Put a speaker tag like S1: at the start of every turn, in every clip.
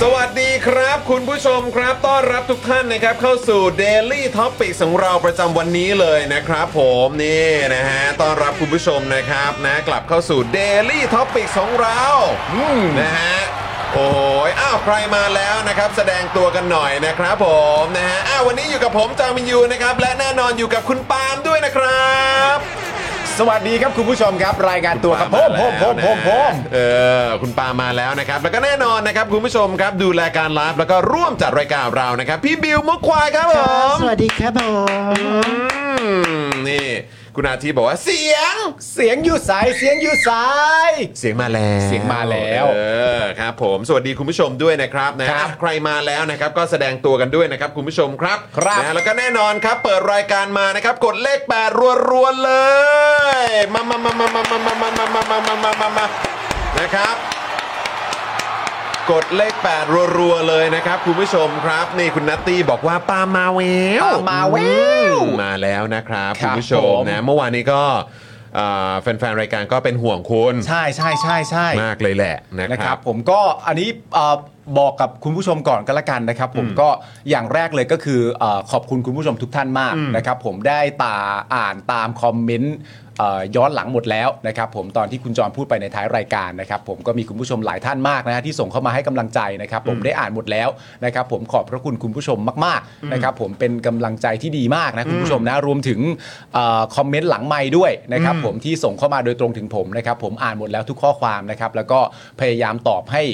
S1: สวัสดีครับ คุณผู้ชมครับต้อนรับทุกท่านนะครับ เข้าสู่ Daily t o p i c ของเราประจำวันนี้เลยนะครับ ผมนี่นะฮะต้อนรับคุณผู้ชมนะครับนะกลับเข้าสู่ Daily t o p i c ของเรานะฮะโอ้ยอ้าวใครมาแล้วนะครับ แสดงตัวกันหน่อยนะครับ ผมนะฮะอ้าววันนี้อยู่กับผมจามินยูนะครับและแน่นอนอยู่กับคุณปาล์มด้วยนะครับ
S2: สวัสดีครับคุณผู้ชมครับ รายงานตัวครับผ
S1: ปาม
S2: ผ
S1: แล้ว
S2: มผม
S1: นะ
S2: ผมผม
S1: เออคุณปามาแล้วนะครับ แล้วก็แน่นอนนะครับคุณผู้ชมครับดูแลการไลฟ์แล้วก็ร่วมจัดรายการเรานะครับ พี่บิวมุกควายครับผม
S2: สวัสดีครับผม
S1: อืมนี่ คุณอาทิตย์บอกว่าเสียง
S2: เสียงอยู่สายเสียงอยู่สาย
S1: เสียงมาแล้ว
S2: เสียงมาแล้ว
S1: เออครับผมสวัสดีคุณผู้ชมด้วยนะครับนะครับใครมาแล้วนะครับก็แสดงตัวกันด้วยนะครับคุณผู้ชมครับ
S2: ครับ
S1: นะแล้วก็แน่นอนครับเปิดรายการมานะครับกดเลขแปดรัวๆเลยมามามามามามามามามามามามามามานะครับ กดเลขแปดรัวๆเลยนะครับคุณผู้ชมครับนี่คุณนัตตี้บอกว่าปามาเวล
S2: ปามาแวว
S1: อืมมาแล้วนะครับ
S2: ค
S1: คุ
S2: รั
S1: ณ
S2: บ
S1: ผู้ชม
S2: ผม
S1: นะเมื่อวานนี้ก็อ่าแฟนๆรายการก็เป็นห่วงคุณ
S2: ใช่ใช่ใช่ใช่
S1: มากเลยแหละนะ
S2: นะ
S1: ค
S2: ค
S1: รั
S2: รับ บ ผมก็อันนี้เอ่อบอกกับคุณผู้ชมก่อนก็แล้วกันนะครับ ผมก็อย่างแรกเลยก็คือเอ่อขอบคุณคุณผู้ชมทุกท่านมากนะครับ ผมได้ตาอ่านตามคอมเมนต์เอ่อย้อนหลังหมดแล้วนะครับ ผมตอนที่คุณจอมพูดไปในท้ายรายการนะครับ ผมก็มีคุณผู้ชมหลายท่านมากนะฮะที่ส่งเข้ามาให้กำลังใจนะครับ ผมได้อ่านหมดแล้วนะครับ ผมขอบพระคุณคุณผู้ชมมากๆนะครับ ผมเป็นกำลังใจที่ดีมากนะคุณผู้ชมนะรวมถึงเอ่อคอมเมนต์หลังไม้ด้วยนะครับ ผมที่ส่งเข้ามาโดยตรงถึงผมนะครับ ผมอ่านหมดแล้วทุกข้อความนะครับ แล้วก็พยายามตอบให้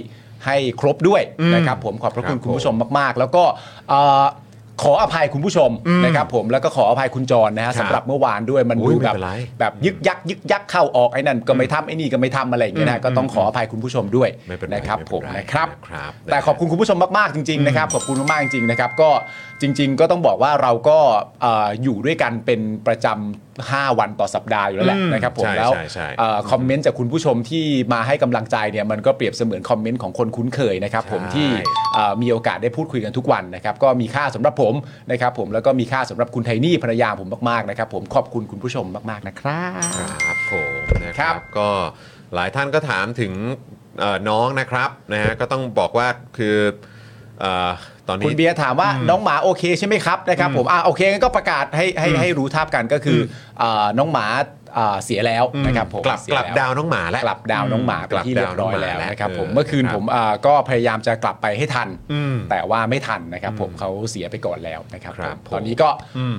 S2: ให้ครบด้วยนะครับ ผมขอบพระคุณ
S1: ครับผม
S2: คุณผู้ชมมาก ๆ แล้วก็เอ่อขออภัยคุณผู้ชมนะครับผมแล้วก็ขออภัยคุณจรนะฮะสำหรับเมื่อวานด้วยมัน
S1: โอ้ย
S2: ดู
S1: ไม่
S2: แบบ
S1: เป็นไร
S2: แบบยึกยักยึกยักเข้าออกไอ้นั่นก็ไม่ทำไอ้นี่ก็ไม่ทำอะไรอย่างเงี้ยนะก็ต้องขออภัยคุณผู้ชมด้วย
S1: ไม่เป็นไร
S2: นะครับ ผม
S1: ไเป็ไ
S2: นะครับ
S1: นะครับ
S2: แต่ขอบคุณคุณผู้ชมมากๆจริงๆนะครับขอบคุณมากๆจริงๆนะครับก็จริง ๆ ก็ต้องบอกว่าเราก็เอ่ออยู่ด้วยกันเป็นประจำ5วันต่อสัปดาห์อยู่แล้วแหละนะครับผม
S1: ใช่
S2: แล้ว
S1: ใช่ใช่
S2: เอ่อคอมเมนต์จากคุณผู้ชมที่มาให้กำลังใจเนี่ยมันก็เปรียบเสมือนคอมเมนต์ของคนคุ้นเคยนะครับ ผม
S1: ใช่
S2: ที่เอ่อมีโอกาสได้พูดคุยกันทุกวันนะครับ ก็มีค่าสำหรับผมนะครับ ผมแล้วก็มีค่าสำหรับคุณไทนี่ภรรยาผมมากๆนะครับ ผมขอบคุณคุณผู้ชมมากๆนะครับ
S1: ครับผมนะค
S2: ค
S1: รั
S2: รั
S1: บบ ก็หลายท่านก็ถามถึงเอ่อน้องนะครับนะฮะก็ต้องบอกว่าคือเอ่อตอน
S2: คุ
S1: นี้
S2: ณเบียร์ถามว่าน้องหมาโอเคใช่ไหมครับนะครับผมอ่าโอเคงั้นก็ประกาศให้ให้ให้รู้ทราบกันก็คืออเอ่อน้องหมาเอ่อเสียแล้วนะครับผม
S1: กลับ
S2: เสีย
S1: ก
S2: แ
S1: ลับดาวน้องหมาแล้ว
S2: กลับดาวน้องหมาไปนที่เรียบร้อยแล้วนะครับผมเมื่อคืนผมอ่าก็พยายามจะกลับไปให้ทัน
S1: อืม
S2: แต่ว่าไม่ทันนะครับผมเขาเสียไปก่อนแล้วนะครับ
S1: ครับผ
S2: ผม
S1: ม
S2: ตอนนี้ก็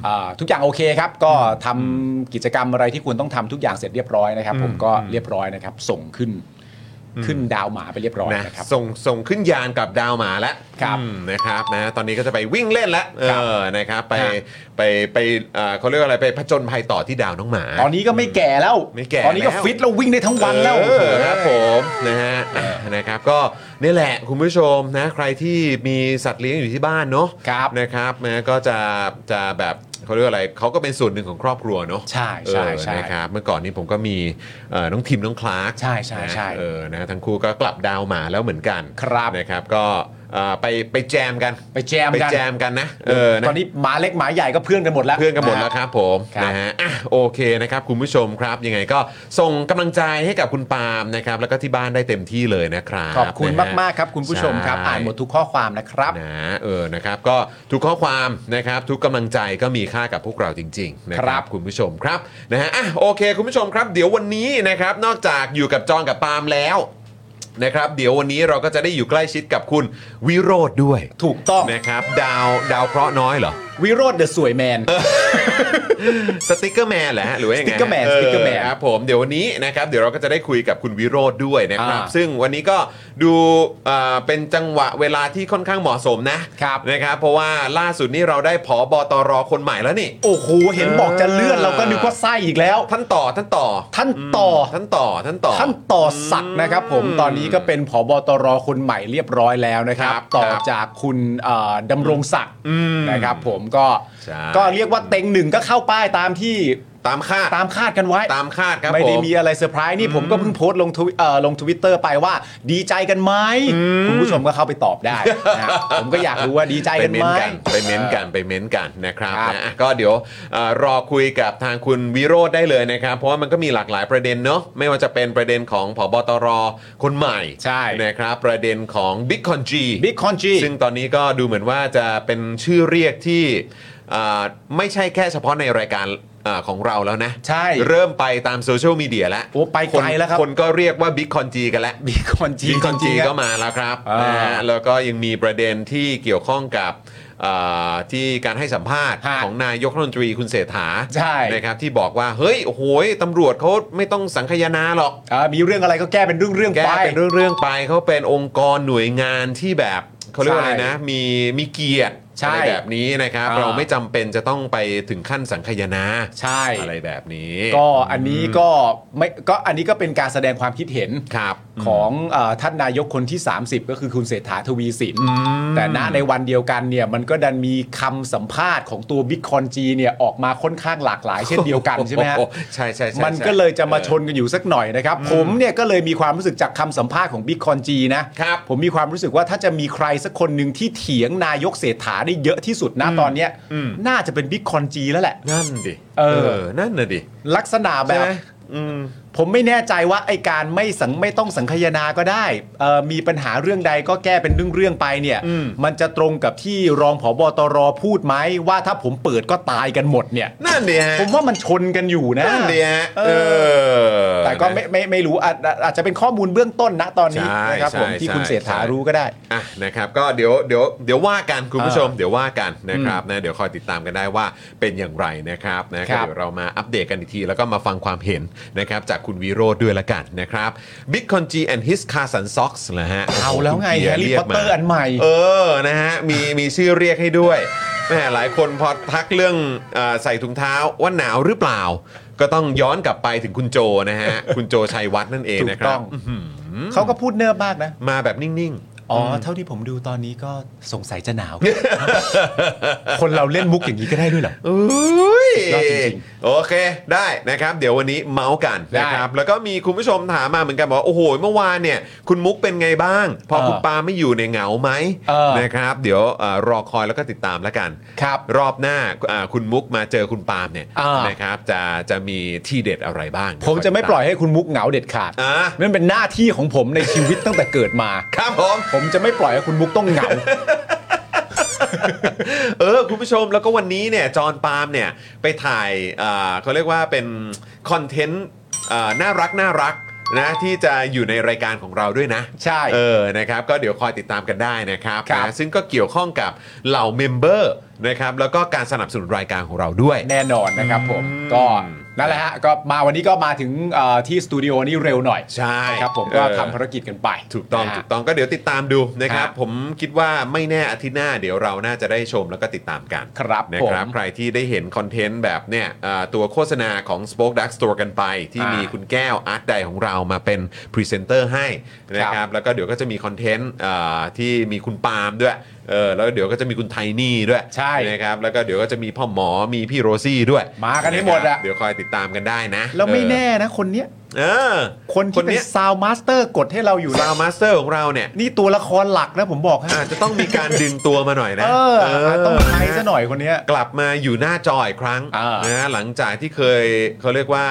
S2: อ่าทุกอย่างโอเคครับ ก็ทำกิจกรรมอะไรที่ควรต้องทำทุกอย่างเสร็จเรียบร้อยนะครับ ผมก็เรียบร้อยนะครับ ส่งขึ้นขึ้นดาวหมาไปเรียบร้อย
S1: นะ
S2: นะครับ
S1: ส่งส่งขึ้นยานกลับดาวหมาแล้ว
S2: ครับ
S1: อืมนะครับนะตอนนี้ก็จะไปวิ่งเล่นแล้วเอ
S2: ครับ
S1: อนะครับไป
S2: ฮะ
S1: ไปไปเอ่อเขาเรียกว่าอะไรไปผจญภัยต่อที่ดาวน้องหมา
S2: ตอนนี้ก็ไม่แก่แล้ว
S1: ไม่แก่
S2: ตอนนี้ก็
S1: แล้ว
S2: ฟิตแล้ววิ่งได้ทั้งวันแล้ว
S1: เออครับผมนะฮะนะครับก็ นี่แหละคุณผู้ชมนะใครที่มีสัตว์เลี้ยงอยู่ที่บ้านเนาะ
S2: ครับ
S1: นะครับนะก็จะจะแบบเขาเรียกอะไรเขาก็เป็นส่วนหนึ่งของครอบครัวเนาะ
S2: ใช่ใช่
S1: เออ
S2: ใช่
S1: นะครับเมื่อก่อนนี้ผมก็มีเอ่อน้องทิมน้องคลาร์ก
S2: ใช่ใช่
S1: นะ
S2: ใช่
S1: เออนะทั้งคู่ก็กลับดาวหมาแล้วเหมือนกัน
S2: ครับ
S1: นะครับก็เอ่อไปไปแจมกัน
S2: ไปแจม
S1: ไป
S2: กัน
S1: แจมกันนะเออนะ
S2: ตอนนี้หมาเล็กหมาใหญ่ก็เพื่อนกันหมดแล้ว
S1: เพื่อนกันหมดแล้วครับผม
S2: ครับ
S1: นะฮะอ่ะโอเคนะครับคุณผู้ชมครับ ยังไงก็ส่งกำลังใจให้กับคุณปาล์มนะครับ แล้วก็ที่บ้านได้เต็มที่เลยนะครับ
S2: ขอบคุณ
S1: นะฮะ
S2: มากๆครับคุณผู้ชมครับ
S1: ใ
S2: อ่านหมดทุกข้อความนะครับ
S1: นะเออนะครับก็ทุกข้อความนะครับทุกกำลังใจก็มีค่ากับพวกเราจริงๆนะค
S2: ครั
S1: รับบ คุณผู้ชมครับนะฮะอ่ะโอเค คุณผู้ชมครับ เดี๋ยววันนี้นะครับนอกจากอยู่กับจองกับปาล์มแล้วนะครับเดี๋ยววันนี้เราก็จะได้อยู่ใกล้ชิดกับคุณวิโรธด้วย
S2: ถูกต้อง
S1: นะครับดาวดาวเพราะห์น้อยเหรอ
S2: วิโรธเดอะสวยแมน
S1: สติกเกอร์แมนแหละหรือว่ายังไงฮะ
S2: สติ๊กเกอร์แมนสติ๊กเกอร์แมน
S1: ครับผมเดี๋ยววันนี้นะครับเดี๋ยวเราก็จะได้คุยกับคุณวิโรธด้วยนะครับ
S2: อ่า
S1: ซึ่งวันนี้ก็ดูเอ่อเป็นจังหวะเวลาที่ค่อนข้างเหมาะสมนะครับ นะครับ เพราะว่าล่าสุดนี่เราได้ผอบอตรคนใหม่แล้วนี่
S2: โอ้โหเห็นบอกจะเลื่อนเราก็นึกว่าไส้อีกแล้ว
S1: ท่านต่อท่านต่อ
S2: ท่านต่ออ
S1: ท่านต่อท่านต่อ
S2: ท่านต่อศักดิ์นะครับผมตอนนี้ก็เป็นผบตรคนใหม่เรียบร้อยแล้วนะครับ
S1: ครับ
S2: ต่อ
S1: ครับ
S2: จากคุณเอ่อดำรงศักดิ์นะครับผมก็
S1: ใช่
S2: ก็เรียกว่าเต็งหนึ่งก็เข้าป้ายตามที่
S1: ตามคาด
S2: ตามคาดกันไว้
S1: ตามคาดครับ
S2: ไม่ได้
S1: ผ
S2: มีอะไรเซอร์ไพรส์นี่ผมก็เพิ่งโพสต์ลงทวิเอ่อลงทวิตเตอร์ไปว่าดีใจกันไหมคุณผู้ชมก็เข้าไปตอบได้นะผมก็อยากรู้ว่าดีใจ
S1: ไป
S2: กัน
S1: เม้น
S2: ไหม
S1: กันไปเม้นกันไปเม้นกันนะครับ
S2: ครับ
S1: นะอ่ะก็เดี๋ยวเอ่อรอคุยกับทางคุณวิโรธได้เลยนะครับ เพราะว่ามันก็มีหลากหลายประเด็นเนาะไม่ว่าจะเป็นประเด็นของผบตรคนใหม่
S2: ใช่
S1: นะครับ ประเด็นของบิ๊กคอนจี
S2: บิ๊กคอนจี
S1: ซึ่งตอนนี้ก็ดูเหมือนว่าจะเป็นชื่อเรียกที่อ่าไม่ใช่แค่เฉพาะในรายการอ่าของเราแล้วนะ
S2: ใช่
S1: เริ่มไปตามโซเชียลมีเดียแล้ว
S2: โอ้ไปไกลแล้วครับ
S1: นก็เรียกว่าบิ๊กคอนจีกันแล้ว
S2: บิ๊กคอนจี
S1: จีนคอนจี
S2: ริงๆะ
S1: ก็มาแล้วครับ
S2: อ่าน
S1: นะฮะแล้วก็ยังมีประเด็นที่เกี่ยวข้องกับเอ่อที่การให้สัมภาษณ์
S2: ฮะ
S1: ของนายกรัฐมนตรีคุณเศรษฐา
S2: ใช่
S1: นะครับที่บอกว่า เฮ้ย โอ้โหยตำรวจเขาไม่ต้องสังคายนาหรอก
S2: อ่ามีเรื่องอะไรก็แก้เป็นเรื่องเรื่องๆ
S1: แก้
S2: ไป
S1: เป็นเรื่อง ๆ ไปเขาเป็นองค์กรหน่วยงานที่แบบเขาเรียกว่าอะไรนะ มีมีเกียรติ
S2: ใช่
S1: อะไรแบบนี้นะครับ
S2: อ่า
S1: เราไม่จำเป็นจะต้องไปถึงขั้นสังคายนา
S2: ใช่
S1: อะไรแบบนี้
S2: ก็อันนี้ก็ไม่ก็อันนี้ก็เป็นการแสดงความคิดเห็น
S1: ครับ
S2: ของเอ่อท่านนายกคนที่ 30 ก็คือคุณเศรษฐาทวีสิน แต่ณในวันเดียวกันเนี่ยมันก็ดันมีคำสัมภาษณ์ของตัวบิ๊กคอนจีเนี่ยออกมาค่อนข้างหลากหลายเช่นเดียวกันใช่ไหมฮะ
S1: โอ้โใช่ใช่ใช่
S2: มันก็เลยจะมาชนกันอยู่สักหน่อยนะครับ ผมเนี่ยก็เลยมีความรู้สึกจากคำสัมภาษณ์ของบิ๊กคอนจีนะครับ ผมมีความรู้สึกว่าถ้าจะมีใครสักคนหนึ่งที่เถียงนายกเศรษฐาได้เยอะที่สุดนะตอนเนี้ย
S1: อืม
S2: น่าจะเป็นบิ๊กคอนจีแล้วแหละ
S1: นั่นดิ
S2: เออ
S1: นั่นน่ะดิ
S2: ลักษณะแบ
S1: ใช่
S2: บ
S1: ไหมอืม
S2: ผมไม่แน่ใจว่าไอการไม่สังไม่ต้องสังคายนาก็ได้เอ่อมีปัญหาเรื่องใดก็แก้เป็นเรื่องๆไปเนี่ย
S1: อืม
S2: มันจะตรงกับที่รองผบตรพูดไหมว่าถ้าผมเปิดก็ตายกันหมดเนี่ย
S1: นั่นดิฮะ
S2: ผมว่ามันชนกันอยู่นะ
S1: นั่นดีฮะ
S2: เอ
S1: อ
S2: แต่ก็ไม่
S1: นะ
S2: ไม่ไม่รู้อาจอาจจะเป็นข้อมูลเบื้องต้นนะตอนนี้
S1: ใช่
S2: นะครับ
S1: ใช่
S2: ผมที่คุณ
S1: ใช่
S2: เศรษฐา
S1: ใช่
S2: รู้ก็ได้
S1: อ่ะนะครับก็เดี๋ยวเดี๋ยวเดี๋ยวว่ากันคุณผู้ชม
S2: เออ
S1: เดี๋ยวว่ากันนะครับนะเดี๋ยวคอยติดตามกันได้ว่าเป็นอย่างไรนะครับนะ
S2: ค
S1: ก็
S2: รับ
S1: เดี๋ยวเรามาอัปเดตกันอีกที แล้วก็มาฟังความเห็นนะครับจากคุณวีโรดด้วยละกันนะครับบิ๊กคอนจีแอนด์ฮิสคาสันซ็อกส์นะฮะ
S2: เอาแล้วไง
S1: คุณเบีย
S2: Harry
S1: ยกมา
S2: Potter อันใหม่
S1: เออนะฮะมีมีชื่อเรียกให้ด้วยแหม่หลายคนพอทักเรื่องเออใส่ถุงเท้าว่าหนาวหรือเปล่า ก็ต้องย้อนกลับไปถึงคุณโจนะฮะคุณโจชัยวัฒน์นั่นเอง
S2: ถูก
S1: นะครั
S2: ต้
S1: บ
S2: องเขาก็พูดเนิบมากนะ
S1: มาแบบนิ่งๆ
S2: อ๋อ เท่าที่ผมดูตอนนี้ก็สงสัยจะหนาว คนเราเล่นมุกอย่างนี้ก็ได้ด้วยเหรอ
S1: อุ้ย
S2: สุดยอดจริง
S1: โอเคได้นะครับ เดี๋ยววันนี้เมาส์กัน
S2: ได้
S1: นะครับ แล้วก็มีคุณผู้ชมถามมาเหมือนกันบอกว่าโอ้โหเมื่อวานเนี่ยคุณมุกเป็นไงบ้าง พอ
S2: เออ
S1: คุณปาไม่อยู่ในยเหงาไหม
S2: เออ
S1: นะครับ เดี๋ยวเอ่อรอคอยแล้วก็ติดตามแล้วกัน
S2: ครับ
S1: รอบหน้าอ่าคุณมุกมาเจอคุณปาล์มเนี่ย
S2: อ่าน
S1: นะครับจะจะมีที่เด็ดอะไรบ้าง
S2: ผมจะไม่ปล่อยให้คุณมุกเหงาเด็ดขาด
S1: อ่ะ
S2: นั่นเป็นหน้าที่ของผมในชีวิตตั้งแต่เกิดมา
S1: ครับผม
S2: ผมจะไม่ปล่อยให้คุณมุกต้องเหงา
S1: เออคุณผู้ชมแล้วก็วันนี้เนี่ยจอห์นปาล์มเนี่ยไปถ่ายอ่าเขาเรียกว่าเป็นคอนเทนต์อ่าน่ารักน่ารักนะที่จะอยู่ในรายการของเราด้วยนะ
S2: ใช่
S1: เออนะครับก็เดี๋ยวคอยติดตามกันได้นะครับ
S2: ครับ
S1: นะซึ่งก็เกี่ยวข้องกับเหล่าเมมเบอร์นะครับแล้วก็การสนับสนุนรายการของเราด้วย
S2: แน่นอนนะครับผม
S1: อืม
S2: ก็ นั่นแหละฮะก็มาวันนี้ก็มาถึงเอ่อที่สตูดิโอนี่เร็วหน่อย
S1: ใช่
S2: ครับผมก็
S1: เออ
S2: ทำภารกิจกันไป
S1: ถูกต้อง
S2: นะฮะ
S1: ถูกต้องก็เดี๋ยวติดตามดูนะครับ
S2: ฮะ
S1: ผมคิดว่าไม่แน่อาทิตย์หน้าเดี๋ยวเราน่าจะได้ชมแล้วก็ติดตามกัน
S2: ครับ
S1: นะครับ
S2: ผม
S1: ใครที่ได้เห็นคอนเทนต์แบบเนี่ยเอ่อตัวโฆษณาของ Spoke Dark Store กันไป ที่
S2: อ่ามี
S1: มีคุณแก้วอาร์ตไดของเรามาเป็นพรีเซนเตอร์ให้นะค
S2: ครั
S1: รับบ แล้วก็เดี๋ยวก็จะมีคอนเทนต์เอ่อที่มีคุณปาล์มด้วยเออแล้วเดี๋ยวก็จะมีคุณไทนี่ด้วย
S2: ใช่
S1: นะครับแล้วก็เดี๋ยวก็จะมีพ่อหมอมีพี่โรซี่ด้วย
S2: มากันให้หมดอะ
S1: เดี๋ยวคอยติดตามกันได้นะ
S2: แล้วไม่แน่นะคนเนี้ย
S1: เออ
S2: คนที่เป็น
S1: ย
S2: ซาวมาสเตอร์กดให้เราอยู่
S1: ซา
S2: นะ
S1: วมาสเตอร์ของเราเนี่ย
S2: นี่ตัวละครหลักนะผมบอกให้
S1: อาจจะต้องมีการ ดึงตัวมาหน่อยนะ
S2: เออต้องใช้ซะหน่อยคนเนี้ย
S1: กลับมาอยู่หน้าจออีกครั้ง
S2: อ่าน
S1: นะฮะหลังจากที่เคยเขาเรียกว่า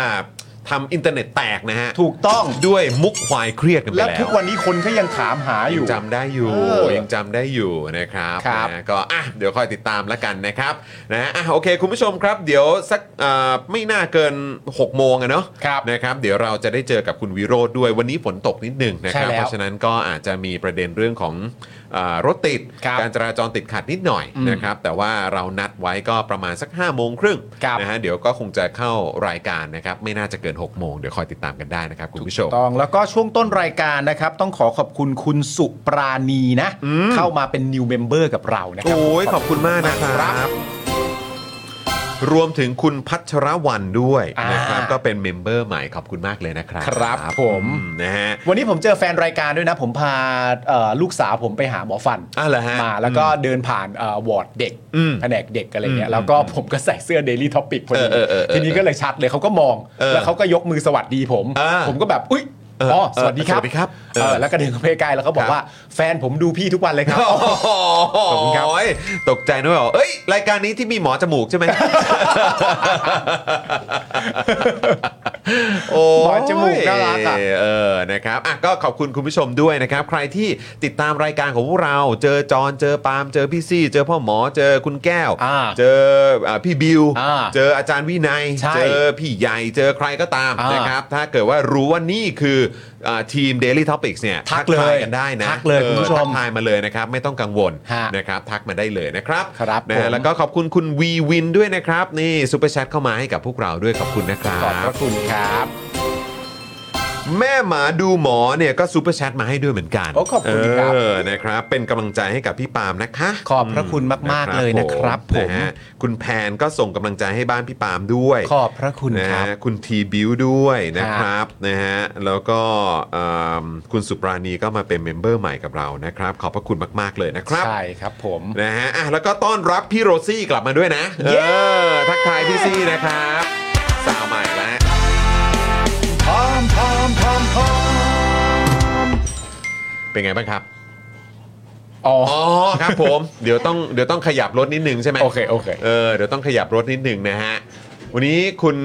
S1: ทำอินเทอร์เน็ตแตกนะฮะ
S2: ถูกต้อง
S1: ด้วยมุกควายเครียดกันไป
S2: แล้
S1: แล้ว ว
S2: ทุกวันนี้คนก็ยังถามหา
S1: ยั
S2: อยู่
S1: งจำได้อยู่
S2: เออ
S1: ยังจำได้อยู่นะครับ
S2: ครับ
S1: นะก็อ่ะเดี๋ยวคอยติดตามแล้วกันนะครับนะฮะอ่ะโอเคคุณผู้ชมครับ เดี๋ยวสักเอ่อไม่น่าเกิน 6 โมงอะเนาะ
S2: ครับ
S1: นะครับเดี๋ยวเราจะได้เจอกับคุณวิโรธด้วยวันนี้ฝนตกนิดหนึ่งนะครับ
S2: ใช่แล้ว
S1: เพราะฉะนั้นก็อาจจะมีประเด็นเรื่องของเอ่อรถติด
S2: ครับ
S1: การจราจรติดขัดนิดหน่อย
S2: อืม
S1: นะครับแต่ว่าเรานัดไว้ก็ประมาณสัก5้าโมงครึ่ง
S2: ครับ
S1: นะฮะเดี๋ยวก็คงจะเข้ารายการนะครับไม่น่าจะเกิน6กโมงเดี๋ยวคอยติดตามกันได้นะครับคุณผู้ชม
S2: ต้องแล้วก็ช่วงต้นรายการนะครับ ต้องขอขอบคุณคุณสุปราณีนะ เข้ามาเป็น new member กับเรานะครั
S1: โอ้ยขอบคุณมากนะครับ รวมถึงคุณพัชรวันด้วย
S2: อ่าน
S1: นะครับ ก็เป็นเมมเบอร์ใหม่ขอบคุณมากเลยนะครับ
S2: ครับผม
S1: อืนะฮะ
S2: วันนี้ผมเจอแฟนรายการด้วยนะ ผมพาเอ่อลูกสาวผมไปหาหมอฟัน
S1: อ้าวเหรอฮะ
S2: มาแล้วก็เดินผ่านเอ่อวอร์ดเด็ก
S1: อืม
S2: แผนกเด็กอะไรเงี้
S1: อื
S2: ย
S1: ม
S2: แล้วก็ผมก็ใส่เสื้อ Daily Topic พอดี
S1: เออเออเออเออ
S2: ทีนี้ก็เลยชัดเลยเขาก็มอง
S1: เออ
S2: แล้วเขาก็ยกมือสวัสดีผม
S1: อ่า
S2: ผมก็แบบอุ๊ย
S1: เอออ๋
S2: อ๋อสวัสดีครับ
S1: สวัสดีครับ
S2: เอ
S1: เอ
S2: อ
S1: อ
S2: แล้วก็เดินเข้าไปใกล้ๆแล้วเขาบอกว่าแฟนผมดูพี่ทุกวันเลยครับ
S1: โอ้โห
S2: ขอบคุณครับ
S1: ตกใจนึกว่าเอ้ย รายการนี้ที่มีหมอจมูกใช่ไหม โอ้ย
S2: หมอจมูกน่ารักอะ
S1: เออนะครับอ่ะก็ขอบคุณคุณผู้ชมด้วยนะครับ ใครที่ติดตามรายการของพวกเรา เจอจอนเจอปาล์มเจอพี่ซี่ เจอพ่อหมอเจอคุณแก้ว
S2: อ่า
S1: เจออ่าพี่บิว
S2: อ่า
S1: เจออาจารย์วินัย
S2: ใช่
S1: เจอพี่ใหญ่เจอใครก็ตาม
S2: อ่าน
S1: นะครับ ถ้าเกิดว่ารู้ว่านี่คืออ่าทีม Daily Topics เนี่ย
S2: ทักเลย
S1: ทัทากันได้นะ
S2: ทักเลยคุณผู้ชม
S1: ออทักทายมาเลยนะครับ ไม่ต้องกังวล
S2: ฮะ
S1: นะครับ ทักมาได้เลยนะครับ
S2: ครับ
S1: นะฮะ
S2: ผม
S1: แล้วก็ขอบคุณคุณวีวินด้วยนะครับ นี่ซูเปอร์แชทเข้ามาให้กับพวกเราด้วยขอบคุณนะครับ
S2: ขอบพระคุณครับ
S1: แม่หมาดูหมอเนี่ยก็ซูเปอร์แชทมาให้ด้วยเหมือนกัน
S2: โอ้ขอบคุณครับ
S1: เออนะครับ เป็นกำลังใจให้กับพี่ปาล์มนะคะ
S2: ขอบพระคุณมาก ๆ เลยนะครับผม
S1: นะฮะคุณแพนก็ส่งกำลังใจให้บ้านพี่ปาล์มด้วย
S2: ขอบพระคุณ
S1: นะครับ ฮะคุณทีบิวด้วยนะครับนะฮะแล้วก็เอิ่มคุณสุปราณีก็มาเป็นเมมเบอร์ใหม่กับเรานะครับ ขอบพระคุณมาก ๆ เลยนะครับ
S2: ใช่ครับผม
S1: นะฮะอ่ะแล้วก็ต้อนรับพี่โรซี่กลับมาด้วยนะ เออ ทักทายพี่ซี่นะครับ สาวใหม่แล้ว เป็นไงบ้างครับ
S2: อ๋อ
S1: อ๋อครับผม เดี๋ยวต้องเดี๋ยวต้องขยับรถนิดนึงใช่ไหม
S2: โอเคโอเค
S1: เออเดี๋ยวต้องขยับรถนิดนึงนะฮะ วันนี้คุณ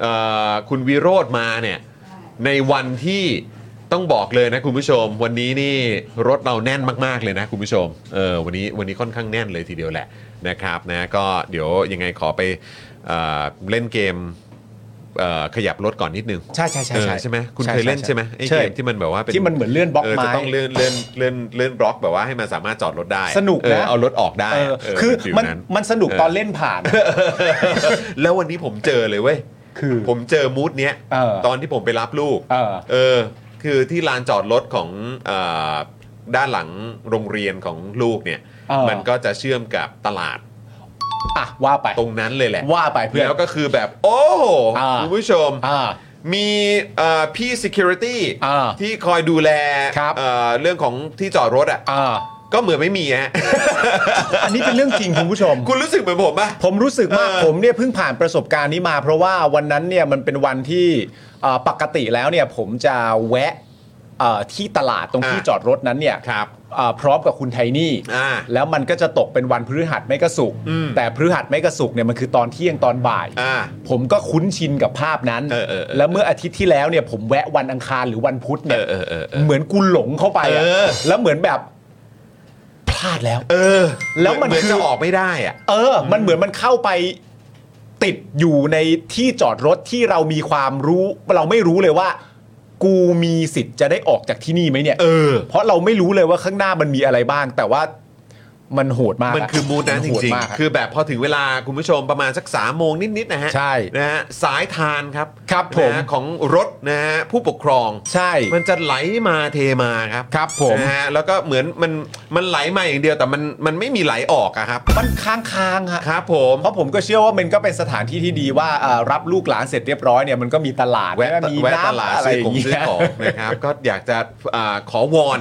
S1: เอ่อคุณวิโรธมาเนี่ย ในวันที่ต้องบอกเลยนะคุณผู้ชม วันนี้นี่รถเราแน่นมาก ๆ เลยนะคุณผู้ชมเออวันนี้วันนี้ค่อนข้างแน่นเลยทีเดียวแหละนะครับนะก็เดี๋ยวยังไงขอไปเอ่อเล่นเกมเอ่อขยับรถก่อนนิดนึง
S2: ใช่ใช่ใช่
S1: เออใช่ไหมคุณ
S2: ใช่
S1: เคยเล่นใช่ไหมไอ้
S2: ใช่
S1: เกมที่มันแบบว่าป็
S2: ที่มันเหมือนเลื่อนบล็อกไม้
S1: เจะต้องเลื่อนเลื่อนเลื่อนเลื่อนบล็อกแบบว่าให้มันสามารถจอดรถได้
S2: สนุกนะ
S1: เออเอารถออกได้
S2: เออ
S1: เ
S2: คือ
S1: เป็ฟิล
S2: มัน
S1: นั้น
S2: มันสนุก
S1: เออ
S2: ตอนเล่นผ่าน
S1: แล้ววันนี้ผมเจอเลยเว้ย
S2: คือ
S1: ผมเจอมูดเนี้ย
S2: เออ
S1: ตอนที่ผมไปรับลูก
S2: เออ
S1: เออ คือที่ลานจอดรถของเอ่อด้านหลังโรงเรียนของลูกเนี่ย
S2: เออ
S1: มันก็จะเชื่อมกับตลาด
S2: อ่ะว่าไป
S1: ตรงนั้นเลยแหละ
S2: ว่าไปเพื่อน
S1: แล้วก็คือแบบ โอ้โห
S2: อ่า
S1: คุณผู้ชม
S2: อ่า
S1: มีเอ่อพี่ security
S2: อ่า
S1: ที่คอยดูแล
S2: ครับ
S1: เอ่อเรื่องของที่จอดรถอ่ะ
S2: อ่า
S1: ก็เหมือนไม่มี ฮะ
S2: อันนี้เป็นเรื่องจริงคุณผู้ชม
S1: คุณรู้สึกเหมือนผมปะ
S2: ผมรู้สึกมาก
S1: เออ
S2: ผมเนี่ยเพิ่งผ่านประสบการณ์นี้มา เพราะว่าวันนั้นเนี่ยมันเป็นวันที่เอ่อปกติแล้วเนี่ยผมจะแวะเอ่อที่ตลาดตรง
S1: อ่า
S2: ที่จอดรถนั้นเนี่ย
S1: ครับ
S2: เอ่อพร้อมกับคุณไทนี่
S1: อ่า
S2: แล้วมันก็จะตกเป็นวันพฤหัสไม่กระสุกร์
S1: อืม
S2: แต่พฤหัสไม่กระสุกร์เนี่ยมันคือตอนเที่ยงตอนบ่าย
S1: อ่า
S2: ผมก็คุ้นชินกับภาพนั้น
S1: เออเออเออ
S2: แล้วเมื่ออาทิตย์ที่แล้วเนี่ยผมแวะวันอังคารหรือวันพุธ
S1: เอ
S2: เนี่ย
S1: อเออเออ
S2: เหมือนกูหลงเข้าไปอะ
S1: เออ
S2: แล้วเหมือนแบบพลาดแล้ว
S1: เออ
S2: แล้วมัน
S1: เหมือน
S2: คือ
S1: จะออกไม่ได้อ่ะ
S2: เออ มันเหมือนมันเข้าไปติดอยู่ในที่จอดรถที่เรามีความรู้ เราไม่รู้เลยว่า กูมีสิทธิ์จะได้ออกจากที่นี่ไหมเนี่ย
S1: เออ
S2: ราะเราไม่รู้เลยว่าข้างหน้ามันมีอะไรบ้าง แต่ว่า มันโหดมาก
S1: มันคือมูดนั้นจริง ๆ
S2: คื
S1: คือ อแบบพอถึงเวลาคุณผู้ชมประมาณสักสามโมงนิด ๆ นะฮะ
S2: ใช่
S1: นะฮะสายทานครับ
S2: ครับผม
S1: นะฮะของรถนะฮะผู้ปกครอง
S2: ใช่
S1: มันจะไหลมาเทมาครับ
S2: ครับผม
S1: นะฮะแล้วก็เหมือนมันมันไหลมาอย่างเดียวแต่มันมันไม่มีไหลออกอะครับ
S2: มันค้างค้างๆฮะ
S1: ครับผม
S2: เพราะผมก็เชื่อว่ามันก็เป็นสถานที่ที่ดีว่าเอ่อรับลูกหลานเสร็จเรียบร้อยเนี่ยมันก็มีตลาด
S1: แวะ
S2: ใช่ไหมมี
S1: แวะตลาด
S2: น้ำอะไร
S1: ซื้อของ
S2: อย่างเงี้
S1: ซื้อย ของนะครับ ก็อยากจะอ่าขอวอน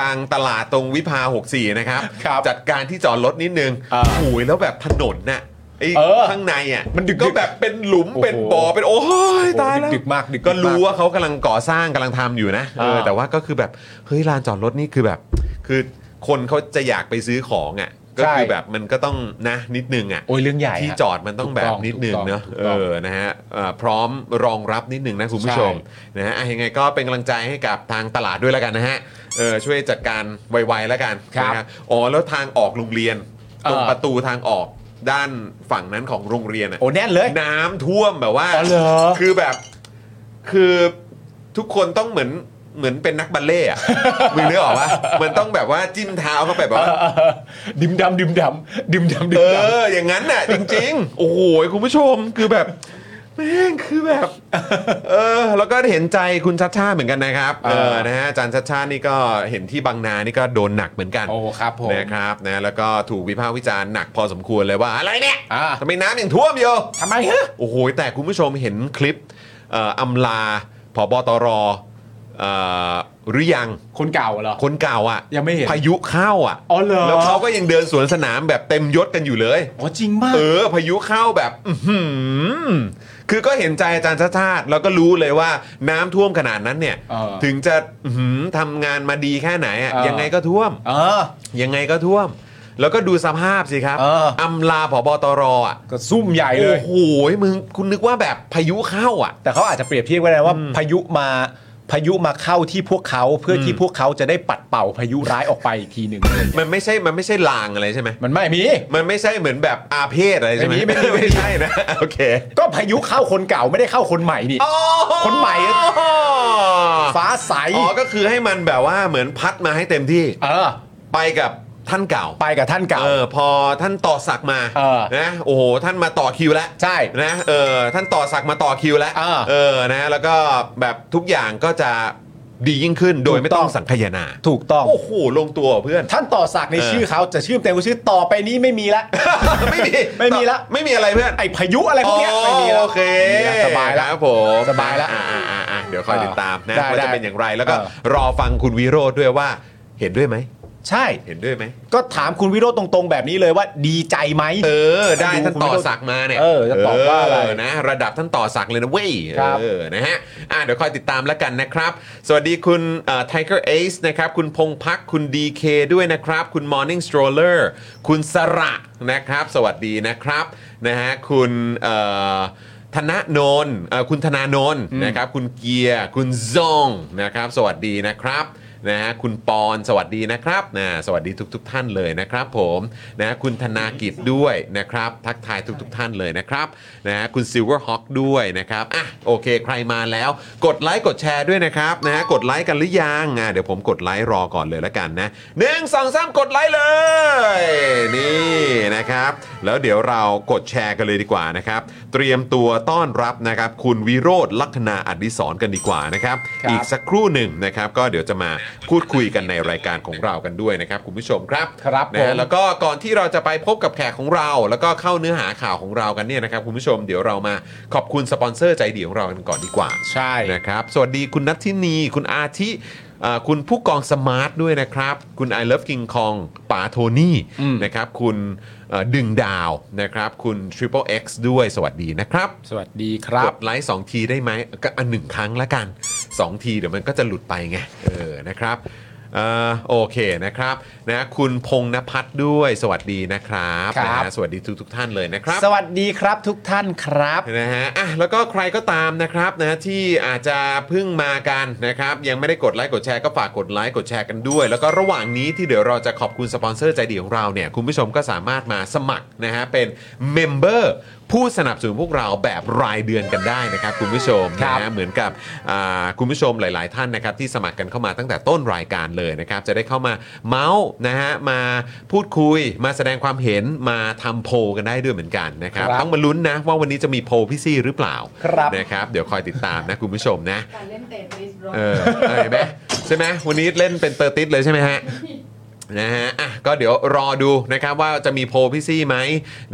S1: ทางตลาดตรงวิภา 64 นะครับ
S2: ครับ
S1: จัดการที่จอดรถนิดนึง
S2: เออ
S1: โอ้ยแล้วแบบถนนน่ะไอ้
S2: เออ
S1: ข้างในอ่ะ
S2: มันดึกๆ
S1: ก็แบบเป็นหลุม
S2: โอ้โห
S1: เป็นบ่อเป็นโอ้ยตายแล้ว
S2: ดึกๆมากดึกๆมาก
S1: ก็รู้ว่าเขากำลังก่อสร้างกำลังทำอยู่นะเออ
S2: เออ
S1: แต่ว่าก็คือแบบเฮ้ยลานจอดรถนี่คือแบบ คือคนเขาจะอยากไปซื้อของอ่ะก็คือแบบมันก็ต้องนะนิดนึงอ่ะ
S2: โอ้ยเรื่องใหญ่
S1: ที่
S2: ฮะ
S1: จอดมันต้องแบบนิดนึงเนอะ
S2: ถูก
S1: เอ
S2: ต้อง
S1: อนะฮะเอ่อพร้อมรองรับนิดนึงนะคุณผู้ชมนะฮะอ่ะยังไงก็เป็นกำลังใจให้กับทางตลาดด้วยแล้วกันนะฮะเออช่วยจัดการไวๆแล้วกัน
S2: ครับ
S1: นะฮะอ๋อแล้วทางออกโรงเรียน
S2: เออ
S1: ตรงประตูทางออกด้านฝั่งนั้นของโรงเรียนอะ
S2: โอ้แน่นเลย
S1: น้ำท่วมแบบว่า
S2: อ๋อเหรอ
S1: คือแบบคือทุกคนต้องเหมือนเหมือนเป็นนักบัลเล่ต์ อะ มึงนึกออกปะมันต้องแบบว่าจิ้มเท้าเข้าไปแบบว่า
S2: ดิมดำดิมดำดิมดำดิ
S1: เอ
S2: มดำ
S1: อ อย่างนั้นน่ะ จริง ๆ โอ้โห คุณผู้ชมคือแบบ แม่งคือแบบ เออ แล้วก็เห็นใจคุณชัดชาติเหมือนกันนะครับ เอ
S2: เอ
S1: อ
S2: อ
S1: นะฮะอาจารย์ชัดชาตินี่ก็เห็นที่บางนานี่ก็โดนหนักเหมือนกัน
S2: โอ้ครับผม
S1: นะครับนะแล้วก็ถูกวิพากษ์วิจารณ์หนักพอสมควรเลยว่า อะไรเนี่ย
S2: อ่า
S1: ทำไมน้ำยังท่วมอยู่
S2: ทำไมฮะ
S1: โอ้โห แต่คุณผู้ชมเห็นคลิปเอ่ออำลาผบตรเอ่อหรือยัง
S2: คนเก่าเหรอ
S1: คนเก่าอ่ะ
S2: ยังไม่เห็น
S1: พายุเข้าอ่ะ
S2: อ๋อเหรอ
S1: แล้วเขาก็ยังเดินสวนสนามแบบเต็มยศกันอยู่เลย
S2: อ๋อจริงมาก
S1: เออพายุเข้าแบบ อื้อหือคือก็เห็นใจอาจารย์ชาติชาติแล้วก็รู้เลยว่าน้ำท่วมขนาดนั้นเนี่ย
S2: เออ
S1: ถึงจะอื้อหือทำงานมาดีแค่ไหนอะ
S2: เออ
S1: ยังไงก็ท่วม
S2: เออ
S1: ยังไงก็ท่วม แล้วก็ดูสภาพสิครับ
S2: เออ
S1: ำลาผบตรอ่ะ
S2: ก็ซุ่มใหญ่เล
S1: โอ้
S2: ย
S1: โหมึงคุณนึกว่าแบบพายุเข้าอ่ะ
S2: แต่เขาอาจจะเปรียบเทียบไว้แล้วว่าพายุมาพายุมาเข้าที่พวกเขาเพื่อที่พวกเขาจะได้ปัดเป่าพายุร้ายออกไปอีกทีหนึ่ง
S1: มันไม่ใช่มันไม่ใช่ลางอะไรใช่ไหม
S2: มันไม่มี
S1: มันไม่ใช่เหมือนแบบอาเพศอะไรใช่ไหม
S2: ไม่มีไม่มี
S1: ไม่ใช่นะโอเค
S2: ก็พายุเข้าคนเก่าไม่ได้เข้าคนใหม่นี่ คนใหม่ ฟ้าใส
S1: อ๋อก็คือให้มันแบบว่าเหมือนพัดมาให้เต็มที่
S2: เออ
S1: ไปกับท่านเก่า
S2: ไปกับท่านเก่า
S1: เออพอท่านต่อสักดิ์มา
S2: เออ
S1: นะโอ้โหท่านมาต่อคิวแล้ว
S2: ใช่
S1: นะเออท่านต่อสักดิ์มาต่อคิวแล้ว
S2: เออ
S1: เออนะแล้วก็แบบทุกอย่างก็จะดียิ่งขึ้นโดยไม่ต้อง
S2: ถูกต้อง
S1: สังคายนา
S2: ถูกต้อง
S1: โอ้โหลงตัวเพื่อน
S2: ท่านต่อศักดิ์ใน
S1: เออ
S2: ชื่อเขาจะชื่อเต็มก็ชื่อต่อไปนี้ไม่มีละ
S1: ไม่มี
S2: ไม่มีละ
S1: ไม่มีอะไรเพื่อน
S2: ไอพายุอะไรพวกเนี้ย
S1: อ๋อ
S2: ไม่มีละ
S1: โอเค
S2: ไม่มีละสบายละ
S1: ครับผม
S2: สบายละ
S1: อ่อ่อ่อ่ะเดี๋ยวคอยติดตามนะ
S2: ได้
S1: ว่า
S2: ได้
S1: จะเป็นอย่างไรแล้วก็
S2: เออ
S1: รอฟังคุณวิโรธด้วยว่าเห็นด้วยไหม
S2: ใช่
S1: เห็นด้วยไหม
S2: ก็ถามคุณวิโรธตรงๆแบบนี้เลยว่าดีใจไหม
S1: เออ ได้ท่านต่อสักดิ์มาเนี่ย
S2: เออจะตอบว่าอะไร
S1: เนะ ระดับท่านต่อสักดิ์เลยนะเว้ย
S2: ครับ
S1: เออนะฮะอ่ะเดี๋ยวคอยติดตามแล้วกันนะครับ สวัสดีคุณไทเกอร์เอซนะครับ คุณพงพักคุณ DK ด้วยนะครับ คุณ Morning Stroller คุณสระนะครับ สวัสดีนะครับนะฮะคุณเอ่อธนาโนนเอ่อคุณธนาโนนนะครับ คุณเกียร์ คุณซองนะครับ สวัสดีนะครับ นะฮะคุณปอนสวัสดีนะครับนะสวัสดีทุกทกๆท่านเลยนะครับผมนะฮะคุณธนากิจด้วยนะครับ ทักทายทุกทกๆท่านเลยนะครับนะฮะคุณ Silver Hawk ด้วยนะครับอ่ะโอเค ใครมาแล้ว กดไลค์กดแชร์ด้วยนะครับนะฮะกดไลค์กันหรือยังอ่ะเดี๋ยวผมกดไลค์รอก่อนเลยละกันนะหนึ่งสองสามกดไลค์เลย นี่นะครับ แล้วเดี๋ยวเรากดแชร์กันเลยดีกว่านะครับ เตรียมตัวต้อนรับนะครับ คุณวิโรธลักษณาอดิศรกันดีกว่านะครับ
S2: ครับ
S1: อีก สักครู่หนึ่งนะครับก็เดี๋ยวจะมาพูดคุยกันในรายการของเรากันด้วยนะครับคุณผู้ชมครับ
S2: ครับ
S1: นะฮะ
S2: ผม
S1: แล้วก็ก่อนที่เราจะไปพบกับแขกของเรา แล้วก็เข้าเนื้อหาข่าวของเรากันเนี่ยนะครับคุณผู้ชมเดี๋ยวเรามาขอบคุณสปอนเซอร์ใจดีของเรากันก่อนดีกว่า
S2: ใช่
S1: นะครับสวัสดีคุณนัททินีคุณอาทิเอ่อคุณผู้กองสมาร์ทด้วยนะครับ คุณ I Love King Kong ป๋าโทนี่นะครับคุณเอ่อดึงดาวนะครับคุณ Triple X ด้วยสวัสดีนะครับ
S2: สวัสดีครั
S1: ก
S2: บ
S1: ดไลค์2ทีได้ไหมก็อันหนึ่งครั้งละกัน 2 ทีเดี๋ยวมันก็จะหลุดไปไง เออนะครับเอ่อโอเคนะครับนะคุณพงนภัทรด้วยสวัสดีนะครับ
S2: ครับ
S1: นะฮะสวัสดีทุกทุกๆท่านเลยนะครับ
S2: สวัสดีครับทุกท่านครับ
S1: นะฮะอ่ะแล้วก็ใครก็ตามนะครับนะฮะที่อาจจะเพิ่งมากันนะครับยังไม่ได้กดไลค์กดแชร์ก็ฝากกดไลค์กดแชร์กันด้วย แล้วก็ระหว่างนี้ที่เดี๋ยวเราจะขอบคุณสปอนเซอร์ใจดีของเราเนี่ยคุณผู้ชมก็สามารถมาสมัครนะฮะเป็นเมมเบอร์ผู้สนับสนุนพวกเราแบบรายเดือนกันได้นะครับคุณผู้ชม
S2: ครั
S1: นะ
S2: บ
S1: ฮะ เหมือนกับอ่าคุณผู้ชมหลาย ๆ ท่านนะครับที่สมัครกันเข้ามาตั้งแต่ต้นรายการเล เลยนะครับ จะได้เข้ามาเมาส์นะฮะมาพูดคุยมาแสดงความเห็นมาทำโพลกันได้ด้วยเหมือนกันนะครับ
S2: ครับ
S1: ต้องมาลุ้นนะว่าวันนี้จะมีโพลพี่ซี่หรือเปล่า
S2: ครับ
S1: นะครับเดี๋ยวคอยติดตามนะคุณผู้ชมนะ
S3: การเล่นเตะบริสบรอ
S1: เออเออเห็นไหมใช่ไหมวันนี้เล่นเป็นเตอร์ติสเลยใช่ไหมฮะนะฮะอ่ะก็เดี๋ยวรอดูนะครับว่าจะมีโพลพี่ซี่ไหม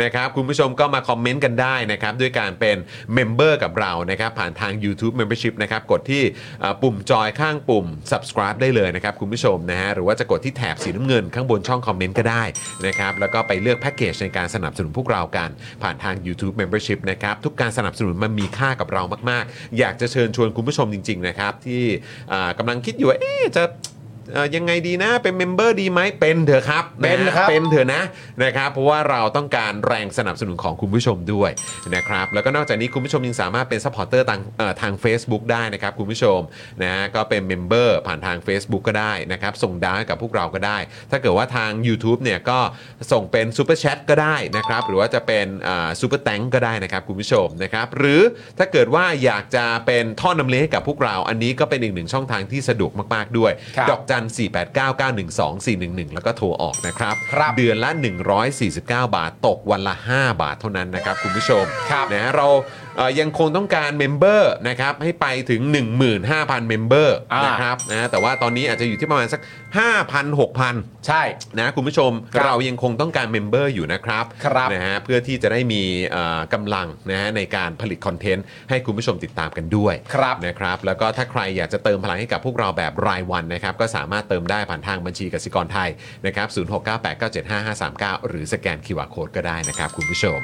S1: นะครับคุณผู้ชมก็มาคอมเมนต์กันได้นะครับด้วยการเป็นเมมเบอร์กับเรานะครับผ่านทาง YouTube Membership นะครับกดที่เอ่อปุ่มจอยข้างปุ่ม subscribe ได้เลยนะครับคุณผู้ชมนะฮะหรือว่าจะกดที่แถบสีน้ำเงินข้างบนช่องคอมเมนต์ก็ได้นะครับแล้วก็ไปเลือกแพ็กเกจในการสนับสนุนพวกเรากัน ผ่านทาง YouTube Membership นะครับทุกการสนับสนุนมันมีค่ากับเรามาก ๆ อยากจะเชิญชวนคุณผู้ชมจริง ๆ นะครับ ที่อ่ากำลังคิดอยู่ว่าเอ๊ะจะเอ่อยังไงดีนะเป็นเมมเบอร์ดีไหมเป็นเถอะครับ
S2: เป็น
S1: นะครับ เป็นเถอะนะนะครับเพราะว่าเราต้องการแรงสนับสนุนของคุณผู้ชมด้วยนะครับแล้วก็นอกจากนี้คุณผู้ชมยังสามารถเป็นซัพพอร์เตอร์ทางเอ่อทาง Facebook ได้นะครับคุณผู้ชมนะฮะก็เป็นเมมเบอร์ผ่านทาง Facebook ก็ได้นะครับส่งดาวให้กับพวกเราก็ได้ ถ้าเกิดว่าทาง YouTube เนี่ยก็ส่งเป็นซูเปอร์แชทก็ได้นะครับหรือว่าจะเป็นซูเปอร์แตงก็ได้นะครับคุณผู้ชมนะครับหรือถ้าเกิดว่าอยากจะเป็นท่อนำเลี้ยงให้กับพวกเรา อันนี้ก็เป็นอีกหนึ่งช่องทางที่สะดวกมาก ๆ ด้วย
S2: ครับ
S1: ดอกจัน 4 8 9 9 1 2 4 1 1 แล้วก็โทรออกนะครับ
S2: ครับ
S1: เดือนละ 149 บาท ตกวันละ 5 บาทเท่านั้นนะครับ คุณผู้ชม
S2: ครับ
S1: นะฮะเราเอ่อยังคงต้องการเมมเบอร์นะครับให้ไปถึง 15,000 เมมเบอร์
S2: อ่าน
S1: นะครับนะแต่ว่าตอนนี้อาจจะอยู่ที่ประมาณสัก 5,000 6,000
S2: ใช่
S1: นะคุณผู้ชม
S2: ครับ
S1: เรายังคงต้องการเมมเบอร์อยู่นะครับ
S2: ครับ
S1: นะฮะเพื่อที่จะได้มีเอ่อกำลังนะฮะในการผลิตคอนเทนต์ให้คุณผู้ชมติดตามกันด้วย
S2: ครับ
S1: นะครับ แล้วก็ถ้าใครอยากจะเติมพลังให้กับพวกเราแบบรายวันนะครับ ก็สามารถเติมได้ผ่านทางบัญชีกสิกรไทยนะครับ 0698975539 หรือสแกน QR Code ก็ได้นะครับคุณผู้ชม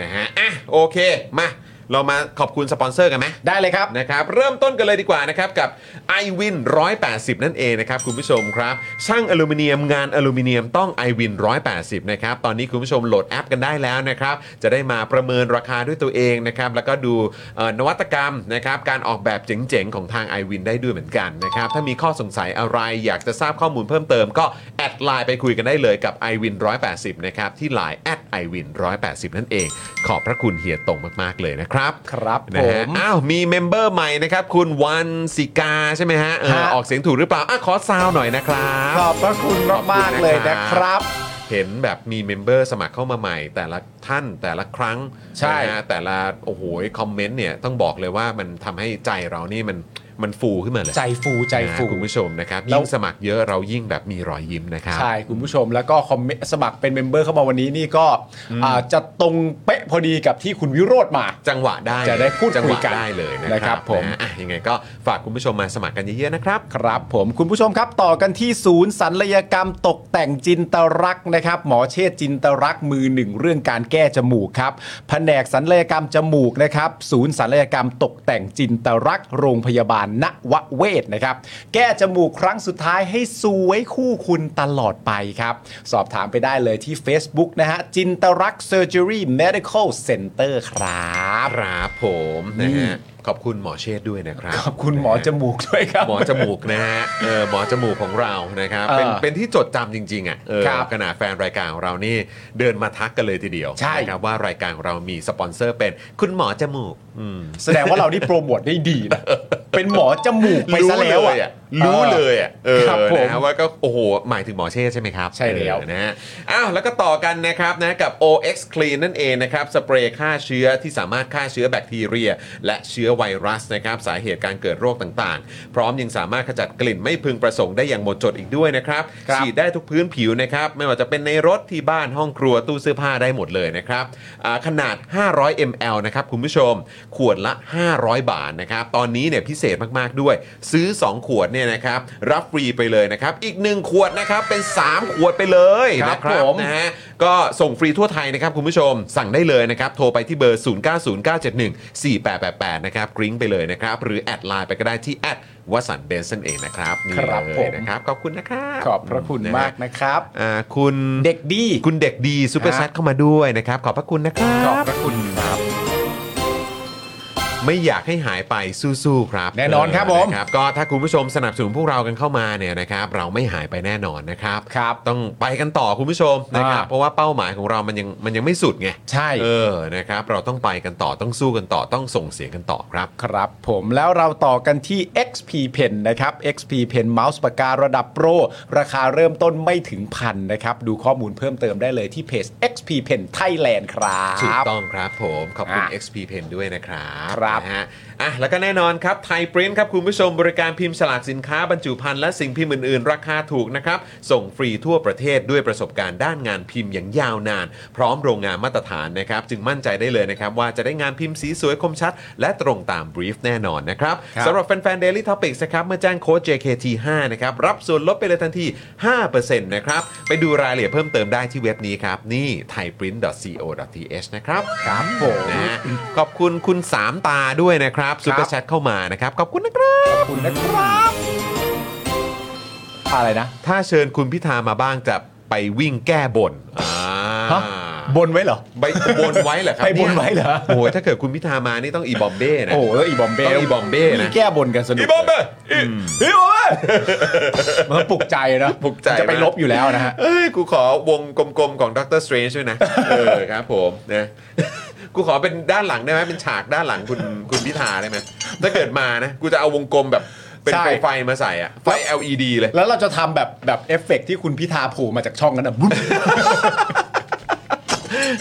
S1: นะฮะอ่ะโอเคมาเรามาขอบคุณสปอนเซอร์กันไหม
S2: ได้เลยครับ
S1: นะครับเริ่มต้นกันเลยดีกว่านะครับกับ i w i n 180 นั่นเองนะครับคุณผู้ชมครับช่างอลูมิเนียมงานอลูมิเนียมต้อง i w i n 180 นะครับตอนนี้คุณผู้ชมโหลดแอปกันได้แล้วนะครับจะได้มาประเมินราคาด้วยตัวเองนะครับแล้วก็ดูเอ่อนวัตกรรมนะครับการออกแบบเจ๋งๆ ของทาง i w i n ได้ด้วยเหมือนกันนะครับถ้ามีข้อสงสัยอะไรอยากจะทราบข้อมูลเพิ่มเติมก็แอดไลน์ไปคุยกันได้เลยกับ i w i n 180 นะครับที่ไลน์แอด i w i n 180 นั่นเอง ขอบพระคุณเฮียตงมากๆเลยนะครับ
S2: ครับ
S1: นะฮะ
S2: ผม
S1: อ้าว มีเมมเบอร์ใหม่นะครับ คุณวันสิกาใช่ไหมฮะเออ
S2: ฮะ
S1: ออกเสียงถูกหรือเปล่าอ่ะขอซาวหน่อยนะครับ
S2: ขอบพระคุณมากๆเลยนะครับ
S1: เห็นแบบมีเมมเบอร์สมัครเข้ามาใหม่ แต่ละท่านแต่ละครั้ง
S2: ใช่
S1: นะฮะแต่ละโอ้โหคอมเมนต์เนี่ย ต้องบอกเลยว่ามันทำให้ใจเรานี่มันมันฟูขึ้นมาเลย
S2: ใจฟูใจฟู
S1: นะฮะคุณผู้ชมนะครับ
S2: แล้ว
S1: ยิ่งสมัครเยอะเรายิ่งแบบมีรอยยิ้มนะครับ
S2: ใช่คุณผู้ชมแล้วก็คอมเมนต์สมัครเป็นเมมเบอร์เข้ามาวันนี้นี่ก็อ่าจะตรงเป๊ะพอดีกับที่คุณวิโรธมา
S1: จังหวะได้
S2: จะได้พูด
S1: จังห
S2: คุ
S1: วะ
S2: ยกัน
S1: ได้เลยนะ
S2: นะ
S1: ค
S2: ครั
S1: รับบ
S2: ผม
S1: นะฮะอ่ะยังไงก็ฝากคุณผู้ชมมาสมัครกันเยอะๆนะครับ
S2: ครับผมคุณผู้ชมครับต่อกันที่ศูนย์ศัลยกรรมตกแต่งจินตรักษณ์นะครับ หมอเชษจินตรักษณ์มือหนึ่งเรื่องการแก้จมูกครับแผนกศัลยกรรมจมูกนะครับ ศูนย์ศัลยกรรมตกแต่งจินตรักษณ์โรงพยาบาลนวเวศนะครับ แก้จมูกครั้งสุดท้ายให้สวยคู่คุณตลอดไปครับ สอบถามไปได้เลยที่ Facebook นะฮะจินตรักเซอร์เจอรี่เมดิคอลเซ็นเตอร์ครับ
S1: ครับผมนะ
S2: นี่
S1: ฮะขอบคุณหมอเชษฐ์ด้วยนะครับ
S2: ขอบคุณหมอจมูกด้วยครับ
S1: หมอจมูกนะ ฮะเออหมอจมูกของเรานะครับ
S2: เออ
S1: เป็นเป็นที่จดจำจริง ๆอ่ะเออ
S2: ครับ
S1: ขนาดแฟนรายการของเรานี่เดินมาทักกันเลยทีเดียว
S2: ใช่
S1: นะครับว่ารายการของเรามีสปอนเซอร์เป็นคุณหมอจมูกอืม
S2: แสดงว่าเรานี่โปรโมทได้ดีนะ เป็นหมอจมูกไปซะแล้ว
S1: รู้เย
S2: อ่ะ
S1: รู้เลยอ่ะเออ
S2: ครับผม
S1: นะฮะว่าก็โอ้โหหมายถึงหมอเชษฐ์ใช่ไหมครับ
S2: ใช่แล้ว
S1: เออนะฮะอ้าวแล้วก็ต่อกันนะครับนะกับ OX Clean นั่นเองนะครับสเปรย์ฆ่าเชื้อที่สามารถฆ่าเชื้อแบคทีเรีย และเชื้อไวรัสนะครับสาเหตุการเกิดโรคต่างๆ พร้อมยังสามารถขจัดกลิ่นไม่พึงประสงค์ได้อย่างหมดจดอีกด้วยนะครับ
S2: ครับ
S1: ฉีดได้ทุกพื้นผิวนะครับ ไม่ว่าจะเป็นในรถที่บ้านห้องครัวตู้เสื้อผ้าได้หมดเลยนะครับอ่าขนาด 500 ml นะครับคุณผู้ชม ขวดละ 500 บาทนะครับ ตอนนี้เนี่ยพิเศษมาก ๆ ด้วย ซื้อ 2 ขวดเนี่ยนะครับ รับฟรีไปเลยนะครับ อีก 1 ขวดนะครับ เป็น 3 ขวดไปเลย
S2: ครับ
S1: นะ
S2: ผม
S1: นะฮะ ก็ส่งฟรีทั่วไทยนะครับคุณผู้ชม สั่งได้เลยนะครับ โทรไปที่เบอร์ 0909714888 นะครับ กริ้งไปเลยนะครับ หรือแอดไลน์ไปก็ได้ที่แอดวสันต์เบนซ์นั่นเองนะครับนี่
S2: ครับ
S1: เล
S2: ผ
S1: ย
S2: ม
S1: นะครับ ขอบคุณนะครับ
S2: ขอบพระคุณมากนะครับ
S1: อ่าคุณ
S2: เด็กดี
S1: คุณเด็กดีซูเปอร์แชทเข้ามาด้วยนะครับ ขอบพระคุณนะครั
S2: ขอบบ พระคุณครับ
S1: ไม่อยากให้หายไปสู้ๆครับ
S2: แน่นอนครับผม
S1: ะครับ ก็ถ้าคุณผู้ชมสนับสนุนพวกเรากันเข้ามาเนี่ยนะครับ เราไม่หายไปแน่นอนนะครับ
S2: ครับ
S1: ต้องไปกันต่อคุณผู้ชมนะครับ
S2: อ่า
S1: เพราะว่าเป้าหมายของเรามันยังมันยังไม่สุดไง
S2: ใช่
S1: เออ นะครับ เราต้องไปกันต่อ ต้องสู้กันต่อ ต้องส่งเสียงกันต่อครับ
S2: ครับผมแล้วเราต่อกันที่ XP Pen นะครับ XP Pen เมาส์ปากการะดับโปร ราคาเริ่มต้นไม่ถึงพันนะครับ ดูข้อมูลเพิ่มเติมได้เลยที่เพจ XP Pen Thailand ครับ
S1: ถูกต้องครับผม ขอบคุณ
S2: อ่ะ
S1: XP Pen ด้วยนะครับ
S2: ครับ
S1: นะฮะอ่ะแล้วก็แน่นอนครับไทยปริ้นครับ คุณผู้ชมบริการพิมพ์ฉลากสินค้าบรรจุภัณฑ์และสิ่งพิมพ์อื่น ๆ ราคาถูกนะครับ ส่งฟรีทั่วประเทศด้วยประสบการณ์ด้านงานพิมพ์อย่างยาวนาน พร้อมโรงงานมาตรฐานนะครับ จึงมั่นใจได้เลยนะครับ ว่าจะได้งานพิมพ์สีสวยคมชัด และตรงตามบรีฟแน่นอนนะครับ
S2: ครับ
S1: สำหรับแฟน ๆ Daily Topics นะครับเมื่อแจ้งโค้ด JKT5 นะครับรับส่วนลดไปเลยทันที 5%นะครับไปดูรายละเอียดเพิ่มเติมได้ที่เว็บนี้ครับนี่ thaiprint.co.th นะครับ
S2: ครับผม
S1: นะฮะขอบคุณคุณสามตาด้วยนะครับซูเปอร์แชทเข้ามานะครับ ขอบคุณนะครับ
S2: คุณนะครับ อะไรนะ
S1: ถ้าเชิญคุณพิธามาบ้างจะไปวิ่งแก้บนอ่า
S2: ฮะ บนไว้เหรอ
S1: ไปบนไว้เหรอครับ
S2: ไปบนไว้เหรอ
S1: โอ้โหถ้าเกิดคุณพิธามานี่ต้องอีบอมเบ้นะ
S2: โอ้โหอีบอมเบ้
S1: ต้องอีบอมเบ้นะ
S2: มีแก้บนกันสนุก
S1: อีบอมเบ้อีอีบอมเบ้
S2: มันปลุกใจนะ
S1: ปลุกใจ
S2: มันจะไป
S1: มาก
S2: ลบอยู่แล้วนะฮะ
S1: เอ้ยกูขอวงกลมๆของด็อกเตอร์สเตรนจ์ด้วยนะเออครับผมนะกูขอเป็นด้านหลังได้ไหมเป็นฉากด้านหลังคุณคุณพิธาได้ไหมถ้าเกิดมานะกูจะเอาวงกลมแบบเป็น
S2: ใช่
S1: ไฟไฟมาใส่อะไฟ LED เลย
S2: แล้วเราจะทำแบบแบบเอฟเฟกต์ที่คุณพิธาโผูมาจากช่องนั้นอ่ะ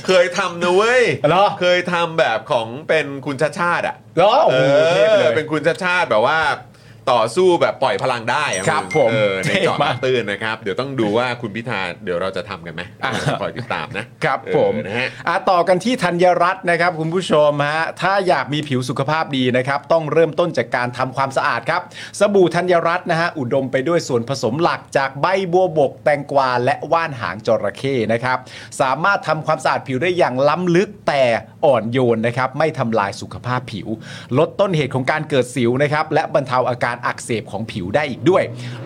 S1: เคยทำนะเว้ย
S2: เหรอ
S1: เคยทำแบบของเป็นคุณชาติชาติอ่ะ
S2: แล้วโอ้
S1: เอ
S2: โหเทพเล
S1: อย เป็นคุณชาติชาติแบบว่าต่อสู้แบบปล่อยพลังได้อะ
S2: ครับ
S1: ง
S2: ผม
S1: เออใน
S2: เท่
S1: เจ
S2: มาม
S1: อาก ตื้นนะครับ เดี๋ยวต้องดูว่าคุณพิธาเดี๋ยวเราจะทำกันไหม
S2: อ่ะ
S1: คอยติดตามนะครับ เออ
S2: ผม
S1: นะฮะ
S2: อ่ะต่อกันที่ธัญรัตน์นะครับคุณผู้ชมฮะถ้าอยากมีผิวสุขภาพดีนะครับ ต้องเริ่มต้นจากการทำความสะอาดครับ สบู่ธัญรัตน์นะฮะอุดมไปด้วยส่วนผสมหลักจากใบบัวบก แตงกวาและว่านหางจระเข้นะครับ สามารถทำความสะอาดผิวได้อย่างล้ำลึกแต่อ่อนโยนนะครับ ไม่ทำลายสุขภาพผิว ลดต้นเหตุของการเกิดสิวนะครับและบรรเทาอาการอักเสบของผิวได้อีกด้วย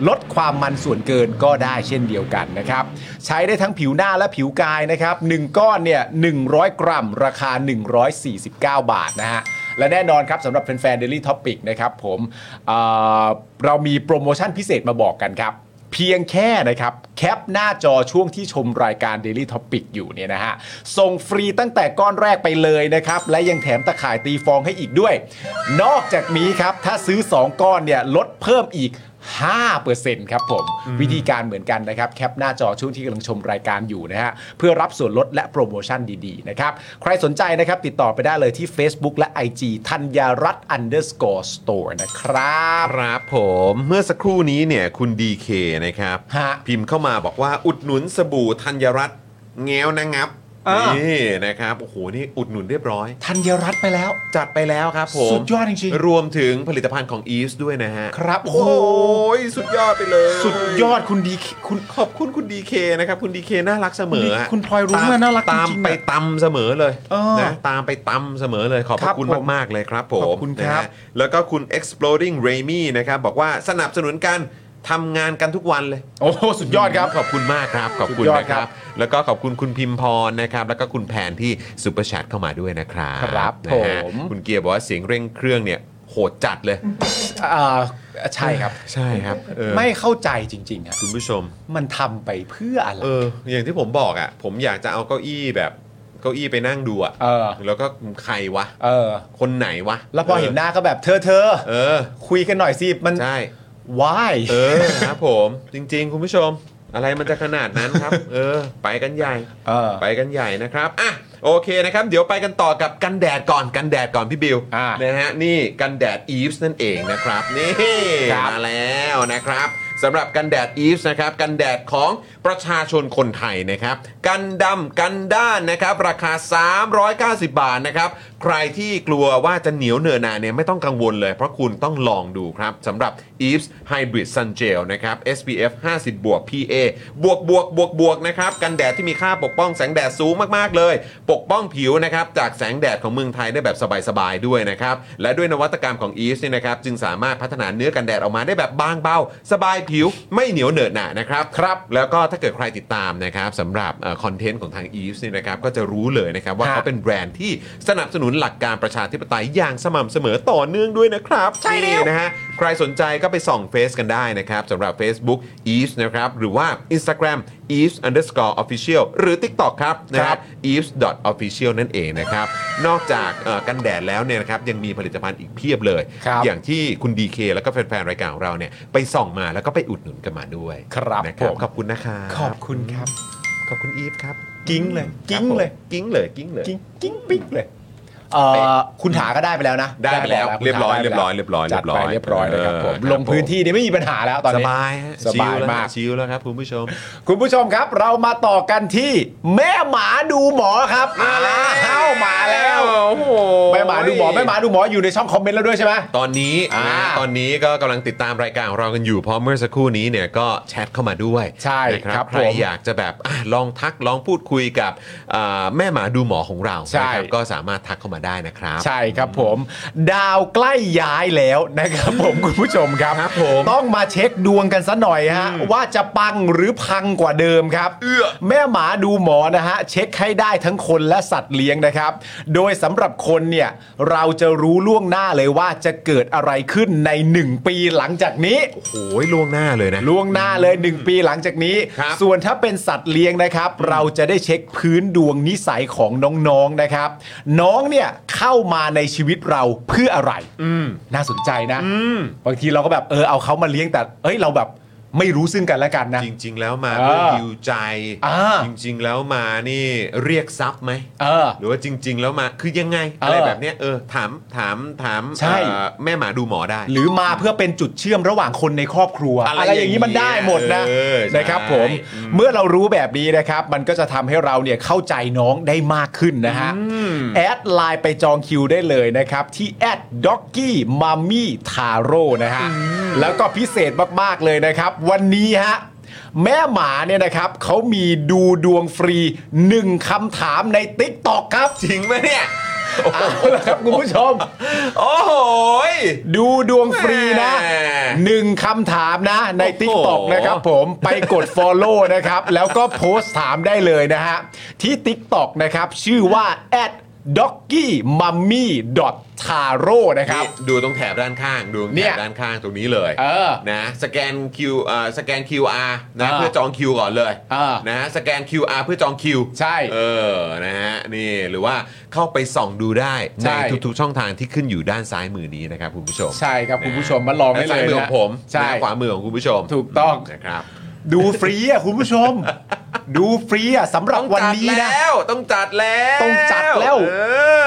S2: ลดความมันส่วนเกินก็ได้เช่นเดียวกันนะครับ ใช้ได้ทั้งผิวหน้าและผิวกายนะครับ 1 ก้อนเนี่ย 100 กรัม ราคา 149 บาทนะฮะ และแน่นอนครับสำหรับแฟนๆ Daily Topic นะครับผมเอ่อเรามีโปรโมชั่นพิเศษมาบอกกันครับ เพียงแค่นะครับ แคปหน้าจอช่วงที่ชมรายการ Daily Topic อยู่เนี่ยนะฮะ ส่งฟรีตั้งแต่ก้อนแรกไปเลยนะครับ และยังแถมตะข่ายตีฟองให้อีกด้วย นอกจากนี้ครับ ถ้าซื้อ 2 ก้อนเนี่ยลดเพิ่มอีก 5%ครับผม วิธีการเหมือนกันนะครับ แคปหน้าจอช่วงที่กำลังชมรายการอยู่นะฮะ เพื่อรับส่วนลดและโปรโมชั่นดีๆนะครับ ใครสนใจนะครับติดต่อไปได้เลยที่ Facebook และ IG ธัญญารัตน์ underscore store นะครับ
S1: ครับผมเมื่อสักครู่นี้เนี่ยคุณดีเคนะครับ
S2: ฮะ
S1: พิมพ์เข้ามาบอกว่าอุดหนุนสบู่ธัญรัตน์แง้วนะงับ
S2: อ่านี่
S1: นี่นะครับโอ้โหนี่อุดหนุนเรียบร้อย
S2: ธัญญารัตน์ไปแล้ว
S1: จัดไปแล้วครับผม
S2: สุดยอดจริงๆ
S1: รวมถึงผลิตภัณฑ์ของ e v e s ด้วยนะฮะ
S2: ครับโอ้
S1: โอ้
S2: โห
S1: ยสุดยอดไปเลย
S2: สุดยอดคุณดีคุณ
S1: ขอบคุณคุณดีเคนะครับ คุณดีเคน่ารักเสมอฮะ
S2: คุณพลอยรุ้ง
S1: ตม
S2: น่ะน่ารัก
S1: ตาม
S2: จริงๆ
S1: ไปตำเสมอเลย
S2: เออ
S1: นะตามไปตำเสมอเลยขอบพ
S2: ครั
S1: ระ
S2: บ
S1: คุณ
S2: ผม
S1: มากๆเลยครับผม
S2: ขอบคุณครับ
S1: นะฮะแล้วก็คุณ exploding Ramy นะครับบอกว่าสนับสนุนกันทำงานกันทุกวันเลย
S2: โอ้โหสุดยอดครับ
S1: ขอบคุณมากครับ ขอบคุณ
S2: สุดยอด
S1: นะค
S2: ครั
S1: รับ
S2: บ
S1: แล้วก็ขอบคุณคุณพิมพรนะครับ แล้วก็คุณแผนที่ซูเปอร์แชทเข้ามาด้วยนะครับ
S2: ครับ
S1: นะฮะ
S2: ผม
S1: คุณเกียร์บอกว่าเสียงเร่งเครื่องเนี่ยโหดจัดเลย
S2: อ่าใช่ครับ
S1: ใช่ครับเออ
S2: ไม่เข้าใจจริงๆอะ
S1: คุณผู้ชม
S2: มันทำไปเพื่ออะไร
S1: เออ อย่างที่ผมบอกอ่ะ ผมอยากจะเอาเก้าอี้แบบเก้าอี้ไปนั่งดูอ่ะ
S2: เออ
S1: แล้วก็ใครวะ
S2: เออ
S1: คนไหนวะ
S2: แล้วพอเห็นหน้าก็แบบเธอเธอ
S1: เออ
S2: คุยกันหน่อยสิมัน
S1: ใช่
S2: why
S1: เออครับผม จริง ๆ คุณผู้ชม อะไรมันจะขนาดนั้นครับ เออ ไปกันใหญ่
S2: เออ
S1: ไปกันใหญ่นะครับ อ่ะ โอเคนะครับ เดี๋ยวไปกันต่อกับกันแดดก่อน กันแดดก่อนพี่บิว
S2: อ่า
S1: นะฮะ นี่กันแดดอีฟส์นั่นเองนะครับ นี่
S2: ครับ
S1: มาแล้วนะครับสำหรับกันแดดอีฟส์นะครับ กันแดดของประชาชนคนไทยนะครับ กันดำกันด้านนะครับ ราคา 390 บาทนะครับ ใครที่กลัวว่าจะเหนียวเหนอะหนาเนี่ยไม่ต้องกังวลเลย เพราะคุณต้องลองดูครับสำหรับ e v e s Hybrid Sun Gel นะครับ SPF 50บวก PA บวกบวกบวกบวกนะครับกันแดดที่มีค่าปกป้องแสงแดดสูงมากๆเลย ปกป้องผิวนะครับจากแสงแดดของเมืองไทยได้แบบสบายๆด้วยนะครับ และด้วยนวัตกรรมของ e v e s เนี่ยนะครับจึงสามารถพัฒนาเนื้อกันแดดออกมาได้แบบบางเบา สบายผิวไม่เหนียวเหนอะหนะนะครับครับ แล้วก็ถ้าเกิดใครติดตามนะครับสำหรับคอนเทนต์ของทาง e v e s เนี่ยนะครับก็จะรู้เลยนะครับว่า
S2: ฮะ
S1: เขาเป็นแบรนด์ที่สนับสนุน นุนหลักการประชาธิปไตยอย่างสม่ำเสมอต่อเนื่องด้วยนะครับใช่แล้วนะฮะใครสนใจก็ไปส่องเฟซกันได้นะครับสำหรับ Facebook e v e นะครับหรือว่า Instagram e v e underscore official หรือ TikTok ครับนะค
S2: ครั
S1: รับ
S2: บ
S1: e v e official นั่นเองนะครับ นอกจากเอ่อกันแดดแล้วเนี่ยนะครับยังมีผลิตภัณฑ์อีกเพียบเลย
S2: ครับ
S1: อย่างที่คุณดีเคแล้วก็แฟนๆรายการของเราเนี่ยไปส่องมาแล้วก็ไปอุดหนุนกันมาด้วย
S2: ครับ
S1: นะค
S2: ผ
S1: รับ
S2: ม
S1: ขอบคุณนะครับ
S2: ขอบคุณครับ
S1: ขอบคุณอีฟครับ
S2: กิ้งเลย
S1: ครับ
S2: กิ้งเลย
S1: ผมกิ้งเลยกิ้งเลย
S2: กิ้งกิ้งปิ๊กเลยเอ่อคุณถาก็ได้ไปแล้วนะ
S1: ได้ไปแล้ว
S2: คุณ
S1: เรียบร้อย
S2: ถาได้ไปแล้ว
S1: เรียบร้อยเรี
S2: จั
S1: ย
S2: ด
S1: บร้
S2: ไป
S1: อย
S2: เรียบร้อยนะครับผม
S1: เออครับ
S2: ลงพื้นที่นี่ไม่มีปัญหาแล้วตอน
S1: ส
S2: นี้
S1: บายฮะ
S2: สบาย
S1: ชิลแล้ว
S2: มาก
S1: ชิลแล้วครับคุณผู้ชม
S2: คุณผู้ชมครับ เรามาต่อกันที่แม่หมาดูหมอครับ
S1: มาแล้ว
S2: อ้าวมาแล้ว
S1: โอ้โห
S2: แม่หมาดูหมอแม่หมาดูหมออยู่ในช่องคอมเมนต์แล้วด้วยใช่ไหม
S1: ตอนนี้
S2: อ่า
S1: นะตอนนี้ก็กำลังติดตามรายการของเรากันอยู่เพราะเมื่อสักครู่นี้เนี่ยก็แชทเข้ามาด้วย
S2: ใช่
S1: นะค
S2: ครั
S1: รับบ ใคร
S2: ผม
S1: อยากจะแบบอ่ะลองทักลองพูดคุยกับอ่าแม่หมาดูหมอของเรา
S2: ใช่
S1: นะครับก็สามารถทักเข้ามาได้นะครับ
S2: ใช่ครับผม ดาวใกล้ย้ายแล้วนะครับ ผม คุณผู้ชมครับ
S1: ครับผม
S2: ต้องมาเช็คดวงกันซะหน่อยฮะ ว่าจะปังหรือพังกว่าเดิมครับ
S1: เอื้อ
S2: แม่หมาดูหมอนะฮะ เช็คให้ได้ทั้งคนและสัตว์เลี้ยงนะครับ โดยสำหรับคนเนี่ย เราจะรู้ล่วงหน้าเลยว่าจะเกิดอะไรขึ้นใน 1 ปีหลังจากนี้
S1: โอ้ยล่วงหน้าเลยนะ
S2: ล่วงหน้าเลย 1 ปีหลังจากนี้
S1: ครับ
S2: ส่วนถ้าเป็นสัตว์เลี้ยงนะครับ เราจะได้เช็คพื้นดวงนิสัยของน้องๆนะครับ น้องเนี่ยเข้ามาในชีวิตเราเพื่ออะไรน่าสนใจนะบางทีเราก็แบบเออเอาเขามาเลี้ยงแต่เอ้ยเราแบบไม่รู้ซึ่งกันและกันนะ
S1: จริง ๆ แล้วมาเพื่อ
S2: เออ
S1: ฮิวใจ
S2: อ่า
S1: จริง ๆ แล้วมานี่เรียกทรัพย์ไหม
S2: เออ
S1: หรือว่าจริง ๆ แล้วมาคือยังไง อะไร
S2: เออ
S1: แบบเนี้ยเออถามถามถาม
S2: ใช่
S1: เอ่อแม่หมาดูหมอได้
S2: หรือมาเพื่อเป็นจุดเชื่อมระหว่างคนในครอบครัว
S1: อะไร
S2: อย่างนี้มันได้หมดนะ
S1: เออใช่
S2: นะครับผม
S1: อืม
S2: เมื่อเรารู้แบบนี้นะครับ มันก็จะทำให้เราเนี่ยเข้าใจน้องได้มากขึ้นนะฮะแอดไลน์ไปจองคิวได้เลยนะครับ ที่แอดด็อกกี้มัมมี่ทาโร่นะฮะ แล้วก็พิเศษมาก ๆ เลยนะครับ วันนี้ฮะ แม่หมาเนี่ยนะครับเขามีดูดวงฟรีหนึ่งคำถามใน t ิ k t o k ครับ
S1: จริงไหมเนี่ย
S2: เอาละครับคุณผู้ชม
S1: โอ้โห
S2: ดูดวงฟรีนะ
S1: แหม
S2: หนึ่งคำถามนะใน
S1: โอ้
S2: t ิ k
S1: โห
S2: t o k นะครับผมไปกด Follow นะครับ แล้วก็โพสต์ถามได้เลยนะฮะ ที่ t i k t o k นะครับ ชื่อว่า at d o g g y m u m m y t a r o นะครับ
S1: นี่ดูตรงแถบด้านข้าง ดูตรง
S2: เนี่
S1: แถ
S2: ย
S1: บด้านข้างตรงนี้เลย
S2: เออ
S1: นะสแกน Q เอ่อสแกน QR นะ
S2: เออ
S1: เพื่อจองคิวก่อนเลย
S2: เออ
S1: นะสแกน QR เพื่อจองคิว
S2: ใช่
S1: เออนะฮะนี่หรือว่าเข้าไปส่องดูได้
S2: ใช่
S1: ในทุกๆช่องทางที่ขึ้นอยู่ด้านซ้ายมือนี้นะครับคุณผู้ชม
S2: ใช่ครับคุณผู้ชมมาลองได้เล
S1: ซ้าย
S2: ย
S1: มือขอ
S2: นะ
S1: งผม
S2: ใช่
S1: และขวามือของคุณผู้ชม
S2: ถูกต้อง
S1: นะครับ
S2: ดูฟรีอ่ะคุณผู้ช ม ดูฟรีอ่ะสำหรับวันนี้นะ
S1: ต้องจัดแล้ว
S2: ต้องจัดแล้ว
S1: เอ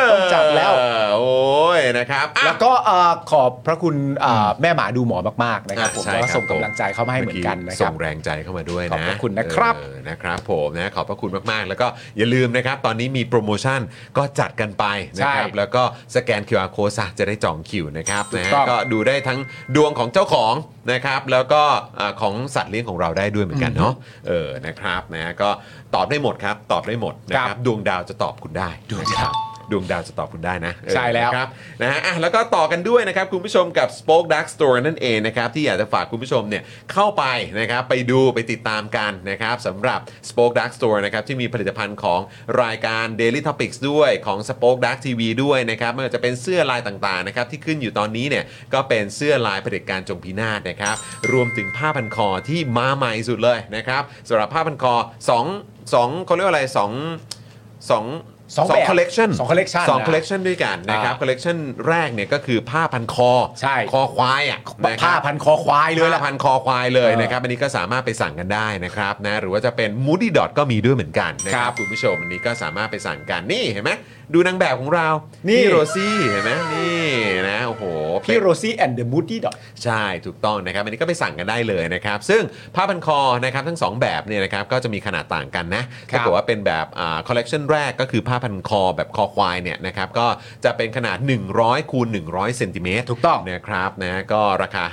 S1: อ
S2: ต้องจัดแล้ว
S1: โอ้ยนะครับอ่ะ
S2: แล้วก็เอ่อขอบพระคุณเอ่อแม่หมาดูหมอมากๆนะครับผม
S1: อ่ะใช่
S2: แล้ว
S1: ค
S2: ก็
S1: รับ
S2: ส่งกำลังใจเข้ามาให้เหมือนกันนะค
S1: ส่
S2: รับ
S1: งแรงใจเข้ามาด้วยนะ
S2: ขอบพระคุณนะครับ
S1: เออนะครับผมนะขอบพระคุณมากๆ แล้วก็อย่าลืมนะครับ ตอนนี้มีโปรโมชั่นก็จัดกันไปนะครับ
S2: ใช่
S1: แล้วก็สแกน QR code ซะจะได้จองคิวนะครับ
S2: ถูก
S1: นะฮะ
S2: ต้อง
S1: ก็ดูได้ทั้งดวงของเจ้าของนะครับ แล้วก็อ่าของสัตว์เลี้ยงของเราได้ด้วยเหมือนกันเนาะเออนะครับนะก็ตอบได้หมดครับ ตอบได้หมดนะค
S2: ครั
S1: รับบ ดวงดาวจะตอบคุณได้
S2: ดวงดา
S1: นะค
S2: ว
S1: รับดวงดาวจะตอบคุณได้นะเออ
S2: ใช่แล้ว
S1: นะครับ นะฮะอ่ะแล้วก็ต่อกันด้วยนะครับ คุณผู้ชมกับ Spoke Dark Store นั่นเองนะครับ ที่อยากจะฝากคุณผู้ชมเนี่ยเข้าไปนะครับ ไปดูไปติดตามกันนะครับสำหรับ Spoke Dark Store นะครับ ที่มีผลิตภัณฑ์ของรายการ Daily Topics ด้วยของ Spoke Dark TV ด้วยนะครับไม่ว่าจะเป็นเสื้อลายต่างๆนะครับ ที่ขึ้นอยู่ตอนนี้เนี่ยก็เป็นเสื้อลายเผด็จการจงพินาศนะครับ รวมถึงผ้าพันคอที่มาใหม่สุดเลยนะครับสำหรับผ้าพันคอสองสองเขาเรียกว่าอะไรสองสอง
S2: สองแบบ
S1: คอลเลกชัน
S2: สอง collection
S1: สอง
S2: นะ
S1: คอลเลกชัน collection ด้วยกันนะครับ
S2: อ่า
S1: collection แรกเนี่ยก็คือผ้าพันคอ
S2: ใช่
S1: คอควายอ่ะะค
S2: ผ้า
S1: รับ
S2: พันคอควายเลยล่ะ
S1: ผ้าพันคอควายเลย
S2: เออ
S1: นะครับ อันนี้ก็สามารถไปสั่งกันได้นะครับนะหรือว่าจะเป็น moody dot ก็มีด้วยเหมือนกันนะค
S2: ครั
S1: รับบ คุณผู้ชมอันนี้ก็สามารถไปสั่งกันนี่เห็นไหมดูนางแบบของเรา
S2: นี่
S1: พี่โรซี่เห็นไหมนี่นะโอ้โห
S2: พี่
S1: เป็น
S2: โรซี่แอนด์เดอะมูดี้ดอก
S1: ใช่ถูกต้องนะครับอันนี้ก็ไปสั่งกันได้เลยนะครับ ซึ่งผ้าพันคอนะครับทั้งสองแบบเนี่ยนะครับก็จะมีขนาดต่างกันนะ
S2: ครั
S1: ถ้า
S2: บ
S1: เกิดว่าเป็นแบบคอลเลกชันแรกก็คือผ้าพันคอแบบคอควายเนี่ยนะครับก็จะเป็นขนาด 100คูณ100เซนติเมตร
S2: ถูกต้อง
S1: นะครับนะก็ราคา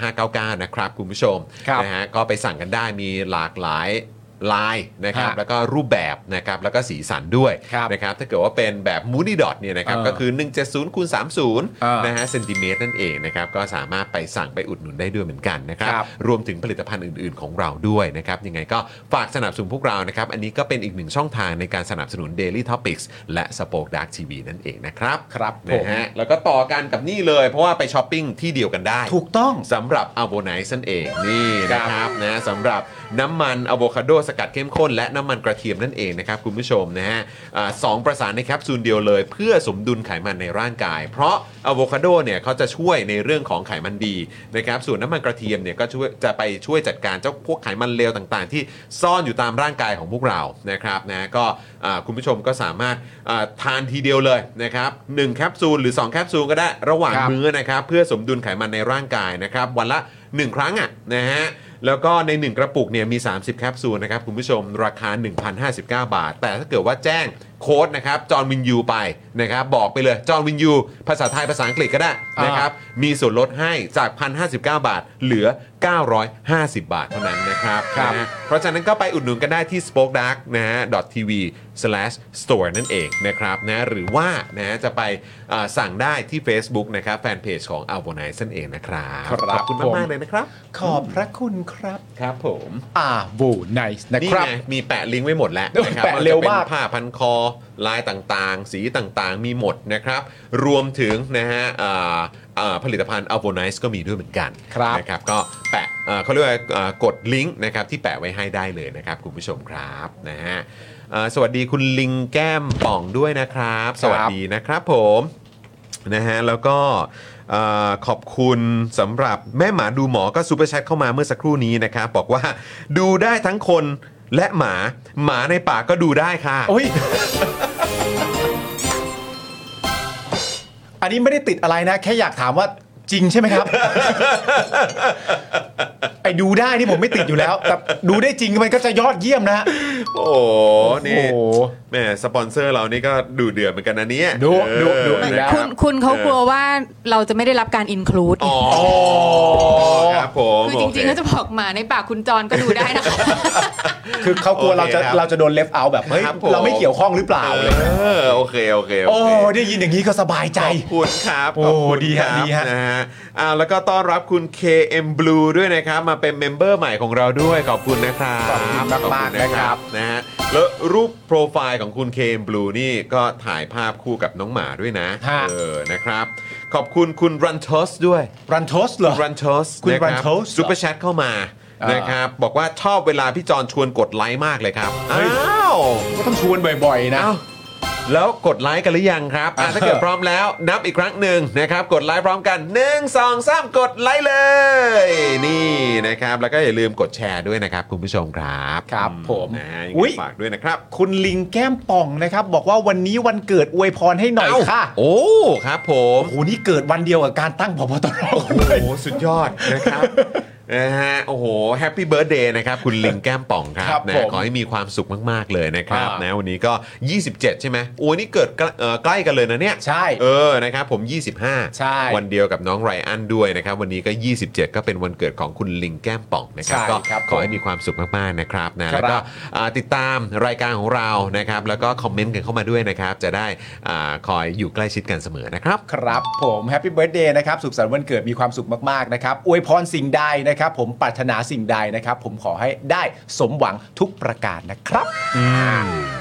S1: 599 นะครับคุณผู้ชม
S2: ครับ
S1: นะฮะก็ไปสั่งกันได้มีหลากหลาย ลายนะครับ
S2: ฮะ
S1: แล้วก็รูปแบบนะครับแล้วก็สีสันด้วย
S2: ครับ
S1: นะครับถ้าเกิดว่าเป็นแบบมูนี่ดอทเนี่ยนะครับ
S2: เออ
S1: ก็คือ 170คูณ
S2: เออ
S1: 30นะฮะเซนติเมตรนั่นเองนะครับก็สามารถไปสั่งไปอุดหนุนได้ด้วยเหมือนกันนะครับ
S2: ครับ
S1: รวมถึงผลิตภัณฑ์อื่น ๆ ของเราด้วยนะครับยังไงก็ฝากสนับสนุนพวกเรานะครับอันนี้ก็เป็นอีกหนึ่งช่องทางในการสนับสนุน Daily Topics และ Spoke Dark TV นั่นเองนะครับ
S2: ครับผ
S1: นะ
S2: ม
S1: ฮะแล้วก็ต่อกันกับนี่เลย เพราะว่าไปช้อปปิ้งที่เดียวกันได้
S2: ถูกต้อง
S1: สำหรับอ b โบไนซ์นั่นเองนี่นะครับนะสำหรับน้ำมันอะโวคาโดสกัดเข้มข้น และน้ำมันกระเทียมนั่นเองนะครับคุณผู้ชมนะฮะอ่าสองประสานในแคปซูลเดียวเลย เพื่อสมดุลไขมันในร่างกาย เพราะอะโวคาโดเนี่ยเขาจะช่วยในเรื่องของไขมันดีนะครับส่วนน้ำมันกระเทียมเนี่ยก็ช่วยจะไปช่วยจัดการเจ้าพวกไขมันเลวต่างๆ ที่ซ่อนอยู่ตามร่างกายของพวกเรานะครับนะก็อ่าคุณผู้ชมก็สามารถอ่าทานทีเดียวเลยนะครับหนึ่งแคปซูลหรือสองแคปซูลก็ได้ระหว่าง
S2: ครับ
S1: มื้อ มื้อนะครับเพื่อสมดุลไขมันในร่างกายนะครับวันละ 1 ครั้งอ่ะนะฮะแล้วก็ใน 1 กระปุกเนี่ยมี 30 แคปซูลนะครับคุณผู้ชมราคา 1,059 บาท แต่ถ้าเกิดว่าแจ้งโค้ดนะครับจอห์นวินยูไปนะครับบอกไปเลยจอห์นวินยูภาษาไทยภาษาอังกฤษก็ได้นะครับมีส่วนลดให้จาก 1,059 บาท เหลือ 950 บาทเท่านั้นนะครับ
S2: ครับ
S1: นะฮะเพราะฉะนั้นก็ไปอุดหนุนกันได้ที่ spoke dark นะฮะ tv slash store นั่นเองนะครับนะหรือว่านะฮะจะไปเอ่อสั่งได้ที่ Facebook นะครับแฟนเพจของ a l b o n i z e นั่นเองนะครับ
S2: ครับ
S1: ขอบคุณ
S2: ผม
S1: มาก ๆ เลยนะครับ
S2: ขอบพระคุณครับ
S1: ครับผม
S2: อาโวไนส์นะ
S1: นี่
S2: ครับ
S1: ไงมีแปะลิงก์ไว้หมดแล้วนะครับ
S2: แปะ
S1: ว่
S2: เร็ว
S1: จะป็น
S2: มาก
S1: ผ้าพันคอลายต่างๆ สีต่างๆ มีหมดนะครับ รวมถึงนะฮะเอ่อเอ่อผลิตภัณฑ์ a l b o n i z e ก็มีด้วยเหมือนกัน
S2: ครับ
S1: นะครับก็แปะเอ่อเขาเรียกว่าเอ่อกดลิงก์นะครับที่แปะไว้ให้ได้เลยนะครับคุณผู้ชมครับนะฮะเอ่อสวัสดีคุณลิงแก้มป่องด้วยนะครับ สวัสดีนะครับผม นะฮะแล้วก็เอ่อขอบคุณสำหรับแม่หมาดูหมอก็ซูเปอร์แชทเข้ามาเมื่อสักครู่นี้นะครับบอกว่าดูได้ทั้งคนและหมาหมาในป่าก็ดูได้ค่ะ
S2: โอ้ย อันนี้ไม่ได้ติดอะไรนะ แค่อยากถามว่าจริงใช่ไหมครับ ไอ้ดูได้นี่ผมไม่ติดอยู่แล้ว แต่ดูได้จริงมันก็จะยอดเยี่ยมนะฮะ
S1: โอ้โหนี่
S2: โอ้โห
S1: แหม่สปอนเซอร์เรานี่ก็ดูเดือดเหมือนกันนะเนี่ย
S2: ดุ
S1: เออ
S2: ดุดุอีกแล้ว
S1: นะ
S3: คุณ
S1: รับ
S3: คุณเขากลัวว่าเราจะไม่ได้รับการอินคลูด
S1: อ๋อครับผม
S3: คือจริงๆ
S1: โอ
S3: เขา
S1: เค
S3: จะบอกหมาในปากคุณจรก็ดูได้นะคะ
S2: คือเขากลัวเราจะ
S1: โอเคครับ
S2: เราจะโดนเลฟเอาแบบเฮ้ย
S1: ครับผม
S2: เราไม่เกี่ยวข้องหรือเปล่าเลย
S1: เออโอเคโอเคโอ
S2: โอ้
S1: เค
S2: ได้ยินอย่างนี้ก็สบายใจ
S1: ขอบคุณครับ
S2: โอ้
S1: ขอบคุณ
S2: ดี
S1: ค
S2: ฮะ
S1: รับ
S2: ดีฮะ
S1: นะฮะอ่าแล้วก็ต้อนรับคุณ KM Blue ด้วยนะครับ มาเป็นเมมเบอร์ใหม่ของเราด้วยขอบคุณนะครับ
S2: ขอบคุณมากๆ
S1: ขอณ
S2: นะครับ
S1: นะฮะแล้วรูปโปรไฟล์ของคุณ KM Blue นี่ก็ถ่ายภาพคู่กับน้องหมาด้วยนะ
S2: ฮะ
S1: เออนะครับ ขอบคุณคุณรันทอสด้วย
S2: รันโทสเหรอ
S1: รันทอส
S2: คุณ Rantos เหรอ
S1: ซูเปอร์แชทเข้ามา
S2: อ่าน
S1: นะครับ บอกว่าชอบเวลาพี่จอนชวนกดไลค์มากเลยครับอ้าว
S2: ก็ต้องชวนบ่อยๆนะ
S1: อ้าวแล้วกดไลค์กันหรือยังครับอ่ะ
S2: อ่า
S1: ถ้าเกิดพร้อมแล้วนับอีกครั้งหนึ่งนะครับ กดไลค์พร้อมกัน 1 2 3 กดไลค์เลย นี่นะครับ แล้วก็อย่าลืมกดแชร์ด้วยนะครับ คุณผู้ชมครับ
S2: ครับผม
S1: นะยัง
S2: อุ้ย
S1: ไงฝากด้วยนะครับ
S2: คุณลิงแก้มป่องนะครับ บอกว่าวันนี้วันเกิดอวยพรให้หน่อย
S1: เอ้า
S2: ค่ะ
S1: โอ้ครับผม
S2: โอ้โหนี่เกิดวันเดียวกับการตั้งพบตรคนเลย
S1: โอ้โหสุดยอด นะครับ นะฮะโอ้โหแฮปปี้เบิร์ดเดย์นะครับ คุณลิงแก้มป่องครั
S2: ครับ บ
S1: นะ
S2: ผม
S1: ขอให้มีความสุขมาก ๆ เลยนะครับ
S2: อ่าน
S1: นะวันนี้ก็ 27 ใช่ไหมโอ้ยนี่เกิดใกล้เอ่อใกล้กันเลยนะเนี่ย
S2: ใช่
S1: เออนะครับผม 25
S2: ใช่
S1: วันเดียวกับน้องไรอันด้วยนะครับ วันนี้ก็ 27 ก็เป็นวันเกิดของคุณลิงแก้มป่องนะครับ
S2: ใช่
S1: ก็
S2: ครับ
S1: ขอให้มีความสุขมากๆนะครับนะครับ แล้วก็อ่าติดตามรายการของเรานะครับ แล้วก็คอมเมนต์กันเข้ามาด้วยนะครับ จะได้อ่าคอยอยู่ใกล้ชิดกันเสมอนะครับ
S2: ครับผมแฮปปี้เบิร์ดเดย์นะครับ สุขสันต์วันเกิดมีความสุขมาก ๆ นะครับ อวยพรสิ่งใดนะครับ ผมปรารถนาสิ่งใดนะครับ ผมขอให้ได้สมหวังทุกประการนะครับ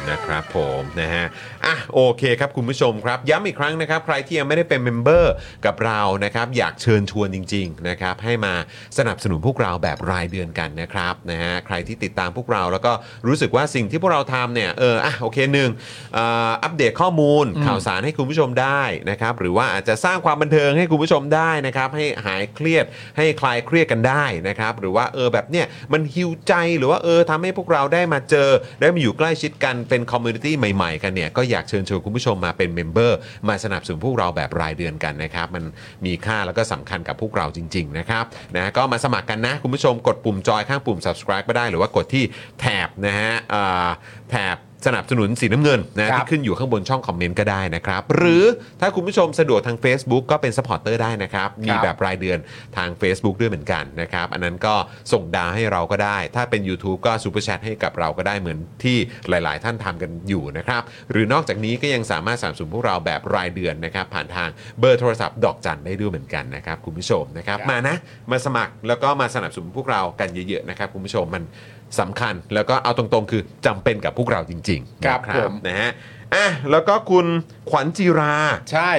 S1: นะครับผมนะฮะอ่ะโอเคครับคุณผู้ชมครับ ย้ำอีกครั้งนะครับ ใครที่ยังไม่ได้เป็นเมมเบอร์กับเรานะครับ อยากเชิญชวนจริง ๆ นะครับ ให้มาสนับสนุนพวกเราแบบรายเดือนกันนะครับนะฮะใครที่ติดตามพวกเราแล้วก็รู้สึกว่าสิ่งที่พวกเราทำเนี่ยเอออ่ะโอเคหนึ่งเอ่ออัปเดตข้อมูลข่าวสารให้คุณผู้ชมได้นะครับ หรือว่าอาจจะสร้างความบันเทิงให้คุณผู้ชมได้นะครับ ให้หายเครียดให้คลายเครียดกันได้นะครับ หรือว่าเออแบบเนี้ยมันฮิวใจหรือว่าเออทำให้พวกเราได้มาเจอ ได้มาอยู่ใกล้ชิดกันเป็นคอมมูนิตี้ใหม่ๆ กันเนี่ยก็อยากเชิญชวนคุณผู้ชมมาเป็นเมมเบอร์มาสนับสนุนพวกเราแบบรายเดือนกันนะครับ มันมีค่าแล้วก็สำคัญกับพวกเราจริง ๆ นะครับนะก็มาสมัครกันนะ คุณผู้ชมกดปุ่มจอยข้างปุ่ม subscribe ก็ได้หรือว่ากดที่แถบนะฮะเอ่อแถบ สนับสนุนสีน้ำเงินนะครับ ที่ขึ้นอยู่ข้างบนช่องคอมเมนต์ก็ได้นะครับ หรือถ้าคุณผู้ชมสะดวกทาง Facebook ก็เป็นสปอร์เตอร์ได้นะครับ มีแบบรายเดือนทาง Facebook ด้วยเหมือนกันนะครับ อันนั้นก็ส่งดาวให้เราก็ได้ ถ้าเป็น YouTube ก็ซูเปอร์แชทให้กับเราก็ได้เหมือนที่หลาย ๆ ท่านทำกันอยู่นะครับ หรือนอกจากนี้ก็ยังสามารถสนับสนุนพวกเราแบบรายเดือนนะครับ ผ่านทางเบอร์โทรศัพท์ดอกจันได้ด้วยเหมือนกันนะครับคุณผู้ชมนะครับมานะมาสมัครแล้วก็มาสนับสนุนพวกเรากันเยอะ ๆ นะครับคุณผู้ชมมัน สำคัญแล้วก็เอาตรงๆ คือจำเป็นกับพวกเราจริงๆ
S2: ครับ
S1: นะ
S2: ผม
S1: นะฮะอ่ะแล้วก็คุณขวัญจีรา
S2: ใช่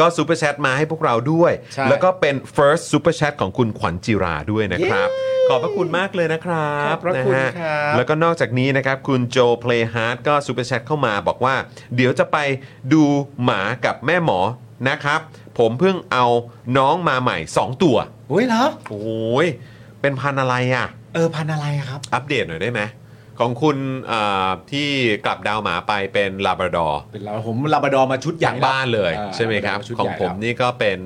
S1: ก็ซูเปอร์แชทมาให้พวกเราด้วย
S2: ใช่
S1: แล้วก็เป็น first super chat ของคุณขวัญจิราด้วยนะครับ ขอบพระคุณมากเลยนะครับ
S2: ขอบพระ
S1: น
S2: คุณ
S1: ฮ
S2: ครับ
S1: แล้วก็นอกจากนี้นะครับ คุณโจเพลย์ฮาร์ดก็ซูเปอร์แชทเข้ามาบอกว่า เดี๋ยวจะไปดูหมากับแม่หมอนะครับ ผมเพิ่งเอาน้องมาใหม่ 2 ตัว
S2: อุ้ยเหรอ
S1: โอ้ยเป็นพันธุ์อะไรอ่ะ
S2: เออพันธุ์อะไรอะครับ
S1: อัปเดตหน่อยได้ไหมของคุณเอ่อที่กลับดาวหมาไปเป็นลาบราดอร์
S2: เป็นเราผมลาบราดอร์มาชุดใหญ่
S1: ทั้ง
S2: แว
S1: บ้านเลย
S2: อ่า
S1: ใช่ไหมครับ
S2: ลาาดาาชุด
S1: ของ
S2: ใหญ่
S1: ผม
S2: แล้ว
S1: นี่ก็เป็น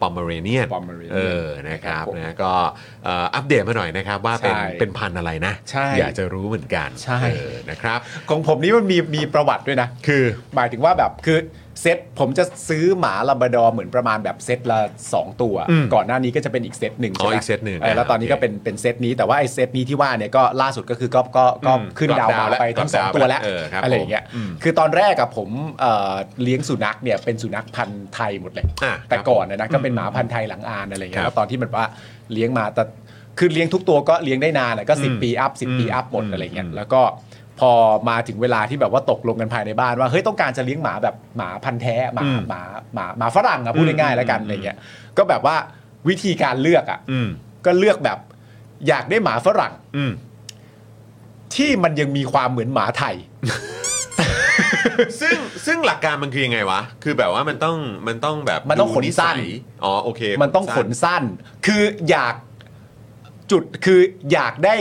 S1: ปอมเมเรเนียน
S2: Pomeranian
S1: เออนะครับ
S2: ผม
S1: นะก็เอ่ออัปเดตมาหน่อยนะครับว่าเป็น
S2: ใช่
S1: เป็นพันธุ์อะไรนะ
S2: ใช่
S1: อยากจะรู้เหมือนกัน
S2: ใช่
S1: เออนะครับ
S2: ของผมนี่มันมีมีประวัติด้วยนะ คือ หมายถึงว่าแบบคือเซตผมจะซื้อหมาลาบราดอร์เหมือนประมาณแบบเซตละ 2 ตัว
S1: อืม
S2: ก่อนหน้านี้ก็จะเป็นอีกเซตหนึ่ง
S1: อ๋อ
S2: ใช่ไหม
S1: อีกเซตหนึ่ง
S2: ออแล้วตอนนี้ก็
S1: โอเค
S2: เป็นเป็นเซตนี้แต่ว่าไอ้เซตนี้ที่ว่าเนี่ยก็ล่าสุดก็คือก็ก็ก็
S1: อืม
S2: ขึ้นดาวมาไปทั้งสอง
S1: กลับดาวไป
S2: ตัวแล้ว
S1: เออครับ
S2: อะไรอย่างเงี้ย
S1: ผมอืม
S2: คือตอนแรกอะผมเอ่อเลี้ยงสุนัขเนี่ยเป็นสุนัขพันธุ์ไทยหมดเลย
S1: อ่ะ
S2: แต่
S1: ครับ
S2: ก่อนนะนะก็เป็นหมาพันธุ์ไทยหลังอานอะไรอย่างเงี้
S1: ค
S2: ย
S1: รับ
S2: แล้วตอนที่มันว่าเลี้ยงมาแต่คือเลี้ยงทุกตัวก็เลี้ยงได้นานอะก็สิบ
S1: อืม
S2: ปีอัพสิบปี
S1: อืม
S2: อัพหมด
S1: อืม
S2: อะไรเงี้
S1: อื
S2: ย
S1: ม
S2: แล้วก็พอมาถึงเวลาที่แบบว่าตกลงกันภายในบ้านว่าเฮ้ยต้องการจะเลี้ยงหมาแบบหมาพันธุ์แท้หมา
S1: อืม
S2: หมาหมาหมาฝรั่งอะพูด
S1: อืม
S2: ง่ายๆแล้วกัน
S1: อืม
S2: อะไรเงี้ยก็แบบว่าวิธีการเลือกอะ
S1: อืม
S2: ก็เลือกแบบอยากได้หมาฝรั่ง
S1: อืม
S2: ที่มันยังมีความเหมือนหมาไทย
S1: ซึ่งซึ่งหลักการมันคือยังไงวะ คือแบบว่ามันต้องมันต้องแบบ
S2: มันต้องขนสั้น
S1: ดูยอ๋อโอเค
S2: มันต้องขนสั้น คืออยากจุดคืออยากได้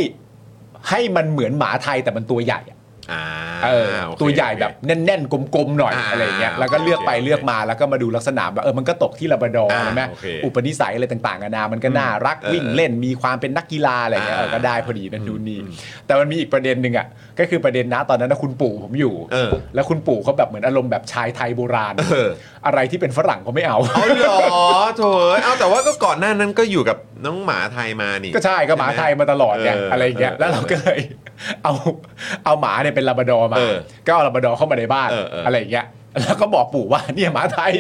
S2: ให้มันเหมือนหมาไทยแต่มันตัวใหญ่อะ
S1: อ่า
S2: เออ
S1: โอเค
S2: ตัวใหญ่แบบแน่นๆ กลมๆหน่อย
S1: อ่า
S2: อะไรเงี้ยแล้วก็เลือกไป
S1: โอเค
S2: เลือกมาแล้วก็มาดูลักษณะแบบเออมันก็ตกที่ลาบราดอร์
S1: อ่า
S2: ใช่ไหม
S1: โอเค
S2: อุปนิสัยอะไรต่างๆนานามันก็น่ารัก
S1: เออ
S2: วิ่งเล่นมีความเป็นนักกีฬาอะไรเงี้ยเออ
S1: อ่า
S2: ก็ได้พอดีนั่นดูนนี่แต่มันมีอีกประเด็นหนึ่งอ่ะก็คือประเด็นนะตอนนั้นนะคุณปู่ผมอยู่
S1: เออ
S2: แล้วคุณปู่เขาแบบเหมือนอารมณ์แบบชายไทยโบราณ
S1: เออ
S2: อะไรที่เป็นฝรั่งเขาไม่เอา
S1: เอาเหรอโถเอ้ยเอาแต่ว่าก็ก่อนหน้านั้นก็อยู่กับน้องหมาไทยมานี่
S2: ก็ใช่ก็หมาไทยมาตลอดไง
S1: เอออ
S2: อะไรอย่างเงี้ย
S1: เออ
S2: แล้วเราก็เลย เอาเอาหมาเนี่ยเป็นลาบราดอร์มา
S1: เออ
S2: ก็เอาลาบราดอร์เข้ามาในบ้าน
S1: เออเอออ
S2: อะไรอย่างเงี้ยแล้วก็บอกปู่ว่าเนี่ยหมา ไทย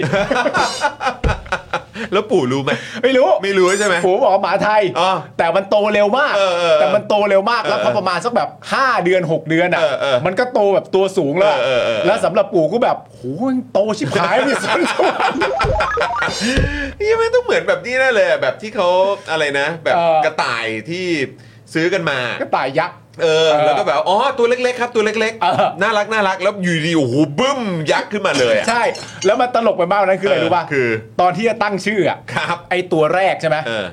S1: แล้วปู่รู้ไหม
S2: ไม่รู้
S1: ไม่รู้ใช่ไหม
S2: ปู่บอกว่าหมาไทย
S1: อ๋อ
S2: แต่มันโตเร็วมาก
S1: เออเออ
S2: แต่มันโตเร็วมาก
S1: เออ
S2: แล้วพอประมาณสักแบบ 5 เดือน 6 เดือนอ่ะ
S1: เออเออ
S2: มันก็โตแบบตัวสูงแล้วอะ
S1: เออเออเออ
S2: แล้วสำหรับปู่ก็แบบโหมันโตชิบหายมีสันสวรรค์
S1: นี่ไม่ต้องเหมือนแบบนี้แน่เลยอะแบบที่เขาอะไรนะ แบบ
S2: เออ
S1: กระต่ายที่ซื้อกันมา
S2: ก็ตายยักษ์
S1: เออ
S2: เออ
S1: แล้วก็แบบอ๋อตัวเล็กๆครับตัวเล็ก
S2: เออ
S1: ๆน่ารักน่ารักแล้วอยู่ดีโอ้โหบึ้มยักษ์ขึ้นมาเลยอะ
S2: ใช่ แล้วมันตลกไปมากกว่านั้นคืออะไรรู้ป่ะ
S1: เคือ
S2: ตอนที่จะตั้งชื่ออ่ะ
S1: ครับ
S2: ไอตัวแรกใช่ไหม
S1: เออ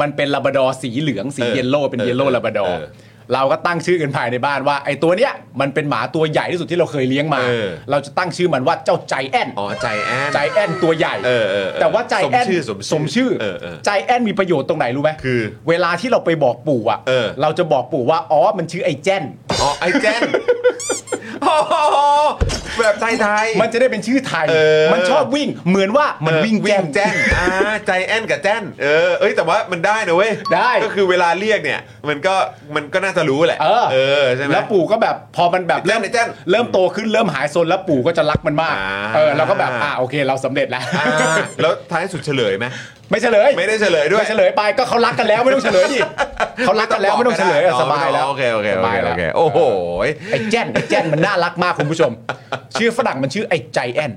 S1: มัน
S2: มันเป็นลาบราดอร์สีเหลืองสี
S1: เออ
S2: เยลโล่เป็น
S1: เออ
S2: เยลโล่
S1: เออ
S2: ลาบราดอร์
S1: เออ
S2: เราก็ตั้งชื่อกันภายในบ้านว่าไอ้ตัวเนี้ยมันเป็นหมาตัวใหญ่ที่สุดที่เราเคยเลี้ยงมา
S1: เออ
S2: เราจะตั้งชื่อมันว่าเจ้าใจแอน
S1: อ๋อใจแอน
S2: ใจแอนตัวใหญ่
S1: เออเออเออ
S2: แต่ว่าใจแอน
S1: สมชื่อสมชื่อ
S2: อ
S1: เออเออ
S2: ใจแอนมีประโยชน์ตรงไหนรู้ไหม
S1: คือ
S2: เวลาที่เราไปบอกปู่อ่ะ
S1: เออ
S2: เราจะบอกปู่ว่าอ๋อมันชื่อไอ้แจน
S1: อ๋อไอเจน โอ้โหแบบไทยๆ
S2: มันจะได้เป็นชื่อไทย
S1: เออ
S2: มันชอบวิ่งเหมือนว่ามัน
S1: เออ
S2: วิ่งแจ้น
S1: แจ้นอ่าใจแอนกับแจ้นเออเอ้ยแต่ว่ามันได้นะเว้ย
S2: ได้
S1: ก็คือเวลาเรียกเนี่ย มันก็มันก็น่าจะรู้แหละ
S2: เออ
S1: เออใช่ไหม
S2: แล้วปู่ก็แบบพอมันแบบ
S1: ไอ้แจ้นไอ้แจ้น
S2: เริ่มโตขึ้นเริ่มหายโซนแล้วปู่ก็จะรักมันมาก
S1: อ่า
S2: เออเราก็แบบอ่าโอเคเราสำเร็จแล้ว
S1: อ่าแล้วท้ายสุดเฉลยไหม
S2: ไม่เฉลย
S1: ไม่ได้เฉลยด้วย
S2: ไม่เฉลยไปก็เขารักกันแล้วไม่ต้องเฉลยดิ เขารักกันแล้วไม่ต้องเฉลยอะสบายแล้ว
S1: โอเคโอเคโอบ
S2: สาย
S1: เค
S2: แล้
S1: โอ
S2: ว
S1: เคโอ้โห
S2: ไอ้แจ้นไอ้แจ้นมันน่ารักมากคุณผู้ชม ชื่อฝรั่งมันชื่อไอ้ใจแอน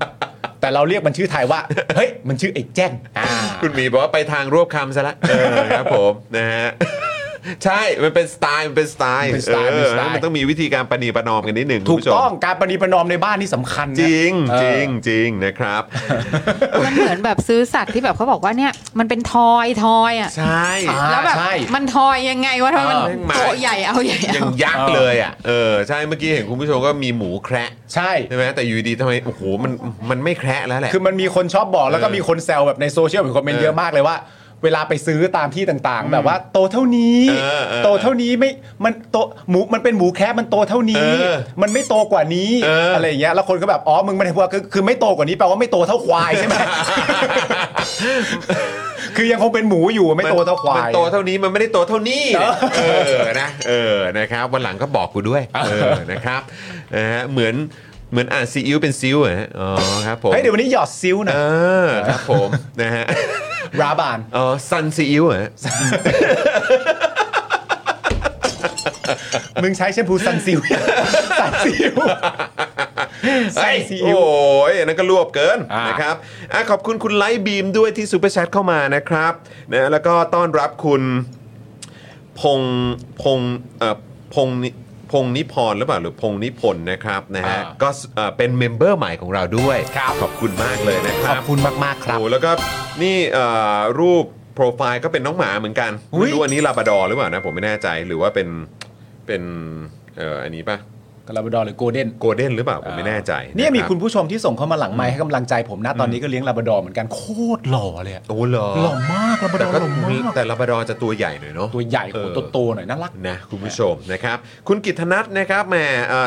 S2: แต่เราเรียกมันชื่อไทยว่าเฮ้ยมันชื่อไอ้แจ้นอ่า
S1: คุณหมีบอกว่าไปทางรวบคำซะละเออครับผมนะฮะ ใช่มันเป็นสไตล์มันเป็นสไตล์
S2: เป็นสไตล์
S1: เอ
S2: เป็น
S1: อ
S2: สไตล์
S1: มันต้องมีวิธีการประนีประนอมกันนิดหนึ่งคุณ
S2: ถูก
S1: ผู้ชม
S2: ต้องการประนีประนอมในบ้านนี่สำคัญนะ
S1: จริง
S2: เออ
S1: จริงจริงนะครับ
S3: มันเหมือนแบบซื้อสัตว์ที่แบบเขาบอกว่าเนี่ยมันเป็นทอยทอยอ่ะ
S1: ใช่
S2: อ่า
S3: แล้วแบบ
S2: ใช่
S3: มันทอยยังไงวะทำไมมัน
S2: เออ
S3: โตใหญ่เอาใหญ่
S1: ยั
S3: เอา
S1: งยักษ์เลยอ่ะเออใช่เมื่อกี้เห็นคุณผู้ชมก็มีหมูแคระ
S2: ใช่
S1: ใช่ไหมแต่อยู่ดีทำไมโอ้โหมันมันไม่แคระแล้วแหละ
S2: คือมันมีคนชอบบอกแล้วก็มีคนแซวแบบในโซเชียลมีคนเมนต์เยอะมากเลยว่า เวลาไปซื้อตามที่ต่างๆ แบบว่าโตเท่านี้
S1: เออเออ
S2: โตเท่านี้ไม่มันโตหมูมันเป็นหมูแคบมันโตเท่านี้
S1: เออ
S2: มันไม่โตกว่านี้
S1: เอออ
S2: อะไรอย่างเงี้ยแล้วคนก็แบบอ๋อมึงไม่ได้พูดว่าคือคือไม่โตกว่านี้แปลว่าไม่โตเท่าควายใช่ไหม คือยังคงเป็นหมูอยู่ไม่โตเท่าควา
S1: มัน
S2: ย
S1: โตเท่านี้มันไม่ได้โตเท่านี้นะเออนะเออนะครับวันหลังก็บอกกูด้วยเออนะครับนะฮะเหมือนเหมือนอ่านซีอิ๊วเป็นซิวเหรอฮะอ๋อครับผม
S2: เฮ้ยเดี๋ยววันนี้หยอดซิ้วหนะ
S1: เออครับผมนะฮะ
S2: ราบาน
S1: อ๋อซันซีอิ๊วเหรอ
S2: มึงใช้แชมพูซัน ซิลยังซันซิ ล
S1: ไอ้ย
S2: ซีอิ๊
S1: โอ้
S2: ว
S1: ยอันนั้นก็รวบเกิน
S2: อ่าน
S1: นะครับอ่ะขอบคุณคุณไลท์บีมด้วยที่ซูเปอร์แชทเข้ามานะครับนะแล้วก็ต้อนรับคุณพงพงเอ่อพงนิพงนิพรหรือเปล่าหรือพงนิพนธ์นะครับนะฮะก็เอ่อเป็นเมมเบอร์ใหม่ของเราด้วย ขอบคุณมากเลยนะค
S2: ข
S1: รั
S2: อ
S1: บบ
S2: คุณมาก ๆ ครับ
S1: โอ้แล้วก็นี่เอ่อรูปโปรไฟล์ก็เป็นน้องหมาเหมือนกัน
S2: อุ๊ย
S1: ไม่รู้อันนี้ลาบราดอร์หรือเปล่านะผมไม่แน่ใจหรือว่าเป็นเป็นเอ่ออันนี้ปะ
S2: กลาบราดอร์หรือโกลเด้น
S1: โกลเด้นหรือเปล่าผมไม่แน่ใจ
S2: เนี่ยมี
S1: ะรับ
S2: คุณผู้ชมที่ส่งเข้ามาหลังไมค์ให้กำลังใจผมนะตอนนี้ก็เลี้ยงลาบราดอร์เหมือนกันโคตรหล่อเลยอะ
S1: โอ้เหรอ
S2: หล่อมากลาบ
S1: แต่
S2: ราดอร์
S1: ก็
S2: หล่อมาก
S1: แต่ลาบราดอร์จะตัวใหญ่หน่อยเนาะ
S2: ตัวใหญ่
S1: เอ
S2: หัว
S1: อ
S2: โตๆหน่อยน่ารัก
S1: นะคุณผู้ชมนะครับ คุณกิตนัทนะครับแหม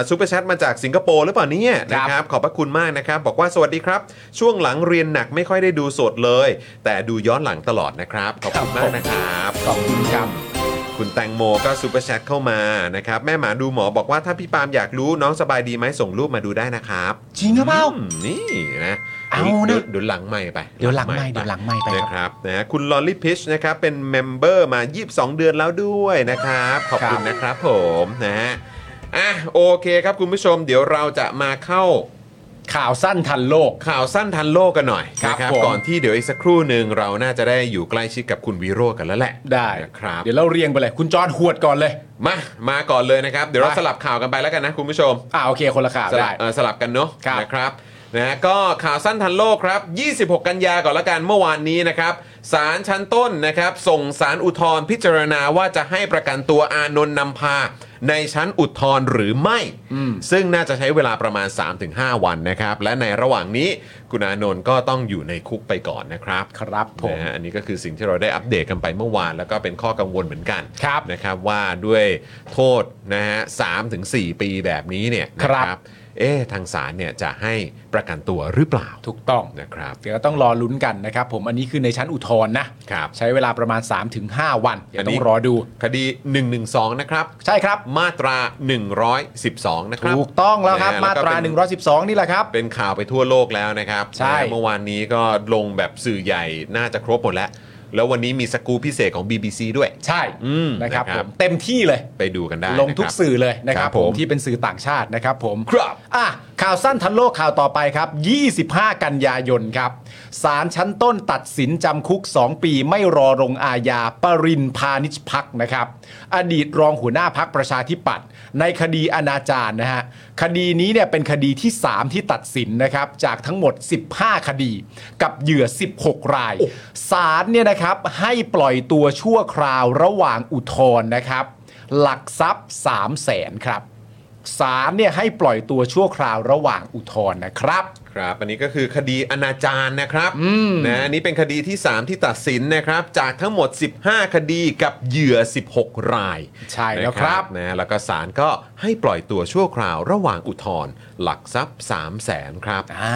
S1: ซูเปอร์แชทมาจากสิงคโปร์หรือเปล่าเนี่ย
S2: ครับ
S1: นะครับ ขอบพระคุณมากนะครับ บอกว่าสวัสดีครับ ช่วงหลังเรียนหนักไม่ค่อยได้ดูสดเลย แต่ดูย้อนหลังตลอดนะครับ ขอบคุณ
S2: ครั
S1: มา
S2: บ
S1: กนะครับ
S2: ขอบคุณครับ
S1: คุณแตงโมก็ซูเปอร์แชทเข้ามานะครับแม่หมาดูหมอบอกว่าถ้าพี่ปาล์มอยากรู้น้องสบายดีไหมส่งรูปมาดูได้นะครับ
S2: จริงหรือเปล่า
S1: อืมนี่นะ
S2: เอานะ
S1: ดี๋ยวเดี๋ยวหลังใหม่ไป
S2: เดี๋ยวหลังไมค์เดี๋ยวหลังไมค์ไป
S1: นะครับ ครับนะฮะคุณลอลลี่พิชนะครับเป็นเมมเบอร์มา 22 เดือนแล้วด้วยนะครับ ขอบคุณ
S2: ครับ
S1: นะครับผมนะฮะอ่ะโอเคครับคุณผู้ชม เดี๋ยวเราจะมาเข้า
S2: ข่าวสั้นทันโลก
S1: ข่าวสั้นทันโลกกันหน่อย
S2: ครับ
S1: นะ
S2: ผม
S1: ก่อนที่เดี๋ยวอีกสักครู่หนึ่งเราน่าจะได้อยู่ใกล้ชิดกับคุณวีโรจน์กันแล้วแหละ
S2: ได้
S1: นะครับ
S2: เดี๋ยวเราเรียงไปเลย คุณจอร์นหวดก่อนเลย
S1: มามาก่อนเลยนะครับ เดี๋ยวเรา
S2: ไป
S1: สลับข่าวกันไปแล้วกันนะคุณผู้ชม
S2: อ่าโอเคคนละข่าว
S1: สลั
S2: ได้
S1: บเอ่อสลับกันเนาะ
S2: ครับ
S1: นะครับนะฮะก็ข่าวสั้นทันโลกครับ 26 กันยาก่อนละกันเมื่อวานนี้นะครับศาลชั้นต้นนะครับส่งสารอุทธรณ์พิจารณาว่าจะให้ประกันตัวอานนท์นำพา ในชั้นอุทธรณ์หรือไม่ ซึ่งน่าจะใช้เวลาประมาณ 3-5 วันนะครับ และในระหว่างนี้คุณอานนท์ก็ต้องอยู่ในคุกไปก่อนนะครับ
S2: ครับผม
S1: นะฮะอันนี้ก็คือสิ่งที่เราได้อัปเดตกันไปเมื่อวาน แล้วก็เป็นข้อกังวลเหมือนกัน
S2: ครับ
S1: นะครับว่าด้วยโทษนะฮะสามถึงสี่ปีแบบนี้เนี่ยนะครับ เอ๊ะทางศาลเนี่ยจะให้ประกันตัวหรือเปล่า
S2: ถูกต้อง
S1: นะครับ
S2: เดี๋ยวก็ต้องรอลุ้นกันนะครับ ผมอันนี้คือในชั้นอุทธรณ์นะครับ ใช้เวลาประมาณ 3-5 วันเดี๋ยวต้องรอดู
S1: คดี 112 นะครับ
S2: ใช่ครับ
S1: มาตรา 112 นะครับ
S2: ถูกต้องแล้วครับ
S1: นะฮะ
S2: มาตรา
S1: แล้วก็เป็น
S2: 112 นี่แหละครับ
S1: เป็นข่าวไปทั่วโลกแล้วนะครับ
S2: ใช่
S1: นะฮะเมื่อวานนี้ก็ลงแบบสื่อใหญ่น่าจะครบหมดแล้ว แล้ววันนี้มีสกู๊ปพิเศษของ BBC ด้วย
S2: ใช่
S1: อืม
S2: นะครับ
S1: นะค
S2: ผ
S1: รับ
S2: มเต็มที่เลย
S1: ไปดูกันได้
S2: ลงทุก
S1: นะครับ
S2: สื่อเลยนะครั
S1: ครั
S2: บ
S1: บ
S2: ผ
S1: ผม ม
S2: ที่เป็นสื่อต่างชาตินะครับผม
S1: ครับ
S2: อ่ะข่าวสั้นทันโลกข่าวต่อไปครับ 25 กันยายนครับศาลชั้นต้นตัดสินจำคุก 2 ปีไม่รอลงอาญาปรินพาณิชพักนะครับ อดีตรองหัวหน้าพักประชาธิปัตย์ในคดีอนาจารนะฮะคดีนี้เนี่ยเป็นคดีที่ 3 ที่ตัดสินนะครับ จากทั้งหมด 15 คดี กับเหยื่อ 16 รายศาลเนี่ยนะครับให้ปล่อยตัวชั่วคราวระหว่างอุทธรณ์นะครับ หลักทรัพย์3 0 0แสนครับศาลเนี่ยให้ปล่อยตัวชั่วคราวระหว่างอุทธรณ์นะครับ
S1: ครับอันนี้ก็คือคดีอนาจารนะครับนะอันนี้เป็นคดีที่ 3 ที่ตัดสินนะครับ จากทั้งหมด 15 คดีกับเหยื่อ 16 ราย
S2: ใช่แล้วครับ
S1: นะแล้วก็ศาลก็ให้ปล่อยตัวชั่วคราวระหว่างอุทธรณ์หลักทรัพย์ 3 0 0แสนครับ
S2: อ่า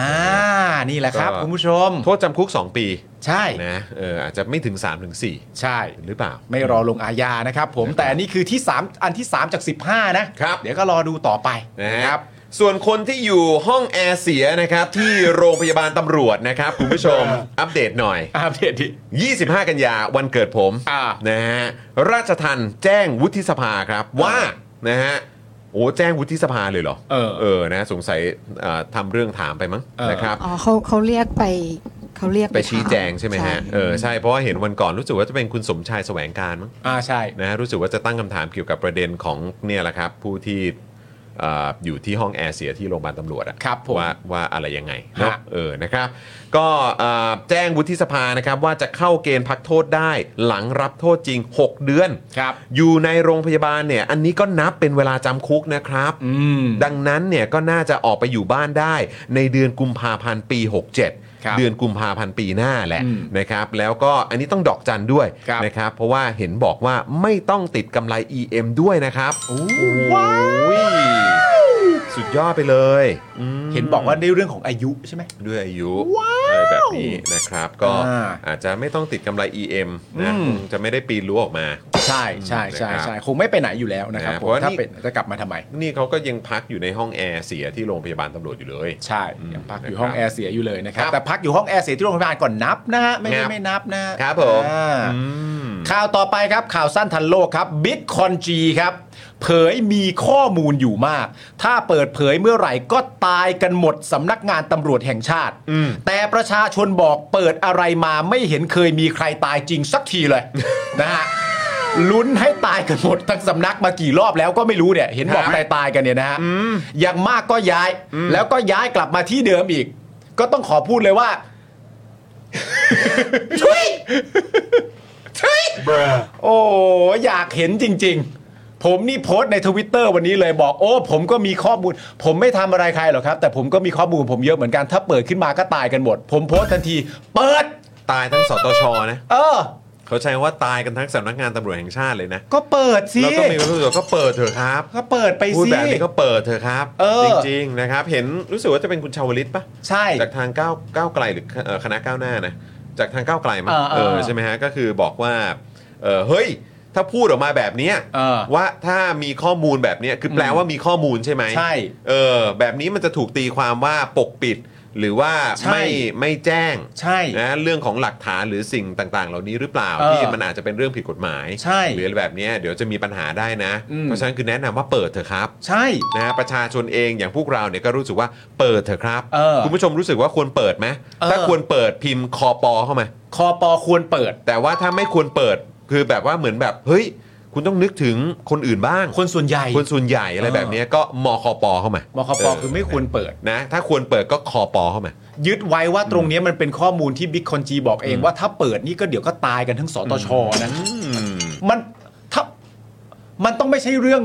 S2: นี่แหละครับ
S1: ก็
S2: คุณผู้ชม
S1: โทษจำคุก 2 ปี
S2: ใช่
S1: นะเอออาจจะไม่ถึง 3-4ถึง
S2: ใช่
S1: หรือเปล่า
S2: ไม่รอลงอาญานะครับผมแต่อันนี่คือที่ 3 อันที่ 3 จาก 15 นะ
S1: ครับ
S2: เดี๋ยวก็รอดูต่อไป
S1: นะ
S2: นะ
S1: ค
S2: ค
S1: รั
S2: รั
S1: บบ ส่วนคนที่อยู่ห้องแอร์เสียนะครับที่โรงพยาบาลตำรวจนะครับคุณผู้ชม อัปเดตหน่อย
S2: อัปเดตที่
S1: 25 กันยาวันเกิดผม
S2: อ่า
S1: นะฮะราชทันแจ้งวุฒิสภาครับว่านะฮะโอ้แจ้งวุฒิสภาเลยเหรอ
S2: เออ
S1: เออนะสงสัยเอ่อทำเรื่องถามไปมั้ง
S2: เออ
S1: นะครับ
S3: อ๋อเขาเขาเรียกไปเขาเรียก
S1: ไปชี้แจงใช่ไหมฮะ
S3: ใช่
S1: เออใช่เพราะว่าเห็นวันก่อนรู้สึกว่าจะเป็นคุณสมชายแสวงการมั้ง
S2: อ่าใช่
S1: นะฮะรู้สึกว่าจะตั้งคำถามเกี่ยวกับประเด็นของเนี่ยแหละครับ ผู้ที่เอ่ออยู่ที่ห้องแอร์เสียที่โรงพยาบาลตำรวจอะ
S2: ครับผม
S1: ว่าว่าอะไรยังไงเนาะ
S2: ฮะ
S1: เออนะครับก็เอ่อแจ้งวุฒิสภานะครับว่าจะเข้าเกณฑ์พักโทษได้หลังรับโทษจริง 6 เดือน
S2: ครับ
S1: อยู่ในโรงพยาบาลเนี่ยอันนี้ก็นับเป็นเวลาจำคุกนะครับ
S2: อืม
S1: ดังนั้นเนี่ยก็น่าจะออกไปอยู่บ้านได้ในเดือนกุมภาพันธ์ปี 67
S2: ครับ
S1: เดือนกุมภาพันธ์ปีหน้าแหละ
S2: อืม
S1: นะครับแล้วก็อันนี้ต้องดอกจันด้วย
S2: ครับ
S1: นะครับเพราะว่าเห็นบอกว่าไม่ต้องติดกำไร EM ด้วยนะครับโอ้ยสุดยอดไปเลยอืม
S2: เห็นบอกว่าในเรื่องของอายุใช่ไหม
S1: ด้วยอายุอะไรแบบนี้นะครับ ก็
S2: อ่า
S1: อาจจะไม่ต้องติดกำไร EM นะ
S2: อืม
S1: คงจะไม่ได้ปีนรั้วออกมา
S2: ใช่ใช่ใช่
S1: นะครับ
S2: ใช่คงไม่ไปไหนอยู่แล้วนะครับ
S1: นะ
S2: ผ
S1: เพ
S2: ม
S1: ราะว่า
S2: ถ้า
S1: นี่
S2: เป็นจะกลับมาทำไม
S1: นี่เขาก็ยังพักอยู่ในห้องแอร์เสียที่โรงพยาบาลตำรวจอยู่เลย
S2: ใช่
S1: อืม
S2: ยังพักอยู่ห้องแอร์เสียอยู่เลยนะครับ
S1: ครับ
S2: แต่พักอยู่ห้องแอร์เสียที่โรงพยาบาลก่อนนับนะฮะไม่
S1: ค
S2: ได้
S1: รับ
S2: ไม่นับนะฮะ
S1: ครับผม
S2: อ่า
S1: อืม
S2: ข่าวต่อไปครับข่าวสั้นทันโลกครับบิตคอนจีครับ เผยมีข้อมูลอยู่มาก ถ้าเปิดเผยเมื่อไหร่ก็ตายกันหมดสำนักงานตำรวจแห่งชาติ
S1: อืม
S2: แต่ประชาชนบอกเปิดอะไรมาไม่เห็นเคยมีใครตายจริงสักทีเลย นะฮะลุ้นให้ตายกันหมดทั้งสำนักมากี่รอบแล้วก็ไม่รู้เนี่ยเห็นบอกตายตายๆกันเนี่ยนะฮะอย่างมากก็ย้าย แล้วก็ย้ายกลับมาที่เดิมอีก ก็ต้องขอพูดเลยว่า โอ้อยากเห็นจริง ๆ ผมนี่โพสต์ในทวิตเตอร์วันนี้เลยบอกโอ้ผมก็มีข้อมูล ผมไม่ทำอะไรใครหรอกครับ แต่ผมก็มีข้อมูลผมเยอะเหมือนกันถ้าเปิดขึ้นมาก็ตายกันหมด ผมโพสต์ทันที เปิด
S1: ตายทั้งสตชนะ
S2: เออ
S1: เขาใช้ว่าตายกันทั้งสำนักงานตำรวจแห่งชาติเลยนะ
S2: ก็เปิดสิ
S1: แล้วก็มีความรู้สึกว่าก็เปิดเถอะครับ
S2: ก็เปิดไป
S1: พูด
S2: สิ
S1: แบบนี้ก็เปิดเถอะครับ
S2: เออ
S1: จริงๆนะครับ เห็นรู้สึกว่าจะเป็นคุณชาวลิตปะ
S2: ใช่
S1: จากทางก้าวก้าวไกลหรือเอ่อคณะก้าวหน้านะจากทางก้าวไกลมั้ง
S2: เออเอ
S1: เอ
S2: อ
S1: อใช่ไหมฮะก็คือบอกว่าเออเฮ้ย ถ้าพูดออกมาแบบเนี้ย
S2: เออ
S1: ว่าถ้ามีข้อมูลแบบเนี้ยคือแปลว่ามีข้อมูลใช่ไหม
S2: ใช่
S1: เออแบบนี้มันจะถูกตีความว่าปกปิด หรือว่า
S2: ใช่
S1: ไม่ไม่แจ้ง
S2: ใช่
S1: นะเรื่องของหลักฐานหรือสิ่งต่างๆ เหล่านี้หรือเปล่า
S2: เออ
S1: ที่มันอาจจะเป็นเรื่องผิดกฎหมาย
S2: ใช่
S1: หรืออะไรแบบเนี้ยเดี๋ยวจะมีปัญหาได้นะ
S2: อืม
S1: เพราะฉะนั้นคือแนะนำว่าเปิดเถอะครับ
S2: ใช่
S1: นะฮะประชาชนเองอย่างพวกเราเนี่ยก็รู้สึกว่าเปิดเถอะครับ
S2: เออ
S1: คุณผู้ชมรู้สึกว่าควรเปิดไหม
S2: เออ
S1: ถ้าควรเปิดพิมพ์คอปอเข้ามา
S2: คอปอควรเปิด
S1: แต่ว่าถ้าไม่ควรเปิดคือแบบว่าเหมือนแบบเฮ้ย คุณต้องนึกถึงคนอื่นบ้าง
S2: คนส่วนใหญ่
S1: คนส่วนใหญ่อะไร
S2: เออ
S1: แบบเนี้ยก็มคอปอเข้ามาม
S2: คอปอคือไม่ควรเปิด
S1: นะถ้าควรเปิดก็คอปอเข้ามา
S2: ยึดไว้ว่าตรงเนี้ยมันเป็นข้อมูลที่บิ๊กคอนจีบอกเองว่าถ้าเปิดนี่ก็เดี๋ยวก็ตายกันทั้งสตชนะมันถ้ามันต้องไม่ใช่เรื่อง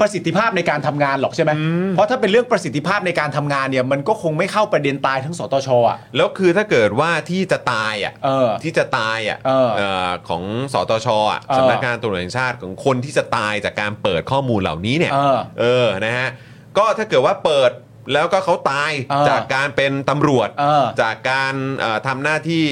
S2: ประสิทธิภาพในการทำงานหรอกใช่ไหมเพราะถ้าเป็นเรื่องประสิทธิภาพในการทำงานเนี่ย มันก็คงไม่เข้าประเด็นตายทั้งสตชอ่ะ
S1: แล้วคือถ้าเกิดว่าที่จะตายอ่ะ
S2: เออ
S1: ที่จะตายอ่ะ
S2: เออ
S1: เอ่อของสตชอ่ะ
S2: เออ
S1: สำนักงานตำรวจแห่งชาติของคนที่จะตายจากการเปิดข้อมูลเหล่านี้เนี่ย
S2: เออ
S1: เออนะฮะก็ถ้าเกิดว่าเปิดแล้วก็เขาตาย
S2: เออ
S1: จากการเป็นตำรวจ
S2: เออ
S1: จากการเอ่อทำหน้าที่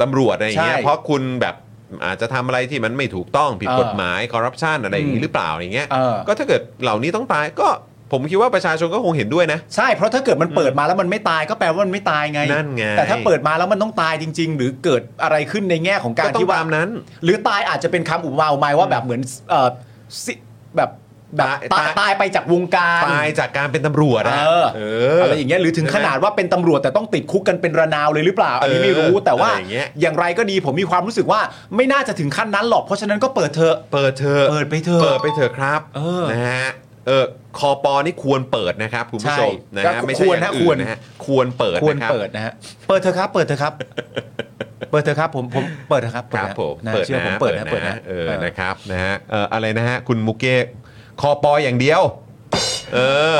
S1: ตำรวจอะไรอย่างเงี้ย
S2: ใช่
S1: เพราะคุณแบบอาจจะทำอะไรที่มันไม่ถูกต้องผิด
S2: เออก
S1: ฎหมายคอร์รัปชันอะไรอย่างนี้หรือเปล่าอย่างเงี้ย
S2: เออ
S1: ก็ถ้าเกิดเหล่านี้ต้องตายก็ผมคิดว่าประชาชนก็คงเห็นด้วยนะ
S2: ใช่เพราะถ้าเกิดมันเปิดมาแล้วมันไม่ตายก็แปลว่ามันไม่ตายไง
S1: นั่นไง
S2: แต่ถ้าเปิดมาแล้วมันต้องตายจริง ๆ หรือเกิดอะไรขึ้นในแง่ของการ
S1: ก็ต้อง
S2: ที่ว่า
S1: ตามนั้น
S2: หรือตายอาจจะเป็นคำอุปมาอุปไมยว่าแบบเหมือนเอ่อสิแบบแบบ
S1: ตา
S2: ตาย ยตายไปจากวงการ
S1: ตายจากการเป็นตำรวจอะ
S2: เออ
S1: เ
S2: อะไรอย่างเงี้ยหรือถึงขนาดว่าเป็นตำรวจแต่ต้องติดคุกกันเป็นระนาวเลยหรือเปล่า อันนี้ไม่รู้
S1: เออ
S2: แต่ว่า
S1: อะไรอย่างเงี้ย
S2: อย่างไรก็ดีผมมีความรู้สึกว่าไม่น่าจะถึงขั้นนั้นหรอกเพราะฉะนั้นก็เปิดเถอะ
S1: เปิดเธอะ
S2: เปิดไปเถอะ
S1: เปิดไปเถอะครับ
S2: เออ
S1: นะฮะเออคอปอนี่ควรเปิดนะครับคุณผู้ชม
S2: ใช่
S1: นะฮะ
S2: ก็
S1: ไม่ใช่
S2: ควร
S1: อย่าง
S2: นะ
S1: อื่น
S2: ควร
S1: นะฮะควรเปิด
S2: ควร
S1: นะครับ
S2: เปิดนะฮะเปิดเถอะครับ เปิดเถอะครับ เปิดเถอะครับผมผมเปิดเถอะครับ
S1: ครับ
S2: นะ
S1: ผม
S2: นะ
S1: เปิด
S2: เชื่อ
S1: นะ
S2: ผมเปิดนะเปิดนะ
S1: เออ
S2: เออ
S1: นะครับนะฮะเอออะไรนะฮะคุณมุกเก้คอปออย่างเดียว เออ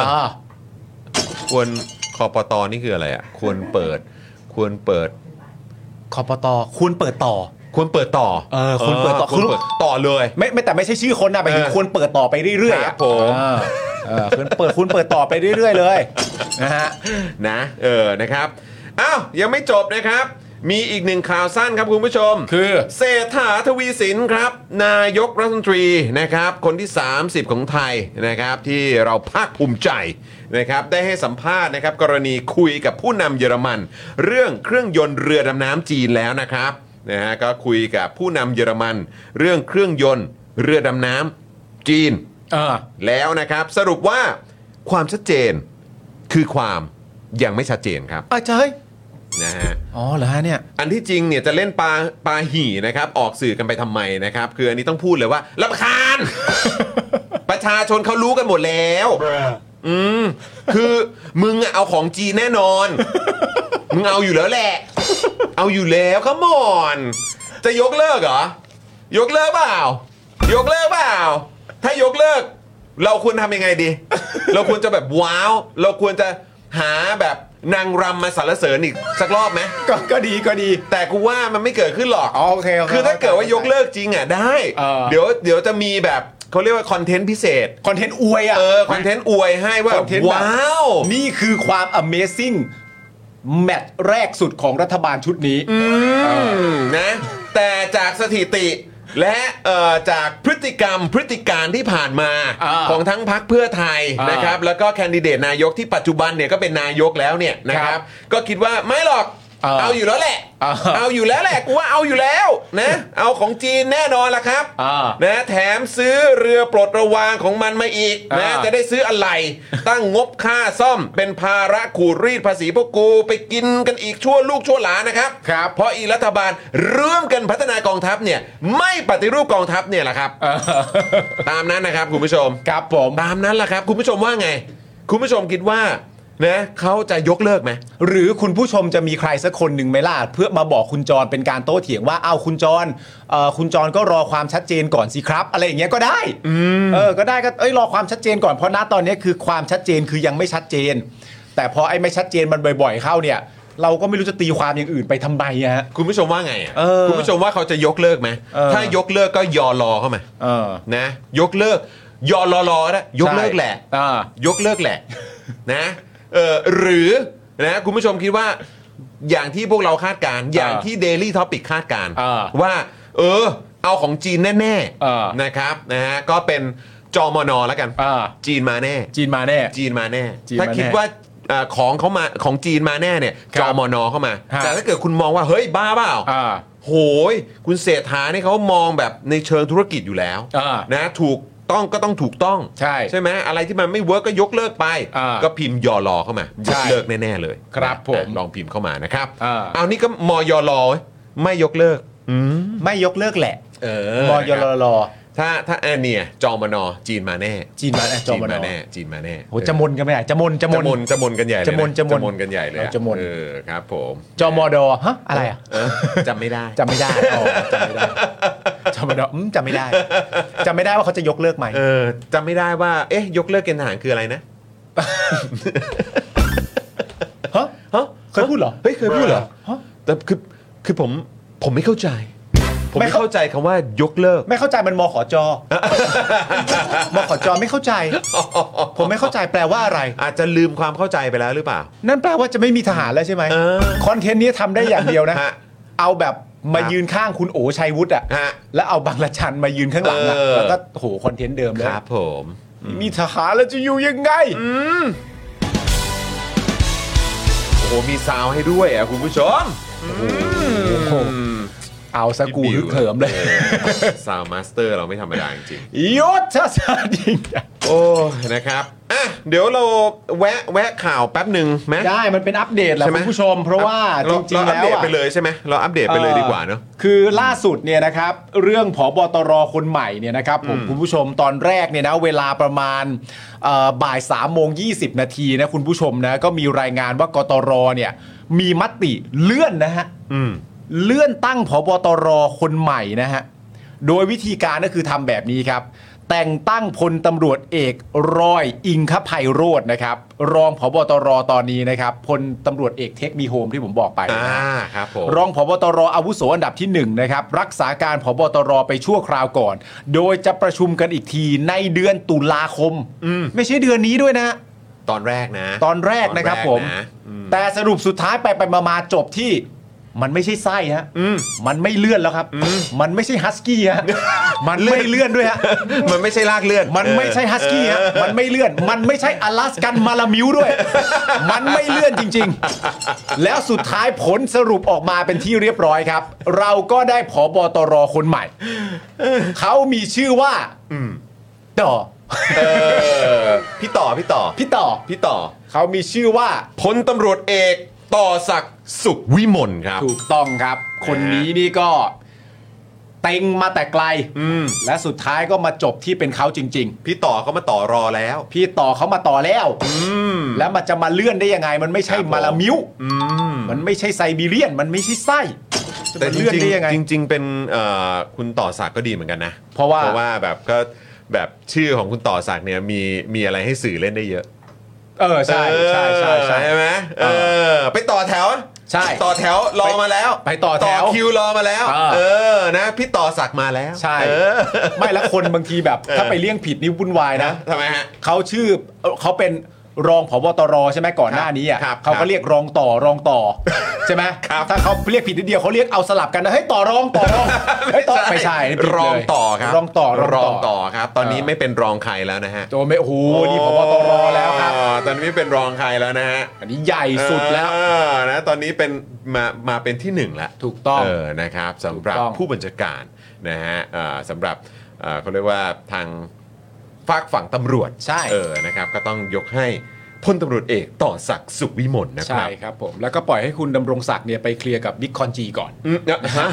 S1: ควรคอปตนี่คืออะไรอ่ะควรเปิด ควรเปิด
S2: คอปตควรเปิดต่อ
S1: ควรเปิดต่อ
S2: เออควรเปิดต่อ
S1: ควรเปิดต่อเลย
S2: ไม่ไม่แต่ไม่ใช่ชื่อคนนะไปถึง
S1: เออ
S2: ควรเปิดต่อไปเรื่อยๆ
S1: ครับ
S2: อะ
S1: ผม
S2: อ่าเออควรเปิดคุณเปิดต่อไปเรื่อย ๆ เลยนะฮะ
S1: นะเออนะครับอ้าวยังไม่จบนะครับ มีอีกหนึ่งข่าวสั้นครับคุณผู้ชม
S2: คือ
S1: เศรษฐาทวีสินครับ นายกรัฐมนตรีนะครับ คนที่ 30 ของไทยนะครับ ที่เราภาคภูมิใจนะครับ ได้ให้สัมภาษณ์นะครับ กรณีคุยกับผู้นำเยอรมัน เรื่องเครื่องยนต์เรือดำน้ำจีนแล้วนะครับนะฮะก็คุยกับผู้นำเยอรมัน เรื่องเครื่องยนต์เรือดำน้ำจีน
S2: เออ
S1: แล้วนะครับสรุปว่าความชัดเจนคือความยังไม่ชัดเจนครับ
S2: อาจารย์
S1: นะฮะ
S2: อ๋อเหรอฮะเนี่ย
S1: อันที่จริงเนี่ยจะเล่นปลาปลาหี่นะครับ ออกสื่อกันไปทำไมนะครับ คืออันนี้ต้องพูดเลยว่าลำคาญ ประชาชนเขารู้กันหมดแล้ว อืมคือมึงอะเอาของจีนแน่นอน มึงเอาอยู่แล้วแหละ เอาอยู่แล้วขมอน จะยกเลิกเหรอ ยกเลิกเปล่า ยกเลิกเปล่า ถ้ายกเลิก เราควรทำยังไงดี เราควรจะแบบว้าว เราควรจะหาแบบ นางรำมาสรรเสริญอีกสักรอบไหม
S2: ก็ก็ดีก็ดี
S1: แต่กูว่ามันไม่เกิดขึ้นหรอก
S2: อ๋อโอเคโอเค
S1: คือถ้าเกิดว่ายกเลิกจริงอ่ะได้
S2: เออ
S1: เดี๋ยวเดี๋ยวจะมีแบบเขาเรียกว่าคอนเทนต์พิเศษ
S2: คอนเทนต์อวยอ่ะ
S1: เออคอนเทนต์อวยให้ว่า
S2: คอนเทนต์แบบ
S1: ว้าว
S2: นี่คือความ Amazing แมตช์แรกสุดของรัฐบาลชุดนี้
S1: อืมนะแต่จากสถิติและเอ่อจากพฤติกรรมพฤติการที่ผ่านมา
S2: อ่า
S1: ของทั้งพักเพื่อไทย
S2: อ่าน
S1: นะครับแล้วก็แคนดิเดตนายกที่ปัจจุบันเนี่ยก็เป็นนายกแล้วเนี่ยนะค
S2: ครั
S1: รับบ ก็คิดว่าไม่หรอก
S2: อ่า
S1: เอาอยู่แล้วแหละ
S2: อ่า
S1: เอาอยู่แล้วแหละกูว่าเอาอยู่แล้วนะเอาของจีนแน่นอนละครับ
S2: อ่า
S1: นะแถมซื้อเรือปลดระวางของมันมาอีกนะ
S2: อ่า
S1: จะได้ซื้อ อะไร ตั้งงบค่าซ่อม เป็นภาระขูดรีดภาษีพวกกูไปกินกันอีกชั่วลูกชั่วหลานนะครับ
S2: ครับ
S1: เพราะอีรัฐบาลร่วมกันพัฒนากองทัพเนี่ย ไม่ปฏิรูปกองทัพเนี่ยแหละครับ ตามนั้นนะครับคุณผู้ชม
S2: ครับผม
S1: ตามนั้นแหละครับ คุณผู้ชมว่าไง คุณผู้ชมคิดว่านะเขาจะยกเลิกไหม
S2: หรือคุณผู้ชมจะมีใครสักคนหนึ่งไหมล่ะเพื่อมาบอกคุณจรเป็นการโต้เถียงว่าอ้าวคุณจรเอ่อคุณจรก็รอความชัดเจนก่อนสิครับ อะไรอย่างเงี้ยก็ได้เออก็ได้ก็เอ้ยรอความชัดเจนก่อนเพราะณตอนเนี้ยคือความชัดเจนคือยังไม่ชัดเจน แต่พอไอ้ไม่ชัดเจนมันบ่อย ๆ เข้าเนี่ย เราก็ไม่รู้จะตีความอย่างอื่นไปทำไมอะฮะ
S1: คุณผู้ชมว่าไงอะ
S2: เออ
S1: คุณผู้ชมว่าเขาจะยกเลิกไหม
S2: เออ
S1: ถ้ายกเลิกก็ยอรอเข้ามา
S2: เออ
S1: นะยกเลิกยอรอรอนะยกเลิกแหละ
S2: อ่า
S1: ยกเลิกแหละ นะเออหรือนะคุณผู้ชมคิดว่าอย่างที่พวกเราคาดการณ์อย่างที่ Daily Topic คาดการณ์
S2: เออ
S1: ว่า เออ เอาของจีนแน่
S2: เออ
S1: นะครับนะฮะก็เป็นจอมอนอแล้วกัน
S2: อ่า
S1: จีนมาแน่
S2: จีนมาแน่
S1: จีนมาแน่
S2: จีนมาแน่
S1: ถ้าคิดว่าเอ่อของเขามาของจีนมาแน่เนี่ย
S2: ครั
S1: จ
S2: บ
S1: อมอนอเข้ามา
S2: ฮะ
S1: แต่ถ้าเกิดคุณมองว่าเฮ้ยบ้าเปล่า
S2: อ่า
S1: โหย คุณเศรษฐาเนี่ยเขามองแบบในเชิงธุรกิจอยู่แล้ว
S2: อ่า
S1: นะถูกต้องก็ต้องถูกต้อง
S2: ใช่
S1: ใช่ไหมอะไรที่มันไม่เวิร์กก็ยกเลิกไป
S2: อ่า
S1: ก็พิมพ์ยอรอเข้ามาย
S2: ใช่
S1: กเลิกแน่ ๆ เลย
S2: ครับ
S1: นะ
S2: ผม
S1: ลองพิมพ์เข้ามานะครับ
S2: อ่า
S1: เอานี่ก็มอยอรอเว้ยไม่ยกเลิก
S2: ไม่ยกเลิกแหละ
S1: เอ
S2: มอยรรอ
S1: ถ้าถ้าแอนเนี่ยจอมนอจีนมาแน่
S2: จีนมาแน่จอมนอ
S1: แน่จีนมาแน่
S2: โหจะมนกันไหมอ่ะจะมนจะ
S1: จะ
S2: ม
S1: มน
S2: น
S1: จะมนกันใหญ่เลย
S2: จะมนจะมน
S1: จะมนกันใหญ่เลยอ
S2: เอาจะมน
S1: เออครับผม
S2: จอมอดอฮะอะไรอ่ะ
S1: เออจำไม่ได้
S2: จำไม่ได้อ๋อจำไม่ได้จำไม่ได้อืมจำไม่ได้จำไม่ได้ว่าเขาจะยกเลิกไหม
S1: เออจำไม่ได้ว่า เอ๊ะ ยกเลิกเกณฑ์ทหารคืออะไรนะ
S2: ฮะ
S1: ฮะ
S2: เคยพูดเหรอ
S1: เฮ้ย เคยพูดเหรอ
S2: ฮะ
S1: แต่คือ คือผม ผมไม่เข้าใจ ผม
S2: ไม่
S1: ไม่
S2: เข้า
S1: เข้าใจคำว่ายกเลิก
S2: ไม่เข้าใจมันมขจมขจไม่เข้าใจ ผมไม่เข้าใจแปลว่าอะไร
S1: อาจจะลืมความเข้าใจไปแล้วหรือเปล่า
S2: นั่นแปลว่าจะไม่มีทหารแล้วใช่ไหม
S1: เออ
S2: คอนเทนต์นี้ทำได้อย่างเดียวนะ
S1: ฮะ
S2: เอาแบบมายืนข้างคุณโอชัยวุฒิอ่ะ
S1: ฮะ
S2: แล้วเอาบังละชันมายืนข้างหลังอะ
S1: เออ
S2: แล้วก็โหคอนเทนต์เดิมเลย
S1: ครับผม
S2: มีทหารแล้วจะอยู่ยังไง
S1: โอ้โห มีซาวให้ด้วยอ่ะคุณผู้ชม
S2: เอาสกูฮึกเหิมเลย
S1: ซาวมาสเตอร์เราไม่ธรรมดาจริง
S2: ยศศาสตร์ยิ่งใหญ่
S1: โอ้ยนะครับ อ่ะ เดี๋ยวเราแวะ แวะข่าวแป๊บหนึ่งไหม
S2: ได้มันเป็นอัปเดตแหละ
S1: ใช่ไหม
S2: คุณผู้ชม เพราะว่าจริงๆ
S1: เา
S2: แล้
S1: อัป
S2: ว
S1: เดต
S2: อะ
S1: ไปเลยใช่ไหมเราอัปเดตไปเลยดีกว่าเนอะ
S2: คือล่าสุดเนี่ยนะครับ เรื่องผอบตรคนใหม่เนี่ยนะครับผมคุณผู้ชมตอนแรกเนี่ยนะเวลาประมาณเอ่อบ่าย3ามโมงยีนาทีนะคุณผู้ชมนะก็มีรายงานว่ากตรเนี่ยมีมติเลื่อนนะฮะเลื่อนตั้งผอบตรคนใหม่นะฮะ โดยวิธีการก็คือทำแบบนี้ครับ แต่งตั้งพลตำรวจเอกรอยอิงคภัยโรจน์นะครับ รองผบตรตอนนี้นะครับพลตำรวจเอกเทคมีโฮมที่ผมบอกไปนะ
S1: อ่า
S2: ฮะ
S1: ครับผม
S2: รองผบตรอาวุโสอันดับที่1นะครับรักษาการผบตรไปชั่วคราวก่อน โดยจะประชุมกันอีกทีในเดือนตุลาคม ไม่ใช่เดือนนี้ด้วยนะ
S1: ตอนแรกนะ
S2: ตอนแรกนะครับผม
S1: ตอนแกนะอืม
S2: แต่สรุปสุดท้ายไปไปมามาจบที่ มันไม่ใช่ไส้ฮะมันไม่เลื่อนแล้วครับ มันไม่ใช่ฮัสกี้ฮะมันไม่เลื่อนด้วยฮะ
S1: มันไม่ใช่ลากเลื่อน
S2: มันไม่ใช่ฮัสกี้ฮะ มันไม่เลื่อน มันไม่ใช่อลาสกันมาลามิวด้วย มันไม่เลื่อน จริง ๆ แล้วสุดท้ายผลสรุปออกมาเป็นที่เรียบร้อยครับ เราก็ได้ผอบตรคนใหม่ เขามีชื่อว่าต่อ
S1: เออพี่ต่อพี่ต่อ
S2: พี่ต่อ
S1: พี่ต่อ
S2: เขามีชื่อว่า
S1: พลตำรวจเอกต่อศักดิ์สุขวิมลครับ
S2: ถูกต้องครับ คนนี้นี่ก็เต็งมาแต่ไกล
S1: อืม
S2: และสุดท้ายก็มาจบที่เป็นเขาจริง
S1: พี่ต่อเขามาต่อรอแล้ว
S2: ๆ พี่ต่อเขามาต่อแล้ว
S1: อืม
S2: แล้วมันจะมาเลื่อนได้ยังไง มันไม่ใช่
S1: ครับผม
S2: มาลามิว
S1: อืม
S2: มันไม่ใช่ไซบีเรียน มันไม่ใช่ไส้
S1: แต่
S2: จะ
S1: จ
S2: เลื่อน
S1: ริง
S2: ได้ยังไง
S1: ๆจริง ๆ เป็นเอ่อคุณต่อศักดิ์ก็ดีเหมือนกันนะ
S2: เพราะว่า
S1: เพราะว่าแบบก็แบบชื่อของคุณต่อศักดิ์เนี่ยมีมีอะไรให้สื่อเล่นได้เยอะ
S2: เออใช่ใช่ใช่ใช่
S1: เออใช่ไหมเออ ไปต่อแถว
S2: ใช่
S1: ต่อแถวรอมาแล้ว
S2: ไปต่อแถว
S1: คิวรอมาแล้ว
S2: เออ
S1: เออนะพี่ต่อสักดิ์มาแล้ว
S2: ใช่
S1: เออ
S2: ไม่ละคนบางทีแบบ
S1: เออ
S2: ถ้าไปเลี่ยงผิดนี่วุ่นวาย
S1: นะ
S2: นะ
S1: ทำไมฮะ
S2: เขาชื่อเอ่อเขาเป็นรองผบตรใช่ไหมก่อนหน้านี้อ่ะ
S1: ครับ
S2: เขา
S1: ครั
S2: ก็
S1: บ
S2: เรียกรองต่อรองต่อ ใช่ไหม
S1: ครับ
S2: ถ้าเขาเรียกผิดนิดเดียวเขาเรียกเอาสลับกันนะเฮ้ยต่อรองต่อรองเฮ้ยต่อไม่ใช่นี่ผิดเลย
S1: รองต่อครับ
S2: รองต่อ
S1: รองต่อครับ ตอนนี้
S2: เออ
S1: ไม่เป็นรองใครแล้วนะฮะ
S2: โจไม่โอ้โหนี่พบตรแล้วครับ
S1: อ๋อตอนนี้ไม่เป็นรองใครแล้วนะฮะ
S2: อันนี้ใหญ่สุดแล้ว
S1: เออนะตอนนี้เป็นมามาเป็นที่หนึ่งแล้ว
S2: ถูกต้อง
S1: เออนะครับสำหรับ
S2: ถูกต้อง
S1: ผู้บัญชาการนะฮะเอ่อสำหรับเอ่อเขาเรียกว่าทางฝากฝั่งตำรวจ
S2: ใช่
S1: เออนะครับ ก็ต้องยกให้พลตำรวจเอกต่อศักดิ์สุขวิมลนะค
S2: ใช่
S1: รับ
S2: ครับผม แล้วก็ปล่อยให้คุณดำรงศักดิ์เนี่ยไปเคลียร์กับบิ๊กคอนจีก่อน
S1: อืมฮะ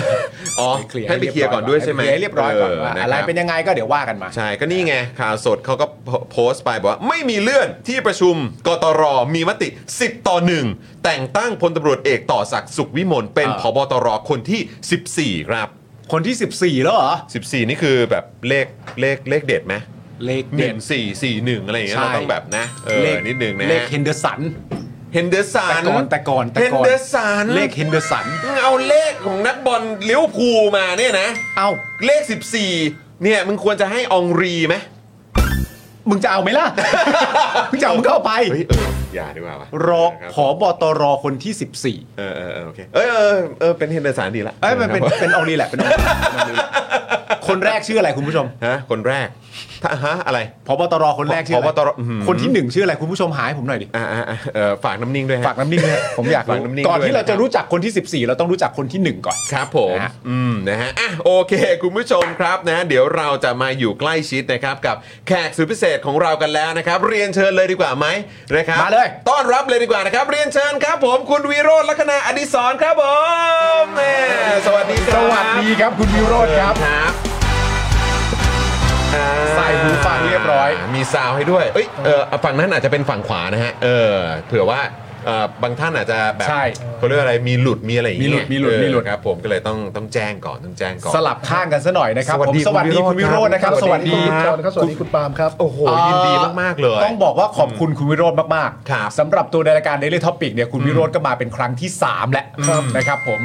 S1: อ๋อ
S2: ไปเคลียร์
S1: ให้ไปเคลียร์ก่อนด้วยใช่ไหม
S2: เคลียร์ให้เรียบร้อยก่อนว่า
S1: เ
S2: อะไร
S1: คบ
S2: เป็นยังไงก็เดี๋ยวว่ากันมา
S1: ใช่ ก็นี่ไงข่าวสดเขาก็โพสต์ไปบอกว่า ไม่มีเลื่อนที่ประชุมกตรมีมติ 10 ต่อ 1 แต่งตั้งพลตำรวจเอกต่อศักดิ์สุขวิมลเป็น
S2: อ่า
S1: พบตรคนที่ 14 ครับ
S2: คนที่ 14 แล้วเหรอ
S1: 14 นี่คือแบบเลขเลขเลขเด็ดไหม
S2: เลข
S1: ห
S2: เด็
S1: นึ่
S2: ด
S1: งสี่สี่หนึ่งอะไรอย่างเงี้ย
S2: ใช่
S1: เราต้องแบบนะเออนิดนึงนะ
S2: เลข
S1: ฮะ
S2: เฮนเดอร์สัน
S1: เฮนเดอร์สั
S2: แต่
S1: น
S2: ก่อนแต่ก่อนแต่
S1: เฮน
S2: ก่อน
S1: เดอร์สัน
S2: เลขเฮนเดอร์สัน
S1: มึงเอาเลขของนักบอลลิเวอร์พูลมาเนี่ยนะ
S2: เอ้า
S1: เลข 14 เนี่ยมึงควรจะให้อองรีไหม
S2: มึงจะเอาไหมล่ะ มึงจะเอามึงก็เอาไป
S1: เฮ้ยเอออย่าดีกว่าวะ
S2: รอ
S1: นะครับ
S2: ผอบตรคนที่ 14
S1: เออเออเออโอเคเออเออเออเป็นเฮนเดอร์สันดีละ
S2: เอ้ยมันเป็นเป็นอองลีแหละเป็นอองลีเป็นอองลีคนแรกชื่ออะไรคุณผู้ชม
S1: ฮะคนแรกถ้าฮะอะไร
S2: พบตรคนแรกชื่ออะไร
S1: พบตรอื้อหือ
S2: คนที่หนึ่งชื่ออะไรคุณผู้ชมหาให้ผมหน่อยดิ
S1: อ่าอ่าอ่าเออฝากน้ำนิ่งด้วยฮะ
S2: ฝากน้ำนิ่งด้วยผมอยาก
S1: ฝาก
S2: รู้
S1: น้ำนิ่ง
S2: ก่อน
S1: ด้วย
S2: ที่เรา
S1: นะครั
S2: จะ
S1: บ
S2: รู้จักคนที่ 14 เราต้องรู้จักคนที่หนึ่งก่อน
S1: ครับผม
S2: นะฮะ
S1: อืมนะฮะอ่ะโอเค คุณผู้ชมครับนะเดี๋ยวเราจะมาอยู่ใกล้ชิดนะครับกับแขกสุดพิเศษของเรากันแล้วนะครับ เรียนเชิญเลยดีกว่าไหมนะครับ
S2: มาเลย
S1: ต้อนรับเลยดีกว่านะครับ เรียนเชิญครับผมคุณวีโรจน์ลักษณะอดิศรครับผมแหม่สวัสดีครับ
S2: สวัสดีครับคุณวิโรธครับ
S1: ครับอ่า
S2: ใส่หูฟังเรียบร้อย
S1: มีซาวให้ด้วยเอ้ยเออฝั่งนั้นอาจจะเป็นฝั่งขวานะฮะเออเผื่อว่าเอ่อบางท่านอาจจะแบบ
S2: ใช่
S1: เขาเรียกว่าอะไรมีหลุดมีอะไรอย่างเงี้ย
S2: มีหลุดมีหลุด
S1: เออ
S2: มีหลุด
S1: ครับ ผมก็เลยต้องต้องแจ้งก่อนต้องแจ้งก่อน
S2: สลับข้างกันซะหน่อยนะครับ
S1: สวัสดี
S2: ผมสวัสดี
S1: คุ
S2: คุณ ณ
S1: วิ
S2: วิ
S1: โร
S2: โร
S1: จ
S2: จ
S1: น์
S2: น์นะครับ
S1: ส
S2: ส
S1: วั
S2: วั
S1: ส
S2: ส
S1: ดี
S2: ดี
S1: ค
S4: จ
S1: รั
S4: อบ ห์นครับสวัสดีคุณปาล์มครับ
S1: โอ้โหยินดีมากๆเลย
S2: ต้องบอกว่าขอบคุณคุณวิโรจน์มาก
S1: ครับ
S2: สำหรับตัวในรายการ Daily Topic เนี่ยคุณวิโรจน์ก็มาเป็นครั้งที่ 3 แล้วนะครับผม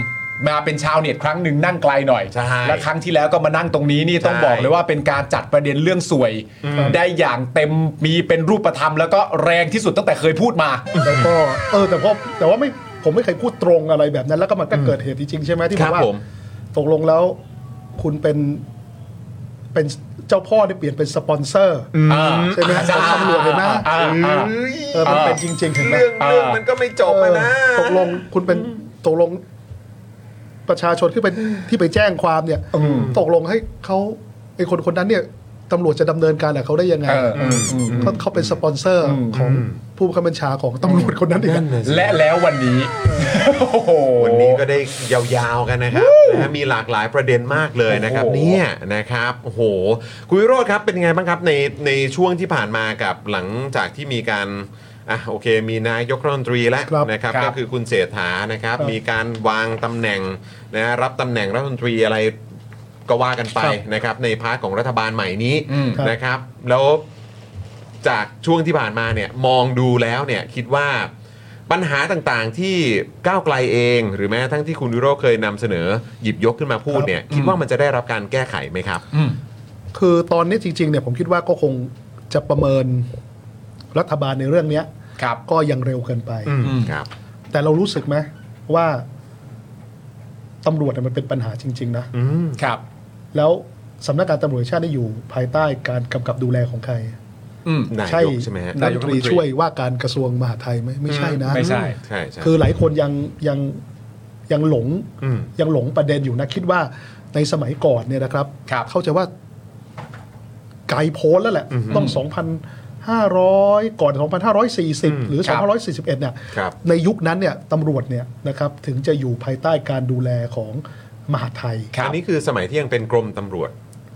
S2: มาเป็นชาวเน็ตครั้งหนึ่งนั่งไกลหน่อย
S1: ใช่
S2: และครั้งที่แล้วก็มานั่งตรงนี้นี่ต้อง
S1: ใช่
S2: บอกเลยว่าเป็นการจัดประเด็นเรื่องสวย ได้อย่างเต็มมีเป็นรูปธรรม แล้วก็แรงที่สุดตั้งแต่เคยพูดมา
S4: แล้วก็เออแต่พอแต่ว่าไม่ผมไม่เคยพูดตรงอะไรแบบนั้น แล้วก็มันก็เกิดเหตุจริงๆใช่ไหมที่
S1: ค
S4: บ
S1: รั
S4: อบ กว่า
S1: ผม
S4: ตกลงแล้ว คุณเป็นเป็นเจ้าพ่อได้เปลี่ยนเป็นสปอนเซอร์ใช่ไหม
S2: ใช่
S4: ตำรวจเห็นไหม
S2: อ่าอ่า
S4: เออมันเป็นจริง ๆ เห็นไหม
S1: เรื่องเรื่องมันก็ไม่จบอะนะ
S4: เออตกลงคุณเป็นตกลงประชาชนที่เป็นที่ไปแจ้งความเนี่ยตกลงให้เขาไอคนคนนั้นเนี่ยตำรวจจะดำเนินการกับเขาได้ยังไง
S2: เอออืมอืม
S4: เขาเขาเป็นสปอนเซอร์ของผู้บังคับบัญชาของตำรวจคนนั้นเอง
S2: และแล้ววันนี้ โอ้โห
S1: วันนี้ก็ได้ยาวๆกันนะครับนะฮะมีหลากหลายประเด็นมากเลยนะครับ
S2: โอ้โห
S1: เนี่ยนะครับโอ้โหคุณวิโรธครับเป็นยังไงบ้างครับในในช่วงที่ผ่านมากับหลังจากที่มีการอ่ะโอเค มีนายกรัฐมนตรีแล้วนะครับก็คือคุณเศรษฐานะครับมีการวางตำแหน่งนะรับตำแหน่งรัฐมนตรีอะไรก็ว่ากันไปนะครับในพาร์ทของรัฐบาลใหม่นี้นะครับแล้ว จากช่วงที่ผ่านมาเนี่ยมองดูแล้วเนี่ยคิดว่าปัญหาต่างๆที่ก้าวไกลเอง หรือแม้กระทั้งที่คุณวิโรจน์เคยนำเสนอหยิบยกขึ้นมาพูดเนี่ยคิดว่ามันจะได้รับการแก้ไขไหมครับ
S4: คือตอนนี้จริงๆเนี่ยผมคิดว่าก็คงจะประเมินรัฐบาลในเรื่องเนี้ย
S2: ครับ
S4: ก็ยังเร็วเกินไป
S1: ครับ
S4: แต่เรารู้สึกไหมว่าตำรวจเนี่ยมันเป็นปัญหาจริง ๆ นะ
S1: อืม
S2: ครับ
S4: แล้วสำนักงานตำรวจแห่งชาตินี่อยู่ภายใต้การกำกับดูแลของใคร
S2: อืม
S1: นายกใช่ไหมฮะ
S4: รัฐมนตรีช่วยว่าการกระทรวงมหาดไทยไหมไม่ใช่นะ
S2: ไม่ใช่
S1: ใช่ใช่
S4: คือหลายคนยังยังยังหลง
S1: ม
S4: ยังหลงประเด็นอยู่นะ คิดว่าในสมัยก่อนเนี่ยนะครับ
S2: ครับ
S4: เข้าใจว่าไกลโพ้นแล้วแหละ ต้อง 2,500 ก่อน 2,540 หรือ
S2: ครับ
S4: 2,541เนี่ย
S1: ครับ
S4: ในยุคนั้นเนี่ยตำรวจเนี่ยนะครับ ถึงจะอยู่ภายใต้การดูแลของมหาดไทย
S2: ครับ
S1: อันนี้คือสมัยที่ยังเป็นกรมตำรวจ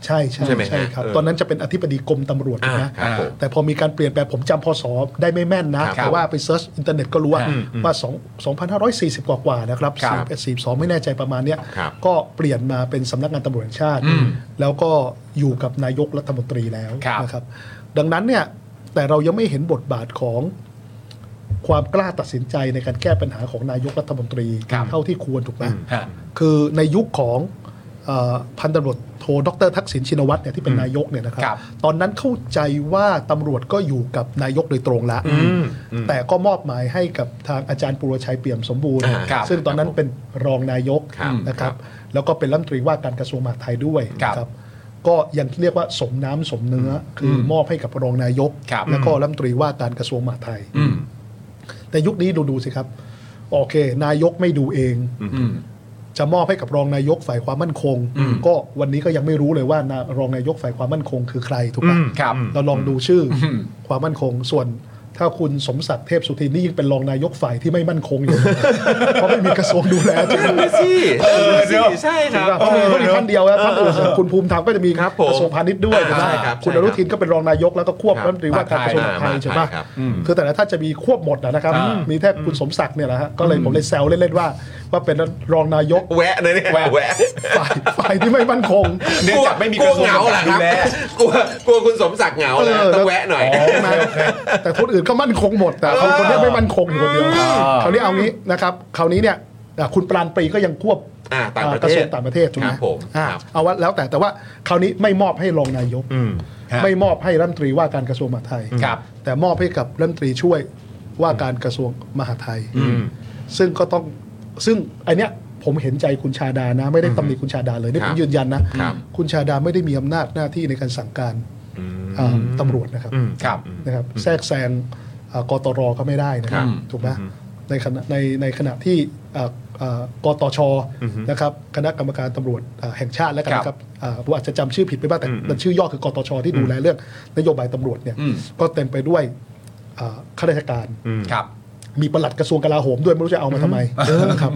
S4: ใช่ใช่
S1: ใช่ไหมฮะ
S4: ใช่ครับ
S1: เออ
S4: ตอนนั้นจะเป็นอธิบดีกรมตำรวจ
S1: อ่า
S4: นะ
S1: ครับผม
S4: แต่พอมีการเปลี่ยนแปลงผมจำพศได้ไม่แม่นนะ
S1: ครับ
S4: แต่ว่าไปเซิร์ชอินเทอร์เน็ตก็รู้ว่า
S2: อืม
S4: ว่า2 2,540 กว่ากว่าๆนะครับ
S2: ครับ
S4: 41 42 ไม่แน่ใจประมาณเนี้ย
S1: ครับ
S4: ก็เปลี่ยนมาเป็นสำนักงานตำรวจแห่งชาติ แล้วก็อยู่กับนายกรัฐมนตรีแล้ว
S2: ครับ
S4: นะครับ ดังนั้นเนี่ยแต่เรายังไม่เห็นบทบาทของ ความกล้าตัดสินใจในการแก้ปัญหาของนายกรัฐมนตรี
S2: ครับ
S4: เท่าที่ควรถูกไหม
S2: ฮะ
S4: คือในยุคของเอ่อพันตำรวจโทดรทักษิณชินวัตรเนี่ยที่เป็นนายกเนี่ยนะครับ
S2: ครับ
S4: ตอนนั้นเข้าใจว่าตำรวจก็อยู่กับนายกโดยตรงละแต่ก็มอบหมายให้กับทางอาจารย์ปุรชัยเปี่ยมสมบูรณ์
S1: อ่าครับ
S4: ซึ่งตอนนั้นเป็นรองนายก
S1: ครับ
S4: นะค
S1: ครั
S4: รับ บ แล้วก็เป็นรัฐมนตรีว่าการกระทรวงมหาดไทยด้วย
S2: ครับ
S4: นะครับ ก็ยังเรียกว่าสมน้ำสมเนื้ออคือมอบให้กับรองนายก
S2: ครับ
S4: แล้วก็รัฐมนตรีว่าการกระทรวงมหาดไทย
S2: อืม
S4: แต่ยุคนี้ดูดูสิครับ โอเค นายกไม่ดูเอง
S2: อืม
S4: จะมอบให้กับรองนายกฝ่ายความมั่นคง ก็วันนี้ก็ยังไม่รู้เลยว่านารองนายกฝ่ายความมั่นคงคือใครถูกไหม
S1: อืม
S2: ครับ
S4: เราลองดูชื่ออ
S2: ม
S4: ความมั่นคง ส่วนถ้าคุณสมศักดิ์เทพสุทินนี่ยิ่งเป็นรองนายกฝ่ายที่ไม่มั่นคงอยู่ เพราะไม่มีกระทรวงดูแลจริงไหม
S2: สิเออเดี๋ยวใช่ค
S4: จริ
S2: รั
S4: ง
S2: บ
S4: ป่ะเพราะมีเพราะมีท่านเดียวนะท่านอื่นเนี่ยคุณภูมิธรรมก็จะมี
S1: ครับผม
S4: กระทรวงพาณิชย์ด้วยถูกไหม
S1: ใช่ครับ
S4: คุณ
S1: ใช่ค
S4: อ
S1: รับ
S4: นุทินก็เป็นรองนายกแล้วก็ควบ
S1: ครับ
S4: รัฐมนตรีว่าการกระทรวงมหาดไทย
S1: อ่า
S4: ใช่ไหม
S1: ใช่ครับ
S4: คือแต่ละท่านจะมีควบหมดอะนะครับ
S2: อ่ามี
S4: มีแค่คุณสมศักดิ์เนี่ยแหละฮะก็เลยผมเลยแซวเล่นๆว่า ว่าเป็นรองนายก
S1: แวะนะเนี่ย
S2: แวะ
S1: แวะ
S4: ฝ่ายฝ่ายที่ไม่มั่นคง
S2: เนื่องจากไม่มี
S1: ก
S2: ก
S1: ลัว
S2: ระทรวง
S1: เหงาเหรอครับ
S2: ดูแล
S1: กลัวกลัวคุณสมศักดิ์เหงาเลย
S4: เออ
S1: ต้องแวะหน่อย
S4: ใช่ไหมแต่คนอื่นก็มั่นคงหมด แต่คนคนเนี้ยไม่มั่นคงอยู่คนเดียวคราวนี้เอางี้นะครับคราวนี้เนี่ยอ่ะคุณปราณปรีก็ยังควบ
S1: อ่าต่างประเทศ
S4: กระทรวงต่างประเทศถูกไหม
S1: ครับผม
S4: อ่า
S1: ครับ
S4: เอาว่าแล้วแต่แต่ว่าคราวนี้ไม่มอบให้รองนายก ไม่มอบให้รัฐมนตรีว่าการกระทรวงมหาดไทย
S2: ครับ
S4: แต่มอบให้กับรัฐมนตรีช่วยว่าการกระทรวงมหาดไทย ซึ่งก็ต้องซึ่งไอนเนี้ยผมเห็นใจคุณชาดานะ ไม่ได้ตำหนิคุณชาดาเลยนี่
S1: ครั
S4: ผ
S1: บ
S4: มยืนยันนะครับ คุณชาดาไม่ได้มีอำนาจหน้าที่ในการสั่งการอ่าตำรวจนะครับ
S2: ครับ
S4: นะครับแทรกแซงเอ่อกตรก็ไม่ได้นะค
S1: ค
S4: รั
S1: รับ บ
S4: ถูกไหมในขณะในในขณะที่เอ่อเอ่อกตชนะครับคณะกรรมการตำรวจเอ่อแห่งชาติแล้วกันนะ
S2: ค
S4: ค
S2: รั
S4: รั
S2: บบ
S4: เอ่อผมอาจจะจำชื่อผิดไปบ้างแต่แต่ชื่อย่อคือกตชที่ดูแลเรื่องนโยบายตำรวจเนี่ย
S2: อืม
S4: ก็เต็มไปด้วยเอ่อข้าราชการ
S2: ครับ
S4: มีปลัดกระทรวงกลาโหมด้วยไม่รู้จะเอามาทำไมนะครับ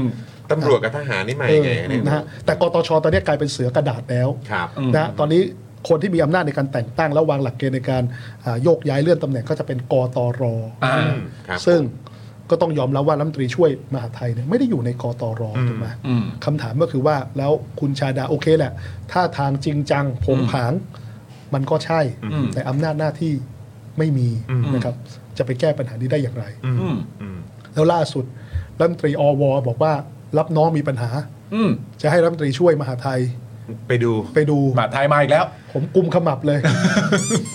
S1: ตำรวจกับทหารนี่มา
S4: เอ
S1: ยัง
S4: อ
S1: ไงเนี่ย
S4: นะฮะแต่กตชตอนนี้กลายเป็นเสือกระดาษแล้ว
S1: ครับ
S4: นะฮะตอนนี้คนที่มีอำนาจในการแต่งตั้งและวางหลักเกณฑ์ในการอ่าโยกย้ายเลื่อนตำแหน่งก็จะเป็นกตร
S2: อ่า
S1: ครับ
S4: ซึ่งก็ต้องยอมรับว่ารัฐมนตรีช่วยมหาดไทยเนี่ยไม่ได้อยู่ในกตรถูกไหม
S2: อืม
S4: คำถามก็คือว่าแล้วคุณชาดาโอเคแหละถ้าทางจริงจังผงผาง มันก็ใช่ แต่อำนาจหน้าที่ไม่มีนะครับจะไปแก้ปัญหานี้ได้อย่างไร
S2: อืม
S4: แล้วล่าสุดรัฐมนตรีอวบอกว่ารับน้องมีปัญหา
S2: อืม
S4: จะให้รัฐมนตรีช่วยมหาดไทย
S1: ไปดู
S4: ไปดู
S2: มหาดไทยมาอีกแล้ว
S4: ผมกุมขมับ เลย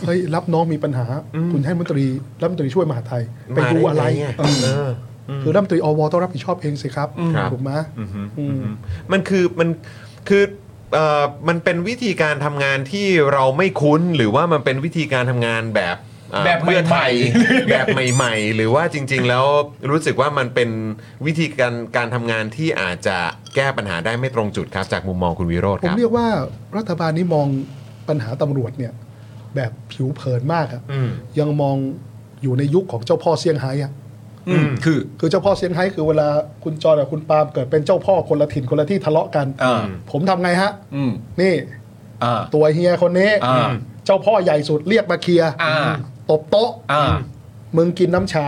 S4: เฮ้ยรับน้องมีปัญหา คุณให้รัฐมนตรีรัฐมนตรีช่วยมหาไทย ไปดูอะไร
S1: มาด้ง
S4: เออ
S1: เออ
S4: คือรัฐมนตรีอวต้องรับผิดชอบเองสิครับ
S1: ครับ
S4: ถูกไหมอืม
S1: มันคือมันคือเอ่อมันเป็นวิธีการทำงานที่เราไม่คุ้นหรือว่ามันเป็นวิธีการทำงานแบบเอ่อ
S2: แบบใหม่ๆ
S1: เพื่อไท ยแบบใหม่ ๆ หรือว่าจริง ๆ แล้วรู้สึกว่ามันเป็นวิธีการการทำงานที่อาจจะแก้ปัญหาได้ไม่ตรงจุดครับ จากมุมมองคุณวิโรธ
S4: ผ
S1: ค
S4: ม
S1: รับ
S4: เรียกว่ารัฐบาลนี้มองปัญหาตำรวจเนี่ย แบบผิวเผินมากอะ
S1: อืม
S4: ยังมองอยู่ในยุคของเจ้าพ่อเซี่ยงไฮ้อะ
S2: อืมคือ
S4: คือเจ้าพ่อเซี่ยงไฮ้คือเวลาคุณจอร์กับคุณปาล์มเกิดเป็นเจ้าพ่อคนละถิ่นคนละที่ทะเลาะกัน
S2: อ่า
S4: ผมทำไงฮะ
S2: อืม
S4: นี่
S2: อ่า
S4: ตัวเฮียคนนี้
S2: อ่า
S4: เจ้าพ่อใหญ่สุดเรียกมาเคลียร์
S2: อ่า
S4: ตบโต๊ะ
S2: อ่า
S4: มึงกินน้ำชา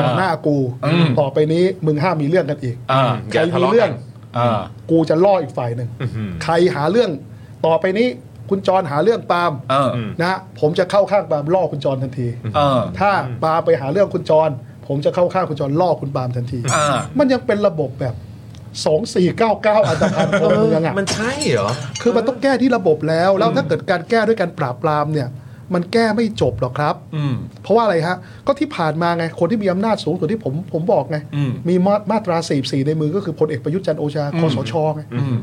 S4: ต่อหน้ากู
S2: อืม
S4: ต่อไปนี้มึงห้ามมีเรื่องกันอีก
S2: อ่า
S1: อย่า
S4: ใคร
S1: ทะ
S4: มี
S1: เลาะ
S4: เรื่
S1: กั
S4: อง
S1: น
S2: อ่า
S4: กูจะล่ออีกฝ่ายหนึ่งใครหาเรื่องต่อไปนี้คุณจรหาเรื่องปาล์ม
S2: เออ
S4: นะฮะผมจะเข้าข้างปาล์มล่อคุณจรทันที
S2: เออ
S4: ถ้าปาล์มไปหาเรื่องคุณจร ผมจะเข้าข้างคุณจรล่อคุณปาล์มทันที
S2: อ่า
S4: มันยังเป็นระบบแบบสองสี่เก้าเก้าอันตรพันธ์ของเมืองอะ
S1: มันใช่เหรอ
S4: คือมันต้องแก้ที่ระบบแล้ว แล้วถ้าเกิดการแก้ด้วยการปราบปรามเนี่ย มันแก้ไม่จบหรอกครับ
S2: อืม
S4: เพราะว่าอะไรฮะ ก็ที่ผ่านมาไง คนที่มีอำนาจสูงสุดที่ผมผมบอกไง
S2: อืม
S4: มีมามาตราสีสีในมือก็คือพลเอกประยุทธ์จันทร์โอชาคอสชไง
S2: อืม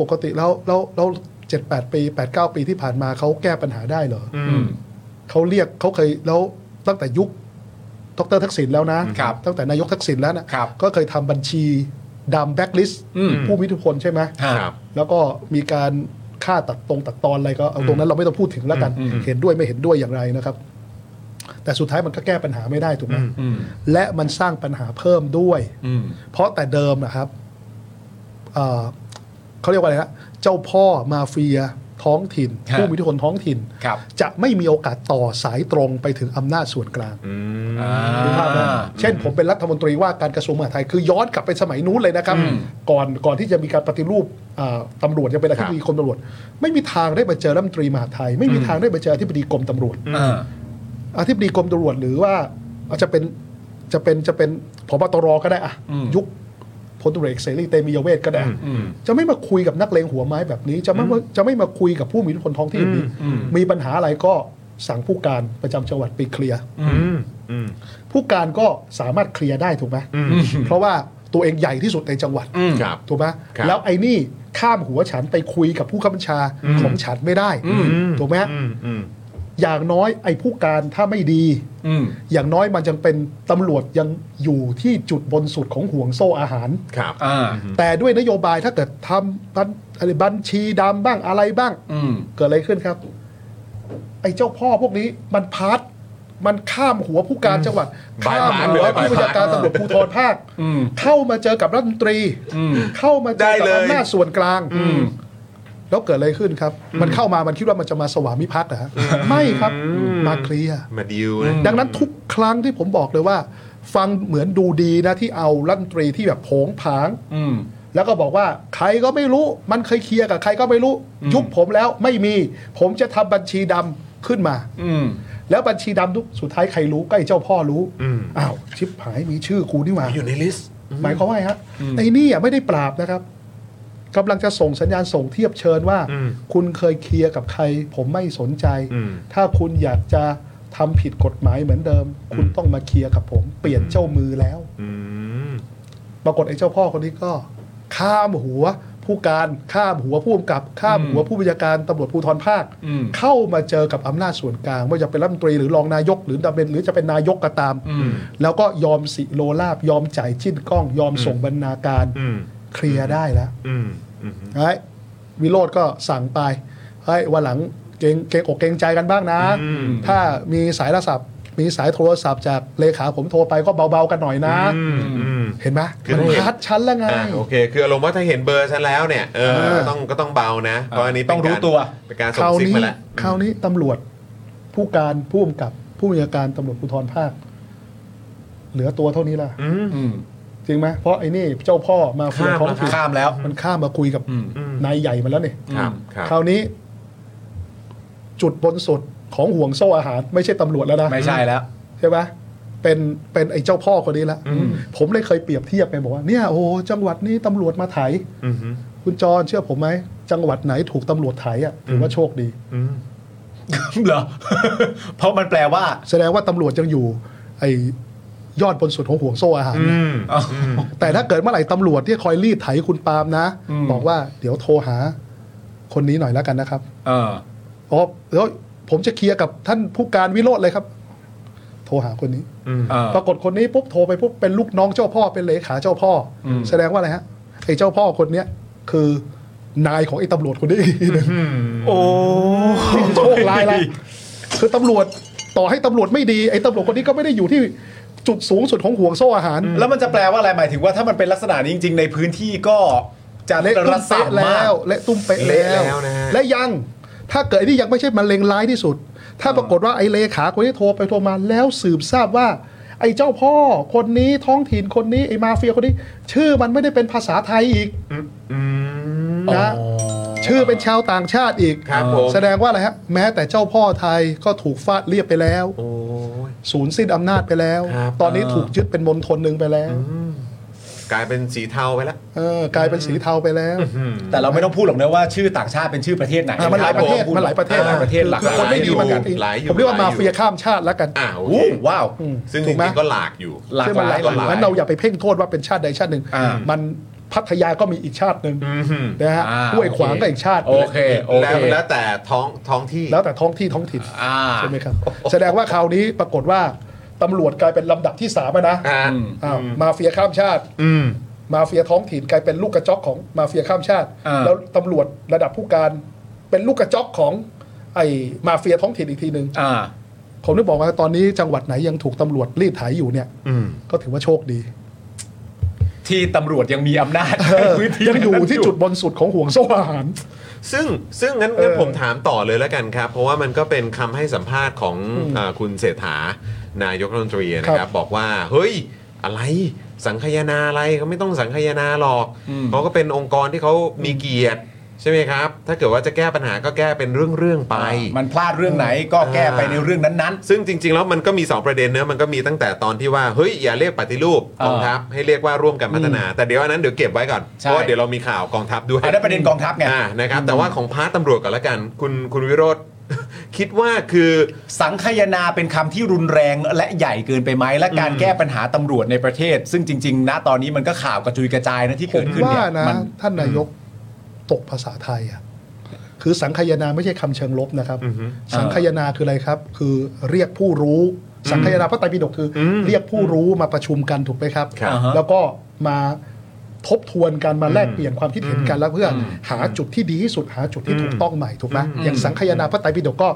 S4: ปกติแล้วแล้วแล้วเจ็ดแปดปีแปดเก้าปีที่ผ่านมาเขาแก้ปัญหาได้เหรอ
S2: อืม
S4: เขาเรียกเขาเคยแล้วตั้งแต่ยุคดรทักษิณแล้วนะ
S2: ครับ
S4: ตั้งแต่นายกทักษิณแล้วนะครับ ก็เคยทำบัญชีดำแบ็กลิสต์
S2: อืม
S4: ผู้มีอิทธิพลใช่ไหม
S2: ค
S1: ครั
S2: รับ
S1: บ
S4: แล้วก็มีการค่าตัดตรงตัดตอนอะไรก็เอาตรงนั้นเราไม่ต้องพูดถึงแล้วกัน เห็นด้วยไม่เห็นด้วยอย่างไรนะครับ แต่สุดท้ายมันก็แก้ปัญหาไม่ได้ถูกไหม
S2: อืม
S4: และมันสร้างปัญหาเพิ่มด้วย
S2: อืม
S4: เพราะแต่เดิมนะครับเอ่อเขาเรียกว่าอะไรนะเจ้าพ่อมาเฟียท้องถิ่น
S2: ฮะ
S4: ผู้มีอิทธิพลท้องถิ่น
S2: ครับ
S4: จะไม่มีโอกาสต่อสายตรงไปถึงอำนาจส่วนกลาง
S2: อ่
S4: ดูภาพนะ
S2: า
S4: เช่น ผมเป็นรัฐมนตรีว่าการกระทรวงมหาดไทยคือย้อนกลับไปสมัยนู้นเลยนะครับ
S2: อืม
S4: ก่อนก่อนที่จะมีการปฏิรูปอ่าตำารวจยังเป็นอธิบดีกรมตำรวจ ไม่มีทางได้มาเจอรัฐมนตรีมหาดไทย ไม่มีทางได้มาเจออธิบดีกรมตำรวจ
S2: อ่า
S4: อธิบดีกรมตำรวจหรือว่าอาจจะเป็น จะเป็นจะเป็นพบตรก็ได้อะยุคพลตุเรกเสรีเตมียเวทก็ได้ จะไม่มาคุยกับนักเลงหัวไม้แบบนี้ จะไม่มาจะไม่มาคุยกับผู้มีอิทธิพลท้องที่นนี้มีปัญหาอะไรก็สั่งผู้การประจำจังหวัดไปเคลียร์
S1: อืมอืม
S4: ผู้การก็สามารถเคลียร์ได้ถูกไหมเพราะว่าตัวเองใหญ่ที่สุดในจังหวัด
S1: ครับ
S4: ถูกไหม
S1: ครับ
S4: แล้วไอ้นี่ข้ามหัวฉันไปคุยกับผู้ข้าบัญชาของฉันไม่ได้ถูกไหม
S1: อืมอืม
S4: อย่างน้อยไอ้ผู้การถ้าไม่ดี
S2: อืม
S4: อย่างน้อยมันยังเป็นตำรวจยังอยู่ที่จุดบนสุดของห่วงโซ่อาหาร
S1: ครับ
S2: อ่า
S4: แต่ด้วยนโยบายถ้าเกิดทำบัญอะไรบัญชีดำบ้างอะไรบ้าง
S2: อืม
S4: เกิดอะไรขึ้นครับ ไอ้เจ้าพ่อพวกนี้มันพาร์ทมันข้ามหัวผู้การจังหวัด
S1: บาย
S4: ข้าม
S1: พาร์ท
S4: หัว
S1: เลยบาย
S4: ผู้บัญชาการ
S1: พาร์ท
S4: ตำรวจภูธรภาค
S2: อืม
S4: เข้ามาเจอกับรัฐมนตรี
S2: อืม
S4: เข้ามาเจอ
S1: ได้เลย
S4: กับอำนาจส่วนกลางแล้วเกิดอะไรขึ้นครับ มันเข้ามามันคิดว่ามันจะมาสวามิภักดิ์เหรอฮะไม่ครับมาเคลียร์
S1: มาดิวนะ
S4: ดังนั้นทุกครั้งที่ผมบอกเลยว่า ฟังเหมือนดูดีนะที่เอารัฐมนตรีที่แบบโผงผาง
S2: อืม
S4: แล้วก็บอกว่าใครก็ไม่รู้มันเคยเคลียร์กับใครก็ไม่รู้ ยุบผมแล้วไม่มี ผมจะทำบัญชีดำขึ้นมา
S2: อืม
S4: แล้วบัญชีดำทุกสุดท้ายใครรู้ก็ไอ้เจ้าพ่อรู้
S1: อืม
S4: อ้าวชิบหายมีชื่อกูนี่หว่า
S1: อยู่ในลิสต์
S4: หมายความว่าไงฮะไอ้นี่อ่ะไม่ได้ปราบนะครับกำลังจะส่งสัญญาณส่งเทียบเชิญว่า
S1: อืม
S4: คุณเคยเคลียร์กับใคร ผมไม่สนใจ
S1: อืม
S4: ถ้าคุณอยากจะทำผิดกฎหมายเหมือนเดิม คุณต้องมาเคลียร์กับผม เปลี่ยนเจ้ามือแล้ว
S1: อืม
S4: ปรากฏไอ้เจ้าพ่อคนนี้ก็ข้ามหัวผู้การข้ามหัวผู้กำกับ ข้ามหัวผู้บัญชาการตำรวจภูธรภาค
S2: อืม
S4: เข้ามาเจอกับอำนาจส่วนกลางไม่ว่าจะเป็นรัฐมนตรีหรือรองนายก หรือจะเป็นหรือจะเป็นนายกก็ตาม แล้วก็ยอมสิโลลาบยอมจ่ายจิ้นกล้อง ยอมส่งบรรณาการ
S1: อืม
S4: เคลียร์ได้แล้ว
S1: อืมอืม
S4: ไอ้วิโรธก็สั่งไปไอ้ยวันหลังเกรงเกรงอกเกรงใจกันบ้างนะ ถ้ามีสายโทรศัพท์ มีสายโทรศัพท์จากเลขาผมโทรไปก็เบาๆกันหน่อยนะ
S1: อืมอืม
S4: เห็นไหม
S1: คือ
S4: มัน
S1: เห็น
S4: พัดชั้นแล้วไง
S1: อ่ะโอเค คืออารมณ์ว่าถ้าเห็นเบอร์ฉันแล้วเนี่ย เออ
S4: เออ
S1: ก็ต้องก็ต้องเบานะ เพราะอันนี้เป็น
S2: ต้องรู้
S1: กา
S2: ตัว
S1: เป็นการ
S4: ค
S1: ส่ง
S4: ราว
S1: ซิก
S4: นี้
S1: มาแล้ว
S4: คราวนี้ตำรวจผู้การผู้กำกับผู้บัญชาการตำรวจภูธรภาค เหลือตัวเท่านี้ล่ะ
S2: อืม
S4: จริงไหมเพราะไอ้นี่เจ้าพ่อมาเฟีย
S1: ข้าม
S4: ท้องถิ่น
S2: ข้ามแล้ว
S4: มันข้ามมาคุยกับ
S2: อืม
S4: นายใหญ่มาแล้วนี่
S1: ครับครับ
S4: คราวนี้ จุดบนสุดของห่วงโซ่อาหาร ไม่ใช่ตำรวจแล้วนะ
S2: ไม่ใช่แล้ว
S4: ใช่ไหมเป็นเป็นไอ้เจ้าพ่อคนนี้ละผมเลยเคยเปรียบเทียบไปบอกว่าเนี่ยโอ้โหจังหวัดนี้ตำรวจมาไถ
S1: อืมอืม
S4: คุณจรเชื่อผมไหมจังหวัดไหนถูกตำรวจไถอ่ะถือว่าโชคดี
S1: อืม
S2: เหรอ เพราะมันแปลว่า
S4: แสดงว่าตำรวจยังอยู่ ไอยอดบนสุดของห่วงโซ่อาหารนะแต่ถ้าเกิดเมื่อไหร่ตำรวจที่คอยรีดไถคุณปาล์มนะ
S2: อืม
S4: บอกว่าเดี๋ยวโทรหา คนนี้หน่อยแล้วกันนะครับ
S2: เออ
S4: อ๋อแล้วผมจะเคลียร์กับท่านผู้การวิโรธเลยครับ โทรหาคนนี้
S2: เออ
S4: ปรากฏคนนี้ปุ๊บโทรไปปุ๊บเป็นลูกน้องเจ้าพ่อเป็นเลขาเจ้าพ่ออแสดงว่าอะไรฮะไอ้เจ้าพ่อคนเนี้ยคือนายของไอ้ตำรวจคนนี้อีกทีหนึง
S2: โอ้
S4: นี่คือโชคร้ายละคือตำรวจต่อให้ตำรวจไม่ดีไอ้ตำรวจคนนี้ก็ไม่ได้อยู่ที่จุดสูงสุดของห่วงโซ่อาหาร
S2: แล้วมันจะแปลว่าอะไรหมายถึงว่าถ้ามันเป็นลักษณะนี้จริง ๆ ในพื้นที่ก็จะ
S4: เละ
S2: ร
S4: ตุ้ม
S2: สับมา
S4: เป๊ะแล้
S2: ก
S4: ว เละตุ้มเป๊ะ
S1: เละแล้วนะฮะ
S4: และยัง ถ้าเกิดไอ้นี่ยังไม่ใช่มะเร็งร้ายที่สุด ถ้าปรากฏว่าไอ้เลขาคนนี้โทรไปโทรมาแล้วสืบทราบว่า ไอ้เจ้าพ่อคนนี้ท้องถิ่นคนนี้ไอ้มาเฟียคนนี้ ชื่อมันไม่ได้เป็นภาษาไทยอีกนะชื่อเป็นชาวต่างชาติอีก
S1: ครับผม
S4: แสดงว่าอะไรฮะแม้แต่เจ้าพ่อไทยก็ถูกฟาดเรียบไปแล้ว
S1: โอ้ย
S4: ศูนย์สิ้นอำนาจไปแล้ว
S1: ครับ
S4: ตอนนี้ถูกยึดเป็นมณฑลหนึ่งไปแล้ว
S1: กลายเป็นสีเทาไปแล้ว
S4: เออกลายเป็นสีเทาไปแล้ว
S2: แต่เราไม่ต้องพูดหรอกนะว่าชื่อต่างชาติเป็นชื่อประเทศไหน
S4: อ่ะมันหลายประเท
S2: ไต้
S4: ศ
S2: องพูด
S4: มันหลายประเทศ
S2: หลายประเทศ
S4: คือ
S2: หลากห
S4: คือ
S2: ลาย
S4: คนไม่ดีมันกัน
S1: หลายอยู่
S4: ผมเรียก
S1: หลาม
S4: ว่าาย
S1: อยู่
S4: เฟียข้ามชาติแล้วกัน
S1: อ่าโอ
S2: โอ้
S1: เค
S2: โหว้าว
S1: ซึ่งจ
S4: ถูกไหม
S1: ริงๆก็หลากอยู่
S2: หลาก
S4: ซึ่ง
S2: ห
S4: มัน
S2: ลาย
S4: หลาย
S2: หลากหลาย
S4: งั้นเราอย่าไปเพ่งโทษว่าเป็นชาติใดชาติหนึ่ง
S2: อ่ามั
S4: มันพัทยาก็มีอีกชาติหนึ่งนะฮะ
S2: อ่า
S4: ห้วยขวาง
S2: โอเค
S4: ก็อีกชาติ
S2: โอเคโอ
S1: แล้ว
S2: เค
S1: แล้วแต่ท้องท้องที่
S4: แล้วแต่ท้องที่ท้องถิ่น
S2: อ่า
S4: ใช่ไหมครับ แสดงว่าคราวนี้ปรากฏว่าตำรวจกลายเป็นลำดับที่สามแล้วนะ
S1: อ่า
S4: อ้าวมาเฟียข้ามชาติ
S1: อืม
S4: มาเฟียท้องถิ่นกลายเป็นลูกกระจอกของมาเฟียข้ามชาติ
S2: า
S4: แล้วตำรวจระดับผู้การเป็นลูกกระจอกของไอ้มาเฟียท้องถิ่นอีกทีหนึ่ง
S2: อ่า
S4: ผมได้บอกว่าตอนนี้จังหวัดไหนยังถูกตำรวจรีดไถอยู่เนี่ย
S1: อืม
S4: ก็ถือว่าโชคดี
S2: ที่ตำรวจยังมีอำนาจ
S4: เออ
S2: พื้นที่
S4: ยังอยู่ที่จุดบนสุดของห่วงโซ่อาหาร
S1: ซึ่งซึ่งงั้นงั้น
S4: เออ
S1: ผมถามต่อเลยแล้วกันครับ เพราะว่ามันก็เป็นคำให้สัมภาษณ์ของอาคุณเศรษฐานายกรัฐมนตรีนะค
S4: ครั
S1: รับบ บอกว่า เฮ้ย อะไรสังคายนาอะไรเขาไม่ต้องสังคายนาหรอกเขาก็เป็นองค์กรที่เขามีเกียรติ ใช่ไหมครับ ถ้าเกิดว่าจะแก้ปัญหาก็แก้เป็นเรื่องๆไป
S2: มันพลาดเรื่องไหนก็แก้ไปในเรื่องนั้น
S1: ซึ่งจริง ๆ แล้วมันก็มี 2 ประเด็นเนื้อะมันก็มีตั้งแต่ตอนที่ว่า เฮ้ย อย่าเรียกปฏิรูปกองทัพให้เรียกว่าร่วมกันพัฒนา แต่เดี๋ยวอันนั้นเดี๋ยวเก็บไว้ก่อนเพ
S2: ใช่
S1: ราะว่าเดี๋ยวเรามีข่าวกองทัพด้ว
S2: ๆ
S1: ย
S2: อันนั้นประเด็นกองทัพไง
S1: อ่านะครับแต่ว่าของพาร์ทตำรวจก่อนละกัน คุณคุณวิโรธ คิดว่าคือ
S2: สังคายนาเป็นคำที่รุนแรงและใหญ่เกินไปไหมและการแก้ปัญหาตำรวจในประเทศ ซึ่งจริงๆนะตอนนี้มันก็ข่าวกระจุยกระจายนะที่
S4: ผ
S2: เกิด
S4: ม
S2: ขึ้น
S4: ว่า
S2: เนี่ย
S4: นะ
S2: มัน
S4: ท่านนายกตกภาษาไทยอ่ะคือสังคายนาไม่ใช่คำเชิงลบนะครับ
S1: อือฮึ
S4: สังคายนาคืออะไรครับ คือเรียกผู้รู้ สังคายนาพระไตรปิฎกคืออ
S1: ม
S4: เรียกผู้รู้มาประชุมกันถูกไหมครับ
S1: ครับอ่าฮะ
S4: แล้วก็มาทบทวนกันมาแลกเปลี่ยนความคิดเห็นกันแล้วเพื่ออหาจุดที่ดีที่สุดหาจุดที่ถูกต้องใหม่ถูกไหมอย่างสังคายนาพระไตรปิฎกก็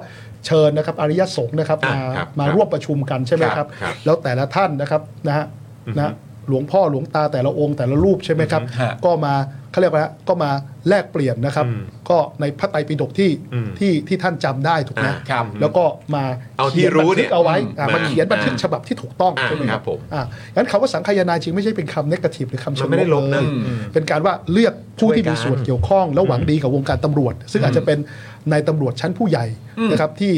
S4: เชิญนะครับอริยสงฆ์นะครับ
S1: อ่ะ
S4: มา
S1: ครับ
S4: มา
S1: ครับ
S4: ร่วมประชุมกันใช่ไหม
S1: ค
S4: ค
S1: รั
S4: รั
S1: บบ ครับ
S4: แล้วแต่ละท่านนะครับนะฮะนะหลวงพ่อหลวงตาแต่ละองค์แต่ละรูปใช่ไหมครับ
S2: ฮะ
S4: ก็มาเขาเรียกว่าอะไรฮะก็มาแลกเปลี่ยนนะครับ
S1: อืม
S4: ก็ในพระไตรปิฎกที่
S1: อืม
S4: ที่ที่ท่านจำได้ถูกไหม
S1: อ่าครับ
S4: แล้วก็มา
S1: เอาที่รู้เนี่ย
S4: ขีบัทึกเอาไว้อ่ะ
S1: มา
S4: มาเขียนบันทึก
S1: อ่า
S4: ฉบับที่ถูกต้อง
S1: อ่า
S4: ใช่ไหมค
S1: ครั
S4: รับบ
S1: ผม
S4: อ่ะงั้นคำว่าสังคายนาจริงไม่ใช่เป็นคำเนกาทีฟหรือคำเช
S1: มั
S4: ง
S1: นไม่ได้ลบนะ
S4: เลย
S1: อืม
S4: เป็นการว่าเลือกผู้ที่
S1: ช่วยกัน
S4: มีส่วนเกี่ยวข้องและหวังดีกับวงการตำรวจ ซึ่งอาจจะเป็นนายตำรวจชั้นผู้ใหญ่นะครับที่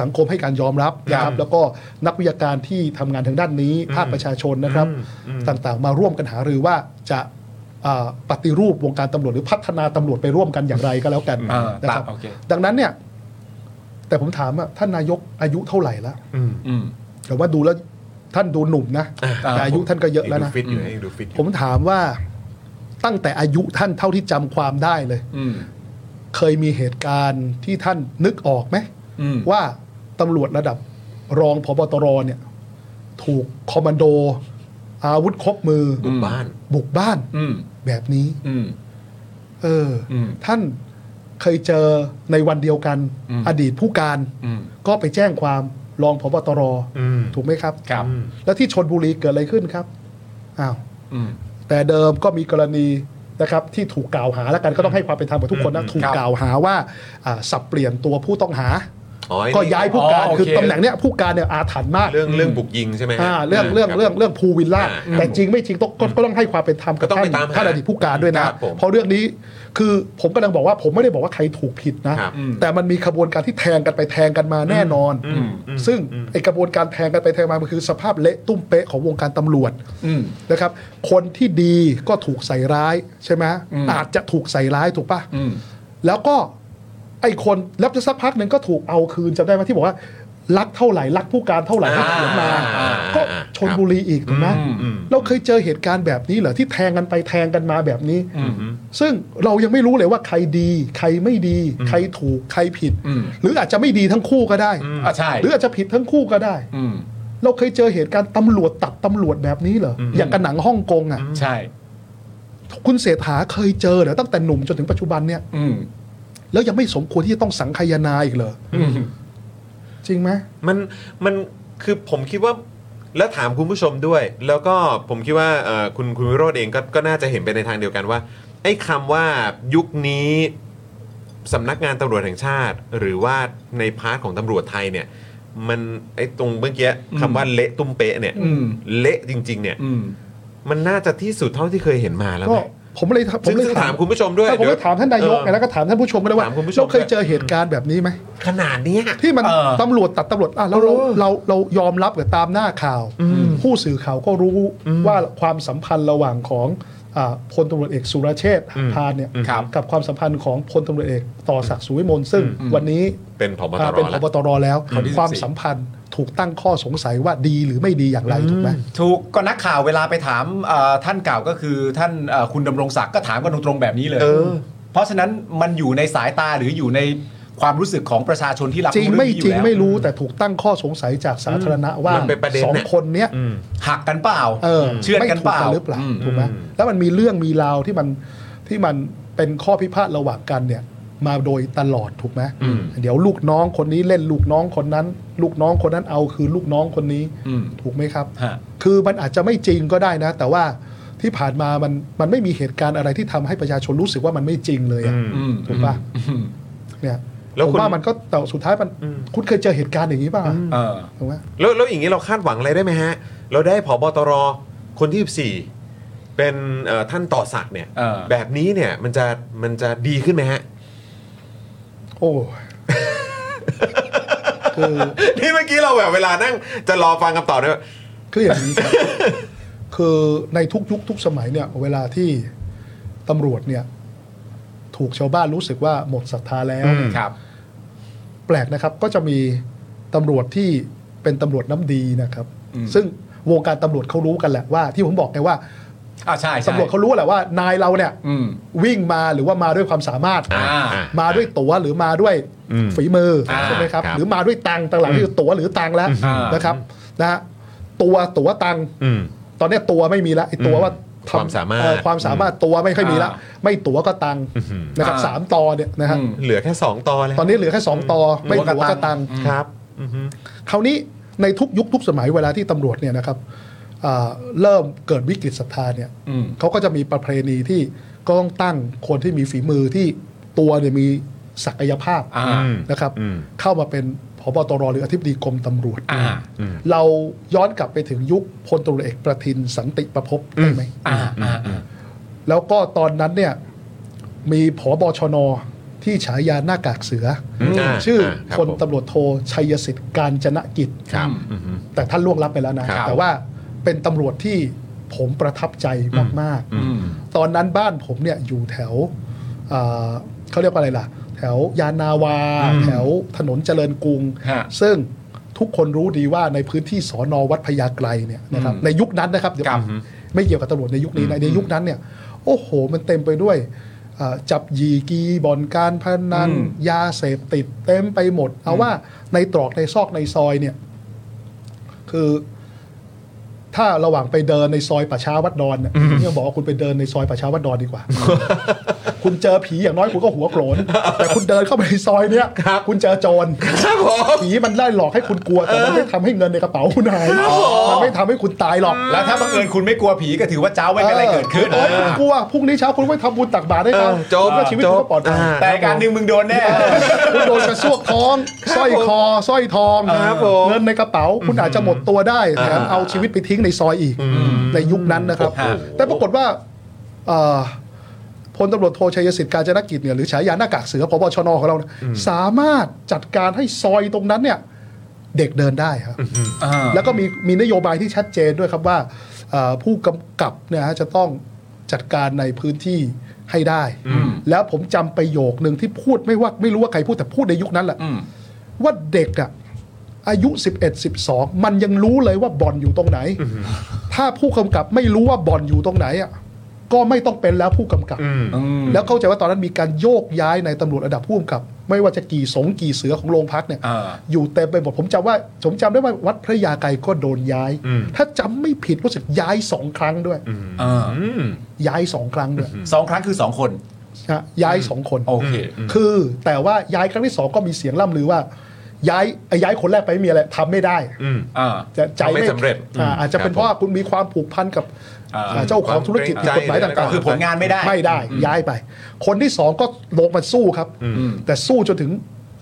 S4: สังคมให้การยอมรับนะค
S1: ครั
S4: รั
S1: บบ
S4: แล้วก็นักวิชาการที่ทำงานทางด้านนี้ภาคประชาชนนะครับ
S1: อืมอืม
S4: ต่างๆ มาร่วมกันหารือว่าจะอ่าปฏิรูปวงการตำรวจหรือพัฒนาตำรวจไปร่วมกันอย่างไรก็แล้วกัน
S2: อ่า
S4: นะครั
S2: ตามโอเค
S4: ดังนั้นเนี่ย แต่ผมถามอ่ะท่านนายกอายุเท่าไหร่แล้ว
S1: อืม
S2: อืม
S4: แต่ว่าดูแล้วท่านดูหนุ่มนะ
S1: อ่ะ
S4: แต่อายุท่านก็เยอะแล้ว
S1: ดู
S4: นะ
S1: ฟิตอยู่นะยังดูฟิตอยู่
S4: ผมถามว่าตั้งแต่อายุท่านเท่าที่จำความได้เลย
S2: อืม
S4: เคยมีเหตุการณ์ที่ท่านนึกออกไหม
S2: อืม
S4: ว่าตำรวจระดับรองพบตรเนี่ย ถูกคอมมานโด อาวุธครบมือ
S1: บุกบ้าน
S4: บุกบ้าน
S2: อืม
S4: แบบนี้
S2: อืม
S4: เอออ
S2: ม
S4: ท่านเคยเจอในวันเดียวกัน
S2: อืม
S4: อดีตผู้การ
S2: อืม
S4: ก็ไปแจ้งความรองพบตร
S1: อืม
S4: ถูกไหมครับ
S2: ครับ
S4: แล้วที่ชนบุรีเกิดอะไรขึ้นครับอ้าว
S2: อืม
S4: แต่เดิมก็มีกรณีนะครับที่ถูกกล่าวหาแล้วกันก็ต้องให้ความเป็นธรรมกับทุกคนนะถูก
S2: ครับ
S4: กล่าวหาว่าอ่าสับเปลี่ยนตัวผู้ต้องหา
S1: อ๋อไอ้นี่
S4: ก็ย้ายผู้การ
S2: อ๋อโอเค
S4: คือตำแหน่งเนี้ยผู้การเนี่ยอาถรรพ์มาก
S1: เรื่องเรื่องบุกยิงใช่ไหมฮะ
S4: อ่าเรื่องเรื่อง
S1: คบ
S4: เรื่องเรื่องภูวิลล่า
S1: อ่าครับ
S4: แต่จริงไม่จริงต้องก็ก็ต้องให้ความเป็นธรรม
S1: ก็
S4: กับ
S1: ต้อง
S4: ท่า
S1: ไป
S4: น
S1: ตามหา
S4: ท่านอดีตผู้การด้วยนะครับ
S1: ผม
S4: เพราะเรื่องนี้คือผมกำลังบอกว่าผมไม่ได้บอกว่าใครถูกผิดนะ
S1: ครับอืม
S4: แต่มันมีขบวนการที่แทงกันไปแทงกันมาแน่นอน
S1: อืมอืม
S4: ซึ่ง
S1: อืม
S4: ไอกระบวนการแทงกันไปแทงมามันคือสภาพเละตุ้มเป๊ะของวงการตำรวจ
S2: อืม
S4: นะครับคนที่ดีก็ถูกใส่ร้ายใช่ไหมอาจจะถูกใส่ร้ายถูกปะ
S2: อืม
S4: แล้วก็ไอ้คนแล้วจะสักพักหนึ่งก็ถูกเอาคืนจำได้ไหมที่บอกว่า รักเท่าไหร่รักผู้การเท่าไหร่
S1: อ่า
S4: ก็เขียนมา
S1: อ่า
S4: ก็ชนบุรีอีกถูกไหม
S2: อืม
S4: เราเคยเจอเหตุการณ์แบบนี้เหรอที่แทงกันไปแทงกันมาแบบนี้ ซึ่งเรายังไม่รู้เลยว่าใครดี ใครไม่ดี ใครถูกใครผิด หรืออาจจะไม่ดีทั้งคู่ก็ได้
S2: อ่ะใช่
S4: หรืออาจจะผิดทั้งคู่ก็ได้
S2: อืม
S4: เราเคยเจอเหตุการณ์ตำรวจตัดตำรวจแบบนี้เหรออย่างกระหนังฮ่องกงอ่ะ
S2: ใช่
S4: คุณเศรษฐาเคยเจอเหรอตั้งแต่หนุ่มจนถึงปัจจุบันเนี่ย
S2: อืม
S4: แล้วยังไม่สมควรที่จะต้องสังคายนาอีกเหรออจริงไหม
S1: มันมันคือผมคิดว่าแล้วถามคุณผู้ชมด้วย แล้วก็ผมคิดว่าเอ่อคุณคุณวิโรธเองก็ก็น่าจะเห็นไปในทางเดียวกันว่า ไอ้คำว่ายุคนี้สำนักงานตำรวจแห่งชาติ หรือว่าในพาร์ทของตำรวจไทยเนี่ย มันไอ้ตรงเมื่อกี้คำว่าเละตุ้มเป๊ะเนี่ย
S2: อืม
S1: เละจริง ๆ เนี่ย
S2: อืม
S1: มันน่าจะที่สุดเท่าที่เคยเห็นมาแล้ว
S4: ก็
S1: ไหม
S4: ผมเลยผม
S1: ซึ่ง
S4: เลย
S1: ซึ่งถามคุณผู้ชมด้วย
S4: แต่ผมเลย
S1: เดี๋ยว
S4: ถามท่านนายก
S1: เออ
S4: ไงแล้วก็ถามท่านผู้ชมก็ได้ว่า
S1: ถามคุณผู้ชม
S4: เราเคยเจอเหตุการณ์แบบนี้ไหม
S1: ขนาดเนี้ย
S4: ที่มัน
S2: เออ
S4: ตำรวจตัดตำรวจอ่ะแล้วเราเราเรายอมรับกับตามหน้าข่าว ผู้สื่อข่าวก็รู้ว่าความสัมพันธ์ระหว่างของอ่าพลตำรวจเอกสุรเชษฐ์หักพานเนี่ย
S2: ครับ
S4: กับความสัมพันธ์ของพลตำรวจเอกต่อศักดิ์สุวิมลซึ่งวันนี้
S1: เป็นผบต
S4: อ่าร เป็นพ
S1: แล้ว
S4: บตรแล้ว
S2: คนที่
S4: ความ
S2: สิบสี่
S4: สัมพันธ์ถูกตั้งข้อสงสัยว่าดีหรือไม่ดีอย่างไรถูกไหม
S2: ถูกก็นักข่าวเวลาไปถามเอ่อท่านเก่าก็คือท่านเอ่อคุณดำรงศักดิ์ก็ถามกันตรงๆแบบนี้เลย
S1: เออ
S2: เพราะฉะนั้นมันอยู่ในสายตาหรืออยู่ในความรู้สึกของประชาชนที่รับ
S4: จริง
S2: รู้เรื่
S4: ไม่
S2: องนี้อ
S4: จริ
S2: ยู่
S4: ง
S2: แล้ว
S4: ไม่รู้แต่ถูกตั้งข้อสงสัยจากสาธารณะว่า
S1: มันเป็นประเด็น
S4: สอง
S1: น่ะ
S4: คนเนี้ย
S1: อืม
S2: หักกันเปล่า
S4: เออ
S2: เชื่อดกันเปล่า
S4: ไม่ถูหรือเปล่า
S2: อืม
S4: ถูกไหม
S1: อืม
S4: แล้วมันมีเรื่องมีราวที่มันที่มันเป็นข้อพิพาทระหว่างกันเนี่ย มาโดยตลอดถูกไหมเดี๋ยวลูกน้องคนนี้เล่นลูกน้องคนนั้น ลูกน้องคนนั้นเอาคือลูกน้องคนนี้
S2: อืม
S4: ถูกไหมครับ
S2: ฮะ
S4: คือมันอาจจะไม่จริงก็ได้นะ แต่ว่าที่ผ่านมามันมันไม่มีเหตุการณ์อะไรที่ทำให้ประชาชนรู้สึกว่ามันไม่จริงเลยอะ
S2: อืม
S4: ถูกป่ะเนี่ย
S1: แล้ว
S4: ผม
S1: คุณ
S4: ว่ามันก็แต่สุดท้ายมัน
S1: อืม
S4: คุณเคยเจอเหตุการณ์อย่างนี้ป่ะ
S2: เออ
S4: ถูกไหม
S1: แล้วแล้วอย่างนี้เราคาดหวังอะไรได้ไหมฮะ เราได้ผอบตรคนที่ 14 เป็นเอ่อท่านต่อศักดิ์เนี่ย
S2: เออ
S1: แบบนี้เนี่ยมันจะมันจะดีขึ้นไหมฮะ
S4: โอ้ คือ
S1: นี่เมื่อกี้เราแบบเวลานั่งจะรอฟังคำตอบเนี่ย
S4: คืออย่างนี้ครับ คือในทุกยุคทุกสมัยเนี่ยเวลาที่ตำรวจเนี่ย ถูกชาวบ้านรู้สึกว่าหมดศรัทธาแล้ว
S1: อืม
S2: ครับ
S4: แปลกนะครับก็จะมีตำรวจที่เป็นตำรวจน้ำดีนะครับ ซึ่งวงการตำรวจเขารู้กันแหละว่า ที่ผมบอกไงว่า
S2: อ่าใช่ใช่
S4: ตำรวจเขารู้แหละว่านายเราเนี่ย
S2: อืม
S4: วิ่งมาหรือว่ามาด้วยความสามารถ
S2: อ่า
S4: มาด้วยตั๋วหรือมาด้วย
S1: อืม
S4: ฝีมืออา ใช่ไหมครับ
S1: ครับ
S4: หรือมาด้วยตังค์ต่างหลังนี่คือตั๋วหรือตังค์แล้ว
S2: อ่าน
S4: นะครับนะฮะตัวตั๋วตังค์
S1: อืม
S4: ตอนเนี้ยตัวไม่มีละไอ้ตัว
S1: อืม
S4: ว่าทำ
S1: ความสามารถ
S4: เอ่อความสามารถตัวไม่ค่อยมีละ
S2: อ่
S4: ไม่ตั๋วก็ตังค์
S1: อื้อหือ
S4: นะครับ
S2: อ่า
S4: สามตอเนี่ยนะฮะ
S2: อืม
S1: เหลือแค่ 2 ตอนแล้ว
S4: ตอนนี้เหลือแค่สองตอไม่ตั๋วก็ตังค์
S1: ครับอือฮึ
S4: คราวนี้ในทุกยุคทุกสมัยเวลาที่ตำรวจเนี่ยนะครับอ่าเริ่มเกิดวิกฤตศรัทธาเนี่ย
S2: อืม
S4: เขาก็จะมีประเพณีที่ก็ต้องตั้งคนที่มีฝีมือที่ตัวเนี่ยมีศักยภาพ
S2: อ่า
S4: นะครับ
S1: อืม
S4: เข้ามาเป็นพบตรหรืออธิบดีกรมตำรวจ
S2: อ่า
S4: เราย้อนกลับไปถึงยุคพลตำรวจเอกประทินสันติประพบได้ไหม
S2: อ่าอ่าอ่า
S4: แล้วก็ตอนนั้นเนี่ยมีผบชนที่ฉายาหน้ากากเสืออ
S1: มอ่า
S4: ชื่อ
S1: ค
S4: อา
S1: รับ
S4: พ
S1: ผ
S4: ล
S1: ม
S4: ตำรวจโทชัยสิทธิ์การจนะกิจ
S1: ครับ
S4: แต่ท่านล่วงลับไปแล้วนะ
S1: ครับ
S4: แต่ว่าเป็นตำรวจที่ผมประทับใจมาก
S2: อืม
S4: ๆ ตอนนั้นบ้านผมเนี่ยอยู่แถวเอ่อเขาเรียกว่าอะไรล่ะ แถวยานาวา แถวถนนเจริญกรุง
S2: ฮะ
S4: ซึ่งทุกคนรู้ดีว่าในพื้นที่สอนอวัดพญาไกรเนี่ยนะครับ
S2: อืม
S4: ในยุคนั้นนะครับเดี๋ยว
S2: ครับ
S4: ไม่เกี่ยวกับตำรวจในยุคนี้นะในยุคนั้นเนี่ย โอ้โห มันเต็มไปด้วยเอ่อจับยีกีบ่อนการพนัน
S2: อืม
S4: ยาเสพติดเต็มไปหมด เอาว่าในตรอกในซอกในซอยเนี่ย คือถ้าระหว่างไปเดินในซอยป่าช้าวัดดอนเนี่ยเนี่ยบอกว่าคุณไปเดินในซอยป่าช้าวัดดอนดีกว่า คุณเจอผีอย่างน้อยคุณก็หัวโกร นแต่คุณเดินเข้าไปในซอยเนี้ยคุณเจอโจรผีมันไล่หลอกให้คุณกลัว แต่มันไม่ทำให้เงินในกระเป๋าคุณหายมันไม่ทำให้คุณตายหรอก
S2: แล้วถ้าบังเอิญคุณไม่กลัวผีก็ถือว่าเจ้าไม่เป็นอะไรเกิดขึ้น
S4: โอ๊ยคุณกลัวพรุ่งนี้เช้าคุณไว้ทำบุญตักบาตรให้เขา
S1: เออโจร
S4: แล้วชีวิตคุณก็ปลอดภัย
S1: โจร
S2: แต่การหนึ่งมึงโดนแน่
S4: คุณโดนกระซวกท้องสร้อยคอสร้อยทอง
S1: ครับผม
S4: เงินในกระเป๋า คุณอาจจะหมดตัวได้แถมเอาชีวิตไปทิ้งในซอยอีก ในยุคนั้นนะครับ
S2: ครับ
S4: แต่ปรากฏว่าเอ่อพลตำรวจโทชัยสิทธิ์การจนกิจเนี่ยหรือฉายาหน้ากากเสือพบชนของเราเนี่ยสามารถจัดการให้ซอยตรงนั้นเนี่ยเด็กเดินได้ครับ
S2: อ่า
S4: แล้วก็มีมีนโยบายที่ชัดเจนด้วยครับว่าเอ่อผู้กำกับเนี่ยฮะจะต้องจัดการในพื้นที่ให้ได้ แล้วผมจำประโยคหนึ่งที่พูดไม่ว่าไม่รู้ว่าใครพูดแต่พูดในยุคนั้นแหละ
S2: อืม
S4: ว่าเด็กอะอายุ 11 12 มันยังรู้เลยว่าบ่อนอยู่ตรงไหน ถ้าผู้กำกับไม่รู้ว่าบ่อนอยู่ตรงไหนอะก็ไม่ต้องเป็นแล้วผู้กำกับ
S2: อืม
S4: แล้วเข้าใจว่าตอนนั้นมีการโยกย้ายในตำรวจระดับผู้กำกับ ไม่ว่าจะกี่สงกี่เสือของโรงพักเนี่ย
S2: อ่า
S4: อยู่เต็มไปหมดผมจำว่าผมจำได้ว่าวัดพระยาไกรก็โดนย้าย ถ้าจำไม่ผิดรู้สึกย้ายสองครั้งด้วย
S2: อ่า
S4: ย้ายสองครั้งด้วย
S2: สองครั้งคือสองคน
S4: ฮะย้ายสองคน
S2: โอเค
S4: คือแต่ว่าย้ายครั้งที่สองก็มีเสียงล่ำลือว่า ย้ายไอ้ย้ายคนแรกไปไม่มีอะไรทำไม่ได้
S2: อ่า
S4: จะใจ
S1: ทำไม่สำเร็จ
S4: อ่าอาจจะเป็นเพราะว่าคุณมีความผูกพันกับ
S2: อ่า
S4: อ่าเจ้าของธุรกิจผิดกฎหมาย
S1: ความเกรงใจ
S4: ต่างๆ
S2: คือผลงานไม่ได้
S4: ไม่ได้ย้ายไป คนที่สองก็ลงมาสู้ครับ แต่สู้จนถึง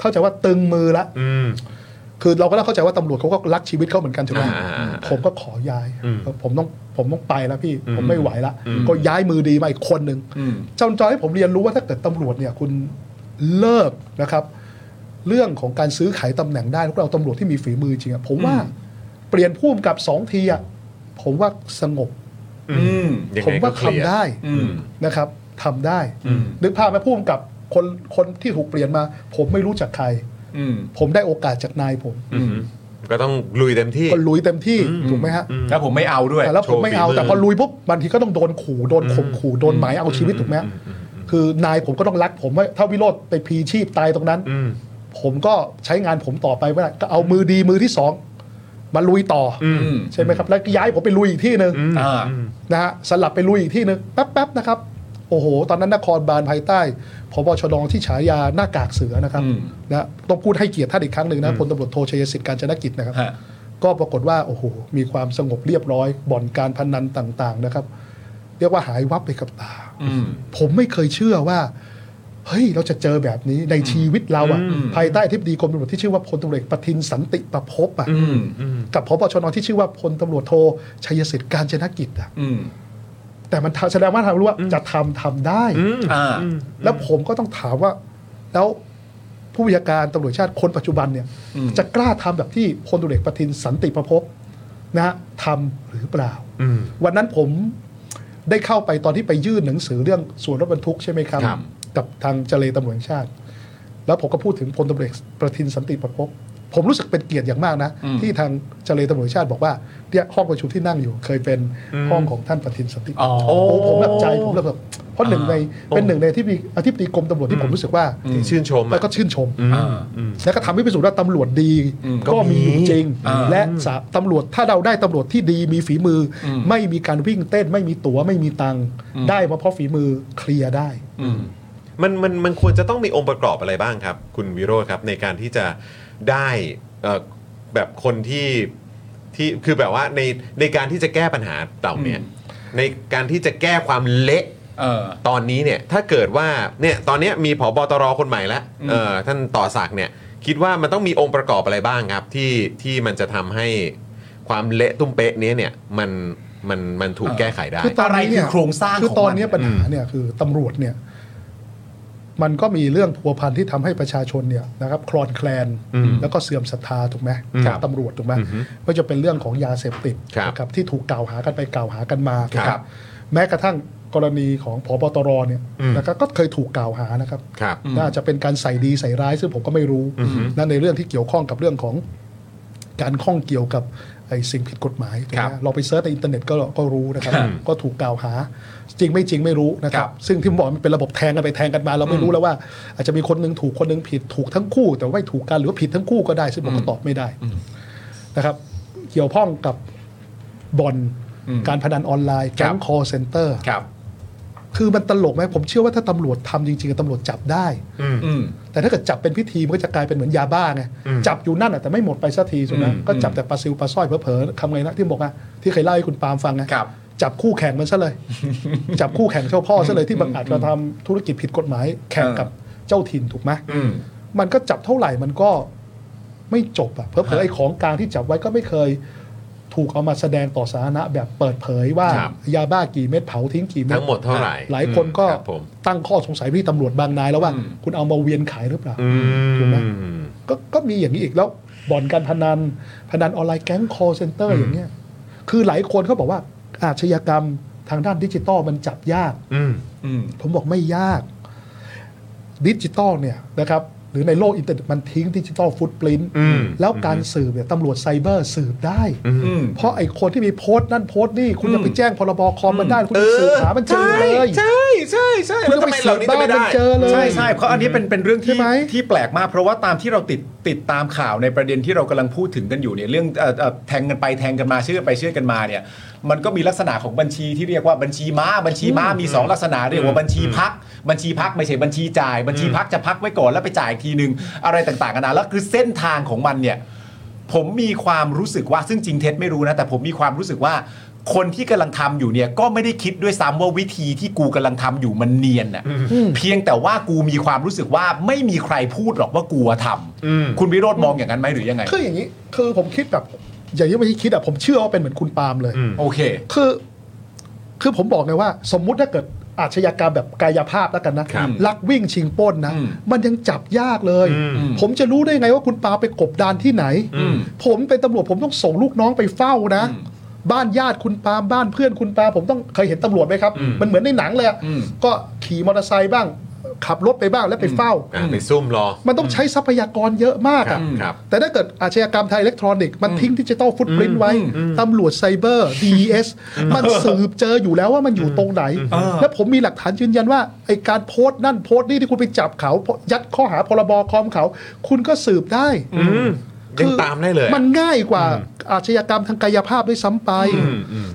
S4: เข้าใจว่าตึงมือละ
S1: อืม
S4: คือเราก็เข้าใจว่าตำรวจเขาก็รักชีวิตเขาเหมือนกันถูกไหม
S1: อ่าอ่าอ่า
S4: ผมก็ขอย้ายผมต้องผมต้องไปแล้วพี่ ผมไม่ไหวละก็ย้ายมือดีมาอีกคนหนึ่ง
S2: อืม
S4: จำจอยให้ผมเรียนรู้ว่าถ้าเกิดตำรวจเนี่ยคุณเลิกนะครับ เรื่องของการซื้อขายตำแหน่งได้แล้วก็เอาตำรวจที่มีฝีมือจริงอะผมว่าเปลี่ยนผู้กำกับสองทีอะผมว่าสงบ
S2: อืม
S1: ยัง
S4: ผม
S1: ไงก็
S4: ว่า
S1: เคลียร์
S4: ทำได้นะครับทำได้นึกภาพไหมพุ่มกับคนคนที่ถูกเปลี่ยนมา ผมไม่รู้จักใคร
S2: อืม
S4: ผมได้โอกาสจากนายผม
S1: อืมก็ต้องลุยเต็มที่
S4: ก็ลุยเต็มที่ถูกไหมฮะ
S2: แล้วผมไม่เอาด้วย
S4: แต่แล้วผมไม่เอา
S1: โชว์ฝีมือ
S4: แต่พอลุยปุ๊บบางทีก็ต้องโดนขู่โดนข่มขู่โดนหมายเอาชีวิตถูกไหมฮะคือนายผมก็ต้องรักผมว่าถ้าวิโรธไปพลีชีพตายตรงนั้น
S1: อืม
S4: ผมก็ใช้งานผมต่อไปไม่ได้ก็เอามือดีมือที่สองมาลุยต่ออ
S2: อืม
S4: ใช่ไหมครับแล้วก็ย้ายผมไปลุยอีกที่หนึ่ง
S2: อ่า
S4: นะฮะสลับไปลุยอีกที่หนึ่งแป๊บๆนะครับ โอ้โห ตอนนั้นนครบาลภายใต้พบชนที่ฉายาหน้ากากเสือนะครับ
S2: อืม
S4: นะต้องพูดให้เกียรติท่านอีกครั้งหนึ่งนะพลตำรวจโทชัยสิทธิ์การจนกิจนะครับ
S2: ฮะ
S4: ก็ปรากฏว่า โอ้โห มีความสงบเรียบร้อย บ่อนการพนันต่างๆนะครับ เรียกว่าหายวับไปกับตา
S2: อืม
S4: ผมไม่เคยเชื่อว่า เฮ้ย เราจะเจอแบบนี้ในชีวิตเราอะภายใต้ทิบดีกรมตำรวจที่ชื่อว่าพลตำรวจเอกประทินสันติประภพอะ
S2: อืม
S4: กับพบชนที่ชื่อว่าพลตำรวจโทชัยสิทธิ์การจนกิจอะ
S2: อืม
S4: แต่มันทำแสดงว่าทางรู้ว่าจะทำทำได้
S2: อ่า
S4: แล้วผมก็ต้องถามว่า แล้วผู้บัญชาการตำรวจชาติคนปัจจุบันเนี่ยจะกล้าทำแบบที่พลตุเอกประทินสันติประพบนะฮะทำหรือเปล่า วันนั้นผมได้เข้าไปตอนที่ไปยื่นหนังสือเรื่องส่วนรถบรรทุกใช่ไหมครับ
S1: ครับ
S4: กับทางเจเลตำรวจแห่งชาติ แล้วผมก็พูดถึงพลตำรวจเอกประทินสันติประพบผมรู้สึกเป็นเกียรติอย่างมากนะ ที่ทางเจเลตำรวจแห่งชาติบอกว่าเนี่ยห้องประชุมที่นั่งอยู่ เคยเป็นห้องของท่านประทินสันติ
S2: อ๋อ
S4: โอ้ผมแบบใจผมแบบเพราะหนึ่งในเป็นหนึ่งในที่มีอธิบดีกรมตำรวจที่ผมรู้สึกว่า
S1: ชื่นชม
S4: แล้ว
S1: อะ
S4: ก็ชื่นชม
S2: อ่า
S4: แล้วก็ทำให้พิสูจน์ว่าตำรวจดีก็มีอยู่จริง
S2: อ่า
S4: และสาตำรวจถ้าเราได้ตำรวจที่ดีมีฝีมืออไม่มีการวิ่งเต้น ไม่มีตั๋วไม่มีตังค์ได้มาเพราะฝีมือเคลียร์ได้
S1: มันมันมันควรจะต้องมีองค์ประกอบอะไรบ้างครับ คุณวิโรธครับในการที่จะได้เอ่อแบบคนที่ที่คือแบบว่าในในการที่จะแก้ปัญหาเต่าเนี่ยในการที่จะแก้ความเละ
S2: เออ
S1: ตอนนี้เนี่ยถ้าเกิดว่าเนี่ยตอนเนี้ยมีผอบตรคนใหม่แล้วเออท่านต่อศักดิ์เนี่ยคิดว่ามันต้องมีองค์ประกอบอะไรบ้างครับ ที่ที่มันจะทำให้ความเละตุ้มเป๊ะเนี้ยเนี่ยมันมันมันถูกแก้ไขได้
S4: คือตอนนี้เนี่
S2: อะไรคือ
S4: ย
S2: โครงสร้าง
S4: คือตอนเนี้ย
S2: ของมัน
S4: ปัญหาเนี่ยคือตำรวจเนี่ย มันก็มีเรื่องพัวพันที่ทำให้ประชาชนเนี่ยนะครับ คลอนแคลนแล้วก็เสื่อมศรัทธาถูกไหม
S1: ครับ
S4: ตำรวจถูกไหมก็จะเป็นเรื่องของยาเสพติด
S1: ครับ
S4: นะครับที่ถูกกล่าวหากันไปกล่าวหากันมาถูกไหม
S1: ครับ
S4: แม้กระทั่งกรณีของพบตรเนี่ยนะครับก็เคยถูกกล่าวหานะครับ
S1: ครับ
S4: น่าจะเป็นการใส่ดีใส่ร้าย ซึ่งผมก็ไม่รู้นั่นในเรื่องที่เกี่ยวข้องกับเรื่องของการข้องเกี่ยวกับไอ้สิ่งผิดกฎหมาย
S1: ครับ
S4: นะเราไปเซิร์ชในอินเทอร์เน็ตก็ก็รู้นะครับ ก็ถูกกล่าวหา จริงไม่จริงไม่รู้นะครับ ซึ่งที่ผมบอกมันเป็นระบบแทงกันไปแทงกันมา เราไม่รู้แล้วว่า อาจจะมีคนหนึงถูกคนหนึงผิดถูกทั้งคู่ แต่ว่าไม่ถูกกันหรือว่าผิดทั้งคู่ก็ได้ ซึ่งผมก็ตอบไม่ได้นะครับ เกี่ยวข้องกับบ่อนการพนันออนไลน์แก๊งคอเซ็นเตอร์
S2: ครับ
S4: คือมันตลกไหมผมเชื่อว่าถ้าตำรวจทำจริงๆตำรวจจับได้
S2: อืม
S4: แต่ถ้าเกิดจับเป็นพิธีมันก็จะกลายเป็นเหมือนยาบ้าไงจับอยู่นั่นอะแต่ไม่หมดไปสักทีถูกไหมก็จับแต่ปลาซิวปลาสร้อยเผลอๆทำไงนะที่บอกอะที่เคยเล่าให้คุณปาล์มฟังไง
S2: ครับ
S4: จับคู่แข่งมันซะเลย จับคู่แข่งเจ้าพ่อซะเลยที่บางอาจจะทำธุรกิจผิดกฎหมาย แข่ง
S2: เออ
S4: กับเจ้าถิ่นถูกไหม
S2: อืม
S4: มันก็จับเท่าไหร่มันก็ไม่จบอะเพอเพอๆไอ้ของกลางที่จับไว้ก็ไม่เคยถูกเอามาแสดงต่อสาธารณะแบบเปิดเผยว่า
S1: ครับ
S4: ยาบ้ากี่เม็ดเผาทิ้งกี่เม็ด
S1: ทั้งหมดเท่าไหร่
S4: หลายคนก็
S1: รับผม
S4: ตั้งข้อสงสัยพี่ตำรวจบางนายแล้วว่า คุณเอามาเวียนขายหรือเปล่า ถูกไหม
S1: อืม
S4: กก็มีอย่างนี้อีกแล้วบ่อนการพนัน พนันออนไลน์แก๊งคอเซ็นเตอร์อย่างเงี้ยคือหลายคนเขาบอกว่าอาชญากรรมทางด้านดิจิตอลมันจับยาก
S1: อืม
S2: อืม
S4: ผมบอกไม่ยากดิจิตอลเนี่ยนะครับหรือในโลกอินเทอร์เน็ตมันทิ้งดิจิตอลฟุตปรินต์
S1: อืม
S4: แล้วการสืบเนี่ยตำรวจไซเบอร์สืบได้
S2: อืม
S4: เพราะไอ้คนที่มีโพสต์นั่นโพสต์นี่ คุณจะไปแจ้งพรบคอมมันได้ คุณ
S1: เอ
S4: จะ
S1: อ
S4: สืบหามันเจอเลย
S1: ใช่ใช่ใช่
S4: คุณ
S1: แล้ว
S4: จะ
S1: ทำ
S4: ไป
S1: ไม
S4: สื
S1: เรา
S4: บ
S1: นี่จะ
S4: บ้าน
S1: ไม่
S4: มัน
S1: ได้
S4: เจอเลย
S2: ใช่ใช่เพราะอันนี้เป็นเป็นเรื่องที่
S4: ใช่ไหม
S2: ที่แปลกมากเพราะว่าตามที่เราติดติดตามข่าวในประเด็นที่เรากำลังพูดถึงกันอยู่เนี่ยเรื่องเอ่อเอ่อแทงกันไปแทงกันมาเชื่อกันไปเชื่อกันมาเนี่ยมันก็มีลักษณะของบัญชีที่เรียกว่าบัญชีม้าบัญชีม้ามีสองลักษณะเรียกว่าบัญชีพัก บัญชีพักไม่ใช่บัญชีจ่าย บัญชีพักจะพักไว้ก่อนแล้วไปจ่ายอีกทีนึงอะไรต่างๆกันานะแล้วคือเส้นทางของมันเนี่ย ผมมีความรู้สึกว่าซึ่งจริงเท็จไม่รู้นะ แต่ผมมีความรู้สึกว่าคนที่กำลังทำอยู่เนี่ย ก็ไม่ได้คิดด้วยซ้ำว่าวิธีที่กูกำลังทำอยู่มันเนียนน่ะเพียงแต่ว่ากูมีความรู้สึกว่าไม่มีใครพูดหรอกว่ากูอะทำคุณวิโรธมองอย่างนั้นไหมหรือยังไง
S4: คืออย่างนี้คือผมคิดแบบอย่างที่ไม่ใช่คิดอะผมเชื่อว่าเป็นเหมือนคุณปาล์มเลย
S2: โอเค
S4: คือ คือผมบอกไงว่า สมมุติถ้าเกิดอาชญากรรมแบบกายภาพแล้วกันนะครับ ลักวิ่งชิงปล้นนะ
S2: อืม
S4: มันยังจับยากเลย
S2: ม
S4: ผมจะรู้ได้ไงว่าคุณปาไปกบดานที่ไหน
S2: อืม
S4: ผมเป็นตำรวจผมต้องส่งลูกน้องไปเฝ้านะ บ้านญาติคุณปาบ้านเพื่อนคุณปาผมต้องเคยเห็นตำรวจไหมครับ มันเหมือนในหนังเลยอะ
S2: อืม
S4: ก็ขี่มอเตอร์ไซค์บ้าง ขับรถไปบ้างแล้วไปเฝ้า
S1: อ่ะไปซุ่มรอ
S4: มันต้องใช้ทรัพยากรเยอะมาก
S1: ค
S4: อะ
S1: รับครับ
S4: แต่ถ้าเกิดอาชญากรรมทางอิเล็กทรอนิกส์มันทิ้งดิจิตอลฟุตปรินต์ไว้ ตำรวจไซเบอร์ DES มันสืบเจออยู่แล้วว่ามันอยู่ตรงไหน
S2: อ่า
S4: และผมมีหลักฐานยืนยันว่า ไอการโพสต์นั่นโพสต์นี่ที่คุณไปจับเขา ยัดข้อหาพรบคอมเขา คุณก็สืบได้
S1: ยังตามได้เลย
S4: มันง่ายกว่าอาชญากรรมทางกายภาพด้วยซ้ำไป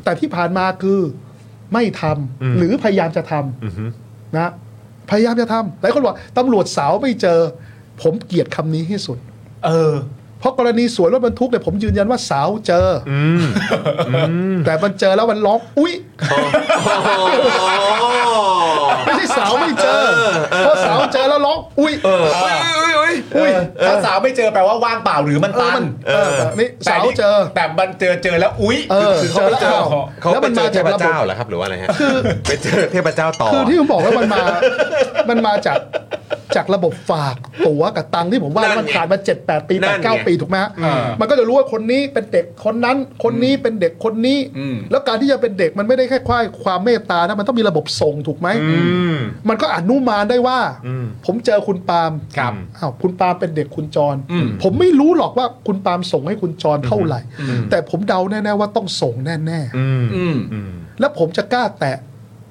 S4: แต่ที่ผ่านมาคือไม่ทำหรือพยายามจะทำนะพยายามจะทำหลายคนบอกตำรวจสาวไม่เจอ ผมเกลียดคำนี้ที่สุด
S2: เออ
S4: เพราะกรณีสวนรถบรรทุกเนี่ยผมยืนยันว่าสาวเจออ แต่มันเจอแล้วมันร้องอุ๊ย ไม่ใช่สาวไม่เจอ เพราะสาวเจอแล้วร้องอุ๊ย
S1: เออเออ ย
S2: อุ้ย
S1: เออ
S2: ถ้าสาวไม่เจอแปลว่าว่างเปล่าหรือมัน
S4: เออ
S2: ตั
S4: มัน นเออนี่
S2: แต่
S4: สาว
S2: นี่
S4: เจอ
S2: แต่มันเจอเจอแล้วอุ้ย
S4: เออ
S1: คือเขาไปเจอเขา
S4: แล้ว
S1: ไป
S4: มัน
S1: เจ
S4: มา
S1: อเท
S4: จาก
S1: พ
S4: ระบบ
S1: เจ้าเหรอครับหรือว่าอะไรฮะไปเจอเทพเจ้าต่อ
S4: คือที่ผมบอกว่ามันมา มันมาจากจากระบบฝากตั๋วกับตังค์ที่ผมว่า
S1: นั่นไง
S4: มันผ่านมา 7 8 ปี
S1: นั่
S4: แป
S1: น
S4: ด
S1: ไง
S4: เก้าปีถูกไหมฮะมันก็จะรู้ว่าคนนี้เป็นเด็กคนนั้น คนนี้เป็นเด็กคนนี้
S2: อืม
S4: แล้วการที่จะเป็นเด็กมันไม่ได้แค่ควายความเมตตานะมันต้องมีระบบส่งถูกไหม
S1: อืม
S4: มันก็อนุมานได้ว่า ผมเจอคุณปาล์ม
S2: ครับ
S4: อ้าวคุณปาล์มเป็นเด็กคุณจร
S2: อืม
S4: ผมไม่รู้หรอกว่าคุณปาล์มส่งให้คุณจรเท่าไหร่ แต่ผมเดาแน่ๆว่าต้องส่งแน่
S1: อืม
S2: อืม
S1: อืม
S4: ๆ แล้วผมจะกล้าแตะ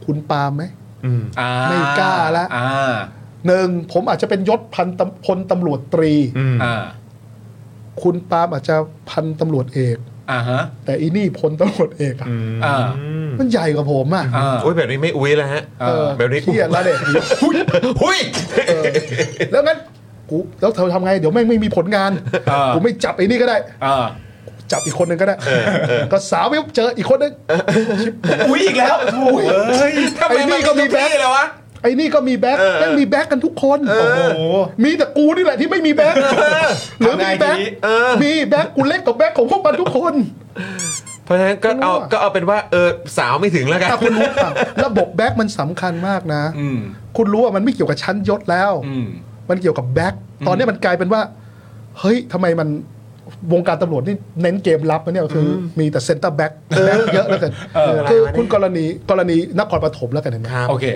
S4: คุณปาล์มไหม
S1: อืม
S2: อ่า
S4: ไม่กล้าละ
S2: อ่า
S4: หนึ่งผมอาจจะเป็นยศพันตำพลตำรวจตรี
S1: อืม
S2: อ่า
S4: คุณปาล์มอาจจะพันตำรวจเอก
S2: อ่าฮะ
S4: แต่อีนี่พลตำรวจเอกอะ
S2: อ่า
S4: มันใหญ่กว่าผมอ่ะ
S2: อ่า
S1: โอ้ยแบบนี้ไม่อุ้ยแล้วฮะ
S2: เออ
S1: แบบนี้
S4: เครียดแล้วเด็ก
S1: หุ้ยหุ้ย
S4: แล้วงั้นกูแล้วเธอทำไง เดี๋ยวแม่งไม่มีผลงาน
S2: เออ
S4: กูไม่จับไอ้นี่ก็ได้
S2: อ่า
S4: จับอีกคนหนึ่งก็ได้ ก็สาวไปปุ๊บเจออีกคนหนึง
S2: อุ้ยอีกแล้วโอ้ยเอ้ย
S1: ทำไมมันก็มีแบ็คเลยวะ
S4: ไอ้นี่ก็มีแบ็ค
S1: เออ
S4: แม่งมีแบ็คกันทุกคนโอ้โหมีแต่กูนี่แหละที่ไม่มีแบ็คหรือมีแบ็ค
S2: ทำไงทีนี้
S1: เออ
S4: มีแบ็คกูเล็กกว่าแบ็คของพวกมันทุกคน
S1: เพราะฉะนั้นก็เอาก็เอาเป็นว่าเออสาวไม่ถึงแล้วกัน
S4: ถ้าคุณรู้อะระบบแบ็คมันสำคัญมากนะ
S2: อืม
S4: คุณรู้ว่ามันไม่เกี่ยวกับชั้นยศแล้ว
S2: อืม
S4: มันเกี่ยวกับแบ็คตอนนี้มันกลายเป็นว่า เฮ้ยทำไมมันวงการตำรวจนี่เน้นเกมลับนะเนี่ยคืออมีแต่เซนเตอร์แบ็คแบ็คเยอะแล้วกันคือคุณกรณีกรณีนครปฐมแล้วกันเห็นไหม
S1: ครับ
S2: โอเค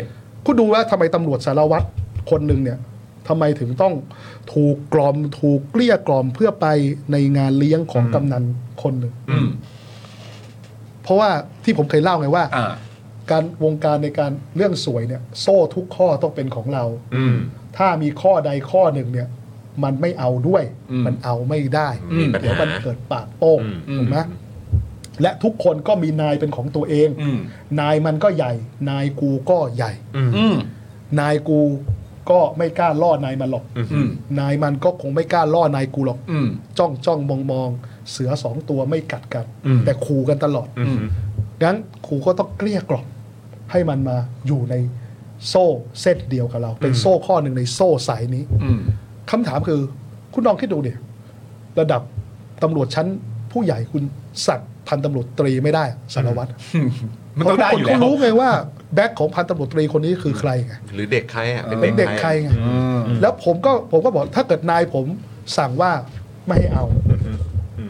S4: คุณดูว่าทำไมตำรวจสารวัตรคนหนึ่งเนี่ยทำไมถึงต้องถูกกล่อมถูกเกลี้ยกล่อมเพื่อไปในงานเลี้ยงของกำนันคนหนึ่ง
S2: อืม
S4: เพราะว่าที่ผมเคยเล่าไงว่า
S2: อ่า
S4: การวงการในการเรื่องสวยเนี่ย โซ่ทุกข้อต้องเป็นของเรา
S1: อืม
S4: ถ้ามีข้อใดข้อหนึ่งเนี่ย มันไม่เอาด้วย
S2: อืม
S4: มันเอาไม่ได้
S1: มีปัญ
S4: เดี๋ยว
S1: หา
S4: มันเกิดปากโป้ง
S1: อืม
S4: ถูกไหมและทุกคนก็มีนายเป็นของตัวเอง
S2: อืม
S4: นายมันก็ใหญ่ นายกูก็ใหญ่
S2: อืม
S4: นายกูก็ไม่กล้าล่อนายมันหรอก
S2: อืม
S4: นายมันก็คงไม่กล้าล่อนายกูหรอก
S2: อืม
S4: จ้องจ้องมองมองเสือสองตัวไม่กัดกัน แต่ขู่กันตลอด
S1: อืม
S4: งั้นขู่ก็ต้องเกลี้ยกล่อมให้มันมาอยู่ในโซ่เส้นเดียวกับเรา เป็นโซ่ข้อหนึ่งในโซ่สายนี้
S2: อืม
S4: คำถามคือ คุณลองคิดดูเดี๋ยระดับตำรวจชั้นผู้ใหญ่คุณสั่งพันตำรวจตรีไม่ได้สารวัตร
S2: มันต้องได้อยู่
S4: เพ
S2: แล้
S4: ราะทุกคน
S2: ว
S4: เขารู้ไงว่าแบ็คของพันตำรวจตรีคนนี้คือใครไง
S1: หรือเด็กใครอ่ะ เป็น
S4: เป็นเด็กใครไง
S2: อืม
S4: แล้วผมก็ผมก็บอกถ้าเกิดนายผมสั่งว่าไม่ให้เอา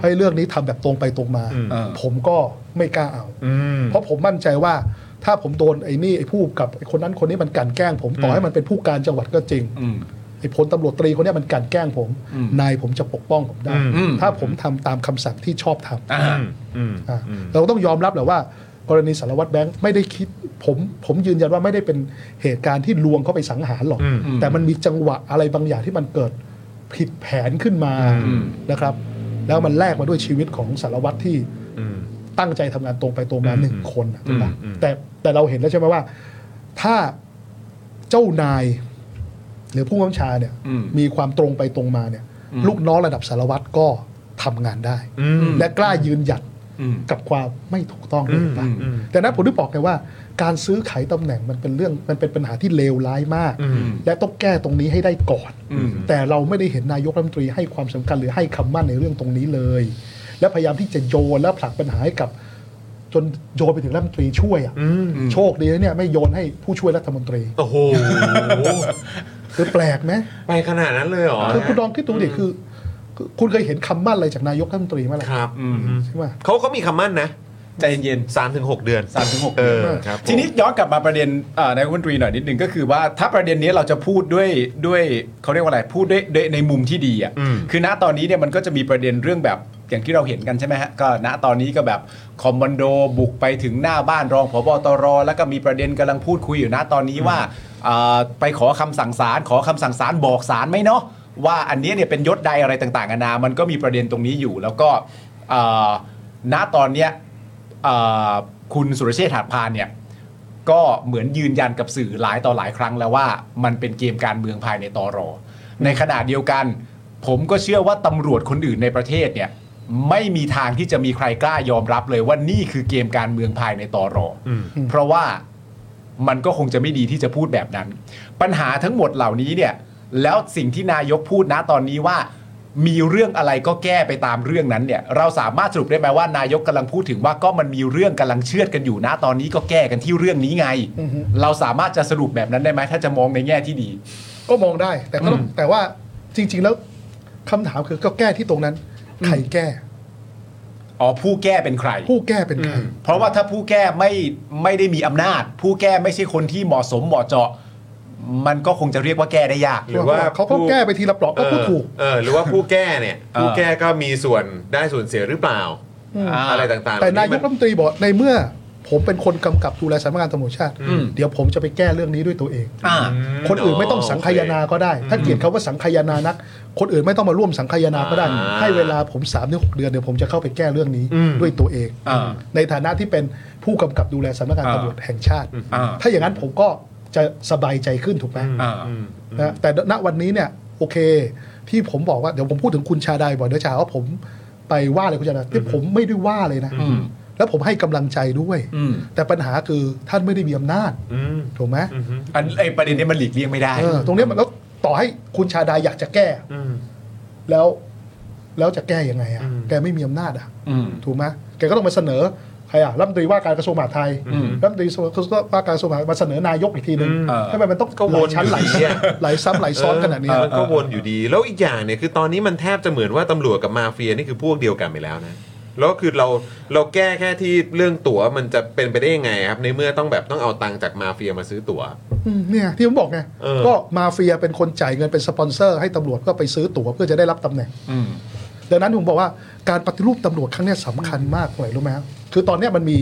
S4: ให้เรื่องนี้ทำแบบตรงไปตรงมา
S2: อืม
S4: ผมก็ไม่กล้าเอา
S1: อืม
S4: เพราะผมมั่นใจว่า ถ้าผมโดนไอ้นี่ไอ้ผู้กับไอ้คนนั้นคนนี้มันกลันแกล้ง ผมต่อให้มันเป็นผู้การจังหวัดก็จริง
S2: อืม
S4: ไอ้พลตำรวจตรีคนเนี้ยมันกลันแกล้งผม นายผมจะปกป้องผมได้
S2: อืม
S4: ถ้าผมทำตามคำสั่งที่ชอบทำ
S2: อ่า
S1: อืม
S4: อ่ะเราต้องยอมรับแหละว่า กรณีสารวัตรแบงค์ไม่ได้คิดผมผมยืนยันว่าไม่ได้เป็นเหตุการณ์ที่ลวงเขาไปสังหารหรอก
S1: อืม
S4: แต่มันมีจังหวะอะไรบางอย่างที่มันเกิดผิดแผนขึ้นมา
S2: อืม
S4: นะครับ แล้วมันแลกมาด้วยชีวิตของสารวัตรที่
S1: อืม
S4: ตั้งใจทำงานตรงไปตรงมาหนึ่งคนนะถูกปะ
S1: อืม
S4: แต่แต่เราเห็นแล้วใช่ไหมว่า ถ้าเจ้านาย หรือผู้กำชาเนี่ย
S2: อืม
S4: มีความตรงไปตรงมาเนี่ย ลูกน้องระดับสารวัตรก็ทำงานได้
S1: อืม
S4: และกล้ายืนหยัด
S2: อืม
S4: กับความไม่ถูกต้องด้วยหรือเปล่า
S2: อืมอืม
S4: แต่นั้นผมถึงบอกไงว่า การซื้อขายตำแหน่งมันเป็นเรื่องมันเป็นปัญหาที่เลวร้ายมาก และต้องแก้ตรงนี้ให้ได้ก่อน
S2: อืม
S4: แต่เราไม่ได้เห็นนายกรัฐมนตรีให้ความสำคัญหรือให้คำมั่นในเรื่องตรงนี้เลย และพยายามที่จะโยนและผลักปัญหาให้กับ จนโยนไปถึงรัฐมนตรีช่วยอะโชคดีนะเนี่ยไม่โยนให้ผู้ช่วยรัฐมนตรี
S1: โอ้โห
S4: คือแปลกไหม
S1: ไปขนาดนั้นเลยเหรอ
S4: คือคุณลองคิดดูดิคือคือคุณเคยเห็นคำมั่นอะไรจากนายกรัฐมนตรีมาหรอ
S1: ครับ
S4: ใช่ไหม
S1: เขาเขามีคำมั่นนะ
S2: ใจเย็น
S1: 3าถึงหเดือน
S2: ๆสามถึงหก
S1: เอ
S2: เดือน
S1: อครับผม
S2: ทีนี้ย้อนกลับมาประเด็นเอ่อนายกรัฐมนตรีหน่อยนิดนึงก็คือว่าถ้าประเด็นนี้เราจะพูดด้วยด้วยเขาเรียกว่าอะไรพูดด้วยด้วยในมุมที่ดีอ่ะ
S1: อืม
S2: คือณตอนนี้เนี่ยมันก็จะมีประเด็นเรื่องแบบอย่างที่เราเห็นกันใช่ไหมฮะก็ณตอนนี้ก็แบบคอมมานโดบุกไปถึงหน้าบ้านรองผบตร แล้วก็มีประเด็นกำลังพูดคุยอยู่ณตอนนี้ว่าเอ่อไปขอคำสั่งศาลขอคำสั่งศาลบอกศาลไหมเนาะว่าอันเนี้ยเนี่ยเป็นยศใดอะไรต่างๆนานามันก็มีประเด็นตรงนี้อยู่ แล้วก็เอ่อณตอนเนี้ย เอ่อคุณสุรเชษฐ์หักพานเนี่ยก็เหมือนยืนยันกับสื่อหลายต่อหลายครั้งแล้วว่ามันเป็นเกมการเมืองภายในตอรอ ในขณะเดียวกัน ผมก็เชื่อว่าตำรวจคนอื่นในประเทศเนี่ยไม่มีทางที่จะมีใครกล้ายอมรับเลยว่านี่คือเกมการเมืองภายในตอรออ
S1: ม
S2: เพราะว่า มันก็คงจะไม่ดีที่จะพูดแบบนั้น ปัญหาทั้งหมดเหล่านี้เนี่ย แล้วสิ่งที่นายกพูดนะตอนนี้ว่า มีเรื่องอะไรก็แก้ไปตามเรื่องนั้นเนี่ย เราสามารถสรุปได้ไหมว่านายกกำลังพูดถึงว่าก็มันมีเรื่องกำลังเชือดกันอยู่นะตอนนี้ก็แก้กันที่เรื่องนี้ไง เราสามารถจะสรุปแบบนั้นได้ไหมถ้าจะมองในแง่ที่ดี
S4: ก็มองได้แต่ก็ต้องแต่ว่าจริง ๆ แล้วคำถามคือก็แก้ที่ตรงนั้น ใครแก้
S2: อ๋อผู้แก้เป็นใคร
S4: ผู้แก้เป็นใคร
S2: เพราะว่าถ้าผู้แก้ไม่ไม่ได้มีอำนาจ ผู้แก้ไม่ใช่คนที่เหมาะสมเหมาะเจาะ มันก็คงจะเรียกว่าแก้ได้ยาก
S1: หรือว่า
S4: เขาก็
S1: ผู้
S4: แก้ไปทีละปลอกก็พูดถูก
S1: เออหรือว่าผู้แก้เนี่ย
S2: เออ
S1: ผู้แก้ก็มีส่วนได้ส่วนเสียหรือเปล่า อะไรต่างๆ
S4: แต่
S1: เหล่
S4: นาย
S1: มั
S4: กรัฐมนตรีบอกในเมื่อ ผมเป็นคนกำกับดูแลสำนักงานตำรวจชาติ
S2: อืม
S4: เดี๋ยวผมจะไปแก้เรื่องนี้ด้วยตัวเอง
S2: อ่า
S1: ม
S4: คนอื่นไม่ต้องสังคายนาก็ได้ ถ้าเกลียดคำว่าสังคายนานัก คนอื่นไม่ต้องมาร่วมสังคายนาก็ได้
S1: อ่า
S4: ให้เวลาผม3ามถึงหเดือนเดี๋ยวผมจะเข้าไปแก้เรื่องนี้
S1: อืม
S4: ด้วยตัวเอง
S2: อ่า
S4: ในฐานะที่เป็นผู้กำกับดูแลสำนักงานตำรวจแห่งชาติ
S2: อ่า
S4: ถ้าอย่างนั้นผมก็จะสบายใจขึ้นถูกไหม
S2: อ่า
S1: อืม
S4: นะแต่ณวันนี้เนี่ยโอเค ที่ผมบอกว่าเดี๋ยวผมพูดถึงคุณชาดายบ่อยเดี๋ยวชาว่าผมไปว่าเลยคุณชาดาที่ผมไม่ได้ว่าเลยนะ
S2: อืม
S4: แล้วผมให้กำลังใจด้วย
S2: อืม
S4: แต่ปัญหาคือท่านไม่ได้มีอำนาจ
S1: อืม
S4: ถูกไหม
S1: อืม
S2: อันไอประเด็นนี้มันหลีกเลี่ยงไม่ได้
S4: เออตรงเนี้ยมันแล้วต่อให้คุณชาดาอยากจะแก้
S1: อืม
S4: แล้วแล้วจะแก้ยังไงอ่ะ
S1: อืม
S4: แกไม่มีอำนาจอ่ะ
S2: อืม
S4: ถูกไหมแกก็ต้องมาเสนอใครอ่ะรัฐมนตรีว่าการกระทรวงมหาดไทย
S2: อืม
S4: รัฐมนตรีว่าการกระทรวงมหาดมาเสนอนายกอีกทีหนึ่ง
S1: อืม
S2: เออ
S4: ทำไมมันต้อง
S1: ก็
S4: ห
S1: ว
S4: ลาน ยชั้น
S1: อยู่
S4: หลาย
S1: ดีอะ
S4: หลายซ้ำหลายซ้อนขนาดเนี้ย
S1: มันก็วนอยู่ดี แล้วอีกอย่างเนี่ยคือตอนนี้มันแทบจะเหมือนว่าตำรวจกับมาเฟียนี่คือพวกเดียวกันไปแล้วนะแล้วคือเราเราแก้แค่ที่เรื่องตั๋วมันจะเป็นไปได้ยังไงครับ ในเมื่อต้องแบบต้องเอาตังค์จากมาเฟียมาซื้อตั๋ว
S4: อืมเนี่ยที่ผมบอกไง
S1: เออ
S4: ก็มาเฟียเป็นคนจ่ายเงินเป็นสปอนเซอร์ให้ตำรวจก็ไปซื้อตั๋วเพื่อจะได้รับตำแหน่ง
S2: อืม
S4: ดังนั้นผมบอกว่าการปฏิรูปตำรวจครั้งเนี้ยสำคัญมากเลยรู้ไหมครับคือตอนเนี้ยมันมี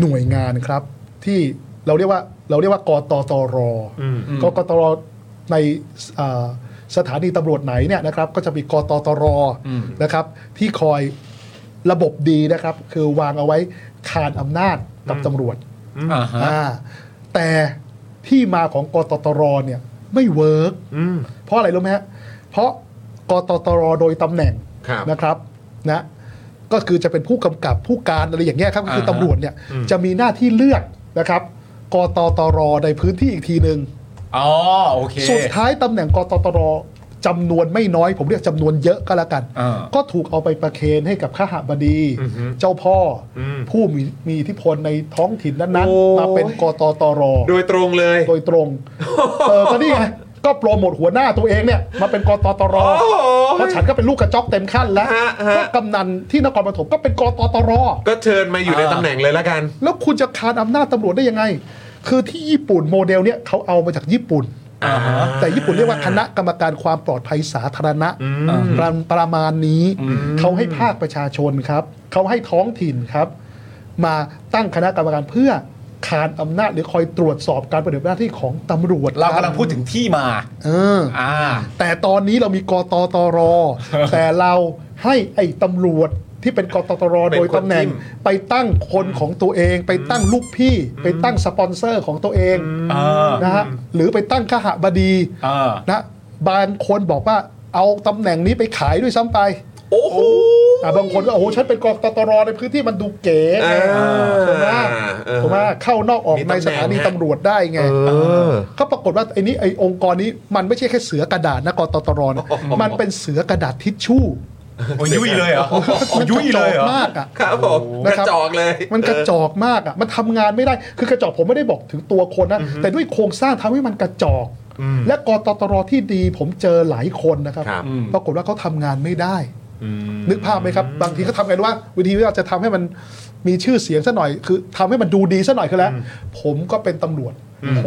S4: หน่วยงานครับ ที่เราเรียกว่าเราเรียกว่ากตตรกกตรในอ่าสถานีตำรวจไหนเนี่ยนะครับ ก็จะมีกตตร
S2: อืม
S4: นะครับ ที่คอยระบบดีนะครับ คือวางเอาไว้คานอำนาจกับตำรวจ
S2: อ่าฮะ
S4: อ่าแต่ที่มาของกตตรเนี่ยไม่เวิร์ก
S1: อืม
S4: เพราะอะไรรู้ไหมฮะเพราะกตตรโดยตำแหน่ง
S1: ครับ
S4: นะครับนะก็คือจะเป็นผู้กำกับผู้การอะไรอย่างเงี้ยครับก็คือ
S2: อ่าฮะ
S4: ตำรวจเนี่ยจะมีหน้าที่เลือกนะครับกตตรในพื้นที่อีกทีหนึ่ง
S2: อ๋อโอเค
S4: สุดท้ายตำแหน่งกตตรจำนวนไม่น้อย ผมเรียกจำนวนเยอะก็แล้วกัน
S2: อ่า
S4: ก็ถูกเอาไปประเคนให้กับข้าหบดี เจ้าพ่ออ
S1: ม
S4: ผู้มีมีอิทธิพลในท้องถิ่นนั้น
S1: โอ้ย
S4: ๆมาเป็นกตตร
S1: โดยตรงเลย
S4: โดยตรง เออก็นี่ไง ก็โปรโมทหัวหน้าตัวเองเนี่ย มาเป็นกตตร
S1: โอ้โห
S4: เพราะฉันก็เป็นลูกกระจอกเต็มขั้นแล้ว
S1: ฮะฮะ
S4: ก็กำนันที่นครปฐมก็เป็นกตตร
S1: ก็เชิญมาอยู่ในตำแหน่งเลยละกัน
S4: แล้วคุณจะคานอำนาจตำรวจได้ยังไง คือที่ญี่ปุ่นโมเดลเนี่ยเขาเอามาจากญี่ปุ่น
S2: อ่าฮะ
S4: แต่ญี่ปุ่นเรียกว่าคณะกรรมการความปลอดภัยสาธารณะประประมาณนี้ เขาให้ภาคประชาชนครับ เขาให้ท้องถิ่นครับ มาตั้งคณะกรรมการเพื่อคานอำนาจหรือคอยตรวจสอบการปฏิบัติหน้าที่ของตำรวจ
S2: เรา
S4: คบ
S2: กำลังพูดถึงที่มา
S4: เออ
S2: อ่า
S4: แต่ตอนนี้เรามีกตต ร แต่เราให้ไอ้ตำรวจที่เป็นกตตร
S1: เป็นคน
S4: โดยตำแหน่ง
S1: จิ้ม
S4: ไปตั้งคนของตัวเอง ไปตั้งลูกพี่ ไปตั้งสปอนเซอร์ของตัวเอง
S2: อ่า
S4: นะฮะหรือไปตั้งขหบดี
S2: อ่า
S4: นะบางคนบอกว่าเอาตำแหน่งนี้ไปขายด้วยซ้ำไป
S1: โอ้โห
S4: อ่ะบางคนก็โอ้โหฉันเป็นกตตรในพื้นที่มันดูเก๋ไงถูกไหมถูกไหมเข้านอกออกในสถานีตำรวจได้ไง
S1: เออ
S4: ก็ปรากฏว่าไอ้นี้ไอ้องค์กรนี้มันไม่ใช่แค่เสือกระดาษนะกตตรนะมันเป็นเสือกระดาษทิชชู่
S2: โอ้ยยุ่ยเลยเหรอโอ้ย
S4: มันก
S2: ยุ่ยเล
S4: ระจอย ก
S2: เหรอ
S4: มากอ่ะ
S1: ครับผมก
S4: นะ
S1: ระ
S4: ครับ
S1: จอกเลย
S4: มันกระจอกมากอ่ะมันทำงานไม่ได้คือกระจอกผมไม่ได้บอกถึงตัวคนนะแต่ด้วยโครงสร้างทำให้มันกระจอก และกตตรที่ดีผมเจอหลายคนนะครับ
S1: ครับ
S4: ปรากฏว่าเขาทำงานไม่ได้ นึกภาพไหมครับ บางทีเขาทำกันว่า วิธีที่เราจะทำให้มันมีชื่อเสียงซะหน่อย คือทำให้มันดูดีซะหน่อยคือแล้ว ผมก็เป็นตำรวจ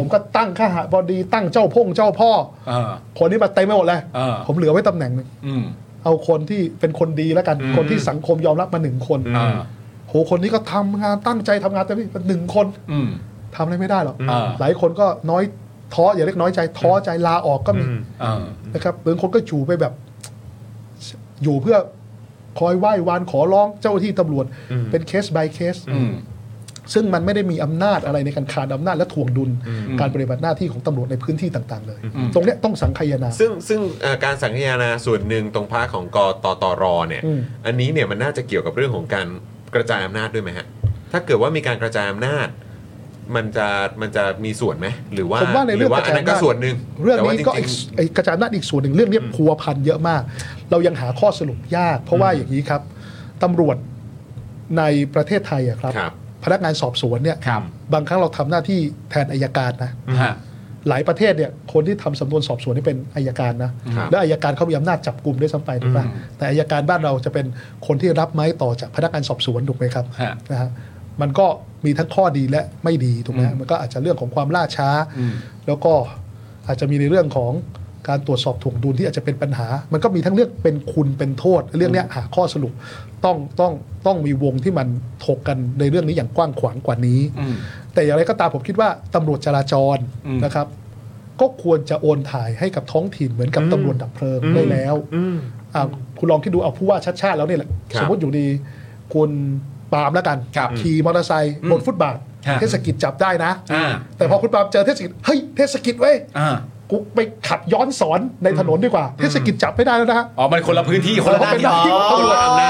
S4: ผมก็ตั้งข้าหาบดีตั้งเจ้าพงเจ้าพ่อ
S2: อ่า
S4: คนนี้มาเต็มไปหมดเลย
S2: เออ
S4: ผมเหลือไว้ตำแหน่งหนึ่ง
S2: อืม
S4: เอาคนที่เป็นคนดีแล้วกัน คนที่สังคมยอมรับมาหนึ่งคน
S2: อ่า
S4: โหคนนี้ก็ทำงานตั้งใจทำงานเต็มที่หนึ่งคน
S2: อืม
S4: ทำอะไรไม่ได้หรอก
S2: เออ
S4: หลายคนก็น้อยท้ออย่าเรียกน้อยใจท้อใจลาออกก็มี
S2: อ่า
S4: นะครับบางคนก็อยู่ไปแบบ อยู่เพื่อคอยไหว้วานขอร้องเจ้าหน้าที่ตำรวจ เป็นเคส by เคส
S2: อืม
S4: ซึ่งมันไม่ได้มีอำนาจอะไรในการขาดอำนาจและถ่วงดุล การปฏิบัติหน้าที่ของตำรวจในพื้นที่ต่าง ๆ เลย ตรงเนี้ยต้องสังคายนา
S1: ซึ่งซึ่งเอ่อการสังคายนาส่วนหนึ่งตรงภาคของกตตรเนี่ย
S4: อืม
S1: อันนี้เนี่ยมันน่าจะเกี่ยวกับเรื่องของการกระจายอำนาจด้วยไหมฮะ ถ้าเกิดว่ามีการกระจายอำนาจ มันจะมันจะมีส่วนไหมหรือว่า
S4: ผมว่าใน
S1: ห
S4: เรื่
S1: รือ อง ว่าอันนั้นก็
S4: กระจายอำนาจ
S1: ส่วนหนึ่ง
S4: เรื่อง
S1: แต่ว่า
S4: นี้ก็
S1: จ
S4: อี
S1: ริ
S4: ก
S1: ง
S4: ไอ้กระจายอำนาจอีกส่วนหนึ่งเรื่องเนี้ยพัวพันเยอะมาก เรายังหาข้อสรุปยาก เพราะว่าอย่างนี้ครับตำรวจในประเทศไทยอะครับ
S1: ครับ
S4: พนักงานสอบสวนเนี่ย
S2: ครับ
S4: บางครั้งเราทำหน้าที่แทนอายการนะ
S2: ฮะ
S4: หลายประเทศเนี่ยคนที่ทำสำนวนสอบสวนนี่เป็นอายการนะครับและอายการเขามีอำนาจจับกลุ่มด้วยซ้ำไปถูกป่ะแต่อายการบ้านเราจะเป็นคนที่รับไม้ต่อจากพนักงานสอบสวนถูกไหมครับ
S2: ฮะ
S4: นะฮะมันก็มีทั้งข้อดีและไม่ดีถูกไหมฮะมันก็อาจจะเรื่องของความล่าช้า แล้วก็อาจจะมีในเรื่องของการตรวจสอบถ่วงดุลที่อาจจะเป็นปัญหา มันก็มีทั้งเรื่องเป็นคุณเป็นโทษ เรื่องเนี้ยหาข้อสรุปต้องต้องต้องมีวงที่มันถกกันในเรื่องนี้อย่างกว้างขวางกว่านี้
S2: อืม
S4: แต่อย่างไรก็ตามผมคิดว่าตำรวจจราจร
S2: อืม
S4: นะครับ ก็ควรจะโอนถ่ายให้กับท้องถิ่นเหมือนกับตำรวจดับเพลิงได้แล้วอ่ะคุณลองคิดดูเอาผู้ว่าชัดชาติแล้วเนี่ยแหละ
S1: ครับ
S4: สมมติอยู่ดีคุณปาล์มแล้วกัน
S2: ครับ
S4: ขี่มอเตอร์ไซค์บนฟุตบาท
S2: ฮะ
S4: เทศกิจจับได้นะ
S2: อ่า
S4: แต่พอคุณปาล์มเจอเทศกิจเฮ้ยเทศกิจเว้ย
S2: อ่า
S4: กูไปขับย้อนสอนในถนนดีกว่า เทศกิจจับไม่ได้แล้วนะฮะ
S2: อ๋อมันคนละพื้นที่คนละ
S4: เพ
S2: ด้า
S4: ร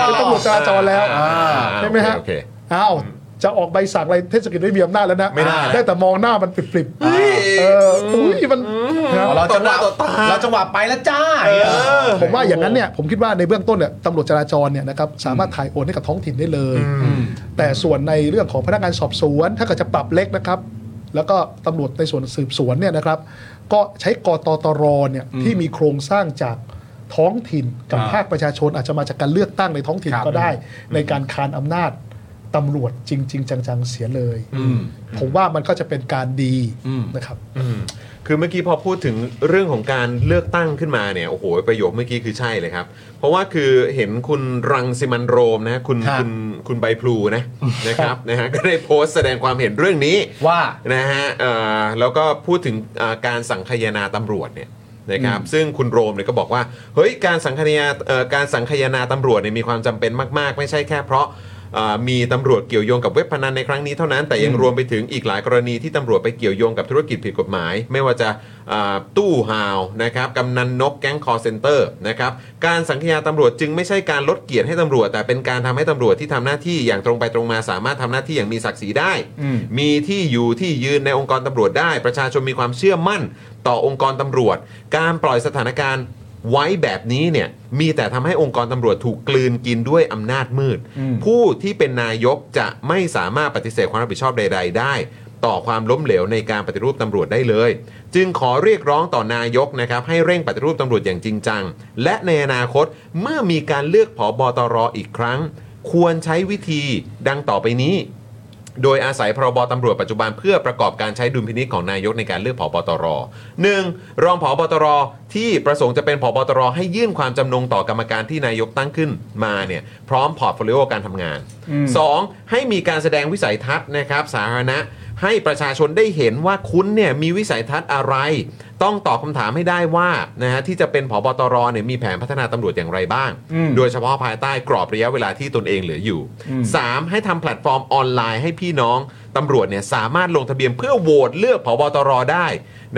S4: าะ
S2: น
S4: เป็นหน้าที่ของตำรวจเป็นตำรวจจราจรแล้ว
S1: อ่า
S4: ใช่ไหมฮะ
S1: โอเคโอเค
S4: อ้าว จะออกใบสั่งอะไรเทศกิจไม่มีอำนาจแล้วนะ
S1: ไม่ได้แล้ว
S4: ได้แต่มองหน้ามันปริบๆ เอออุ้ยมันนะ
S2: อ๋อเราจังห
S1: ต่อห
S2: วะ
S1: น้าต่อตา
S2: เราจังหวะไปแล้วจ้า
S4: ผมว่าอย่างนั้นเนี่ย ผมคิดว่าในเบื้องต้นเนี่ยตำรวจจราจรเนี่ยนะครับสามารถถ่ายโอนให้กับท้องถิ่นได้เลย แต่ส่วนในเรื่องของพนักงานสอบสวน ถ้าเกิดจะปรับเล็กนะครับ แล้วก็ตำรวจในส่วนสืบสวนเนี่ยนะครับ ก็ใช้กตตรเนี่ยที่มีโครงสร้างจากท้องถิ่นกับ
S2: อ่า
S4: ภาคประชาชนอาจจะมาจากการเลือกตั้งในท้องถิ่นก็ได้ ในการคานอำนาจตำรวจจริง ๆ จังๆเสียเลย ผมว่ามันก็จะเป็นการดีนะครับ
S1: อืมคือเมื่อกี้พอพูดถึงเรื่องของการเลือกตั้งขึ้นมาเนี่ยโอ้โหประโยคเมื่อกี้คือใช่เลยครับ เพราะว่าคือเห็นคุณรังสิมันโรมนะคุณ
S2: ครับ
S1: คุณคุณใบพลูนะนะครับนะฮะก็ได้โพสต์แสดงความเห็นเรื่องนี้
S2: ว่า
S1: นะฮะเอ่อแล้วก็พูดถึงเอ่อการสังคายนาตำรวจเนี่ยนะครับซึ่งคุณโรมเนี่ยก็บอกว่าเฮ้ยการสังคายนาเอ่อการสังคายนาตำรวจเนี่ยมีความจำเป็นมาก ๆ ไม่ใช่แค่เพราะเอ่อมีตำรวจเกี่ยวโยงกับเว็บพนันในครั้งนี้เท่านั้นแต่ยังรวมไปถึงอีกหลายกรณีที่ตำรวจไปเกี่ยวโยงกับธุรกิจผิดกฎหมาย ไม่ว่าจะเอ่อตู้ฮาวนะครับกำนันนกแก๊งคอเซนเตอร์นะครับการสังคายนาตำรวจจึงไม่ใช่การลดเกียรติให้ตำรวจ แต่เป็นการทำให้ตำรวจที่ทำหน้าที่อย่างตรงไปตรงมาสามารถทำหน้าที่อย่างมีศักดิ์ศรีได้
S2: อืม
S1: มีที่อยู่ที่ยืนในองค์กรตำรวจได้ ประชาชนมีความเชื่อมั่นต่อองค์กรตำรวจ การปล่อยสถานการณ์ไว้แบบนี้เนี่ยมีแต่ทำให้องค์กรตำรวจถูกกลืนกินด้วยอำนาจมืด ผู้ที่เป็นนายกจะไม่สามารถปฏิเสธความรับผิดชอบใด ๆ ได้ ต่อความล้มเหลวในการปฏิรูปตำรวจได้เลย จึงขอเรียกร้องต่อนายกนะครับให้เร่งปฏิรูปตำรวจอย่างจริงจัง และในอนาคตเมื่อมีการเลือกผอบตรอีกครั้ง ควรใช้วิธีดังต่อไปนี้ โดยอาศัยพรบตำรวจปัจจุบันเพื่อประกอบการใช้ดุลพินิจของนายกในการเลือกผบตร 1. รองผบตรที่ประสงค์จะเป็นผบตรให้ยื่นความจำนงต่อกรรมการที่นายกตั้งขึ้นมาเนี่ยพร้อมพอร์ตโฟลิโอการทำงาน 2. ให้มีการแสดงวิสัยทัศน์นะครับสาธารณะ ให้ประชาชนได้เห็นว่าคุณเนี่ยมีวิสัยทัศน์อะไร ต้องตอบคำถามให้ได้ว่านะฮะที่จะเป็นผบตรเนี่ยมีแผนพัฒนาตำรวจอย่างไรบ้าง โดยเฉพาะภายใต้กรอบระยะเวลาที่ตนเองเหลืออยู่ 3. ให้ทำแพลตฟอร์มออนไลน์ให้พี่น้องตำรวจเนี่ยสามารถลงทะเบียนเพื่อโหวตเลือกผบตรได้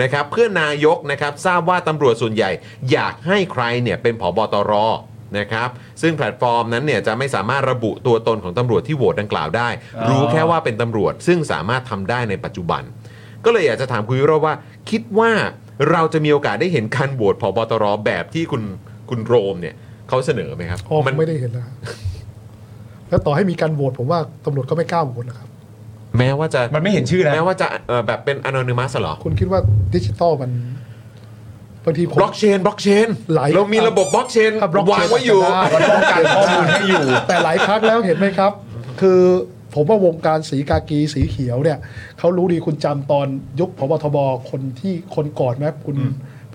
S1: นะครับเพื่อนายกนะครับทราบว่าตำรวจส่วนใหญ่ อยากให้ใครเนี่ยเป็นผบตร นะครับซึ่งแพลตฟอร์มนั้นเนี่ยจะไม่สามารถระบุตัวตนของตำรวจที่โหวตดังกล่าวได้ รู้แค่ว่าเป็นตำรวจซึ่งสามารถทำได้ในปัจจุบัน ก็เลยอยากจะถามคุณวิโรจน์ว่า คิดว่าเราจะมีโอกาสได้เห็นการโหวตผบตรแบบที่คุณคุณโรมเนี่ยเขาเสนอไหมครับ
S4: อ๋อผ
S1: มั
S4: มันไม่ได้เห็นนะแล้วต่อให้มีการโหวตผมว่าตำรวจก็ไม่กล้าโหวตนะครับ
S1: แม้ว่าจะ
S2: มันไม่เห็นชื่อนะ
S1: แม้ว่าจะเอ่อแบบเป็นอนอนิมัสหรอ
S4: คุณคิดว่าดิจิตอลมันบางทีผม
S1: บล็อกเชนบล็อกเชน
S4: หลาย
S1: เรามีระบบบล็อกเชน
S4: ถ้ blockchain
S1: วางไว้อยู่
S4: จจะได้
S2: ต้องการข้อมูลให้อยู่
S4: แต่หลายครั้งแล้วเห็นไหมครับ คือผมว่าวงการสีกากีสีเขียวเนี่ยเขารู้ดีคุณจำตอนยุคพบทบคนที่คนก่อนไหมคุณ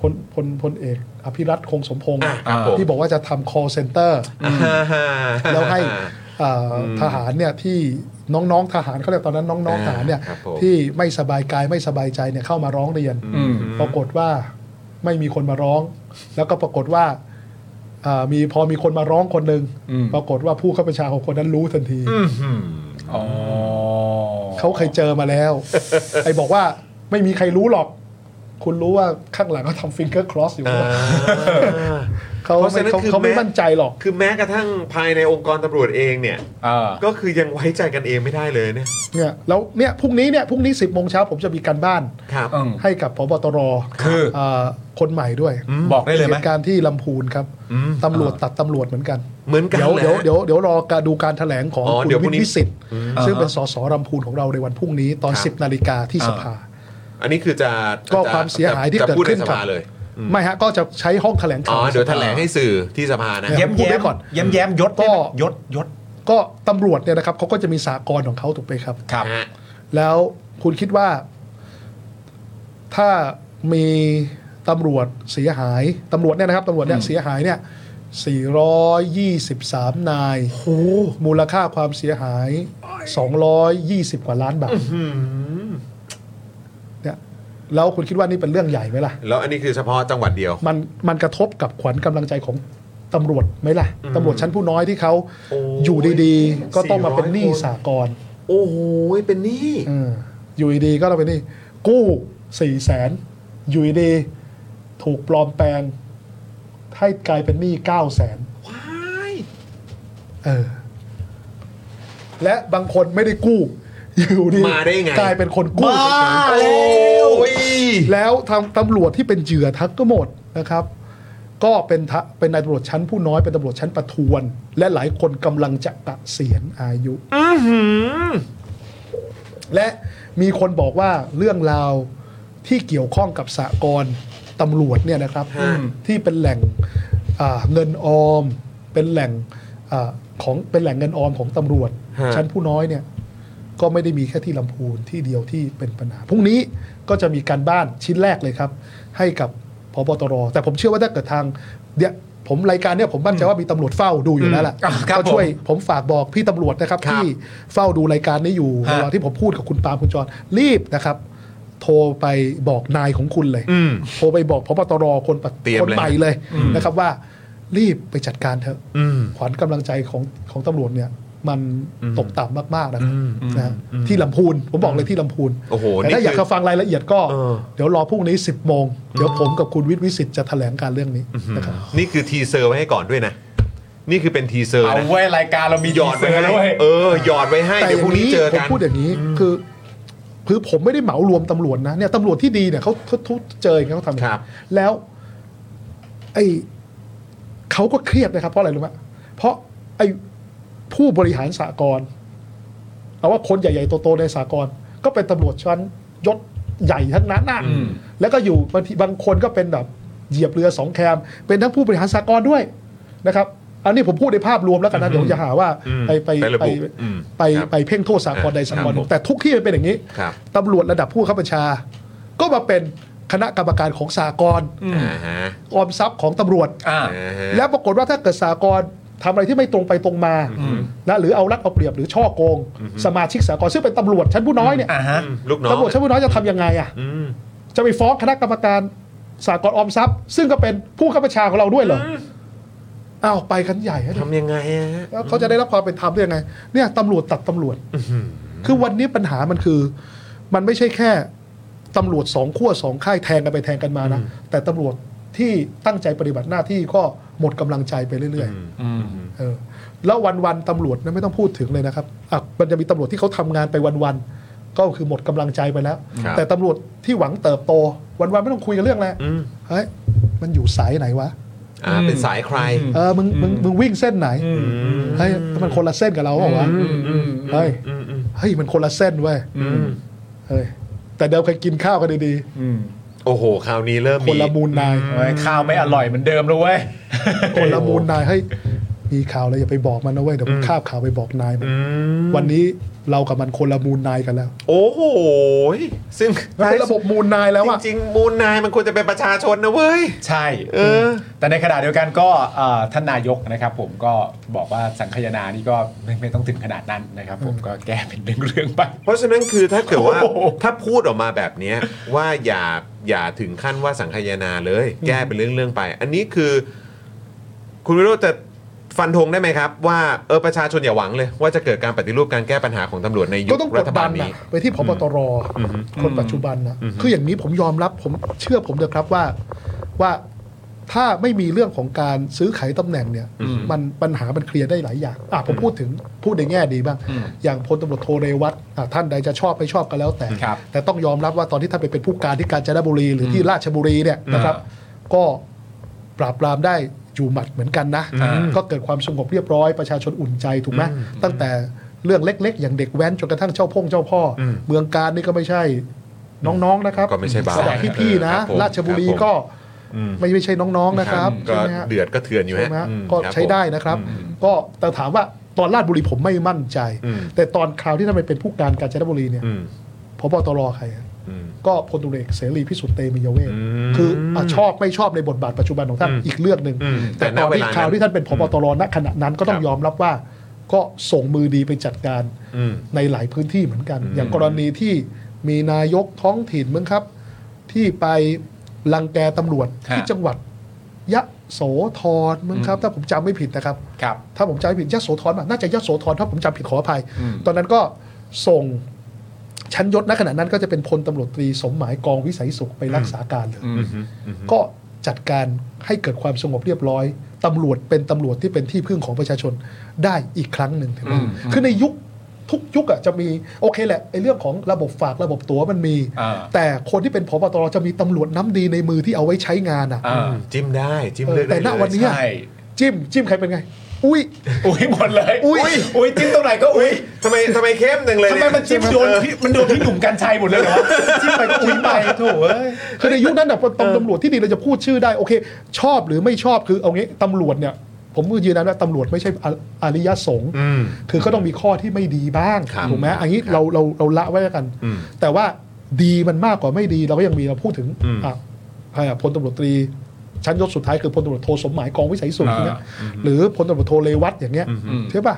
S4: พลพลพลเอก อภิรัตคงสมพงษ์
S1: อ่ะครับผม
S4: ที่บอกว่าจะทำ call center แล้ว ให้เอ่ออทหารเนี่ยที่น้องๆทหารเขาเรียกตอนนั้นน้องๆทหารเนี่ย
S1: ครับผม
S4: ที่ไม่สบายกายไม่สบายใจเนี่ยเข้ามาร้องเรียน
S2: อืม
S4: ปรากฏว่าไม่มีคนมาร้อง แล้วก็ปรากฏว่าอ่ามีพอมีคนมาร้องคนหนึ่ง
S2: อืม
S4: ปรากฏว่าผู้เข้าบัญชาของคนนั้นรู้ทันที
S2: อ๋อ
S4: เขาเคยเจอมาแล้ว ไอ้บอกว่าไม่มีใครรู้หรอก คุณรู้ว่าข้างหลังเขาทำฟิงเกอร์ครอสอยู่
S1: อ่า
S4: เขา
S1: เพราะฉะนั้น
S4: เขา
S1: คือ
S4: เขาไม่
S1: แม้
S4: มั่นใจหรอก
S1: คือแม้กระทั่งภายในองค์กรตำรวจเองเนี่ย
S2: เออ
S1: ก็คือยังไว้ใจกันเองไม่ได้เลยเนี่ย
S4: เนี่ยแล้วเนี่ยพรุ่งนี้เนี่ยพรุ่งนี้10บโมงเช้าผมจะมีการบ้าน
S1: ครับ
S2: อืม
S4: ให้กับพบตร
S2: คือ
S4: เอ่อคนใหม่ด้วย
S2: บอกได้เลยไหม
S4: หตุการณ์ที่ลำพูนครับ
S1: อืม
S4: ตำรวจตัดตำรวจเหมือนกัน
S1: เหมือนกัน
S4: เดี๋ยว
S1: เหรอ
S4: เดี๋ยวเดี๋ยวเดี๋ยวรอการดูการแถลงของ
S1: อ๋อ
S4: คุ
S1: เดี๋ยวพรุ่ง
S4: ณ
S1: นี้
S4: วิสิทธิ์
S2: อ่า
S4: ซึ่งเป็น
S2: ฮะ
S4: สสลำพูนของเราในวันพรุ่งนี้ตอน
S1: ครับ
S4: 10นาฬิกาที่สภา
S1: อันนี้คือจะ
S4: ก็ความเสียหายที่เกิด
S1: จะพู
S4: ขึ้น
S1: ใส
S4: ครับ
S1: ภาเลย
S4: ไม่ฮะก็จะใช้ห้องแถลงข่า
S1: อ๋อ
S4: ว
S1: เดี๋ยวแถลงให้สื่อที่สภานะ
S4: เนี่
S2: แย้ม
S4: พูด
S2: แย้
S4: ไว้
S2: ม
S4: ก่อน
S2: แย้มแย้มยศ
S4: ก็
S2: ได้ไหมยศยศ
S4: ก็ตำรวจเนี่ยนะครับเขาก็จะมีสากลของเขาถูกไหมครับ
S2: ครับ
S1: ฮะ
S4: แล้วคุณคิดว่า ถ้ามีตำรวจเสียหายตำรวจเนี่ยนะครับตำรวจเนี่ยเสียหายเนี่ย 423 นายมูลค่าความเสียหาย 220 กว่าล้านบาทเนี่ยแล้วคุณคิดว่านี่เป็นเรื่องใหญ่ไหมล่ะ
S1: แล้วอันนี้คือเฉพาะจังหวัดเดียว
S4: มันมันกระทบกับขวัญกำลังใจของตำรวจไหมล่ะตำรวจชั้นผู้น้อยที่เขา
S1: โอ้ย
S4: อยู่ดีๆ ก็ต้องมาเป็นหนี้
S1: 400คน
S4: สากล
S1: โอ้โหเป็นหนี่
S4: เอออยู่ดีๆก็เราไปนี่ กู้สี่แสนอยู่ดีๆถูกปลอมแปลง ให้กลายเป็นหนี้เก้าแสนเออและบางคนไม่ได้กู้ อยู่ดี
S1: มาได้ไง
S4: กลายเป็นคนกู้
S1: มา
S4: เฉยๆ
S1: แล้วโอ้ย
S4: แล้วทางตำรวจที่เป็นเหยื่อทั้งก็หมดนะครับ ก็เป็นทะเป็นนายตำรวจชั้นผู้น้อยเป็นตำรวจชั้นประทวน และหลายคนกำลังจะกะเกษียณอายุและมีคนบอกว่าเรื่องราวที่เกี่ยวข้องกับสากลตำรวจเนี่ยนะครับ
S1: ฮะ
S4: ที่เป็นแหล่งอ่าเงินออม เป็นแหล่งอาของเป็นแหล่งเงินออมของตำรวจ
S1: ฮะ
S4: ชั้นผู้น้อยเนี่ย ก็ไม่ได้มีแค่ที่ลำพูนที่เดียวที่เป็นปัญหาพรุ่งนี้ก็จะมีการบ้านชิ้นแรกเลยครับ ให้กับพบตร แต่ผมเชื่อว่าถ้าเกิดทางเดี๋ยวผมรายการเนี่ยผมมั่นใจว่ามีตำรวจเฝ้าดูอยู่แล้วล่ะ
S2: อ่ะครับ
S4: ก็ช่วยผมฝากบอกพี่ตำรวจนะครับ ที่เฝ้าดูรายการนี้อยู่
S2: ฮะ
S4: เวลาที่ผมพูดกับคุณปาล์มคุณจรรีบนะครับ โทรไปบอกนายของคุณเลยโทรไปบอกพบตรคนปัจ
S1: เตรียม
S4: คน
S1: เลย
S4: ใหม่เลยนะครับว่า รีบไปจัดการเถอะ ขวัญกำลังใจของของตำรวจเนี่ย มันตกต่ำมาก ๆ นะครับนะฮะที่ลำพูน ผมบอกเลยที่ลำพูน
S1: โอ้โห
S4: แต่
S1: นี่
S4: ถ้าอยาก
S1: คือ
S4: จะฟังรายละเอียดก็
S1: เออ
S4: เดี๋ยวรอพรุ่งนี้ 10บโมง เดี๋ยวผมกับคุณวิทย์วิสิตจะแถลงการเรื่องนี้นะครับ
S1: นี่คือทีเซอร์ไว้ให้ก่อนด้วยนะ นี่คือเป็นทีเซอร์
S2: เอา
S1: นะ
S2: ไว้รายการเรามี
S1: หยอด
S2: เสื
S1: ไว้
S2: อ
S1: ให้
S2: ด้วย
S1: เออหยอดไว้ให้
S4: แต่อ
S1: เดี๋ยวพรุ่
S4: ย่าง ง
S1: นี้
S4: นี้
S1: เจอ
S4: ผม
S1: กัน
S4: พูดอย่างนี้คือคือผมไม่ได้เหมารวมตำรวจนะเนี่ยตำรวจที่ดีเนี่ยเขาทุทุเจออย่างนี้เขาทำอย่างนี้
S1: ครับ
S4: แล้ว ไอ้เขาก็เครียดนะครับ เพราะอะไรรู้ไหมเพราะไอ้ผู้บริหารสากลเอาว่าคนใหญ่ๆโตๆในสากลก็เป็นตำรวจชั้นยศใหญ่ทั้งนั้นนะ
S2: อืม
S4: แล้วก็อยู่บางทีบางคนก็เป็นแบบเหยียบเรือสองแคมเป็นทั้งผู้บริหารสากลด้วยนะครับ อันนี้ผมพูดในภาพรวมแล้วกันนะเดี๋ยวอย่าหาว่า
S1: อืม
S4: ไป
S1: ไประ
S4: ไปไป
S1: บุอืม
S4: ไป
S1: ครับ
S4: ไปเพ่งโทษสากลใดสากลห
S1: ครั
S4: นึ่
S1: บผม
S4: งแต่ทุกที่มันเป็นอย่างนี้
S1: ครับ
S4: ตำรวจระดับผู้ข้าบัญชา ก็มาเป็นคณะกรรมการของสากล
S1: อ่าฮะ
S4: ออมทรัพย์ของตำรวจ
S2: อ่า
S1: อ่าฮะ
S4: แล้วปรากฏว่าถ้าเกิดสากลทำอะไรที่ไม่ตรงไปตรงมานะหรือเอารัดเอาเปรียบหรือช่อโกง สมาชิกสากลซึ่งเป็นตำรวจชั้นผู้น้อยเนี่ย
S2: อ่าฮะ
S1: ลูกน้อง
S4: ตำรวจชั้นผู้น้อยจะทำยังไงอ่ะ
S1: อืม
S4: จะไปฟ้องคณะกรรมการสากลออมทรัพย์ ซึ่งก็เป็นผู้ข้าบัญชาของเราด้วยเหรออ้าวไปกันใหญ่แล้วเนี่ย
S1: ทำยังไงอะฮะ
S4: แล้วเขาจะได้รับความเป็นธรรมได้ยังไง เนี่ยตำรวจตัดตำรวจ คือวันนี้ปัญหามันคือ มันไม่ใช่แค่ตำรวจสองขั้วสองค่ายแทงกันไปแทงกันมานะ แต่ตำรวจที่ตั้งใจปฏิบัติหน้าที่ก็หมดกำลังใจไปเรื่อยๆเออแล้ววันๆตำรวจนะไม่ต้องพูดถึงเลยนะครับอ่ะมันจะมีตำรวจที่เขาทำงานไปวันๆก็คือหมดกำลังใจไปแล้ว
S1: ครับ
S4: แต่ตำรวจที่หวังเติบโต วันๆไม่ต้องคุยกันเรื่องแล้วเฮ้ยมันอยู่สายไหนวะ
S1: อ่า เป็นสายใคร
S4: เออมึงมึงมึงวิ่งเส้นไหนเฮ้ยมันคนละเส้นกับเราเปล่าวะเฮ้ยเฮ้ยมันคนละเส้นเว้ยเฮ้ยแต่เดิมเคยกินข้าวกันดี
S1: โอ้โห คราวนี้เริ่ม
S4: ๆ ค
S1: มี
S4: นละมูลนาย
S2: เฮ้ยข้าวไม่อร่อยเหมือนเดิมแล้วเว้ย
S4: คนละมูลนายเฮ้ยมีข่าวอะไรอย่าไปบอกมันนะเว้ยเดี๋ยวมันข้าบข่าวไปบอกนายมันวันนี้เรากับมันคนละมูลนายกันแล้ว
S1: โอ้โห ซึ่ง
S4: มันเป็นระบบมูลนายแล้วอะ
S1: จริงๆมูลนายมันควรจะเป็นประชาชนนะเว้ย
S2: ใช่
S1: เออ
S2: แต่ในขณะเดียวกันก็เอ่อท่านนายกนะครับ ผมก็บอกว่าสังคายนานี่ก็ไม่ไม่ต้องถึงขนาดนั้นนะครับ ผมก็แก้เป็นเรื่องๆไป
S1: เพราะฉะนั้นคือถ้าเกิดว่า
S2: โอ้โห
S1: ถ้าพูดออกมาแบบเนี้ยว่าอย่าอย่าถึงขั้นว่าสังคายนาเลย แก้เป็นเรื่องๆไป อันนี้คือ คุณวิโรจน์จะ ฟันธงได้ไหมครับ ว่าเออประชาชนอย่าหวังเลย ว่าจะเกิดการปฏิรูปการแก้ปัญหาของตำรวจในยุ
S4: ก็
S1: ค
S4: ต้องก
S1: รั
S4: ด
S1: ฐบา
S4: ดั
S1: ล
S4: น
S1: นี้
S4: นะไปที่พบตรคนปัจจุบันนะคืออย่างนี้ผมยอมรับผมเชื่อผมเถอะครับว่าว่าถ้าไม่มีเรื่องของการซื้อขายตำแหน่งเนี่ย มันปัญหามันเคลียร์ได้หลายอย่างอ่ะผมพูดถึงพูดในแง่ดีบ้าง อย่างพลตำรวจโทเรวัตอ่ะท่านใดจะชอบไม่ชอบก็แล้วแต่
S2: ครับ
S4: แต่ต้องยอมรับว่าตอนที่ท่านไปเป็นผู้การที่กาญจนบุรีหรือที่ราชบุรีเนี่ยนะครับ ก็ปราบปรามได้อยู่หมัดเหมือนกันนะ
S2: อ่า
S4: ก็เกิดความสงบเรียบร้อยประชาชนอุ่นใจถูกไหมตั้งแต่เรื่องเล็ก ๆ อย่างเด็กแว้นจนกระทั่งเจ้าพ่งเจ้าพ่ออเมืองการนี่ก็ไม่ใช่น้องๆนะครับ
S1: ก็ไม่ใช่เบา
S4: ระดับพี่ๆนะ
S1: ครับผม
S4: ราชบุรี
S1: ครับผม
S4: ก็ไม่ไม่ใช่น้องๆนะครับ
S1: ก็
S4: ใช่ไหมฮะ
S1: เดือดก็เถื่อนอยู่
S4: ใช่
S1: ฮะ
S4: ไหม
S1: อืม
S4: ก็
S1: ครับ
S4: ใช้
S1: ผม
S4: ได้นะครับ ก็แต่ถามว่าตอนราชบุรีผมไม่มั่นใจ
S1: อืม
S4: แต่ตอนคราวที่ท่านไปเป็นผู้การกาญจนบุรีเนี่ย
S1: อืม
S4: พบตรใครอะ
S1: อืม
S4: ก็พลตุเอกเสรีพิสุทธิ์เตมียเวท
S1: อืม
S4: คืออ่ะชอบไม่ชอบในบทบาทปัจจุบันของท่าน
S1: อืม
S4: อีกเรื่องหนึ่ง
S1: อืม
S4: แต่
S1: แต่ณ
S4: ตอน
S1: เว
S4: ที่
S1: ลานั้น
S4: คราวที่ท่านเป็นพบตรณขณะนั้นก็ต้อ
S1: ครั
S4: ง
S1: บ
S4: ยอมรับว่า ก็ส่งมือดีไปจัดการ
S1: อืม
S4: ในหลายพื้นที่เหมือนกัน อย่างกรณีที่มีนายกท้องถิ่นมั้งครับ ที่ไปรังแกตำรวจที่
S2: ฮะ
S4: จังหวัดยะโสธรมั้งครับ ถ้าผมจำไม่ผิดนะครับ
S2: ครับ
S4: ถ้าผมจำไม่ผิดยะโสธรป่ะน่าจะยะโสธรถ้าผมจำผิดขออภัย
S2: อืม
S4: ตอนนั้นก็ส่งชั้นยศณขณะนั้นก็จะเป็นพลตำรวจตรีสมหมายกองวิสัยสุขไปรักษาการเลย
S2: อืม
S4: ก็จัดการให้เกิดความสงบเรียบร้อยตำรวจเป็นตำรวจที่เป็นที่พึ่งของประชาชนได้อีกครั้งหนึ่งถึง
S2: อืม
S4: คือในยุคทุกยุคอะจะมีโอเคแหละไอ้เรื่องของระบบฝากระบบตั๋วมันมี
S2: อ่า
S4: แต่คนที่เป็นพบตรจะมีตำรวจน้ำดีในมือที่เอาไว้ใช้งานอะ
S2: อ่า
S1: จิ้มได้จิ้ม
S4: เออ
S1: เลือกได้
S4: แต่ณ
S1: เลย
S4: วันนี้
S2: ใช่
S4: จิ้มจิ้มใครเป็นไง อุ้ย
S2: อุ้ยหมดเลย
S4: อุ๊ย
S2: อุ้ยจิ้มตรงไหนก็อุ้ย
S1: ทำไมทำไมเข้มจังเลย
S2: ทำไมมันจิ้มโดนพี่มันโดนพี่หนุ่มกัญชัยหมดเลยเหรอวะจิ้มไปก็อุ้ยไปโถูกเอ้ย
S4: คือในยุคนั้นน่ะตำตำรวจที่ดีเราจะพูดชื่อได้โอเค ชอบหรือไม่ชอบคือเอางี้ตำรวจเนี่ย ผมยืนยันว่าตำรวจไม่ใช่ออริยสงฆ์
S1: อืม
S4: คือก็ต้องมีข้อที่ไม่ดีบ้าง
S1: ครับ
S4: ถูกไหมอันนี้เราเราเราละไว้แล้วกัน
S1: อืม
S4: แต่ว่าดีมันมากกว่าไม่ดีเราก็ยังมีเราพูดถึง
S1: อืม
S4: อ่ะใครอ่ะพลตำรวจตรี ชั้นยศสุดท้ายคือพลตำรวจโทสมหมายกองวิสัยสุขอย่างเงี้ยหรือพลตำรวจโทเรวัตอย่างเงี้ยใช่ป่ะ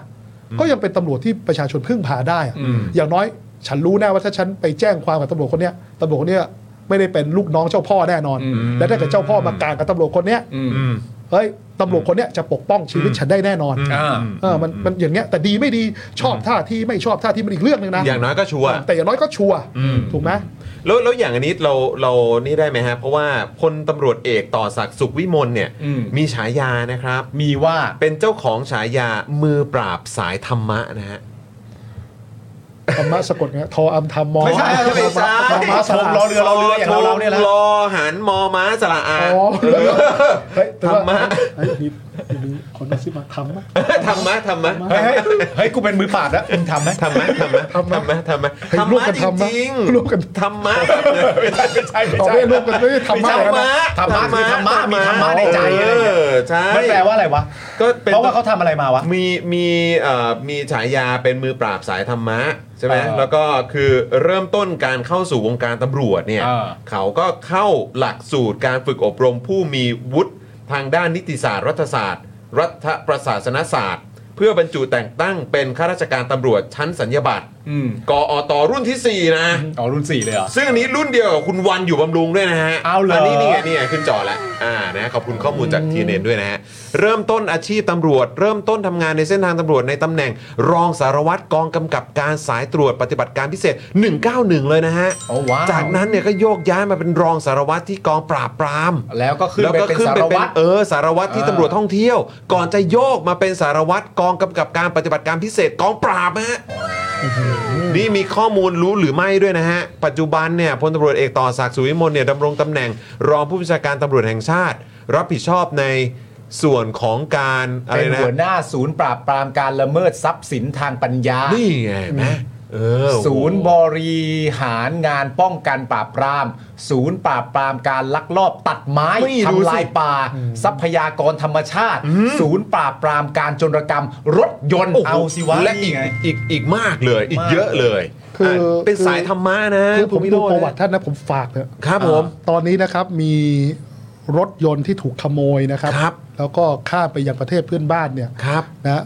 S4: ก็ยังเป็นตำรวจที่ประชาชนพึ่งพาได้อะ
S2: อืม
S4: อย่างน้อยฉันรู้แน่ว่าถ้าฉันไปแจ้งความกับตำรวจคนเนี้ยตำรวจคนเนี้ยไม่ได้เป็นลูกน้องเจ้าพ่อแน่นอน และถ้าเกิดเจ้าพ่อมากลางกับตำรวจคนเนี้ย
S2: อืม
S1: อืม
S4: เฮ้ยตำรวจคนเนี้ยจะปกป้องชีวิตฉันได้แน่นอน
S2: อ่า
S4: เออมันมันอย่างเงี้ยแต่ดีไม่ดีชอบท่าที่ไม่ชอบท่าที่มันอีกเรื่องหนึ่งนะ
S1: อย่างน้อยก็ชัวร์
S4: แต่อย่างน้อยก็ชัวร์
S1: อืม
S4: ถูกไหม
S1: แล้วแล้วอย่างอันนี้เราเรานี่ได้ไหมฮะ เพราะว่าพลตำรวจเอกต่อศักดิ์สุขวิมลเนี่ย
S2: อืม
S1: มีฉายานะครับ
S2: มีว่า
S1: เป็นเจ้าของฉายามือปราบสายธรรมะนะฮะ
S4: ธรรมะสะกดไงทออัมธรรมมอ
S2: ไม่ใช่ไม่ใช่
S4: ธรรมะสะ
S2: ผมรอ
S4: อาด
S2: เรือเราเรืออย่างเราเราเนี่ยนะ
S1: รอหันมอม้าสระอา
S4: อ๋อเฮ้ยแต่ว่า
S1: ธรรมะ
S4: เฮ้ยมีมีคนมาซิบมาธรรมะ
S1: ธรรมะธรรมะ
S2: เฮ้ยเฮ้ยเฮ้ยกูเป็นมือปราบแล้วมึงทำไหม
S1: ธรรมะธรรมะธรรมะธรรมะ
S4: เฮ้ย
S1: ธรร
S4: ร่วม
S1: มะ
S4: กัน
S1: จ
S4: ธรรมะ
S1: ริง
S4: ร่วมกัน
S1: ธรรมะแบบเนี่ย
S2: ไม่ใช่ไม่ใช่ไม่
S4: ต่อ
S2: ใช่
S4: ไม่รวมกันไม่ใช่ธรรมะ
S1: ธรร
S4: นะ
S1: มะ
S2: ธรรมะคือธรรมะมีธรรมะในใจอะไรอย่างเงี้ย
S1: เออใช่
S2: มันแปลว่าอะไรวะ
S1: ก็ป็น
S2: เพราะว่าเขาทำอะไรมาวะ
S1: มีมีเอ่อมีฉายาเป็นมือปราบสายธรรมะใช่ไหม
S2: เออ
S1: แล้วก็คือเริ่มต้นการเข้าสู่วงการตำรวจเนี่ย
S2: เออ
S1: เขาก็เข้าหลักสูตรการฝึกอบรมผู้มีวุฒิทางด้านนิติศาสตร์ รัฐศาสตร์ รัฐประศาสนศาสตร์ เพื่อบรรจุแต่งตั้งเป็นข้าราชการตำรวจชั้นสัญญาบัตร
S2: อืม
S1: กอตรุ่นทีสี่4 นะ
S2: อ๋อรุ่นสี่เลยเหรอ
S1: ซึ่งอันนี้รุ่นเดียวกับคุณวันอยู่บำรุงด้วยนะฮะ
S2: เอาเหรออั
S1: นนี้นี่ไงนี่ไงขึ้นจอแล้วอ่านะขอบคุณข้อมูลจากทีเนนด้วยนะฮะ เริ่มต้นอาชีพตำรวจ เริ่มต้นทำงานในเส้นทางตำรวจในตำแหน่ง รองสารวัตรกองกำกับการสายตรวจปฏิบัติการพิเศษ 191 เลยนะฮะ
S2: โอ้ว้าว
S1: จากนั้นเนี่ยก็โยกย้ายมาเป็นรองสารวัตรที่กองปราบปราม
S2: แล้วก็ขึ้น
S1: แล้ว
S2: ไป
S1: ก็
S2: เป็น
S1: ขึ้น
S2: สา
S1: ไป
S2: ร
S1: เป็น
S2: วัตร
S1: เออสารวัตรที่
S2: อ่า
S1: ตำรวจท่องเที่ยว ก่อนจะโยกมาเป็นสารวัตรกองกำกับการปฏิบัติการพิเศษกองปราบฮะนี่มีข้อมูลรู้หรือไม่ด้วยนะฮะ ปัจจุบันเนี่ยพลตำรวจเอกต่อศักดิ์สุวิมลเนี่ยดำรงตำแหน่ง รองผู้บัญชาการตำรวจแห่งชาติ รับผิดชอบในส่วนของการอะไร
S2: เป็น
S1: นะ
S2: หัวหน้าศูนย์ปราบปรามการละเมิดทรัพย์สินทางปัญญา
S1: นี่ไงเห็นไหมเออโอ้โห
S2: ศูนย์บริหารงานป้องกันปราบปราม ศูนย์ปราบปรามการลักลอบตัดไม้
S1: ไม่รู้สิ
S2: ทำลายป่า ทรัพยากรธรรมชาติ ศูนย์ปราบปรามการจรกรรม รถยนต์
S1: โโห
S2: เอาสิวะ
S1: และอีก
S2: นี่ไง
S1: อีกอีกมากเลย อีก
S2: มาก
S1: เยอะเลย
S4: คืออ่
S1: ะเป็น
S4: คือ
S1: สายธรรมะนะ
S4: คือผม
S1: คุณ
S4: ดู
S1: โจน์
S4: ประวัติท่านนะผมฝากเนอะ
S1: ครับผม
S4: ตอนนี้นะครับมีรถยนต์ที่ถูกขโมยนะครับ
S1: ครับ
S4: แล้วก็ข้ามไปยังประเทศเพื่อนบ้านเนี่ย
S1: ครับ
S4: นะ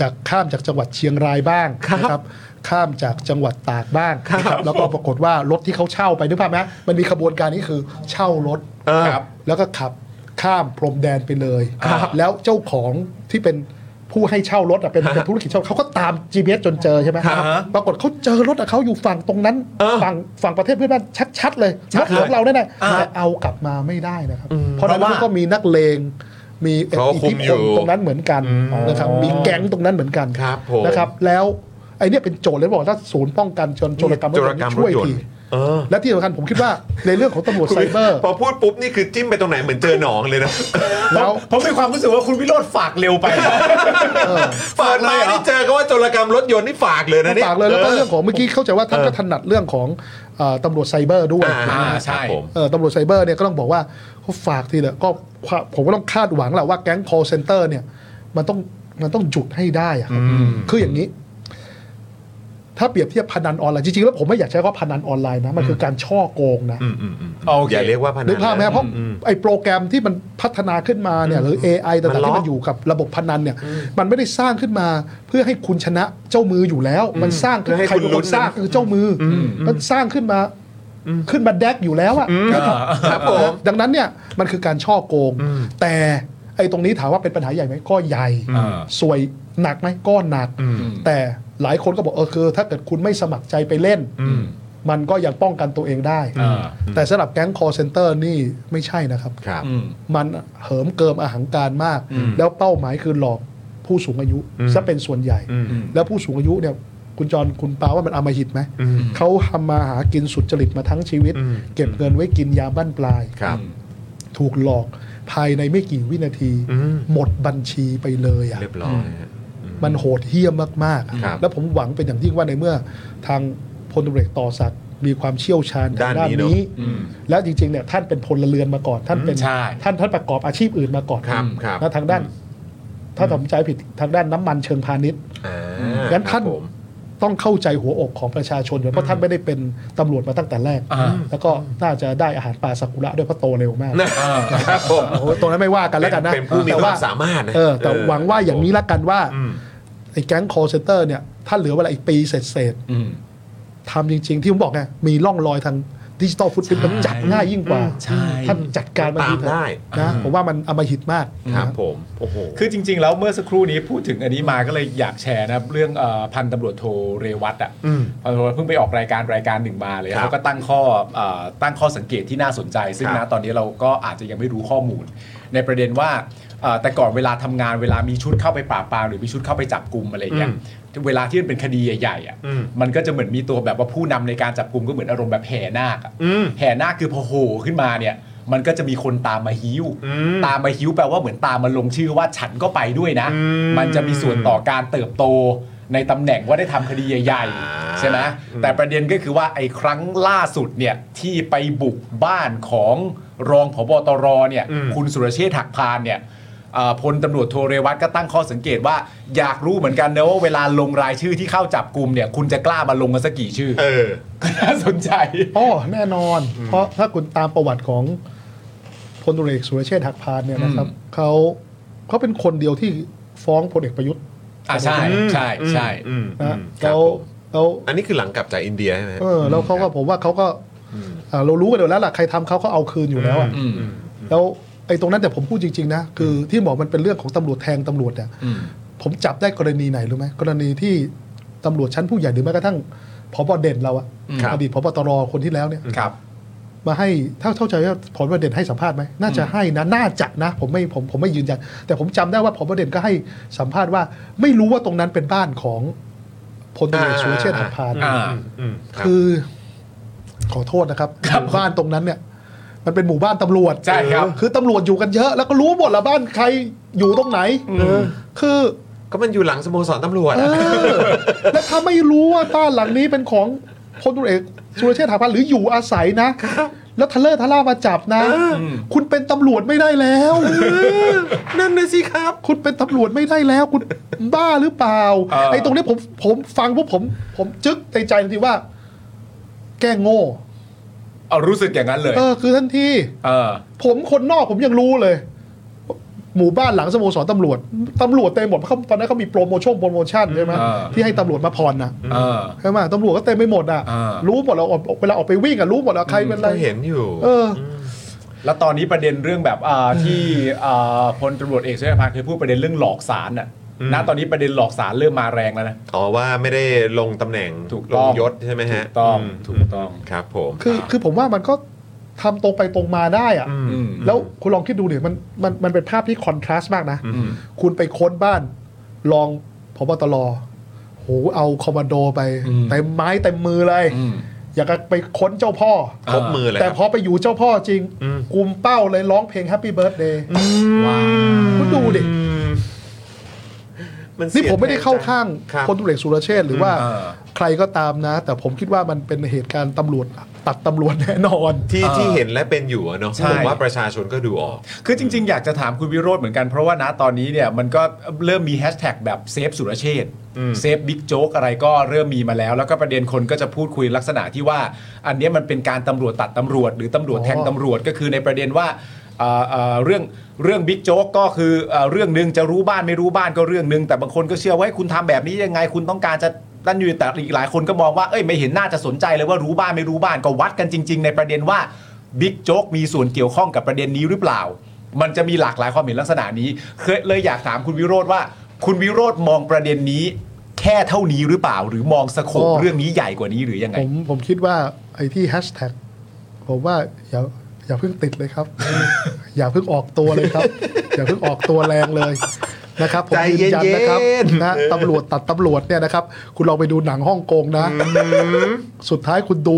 S4: จากข้ามจากจังหวัดเชียงรายบ้าง
S1: ครับ
S4: นะครับ ข้ามจากจังหวัดตากบ้าง
S1: ครับ
S4: นะครับแล้วก็ปรากฏว่ารถที่เขาเช่าไปนึกภาพไหมมันมีขบวนการนี้คือเช่ารถ
S1: เออ
S2: ครับ
S4: แล้วก็ขับ ข้ามพรมแดนไปเลยแล้วเจ้าของที่เป็นผู้ให้เช่ารถอะเป็นเป็นธุรกิจเช่าเขาก็ตาม GPS จนเจอใช่ไหม
S1: ครับ
S4: ปรากฏเขาเจอรถอะเขาอยู่ฝั่งตรงนั้น
S1: เออ
S4: ฝั่งฝั่งประเทศเพื่อนบ้านชัดๆเลย
S1: ชั
S4: ร
S1: ด
S4: ถ
S1: เลย
S4: ของเราแน่
S1: อ่า
S4: ๆแต่เอากลับมาไม่ได้นะครับ เพราะ
S1: เพ
S4: นั้
S1: ราะ
S4: น
S1: ว่า
S4: มันก็มีนักเลงมี
S1: เขาก็คุมอยู่
S4: ตรงนั้นเหมือนกันนะครับมีแก๊งตรงนั้นเหมือนกัน
S1: ครับผม
S4: นะครับ แล้วไอเนี่ยเป็นโจทย์เลยบอกว่าถ้าศูนย์ป้องกันจนโจรกรรม
S1: โจรกรรมร
S4: ช่
S1: ถ
S4: วย
S1: ยน
S4: ที
S1: ต์เออ
S4: และที่สำคัญผมคิดว่าในเรื่องของ ตำรวจไซเบอร์
S1: พอพูดปุ๊บนี่คือจิ้มไปตรงไหนเหมือนเจอหนองเลยนะ
S4: แล้ว
S2: ผมมีความรู้สึกว่าคุณวิโรธฝากเร็วไป
S1: ฝากมาที่เจอก็ว่าโจรกรรมรถยนต์นี่ฝากเลยนะเนี่ย
S4: ฝากเลยแล้วก็เรื่องของเมื่อกี้เข้าใจว่าท่านก็ถนัดเรื่องของเอ่อตำรวจไซเบอร์ด้วย
S1: อ่า
S2: อ่า
S1: ค
S2: ใช่
S1: รับผม
S4: เออตำรวจไซเบอร์เนี่ยก็ต้องบอกว่าเขาฝากทีเดียก็ความผมก็ต้องคาดหวังแหละว่าแก๊ง call center เนี่ยมันต้องมันต้องหยุดให้ได้อะครับคืออย่างนี้ ถ้าเปรียบเทียบพนันออนไลน์จริงๆแล้วผมไม่อยากใช้คำว่าพนันออนไลน์นะมันคือการช่อโกงนะ
S1: อย่าเรียกว่าพนัน
S4: นึกภาพไหม
S1: นะ
S4: เพราะไอ้โปรแกรมที่มันพัฒนาขึ้นมาเนี่ยหรือ AI ต่างๆที่มันอยู่กับระบบพนันเนี่ย มันไม่ได้สร้างขึ้นมาเพื่อให้คุณชนะเจ้ามืออยู่แล้ว มันสร้างขึ้น
S1: เพื่อให้
S4: ใคร
S1: คุณ
S4: เป็น
S1: ลุ้
S4: คนนสร้าง
S1: นะ
S4: คือเจ้ามืออมันสร้างขึ้นมาขึ้นมาแดกอยู่แล้วอะ
S1: ครับผม
S4: ดังนั้นเนี่ยมันคือการช่อโกง แต่ไอ้ตรงนี้ถามว่าเป็นปัญหาใหญ่ไหมก็ใหญ่
S2: อ่า
S4: สวยหนักไหมก็หนัก แต่หลายคนก็บอกเออคือ ถ้าเกิดคุณไม่สมัครใจไปเล่น มันก็ยังป้องกันตัวเองได้ แต่สำหรับแก๊ง call center นี่ไม่ใช่นะครับ
S1: ครับ
S4: มันเหิมเกิมอาหังการมาก แล้วเป้าหมายคือหลอกผู้สูงอายุซะเป็นส่วนใหญ่ แล้วผู้สูงอายุเนี่ย คุณจรคุณปาว่ามันอำมหิตไหม เขาทำมาหากินสุดจริตมาทั้งชีวิต
S1: อืม
S4: เก็บเงินไว้กินยามบ้านปลาย
S1: ครับ
S4: ถูกหลอกภายในไม่กี่วินาที
S1: อืม
S4: หมดบัญชีไปเลยอ่ะ
S1: เรียบร้อยฮะ
S4: มันโหดเหี้ยมมากๆอะ
S1: ครับ
S4: แล้วผมหวังเป็นอย่างยิ่งว่าในเมื่อทางพลตำรวจเอกต่อสักดิ์มีความเชี่ยวชาญทง
S1: ด้านนี้เนอะ
S4: และจริงๆเนี่ยท่านเป็นพลเรือนมาก่อน ท่านเป็น
S2: ใช่
S4: ท่านท่านประกอบอาชีพอื่นมาก่อน
S1: ครับครับ
S4: นะทางด้าน ถ้าทำใจผิดทางด้านน้ำมันเชิงพาณิชย์
S1: อ่า
S4: งั้นท่าน
S1: ครับผม
S4: ต้องเข้าใจหัวอกของประชาชนด้วยเพราะท่านไม่ได้เป็นตำรวจมาตั้งแต่แรก
S2: อ่า
S4: แล้วก็น่าจะได้อาหารปลาสักุระด้วยเพราะโตเร็วมาก
S1: ครับผม
S4: โอ้โหตรงนั้นไม่ว่ากันแล้วกันนะ
S1: เป็นผู้มี
S4: แต่
S1: ความสามารถนะ
S4: เออแต่
S1: เออ
S4: หวังว่าอย่างนี้ละกันว่า
S1: อืม
S4: ไอ้แก๊ง call center เนี่ย ถ้าเหลือเวลาอีกปีเสร็จๆทำจริง ๆ ที่ผมบอกไงมีร่องรอยทางดิจิ t a ลฟุตพิ้นมันจับง่ายยิ่งกว่า
S2: ใช่
S4: ท่านจัดการมันทีเถ
S1: ตามได้
S4: อะนะผมว่ามันอมหิตมาก
S1: ครับ
S4: นะ
S1: ผม โอ้โห
S2: คือจริง ๆ แล้วเมื่อสักครู่นี้พูดถึงอันนี้มาก็เลยอยากแชร์นะครับเรื่องเอ่อพันตำรวจโทเรวัตอ่ะ
S1: อืม
S2: พันตำรวจเพิ่งไปออกรายการรายการหนึ่งมาเลย
S1: ครับ
S2: เขาก็ตั้งข้อเอ่อตั้งข้อสังเกตที่น่าสนใจ ซึ่ง
S1: ครั
S2: นะ
S1: บ
S2: ตอนนี้เราก็อาจจะยังไม่รู้ข้อมูล ในประเด็นว่าเอ่อแต่ก่อนเวลาทำงานเวลามีชุดเข้าไปปราบปรามหรือมีชุดเข้าไปจับกลุ่มอะไรอย่างเงี้ย
S1: อืม
S2: เวลาที่มันเป็นคดีใหญ่ๆอ่ะ
S1: อืม
S2: มันก็จะเหมือนมีตัวแบบว่าผู้นำในการจับกลุ่มก็เหมือนอารมณ์แบบแห่นาคอะ
S1: อืม
S2: แห่นาคคือพอโหขึ้นมาเนี่ยมันก็จะมีคนตามมาหิ้ว
S1: อืม
S2: ตาม ตามมาฮิ้วแปลว่าเหมือนตามมาลงชื่อว่าฉันก็ไปด้วยนะ
S1: อืม
S2: มันจะมีส่วนต่อการเติบโตในตำแหน่งว่าได้ทำคดีใหญ่
S1: อ่า
S2: ๆใช่ไหมแต่ประเด็นก็คือว่าไอ้ครั้งล่าสุดเนี่ยที่ไปบุกบ้านของรองผบตรเนี่ย
S1: อืม
S2: คุณสุรเชษฐ์หักพานเนี่ยเอ่อพลตำรวจโทเรวัตก็ตั้งข้อสังเกตว่าอยากรู้เหมือนกันนะว่าเวลาลงรายชื่อที่เข้าจับกลุ่มเนี่ยคุณจะกล้ามาลงกันสักกี่ชื่อ
S1: เออ
S2: น่าสนใจ
S4: อ๋อแน่นอน เพราะถ้าคุณตามประวัติของพลตุเอกสุรเชษฐ์หักพานเนี่ยนะครับ
S2: อืม
S4: เขาเขาเป็นคนเดียวที่ฟ้องพลเอกประยุทธ์
S2: อ่ะใช่ใช่ใช่
S1: อืมอืมครั
S4: นะ
S1: บ
S4: แล้ว
S1: ผม
S4: แล้ว
S1: อันนี้คือหลังกลับจากอินเดียใช่ไหม
S4: เออแล้วเขาก็ผมว่าเขาก็อ่าเรารู้กันอยู่แล้วล่ะใครทำเขาก็เอาคืนอยู่แล้วอะ
S2: อืม
S4: แล้วไอ้ตรงนั้นแต่ผมพูดจริง ๆ นะ คือที่บอกมันเป็นเรื่องของตำรวจแทงตำรวจเนี่ยผมจับได้กรณีไหนรู้ไหมกรณีที่ตำรวจชั้นผู้ใหญ่หรือแม้กระทั่งพบเด่นเราอะ
S2: ครับ
S4: อดีตพบตรคนที่แล้วเนี่ย
S2: ครับ
S4: มาให้เท่าเท่าใจว่าพบเด่นให้สัมภาษณ์ไหมน่าจะให้นะน่าจะนะ ผมไม่ผมผมไม่ยืนยันแต่ผมจำได้ว่าพบเด่นก็ให้สัมภาษณ์ว่า ไม่รู้ว่าตรงนั้นเป็นบ้านของพลตำรวจสุรเชษฐ์หักพาน
S2: อ่า
S1: อืมครับ
S4: คือขอโทษนะครับหมู่บ้านตรงนั้นเนี่ย มันเป็นหมู่บ้านตำรวจ
S2: ใช่ครับ
S4: เออคือตำรวจอยู่กันเยอะ แล้วก็รู้หมดละบ้านใครอยู่ตรงไหนคือ
S1: ก็มันอยู่หลังสโมสรตำรวจ
S4: เอ
S1: อะ
S4: อแล้วถ้าไม่รู้ว่าบ้านหลังนี้เป็นของพลตุเอกสุรเชษฐ์ถาพันหรืออยู่อาศัยนะ แล้วทะเลอร์ทะล่ามาจับนะ คุณเป็นตำรวจไม่ได้แล้ว
S1: นั่นนะสิครับ
S4: คุณเป็นตำรวจไม่ได้แล้ว คุณบ้าหรือเปล่า
S2: เออ
S4: ไอ้ตรงนี้ผมผมฟังพวกผม ผมจึ๊กในใจทันทีว่า แกล้งโง่
S2: เอารู้สึกอย่างนั้นเลย
S4: เออคือทันที
S2: เออ
S4: ผมคนนอกผมยังรู้เลย หมู่บ้านหลังสโมสรตำรวจตำรวจเต็มหมดเขาตอนนั้นเขามีโปรโมชั่นโปรโมชั่นใช่ไหม
S2: อ่า
S4: ที่ให้ตำรวจมาพรนะ
S2: เออ
S4: ใช่ไหมตำรวจก็เต็มไปหมดอ่ะ
S2: อ่ารู้
S4: รู้หมดเราออกเวลาออกไปวิ่งอ่ะรู้หมดอ่ะใครเป็นอะไร
S1: เราเห็นอยู่
S4: เออ
S2: แล้วตอนนี้ประเด็นเรื่องแบบอ่าที่อ่าพลตำรวจเอกเสรีภาเคยพูดประเด็นเรื่องหลอกสารน่ะณตอนนี้ประเด็นหลอกสารเริ่มมาแรงแล้วนะ
S1: อ๋อว่าไม่ได้ลงตำแหน่ง
S2: ถูก
S1: ล
S2: ต้อง ง
S1: ยศใช่ไหมฮะ
S2: ถูกต้อง
S1: ม
S2: ถูกต้อง
S1: ครับผม
S4: คือคือผมว่ามันก็ทำตรงไปตรงมาได้อะ
S1: ม
S2: อืม
S4: แล้วคุณลองคิดดูเนี่ยมันมันมันเป็นภาพที่คอนทราสต์มากนะ
S1: อืม
S4: คุณไปค้นบ้านรองพบตรโหเอาคอมมานโดไป
S2: อืม
S4: เต็มไม้เต็มมือเลย
S2: อืม
S4: อยากจะไปค้นเจ้าพ่อ
S1: ครบมือเลย
S4: แต่
S1: ค
S4: พ
S1: รับ
S4: อไปอยู่เจ้าพ่อจริง
S1: อืม
S4: กุมเป้าเลยร้องเพลง Happy Birthday
S2: ว้าว
S4: คุณดูดิ
S1: อืมมันเสีย
S4: นี่ผมไม่ได้เข้าข้าง
S1: ครับ
S4: พลตุเอกสุรเชษฐ์หรือว่า
S2: เออ
S4: ใครก็ตามนะ แต่ผมคิดว่ามันเป็นเหตุการณ์ตำรวจตัดตำรวจแน่นอน
S1: ที่
S2: เอ่อ
S1: ที่เห็นและเป็นอยู่อะเนาะ
S2: ใช่
S1: ผมว่าประชาชนก็ดูออก
S2: คือจริง ๆ อยากจะถามคุณวิโรธเหมือนกัน เพราะว่าณตอนนี้เนี่ยมันก็เริ่มมีแฮชแท็กแบบเซฟสุรเชษฐ์เซฟบิ๊กโจ๊กอะไรก็เริ่มมีมาแล้ว แล้วก็ประเด็นคนก็จะพูดคุยลักษณะที่ว่า อันเนี้ยมันเป็นการตำรวจตัดตำรวจ หรือตำรวจแทงตำรวจก็คือในประเด็นว่าเอ่อเอ่อเรื่องเรื่องบิ๊กโจ๊กก็คือเอ่อเรื่องหนึ่งจะรู้บ้านไม่รู้บ้านก็เรื่องหนึ่งแต่บางคนก็เชื่อว่าเฮ้ยคุณทำแบบนี้ยังไงคุณต้องการจะนั่นอยู่แต่อีกหลายคนก็มองว่าเอ้ยไม่เห็นน่าจะสนใจเลยว่ารู้บ้านไม่รู้บ้านก็วัดกันจริง ๆ ในประเด็นว่าบิ๊กโจ๊กมีส่วนเกี่ยวข้องกับประเด็นนี้หรือเปล่า มันจะมีหลากหลายความเห็นลักษณะนี้ เคยเลยอยากถามคุณวิโรธว่า คุณวิโรธมองประเด็นนี้ แค่เท่านี้หรือเปล่า หรือมองสโคป
S4: อ๋อ
S2: เรื่องนี้ใหญ่กว่านี้หรือยังไง
S4: ผมผมคิดว่าไอ้ที่แฮชแท็กผมว่าอย่าอย่าเพิ่งติดเลยครับ อย่าเพิ่งออกตัวเลยครับ อย่าเพิ่งออกตัวแรงเลยนะครับผม
S1: ใจ
S4: ยื
S1: เย็
S4: น
S1: นๆ
S4: ยันนะครับนะตำรวจตัดตำรวจเนี่ยนะครับ คุณลองไปดูหนังฮ่องกงนะ สุดท้ายคุณดู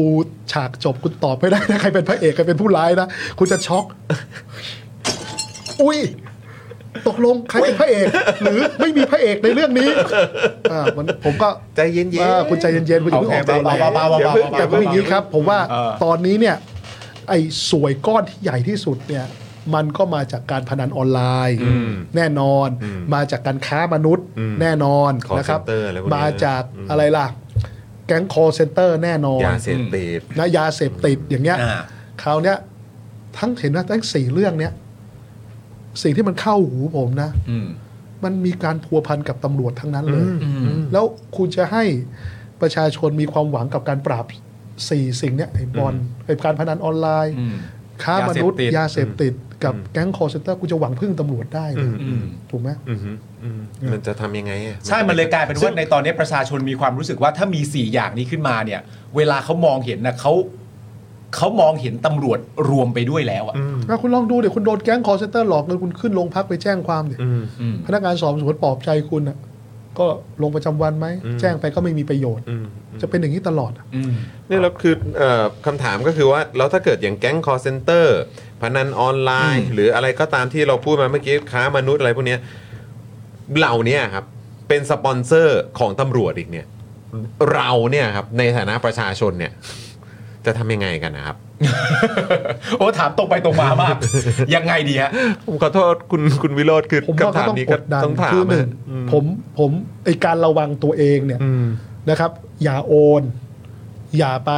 S4: ฉากจบคุณตอบไม่ได้นะใครเป็นพระเอกใครเป็นผู้ร้ายนะ คุณจะช็อก อุ้ย ตกลงใครเป็นพระเอก หรือไม่มีพระเอกในเรื่องนี้อ่ามันผมก็
S1: ใจเย็นๆ
S4: อ่าคุณใจเย็นๆ คุณอย่าเพิ่งออกตัวแรง
S2: โอเคเบาๆเบาๆเบาๆ
S4: อย่าเพิ่งแต่ผมอย่างนี้ครับ ผมว่า
S2: เออ
S4: ตอนนี้เนี่ย ไอ้สวยก้อนที่ใหญ่ที่สุดเนี่ย มันก็มาจากการพนันออนไลน์ แน่นอน มาจากการค้ามนุษย์ แน่นอนนะครับ
S1: Call center อะไรพวกนี้
S4: มาจากอะไรล่ะ แก๊งคอเซนเตอร์แน่นอน
S1: ยาเสพติด
S4: นะยาเสพติดอย่างเงี้ย
S2: อ่า
S4: คราวเนี้ยทั้งเห็นนะทั้งสี่เรื่องเนี้ยสิ่งที่มันเข้าหูผมนะ
S2: อืม
S4: มันมีการพัวพันกับตำรวจทั้งนั้นเลย แล้วคุณจะให้ประชาชนมีความหวังกับการปราบสี่สิ่งเนี้ยไอ้บอลไอ้การพนันออนไลน์ ค้ามนุษย์ ยาย
S2: า
S4: เส
S2: เส
S4: พ
S2: พติ
S4: ติด
S2: ด
S4: กับแก๊งคอร์เซนเตอร์กูจะหวังพึ่งตำรวจได้เลย
S2: อืม
S4: ถูกไหม
S1: อือหืออืมมันจะทำยังไงอะ
S2: ใช่ มันเลยกลายเป็นว่าในตอนนี้ประชาชนมีความรู้สึกว่าถ้ามี 4 อย่างนี้ขึ้นมาเนี่ย เวลาเขามองเห็นนะเขาเขามองเห็นตำรวจรวมไปด้วยแล้วอะ
S4: แล้วคุณลองดูเดี๋ยวคุณโดนแก๊งคอร์เซนเตอร์หลอกเงินคุณขึ้นโรงพักไปแจ้งความเดี๋ย
S1: อืม
S2: อืม
S4: พนักงานสอบสวนปลอบใจคุณอ่ะก็ลงประจำวันไหม แจ้งไปก็ไม่มีประโยชน์ จะเป็นอย่างนี้ตลอดอะ
S2: อืม
S1: เนี่ยแล้วคือเอ่อคำถามก็คือว่าแล้วถ้าเกิดอย่างแก๊ง call center พนันออนไลน์ หรืออะไรก็ตามที่เราพูดมาเมื่อกี้ค้ามนุษย์อะไรพวกเนี้ยเหล่าเนี้ยครับ เป็นสปอนเซอร์ของตำรวจอีกเนี่ย เราเนี่ยครับ ในฐานะประชาชนเนี่ย จะทำยังไงกันนะครับ
S2: โอ้ถามตรงไปตรงมามาก ยังไงดีฮะ
S1: ผมขอโทษคุณคุณวิโรธคือ
S4: ผมว่า
S1: คำ
S4: ก็
S1: ถาม
S4: ต้อง
S1: นี้
S4: ก
S1: ก็
S4: ดดัน
S1: ต้องถาม
S4: คือหนึ่ง
S1: อะอืม
S4: ผมผมไอการระวังตัวเองเนี่ย
S1: อืม
S4: นะครับ อย่าโอน อย่าไป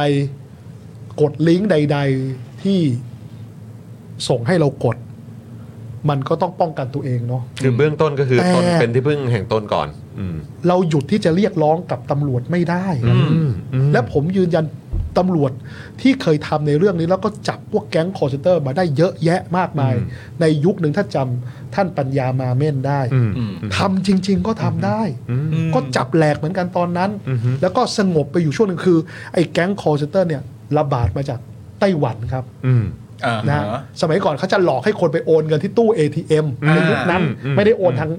S4: กดลิงก์ใด ๆที่ส่งให้เรากด มันก็ต้องป้องกันตัวเองเนาะ
S1: คือเบื้องต้นก็คือ
S4: แต่
S1: ตนเป็นที่พึ่งแห่งตนก่อน อืม
S4: เราหยุดที่จะเรียกร้องกับตำรวจไม่ได้
S1: อืมอืม
S4: และผมยืนยันตำรวจที่เคยทำในเรื่องนี้ แล้วก็จับพวกแก๊งคอร์เซนเตอร์มาได้เยอะแยะมากมาย ในยุคหนึ่งถ้าจำท่านปัญญามาเม่นได้
S1: อืม
S4: ทำจริง ๆ ก็ทำได้ ก็จับแหลกเหมือนกันตอนนั้น แล้วก็สงบไปอยู่ช่วงหนึ่งคือ ไอ้แก๊งคอร์เซนเตอร์เนี่ยระบาดมาจากไต้หวันครับ
S1: อืม
S2: อ่า
S4: นะ
S2: ฮะ
S4: ฮะสมัยก่อนเขาจะหลอกให้คนไปโอนเงินที่ตู้ ATM ในยุคนั้น
S1: อืม
S4: ไม่ได้โอนทาง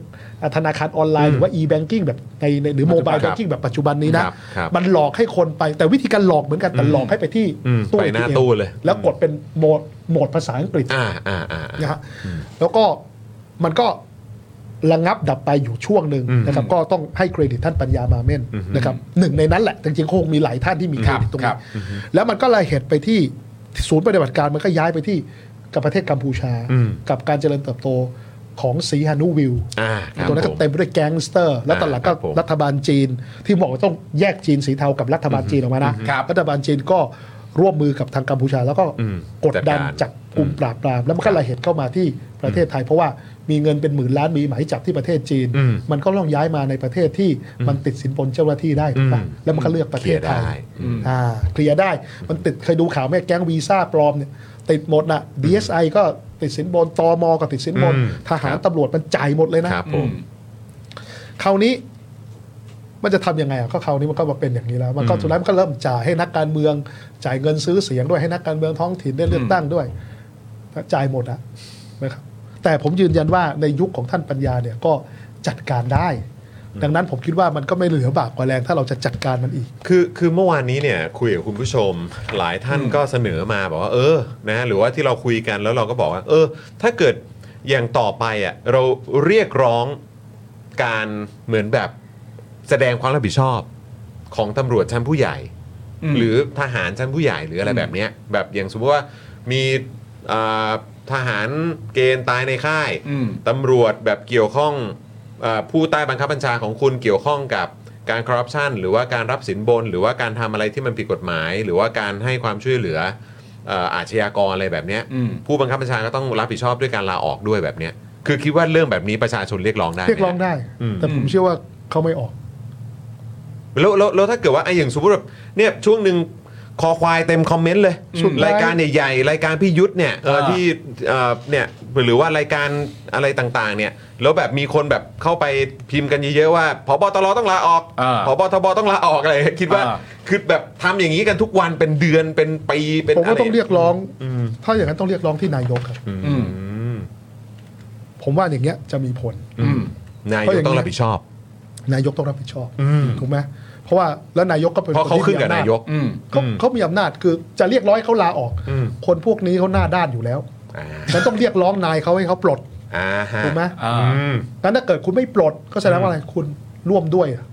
S4: ธนาคารออนไลน์หรือว่า e-banking แบบในในหรือ mobile
S1: ครับ
S4: banking แบบปัจจุบันนี้นะ
S1: ครับครับ
S4: มันหลอกให้คนไปแต่วิธีการหลอกเหมือนกันแต่หลอกให้ไปที่
S1: อืมไปหน้าตู้เลย
S4: แล้วกดเป็นโหมดโหมดภาษาอังกฤษ
S1: อ่าอ่าอ่า
S4: นะฮะแล้วก็มันก็ระงับดับไปอยู่ช่วงหนึ่ง
S1: อืม
S4: นะครับ ก็ต้องให้เครดิตท่านปัญญามาเม่น
S1: อือฮึ
S4: นะครับหนึ่งในนั้นแหละ จริงๆคงมีหลายท่านที่มีเครดิตตรง
S2: ครั
S4: นี้
S2: บ
S4: แล้วมันก็เลยเหตุไปที่ศูนย์ปฏิบัติการมันก็ย้ายไปที่กับประเทศกัมพูชา
S1: อืม
S4: กับการเจริญเติบโตของสีฮานูวิล
S1: อ่าครับ
S4: ตรงนั้น
S1: ผ
S4: ก็
S1: ม
S4: เต็มไปด้วยแก๊งสเตอร์ แล้วตอนหลัง
S1: ครั
S4: ก็
S1: บผม
S4: รัฐบาลจีน ที่บอกว่าต้องแยกจีนสีเทากับรัฐบาลจีนออกมานะ
S2: ครับ
S4: รัฐบาลจีนก็ร่วมมือกับทางกัมพูชา แล้วก็
S1: อืม
S4: กดดัน
S1: จั
S4: จั
S1: ด
S4: บ
S1: การ
S4: กลุ่มปราบปราม แล้วมันก็ระเหตุเข้ามาที่ประเทศไทย เพราะว่ามีเงินเป็นหมื่นล้านมีหมายจับที่ประเทศจีน
S1: อืม
S4: มันก็ต้องย้ายมาในประเทศที่มันติดสินบนเจ้าหน้าที่ได้ถูกปะ
S1: อืม
S4: แล้วมันก็เลือกประเทศไท
S1: เคลียร์ได้
S4: ยอ่าเคลียร์ได้มันติดเคยดูข่าวไหมแก๊งวีซ่าปลอมเนี่ย ติดหมดน่ะ DSI ก็ติดสินบนตอมก็ติดสินบน
S1: อืม
S4: ทหา
S1: ค
S4: ร
S1: รับ
S4: ตำรวจมันจ่ายหมดเลยนะ
S1: ครับผม
S4: คราวนี้มันจะทำยังไงอ่ะก็คราวนี้มันก็มาเป็นอย่างนี้แล้ว มันก็
S1: อืม
S4: สุดท้ายมันก็เริ่มจ่ายให้นักการเมือง จ่ายเงินซื้อเสียงด้วยให้นักการเมืองท้องถิ่นได้เลือกตั้งด้วยจ่ายหมดอะนะครับแต่ผมยืนยันว่าในยุคของท่านปัญญาเนี่ยก็จัดการได้ ดังนั้นผมคิดว่ามันก็ไม่เหลือบาปกว่าแรงถ้าเราจะจัดการมันอีก
S1: คือคือเมื่อวานนี้เนี่ยคุยกับคุณผู้ชมหลายท่านก็เสนอมาบอกว่าเออนะหรือว่าที่เราคุยกันแล้วเราก็บอกว่า เออ ถ้าเกิดอย่างต่อไปอ่ะเราเรียกร้องการเหมือนแบบแสดงความรับผิดชอบของตำรวจชั้นผู้ใหญ่ หรือทหารชั้นผู้ใหญ่หรืออะไรแบบเนี้ยแบบอย่างสมมติว่ามีอ่าทหารเกณฑ์ตายในค่าย
S2: อืม
S1: ตำรวจแบบเกี่ยวข้องเออผู้ใต้บังคับบัญชาของคุณเกี่ยวข้องกับการคอร์รัปชันหรือว่าการรับสินบน หรือว่าการทำอะไรที่มันผิดกฎหมาย หรือว่าการให้ความช่วยเหลือเอ่ออาชญากรอะไรแบบเนี้ย
S2: อืม
S1: ผู้บังคับบัญชาก็ต้องรับผิดชอบด้วยการลาออกด้วยแบบเนี้ยคือคิดว่าเรื่องแบบนี้ประชาชนเรียกร้องได้ไหม
S4: เรียกร้องได้ แต่ผมเชื่อว่าเขาไม่ออก
S1: แล้วแล้วแล้วถ้าเกิดว่าไอ้อย่างสมมติแบบเนี่ยช่วงหนึ่งคอควายเต็มคอมเมนต์เลย
S4: สุดท้าย
S1: รายการใหญ่ๆรายการพี่ยุทธเนี่ยเอ่อ
S2: อ่า
S1: ที่เอ่อเนี่ยหรือว่ารายการอะไรต่างๆเนี่ยแล้วแบบมีคนแบบเข้าไปพิมพ์กันเยอะๆว่าพบตรต้องลาออก
S2: อ่า
S1: พบทบต้องลาออกอะไร คิดว่า
S2: อ่า
S1: คือแบบทำอย่างนี้กันทุกวันเป็นเดือนเป็นปีเป็น
S4: ผ
S1: อะ
S4: ม
S1: ไร
S4: ว่าต้องเรียกร้อง ถ้าอย่างนั้นต้องเรียกร้องที่นายกครับ
S2: อืม
S4: ผมว่าอย่างเงี้ยจะมีผล
S2: อืม
S1: นายก
S4: เพราะอย่างนี้
S1: ต้องรับผิดชอบ
S4: นายกต้องรับผิดชอบ
S1: อืม
S4: ถูกไหมเพราะว่าแล้วนายกก็เป็น
S1: เพราะเขา
S4: คที่
S1: ขึ้นกับ
S4: มีอำจ
S1: นายก
S2: อืม
S4: เขา
S1: อืม
S4: เขามีอำนาจคือจะเรียกร้อยเขาลาออก
S1: อืม
S4: คนพวกนี้เขาหน้าด้านอยู่แล้ว
S1: อ่า
S4: ฉันต้องเรียกร้องนายเขาให้เขาปลด
S1: อ่าฮะ
S4: ถูกไหม
S2: อ่า
S1: อืม
S4: งั้นถ้าเกิดคุณไม่ปลดก็แสดงว่าอะไรคุณร่วมด้วยอะ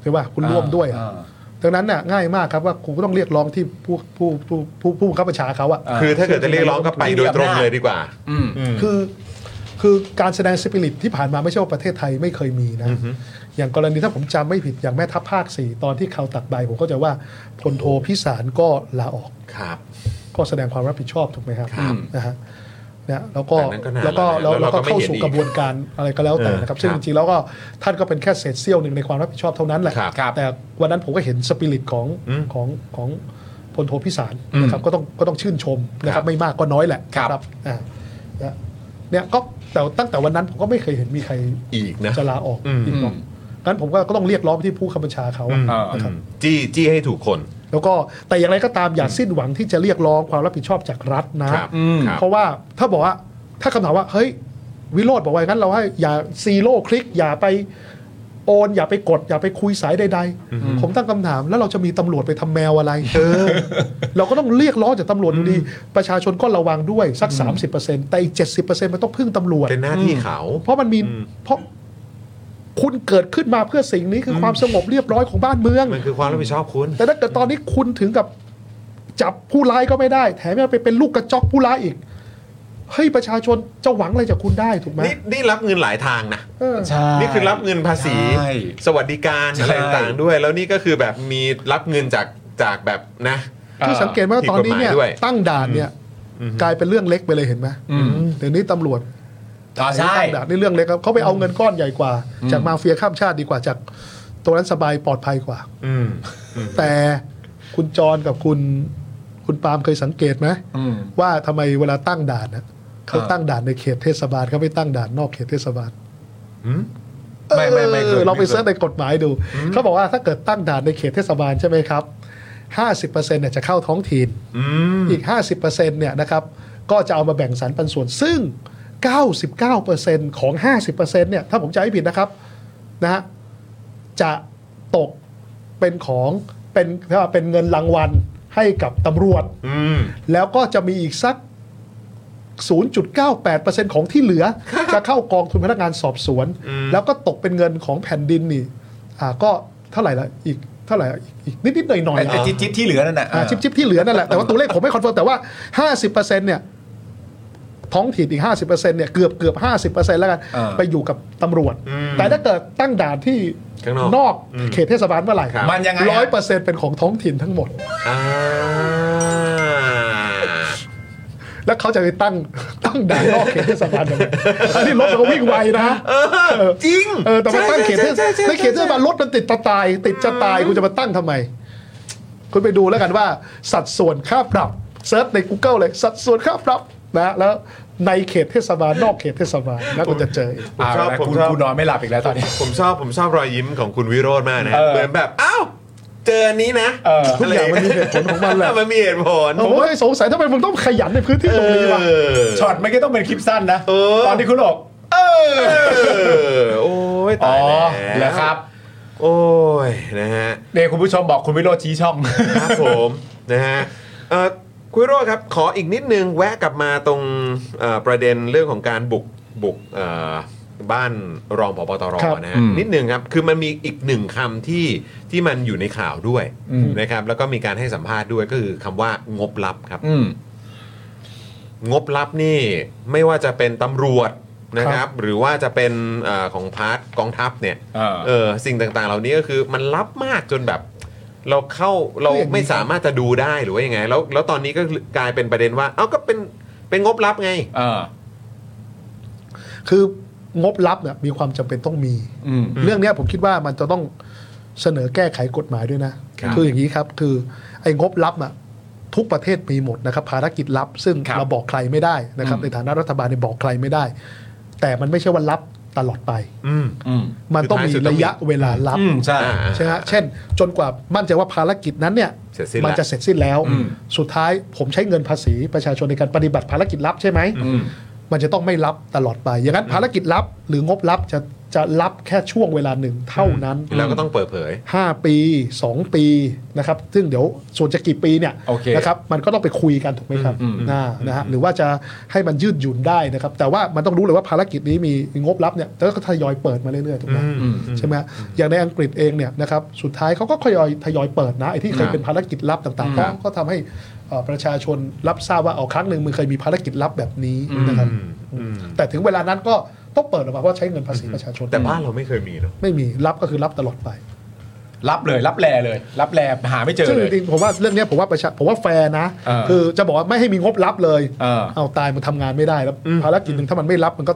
S4: ใช่ป่ะคุณร่วมด้วยอะ
S2: อ่า
S4: ดังนั้นน่ะง่ายมากครับว่าคุณก็ต้องเรียกร้องที่ผู้ผู้ผู้ผู้ผู้บังคับบัญชาเขาอะ
S1: คือถ้าเกิดจะเรียกร้องก็ไปโดยตรงเลยดีกว่า
S2: อืม
S4: คือคือการแสดงสปิริตที่ผ่านมาไม่ใช่ว่าประเทศไทยไม่เคยมีนะ อย่างกรณีถ้าผมจำไม่ผิดอย่างแม่ทัพภาค 4 ตอนที่เขาตักใบ ผมเข้าใจว่าพลโทพิสารก็ลาออก
S1: ครับ
S4: ก็แสดงความรับผิดชอบถูกไหมครับ
S2: ครับ
S4: นะฮะเนี่ยแล้วก็
S1: แต่นั้นก็นาน
S4: แล้วก็
S1: แล้นะ
S4: แล้ววแล้วก็
S1: แล้วเราก็ไม่
S4: เข้า
S1: เห็น
S4: สู่
S1: อีก
S4: กระบวนการอะไรก็แล้วแต่
S1: เออ
S4: นะครับซึ่ง
S1: ครั
S4: จ
S1: บ
S4: ริงๆแล้วก็ท่านก็เป็นแค่เศษเสี้ยวหนึ่งในความรับผิดชอบเท่านั้นแหละ
S1: ครับ
S2: ครับ
S4: แต่วันนั้นผมก็เห็นสปิริตของ
S1: อืม
S4: ของของพลโทพิสารนะครับก็ต้องก็ต้องชื่นชมนะค
S1: ครั
S4: รับ บไม่มากก็น้อยแหละ
S2: ครับ
S4: ครับอ่านะเนี่ยก็แต่ตั้งแต่วันนั้นผมก็ไม่เคยเห็นมีใคร
S1: อีกนะ
S4: จะลาออก
S1: อืม
S4: อีกหรอกงั้นผมก็ก็ต้องเรียกร้องไปที่ผู้คำบัญชาเขาอะ
S2: อ่า
S4: นะครับ
S1: จี้จี้ให้ถูกคน
S4: แล้วก็แต่อย่างไรก็ตามอย่าสิ้นหวังที่จะเรียกร้องความรับผิดชอบจากรัฐนะ
S1: ครับ
S2: อืม
S1: ครับ
S4: เพราะว่าถ้าบอกว่าถ้าคำถามว่า เฮ้ย วิโรธบอกว่างั้นเราให้อย่าซีโร่คลิก อย่าไปโอน อย่าไปกด อย่าไปคุยสายใดๆ ผมตั้งคำถามแล้วเราจะมีตำรวจไปทำแมวอะไร เราก็ต้องเรียกร้องจากตำรวจอยู่ดี ประชาชนก็ระวังด้วยสัก 30%แต่อีก 70%มันต้องพึ่งตำรวจ
S1: เป็นหน้าที่เขา
S4: เพราะมันมีเพราะคุณเกิดขึ้นมาเพื่อสิ่งนี้คือความสงบเรียบร้อยของบ้านเมือง
S1: มันคือความรับผิดชอบคุณ
S4: แต่ถ้าเกิดตอนนี้คุณถึงกับจับผู้ร้ายก็ไม่ได้ แถมยังไปเป็นลูกกระจอกผู้ร้ายอีก เฮ้ยประชาชนจะหวังอะไรจากคุณได้ถูกไหม
S1: นี่นี่รับเงินหลายทางนะ
S4: เออ
S2: ใช่
S1: นี่คือรับเงินภาษี
S2: ใช่
S1: สวัสดิการ
S2: ใช่
S1: อะไรต่างๆด้วย แล้วนี่ก็คือแบบมีรับเงินจากจากแบบนะ
S4: ที่สังเกตไหมว่าตอนนี้เนี่ย
S1: ผิดกฎหมายด้วย
S4: ตั้งด่านเนี่ย กลายเป็นเรื่องเล็กไปเลยเห็นไหม
S2: อืม
S4: เดี๋ยวนี้ตำรวจ
S2: อ่าใช่
S4: ตั้งด่านนี่เรื่องเล็กครับเขาไปเอาเงินก้อนใหญ่กว่า จากมาเฟียข้ามชาติดีกว่าจากตรงนั้นสบายปลอดภัยกว่า
S1: อืม
S4: แต่คุณจรกับคุณคุณปาล์มเคยสังเกตไหม
S2: อืม
S4: ว่าทำไมเวลาตั้งด่านนะเขาตั้งด่านในเขตเทศบาลเขาไม่ตั้งด่านนอกเขตเทศบาล
S2: ไม่ไม่ไม่ค
S4: เอ
S2: ย
S4: อลองไป
S2: ม่คย
S4: เสิร์ชในกฎหมายดู เขาบอกว่าถ้าเกิดตั้งด่านในเขตเทศบาลใช่ไหมครับ 50%เนี่ยจะเข้าท้องถิ่นอีก 50%เนี่ยนะครับ ก็จะเอามาแบ่งสรรปันส่วน ซึ่ง 99%ของ 50%เนี่ยถ้าผมจำไม่ผิดนะครับนะฮะจะตกเป็นของเป็นเรียกว่าเป็นเงินรางวัลให้กับตำรวจ
S1: อืม
S4: แล้วก็จะมีอีกสัก 0.98%ของที่เหลื อ จะเข้ากองทุนพนักงานสอบสวน แล้วก็ตกเป็นเงินของแผ่นดินนี่ อ่าก็เท่าไหร่ละอีกเท่าไหร่ละอีกนิดนิดๆหน่อยหน่อย
S2: แต่แต่จิ๊บจิ๊บที่เหลือนั่นน่ะอ่า
S4: จิบจิบที่เหลือนั่นแหละ แต่ว่าตัวเลขผมไม่คอนเฟิร์มแต่ว่า 50%เนี่ย ท้องถิ่นอีก 50%เนี่ยเกือบเกือบ 50%แล้วกัน
S2: อ่า
S4: ไปอยู่กับตำรวจ แต่ถ้าเกิดตั้งด่านที่
S1: ข้างนอก
S4: นอกเขตเทศบาลเมื่อไหร่
S1: ครับ
S2: มันยังไงฮะ
S4: ร้อยเปอร์เซ็นต์เป็นของท้องถิ่นทั้งหมด
S1: อ่า
S4: แล้วเขาจะไปตั้ง ตั้งด่านนอกเขตเทศบาลทำไมอันนี้รถมันก็วิ่งไวนะเออ
S1: จริง
S4: เออแต่มาตั้งเขตเทศ
S1: ใช่ใช่ใช่ใช่
S4: ในเขตเทศบาลรถมันติดตะตาย ติดจะตายคุณจะมาตั้งทำไม คุณไปดูแล้วกันว่า สัดส่วนค่าปรับ เซิร์ชใน Google เลย สัดส่วนค่าปรับนะแล้วในเขตเทศบาลนอกเขตเทศบาลแล้วคุณจะเจออีก
S2: เอา
S1: ชอบ
S2: ละ
S1: ผม
S2: คุณ
S1: ชอบ
S2: คุณนอนไม่หลับอีกแล้วตอนนี้
S1: ผมชอบผมชอบรอยยิ้มของคุณวิโรธมากนะ
S2: เออ
S1: เหมือนแบบอ้าวเจออันนี้นะ
S2: เออ
S1: ทุกอย่างมันมีเหตุผลของมันแหละมันมีเหตุผล
S4: ผมก็เลยสงสัยทำไมมึงต้องขยันในพื้นที่ตรงนี้วะ
S1: เออ
S2: ช็อตไม่ก็ต้องเป็นคลิปสั้นนะ
S1: เออ
S2: ตอนที่คุณบอก
S1: เออโอ้ย
S2: อ๋
S1: ตา
S2: อย
S1: แล้ว
S2: เหรอครับ
S1: โอ้ยนะฮะ
S2: เนี่ยคุณผู้ชมบอกคุณวิโรจน์ชี้ช่อง
S1: ครับผม นะฮะเอ่อคุยโรจน์ครับ ขออีกนิดนึงแวะกลับมาตรงเอ่อประเด็นเรื่องของการบุกบุกเอ่อบ้านรองผบตร
S4: ครับ
S1: นะฮะ
S2: อืม
S1: นิดนึงครับ คือมันมีอีกหนึ่งคำที่ที่มันอยู่ในข่าวด้วย
S2: อืม
S1: นะครับ แล้วก็มีการให้สัมภาษณ์ด้วยก็คือคำว่างบลับครับ
S2: อืม
S1: งบลับนี่ไม่ว่าจะเป็นตำรวจนะครับ หรือว่าจะเป็นเออของพาร์ทกองทัพเนี่ย
S2: เออ
S1: เออสิ่งต่างๆ เหล่านี้ก็คือมันลับมากจนแบบ เราเข้าเรา
S4: คืออย่างนี้
S1: ไม่สามารถจะดูได้หรือว่ายังไง แล้วแล้วตอนนี้ก็กลายเป็นประเด็นว่า เอ้าก็เป็นเป็นงบลับไง
S2: เออ
S4: คืองบลับเนี่ยมีความจำเป็นต้องมี
S2: อืม
S4: เรื่องเนี้ยผมคิดว่ามันจะต้องเสนอแก้ไขกฎหมายด้วยนะครับ ออย่างนี้ครับคือไอ้งบลับอ่ะทุกประเทศมีหมดนะครับภารกิจลับ ซึ่ง
S2: ครับ
S4: เราบอกใครไม่ได้นะครับ
S2: อืม
S4: ในฐานะรัฐบาลเนี่ยบอกใครไม่ได้ แต่มันไม่ใช่ว่าลับตลอดไป
S1: อืม
S2: อืม
S4: มันต้องมี
S1: สุดท้ายสุดต้อง
S4: ระ
S1: มี
S4: ยะเวลาลับ
S2: อืมใช่
S1: อ่า
S4: ใช่ไหมเช่น จนกว่ามั่นใจว่าภารกิจนั้นเนี่ย
S1: เสร็จสิ้นละ
S4: มันจะเสร็จสิ้นแล้ว
S2: อืม
S4: สุดท้ายผมใช้เงินภาษีประชาชนในการปฏิบัติภารกิจลับใช่ไหม
S2: อืม
S4: มันจะต้องไม่ลับตลอดไป อย่างนั้นภารกิจลับหรืองบลับจะจะลับแค่ช่วงเวลาหนึ่งเท่านั้น
S1: แล้วก็ต้องเปิดเผย
S4: 5 ปี 2 ปีนะครับซึ่งเดี๋ยวส่วนจะกี่ปีเนี่ย
S2: โอเค
S4: นะครับมันก็ต้องไปคุยกันถูกไหมครับ
S2: อืมอืม
S4: นะนะฮะหรือว่าจะให้มันยืดหยุ่นได้นะครับ แต่ว่ามันต้องรู้เลยว่าภารกิจนี้มีงบลับเนี่ยแล้วก็ทยอยเปิดมาเรื่อยๆถูกไหม
S2: อืม
S4: ใช่ไหมฮะอย่างในอังกฤษเองเนี่ยนะครับสุดท้ายเขาก็ทยอยทยอยเปิดนะไอ้ที่เค
S1: ค
S4: ย
S1: รับ
S4: เป็นภารกิจลับต่างๆก็ก็ทำให้เอ่อประชาชนรับทราบว่าเอาครั้งหนึ่งมึงเคยมีภารกิจลับแบบนี้นะครับ
S1: อืมอืม
S4: แต่ถึงเวลานั้นก็ต้องเปิดออกมาเพราะใช้เงินภาษีประชาชน
S1: แต่บ้านเราไม่เคยมีเนาะ
S4: ไม่มีรับก็คือรับตลอดไป
S2: รับเลย รับแลเลย รับแลหาไม่เจอ
S4: ซึ่ง
S2: เล
S4: จ
S2: ย
S4: ริงๆผมว่าเรื่องเนี้ยผมว่าประชาผมว่าแฟร์นะ
S2: เออ
S4: คือจะบอกว่าไม่ให้มีงบลับเลย
S2: เออ
S4: เอาตายมันทำงานไม่ได้แล้ว
S1: อืม
S4: ภารกิจหนึ่งถ้ามันไม่รับมันก็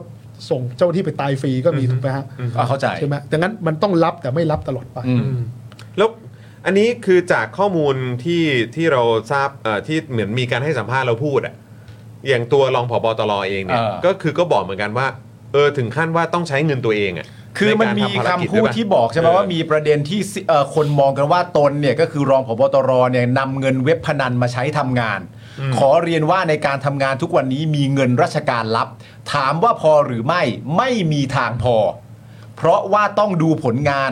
S4: ส่งเจ้าหน้าที่ไปตายฟรีก็มีถูกไหมฮะ
S2: อ่ะเข้าใจ
S4: ใช่ไหมดังนั้นมันต้องรับแต่ไม่รับตลอดไป
S2: อืม
S1: แล้วอันนี้คือจากข้อมูลที่ที่เราทราบเอ่อที่เหมือนมีการให้สัมภาษณ์เราพูดอะอย่างตัวรองผบตรเองเนี่ย
S2: เออ
S1: ก็คือก็บอกเหมือนกันว่าเออถึงขั้นว่าต้องใช้เงินตัวเองอะ
S2: คือมันมี
S1: ใการ
S2: คำ
S1: ทำภารจ
S2: พูด
S1: วยปะ
S2: ที่บอกใช่ไหม
S1: เ
S2: ว่ามีประเด็นที่สิเอ่อคนมองกันว่าตนเนี่ยก็คือรองผบตรเนี่ยนำเงินเว็บพนันมาใช้ทำงาน ขอเรียนว่าในการทำงานทุกวันนี้มีเงินราชการรับ ถามว่าพอหรือไม่ไม่มีทางพอ เพราะว่าต้องดูผลงาน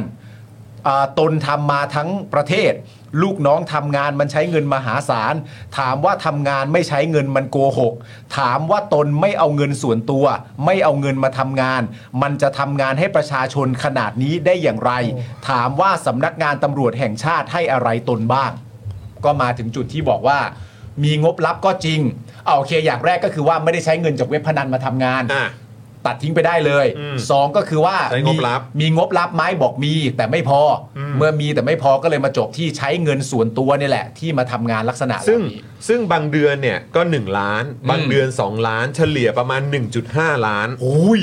S2: อ่าตนทำมาทั้งประเทศ ลูกน้องทำงานมันใช้เงินมหาศาล ถามว่าทำงานไม่ใช้เงินมันโกหก ถามว่าตนไม่เอาเงินส่วนตัว ไม่เอาเงินมาทำงาน มันจะทำงานให้ประชาชนขนาดนี้ได้อย่างไร ถามว่าสำนักงานตำรวจแห่งชาติให้อะไรตนบ้าง ก็มาถึงจุดที่บอกว่ามีงบลับก็จริงเอาโอเคอย่างแรกก็คือว่าไม่ได้ใช้เงินจากเว็บพนันมาทำงาน
S1: อ่ะ
S2: ตัดทิ้งไปได้เลย
S1: อืม
S2: สองก็คือว่า
S1: ใช้งบลับ
S2: มีมีงบลับไหมบอกมีแต่ไม่พออเมื่อมีแต่ไม่พอก็เลยมาจบที่ใช้เงินส่วนตัวนี่แหละ ที่มาทำงานลักษณะแบ
S1: ซึ่ง
S2: บนี้
S1: ซึ่งบางเดือนเนี่ยก็ 1 ล้าน
S2: อืม
S1: บางเดือน 2 ล้าน เฉลี่ยประมาณ 1.5 ล้าน
S2: โอ้ย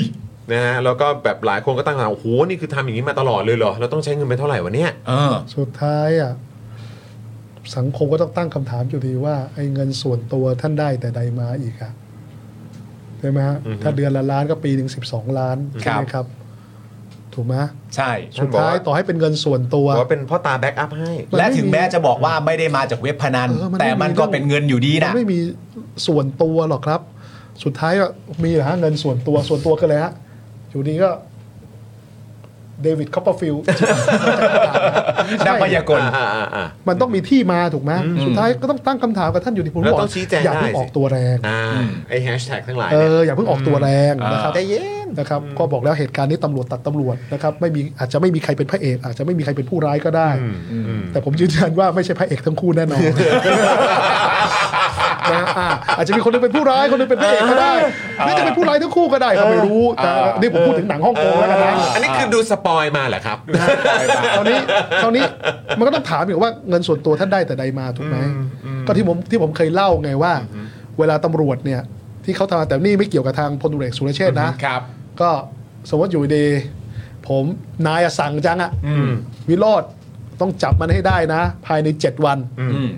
S1: นะฮะแล้วก็แบบหลายคนก็ตั้งคำถามโอ้โหนี่คือทำอย่างนี้มาตลอดเลยเหรอเราต้องใช้เงินไปเท่าไหร่วะเนี่ย
S2: เออ
S4: สุดท้ายอ่ะสังคมก็ต้องตั้งคำถามอยู่ดีว่าไอ้เงินส่วนตัวท่านได้แต่ใดมาอีกอะใช่ไหมฮะ
S1: อือฮึ
S4: ถ้าเดือนละล้านก็ปีหนึ่งสิบสองล้านใช่
S2: ครั
S4: ไหม
S2: บ
S4: ครับ ถูกไหม
S2: ใช่
S1: ท่า
S4: สุ
S1: น
S4: ด
S1: บอก
S4: ท้าย
S1: ว่า
S4: ต่อให้เป็นเงินส่วนตัว
S1: บอกว่าเป็นพ่อตาแบ็กอัพให้
S4: มันไม่มี
S2: และถึงแม้จะบอกว่าไม่ได้มาจากเว็บพนัน
S4: เออมันไม่มี
S2: แต่มันก็เป็นเงินอยู่ดี
S4: มั
S2: นะ
S4: นไม่มีส่วนตัวหรอกครับ สุดท้ายอะมีเหรอฮะเงินส่วนตัวส่วนตัวก็เลยฮะอยู่ดีก็เดวิดคอปเปอร์ฟิลด์
S2: นักพยากล
S1: อ่าอ่าอ่า
S4: มันต้องมีที่มาถูกไหมสุดท้ายก็ต้องตั้งคำถามกับท่านอยู่ดีผม
S1: แล้ว
S4: บอก
S1: ต้องชี้แจง
S4: อย่าเพิ่ง
S1: ได้สิ
S4: ออกตัวแรง
S1: อ่าไอแฮชแท็กทั้งหลาย
S4: เอ
S1: เนี่ย
S4: ออย่าเพิ่งออกตัวแรง
S2: อ่าน
S4: นะครับ
S1: ใจเย็น
S4: นะครับ ก็บอกแล้วเหตุการณ์นี้ตำรวจตัดตำรวจนะครับไม่มีอาจจะไม่มีใครเป็นพระเอก อาจจะไม่มีใครเป็นผู้ร้ายก็ได้ แต่ผมยืนยันว่าไม่ใช่พระเอกทั้งคู่แน่นอนนะอ่ะอาจจะมีคนหนึงเป็นผู้ร้ายคนหนึงเป็นพระเอกก็ได้หรือจะเป็นผู้ร้ายทั้งคู่ก็ได้ก็ไม่รู้แต่นี่ผมพูดถึงหนังฮ่องกงแล้วกันนะ
S1: อันนี้คือดูสปอยมาเหรอครับ
S4: คราวนี้คราวนี้มันก็ต้องถามอีกว่าเงินส่วนตัวท่านได้แต่ใดมาถูกไหมก็ที่ผมที่ผมเคยเล่าไงว่า เวลาตำรวจเนี่ยที่เขาทำงานแต่นี่ไม่เกี่ยวกับทางพลตุเรกสุรเชษฐ์นะครับ ก็สมมติอยู่ดีๆผมนายอะสั่งจังอะวิโรธต้องจับมันให้ได้นะ ภายใน 7 วัน
S2: อืม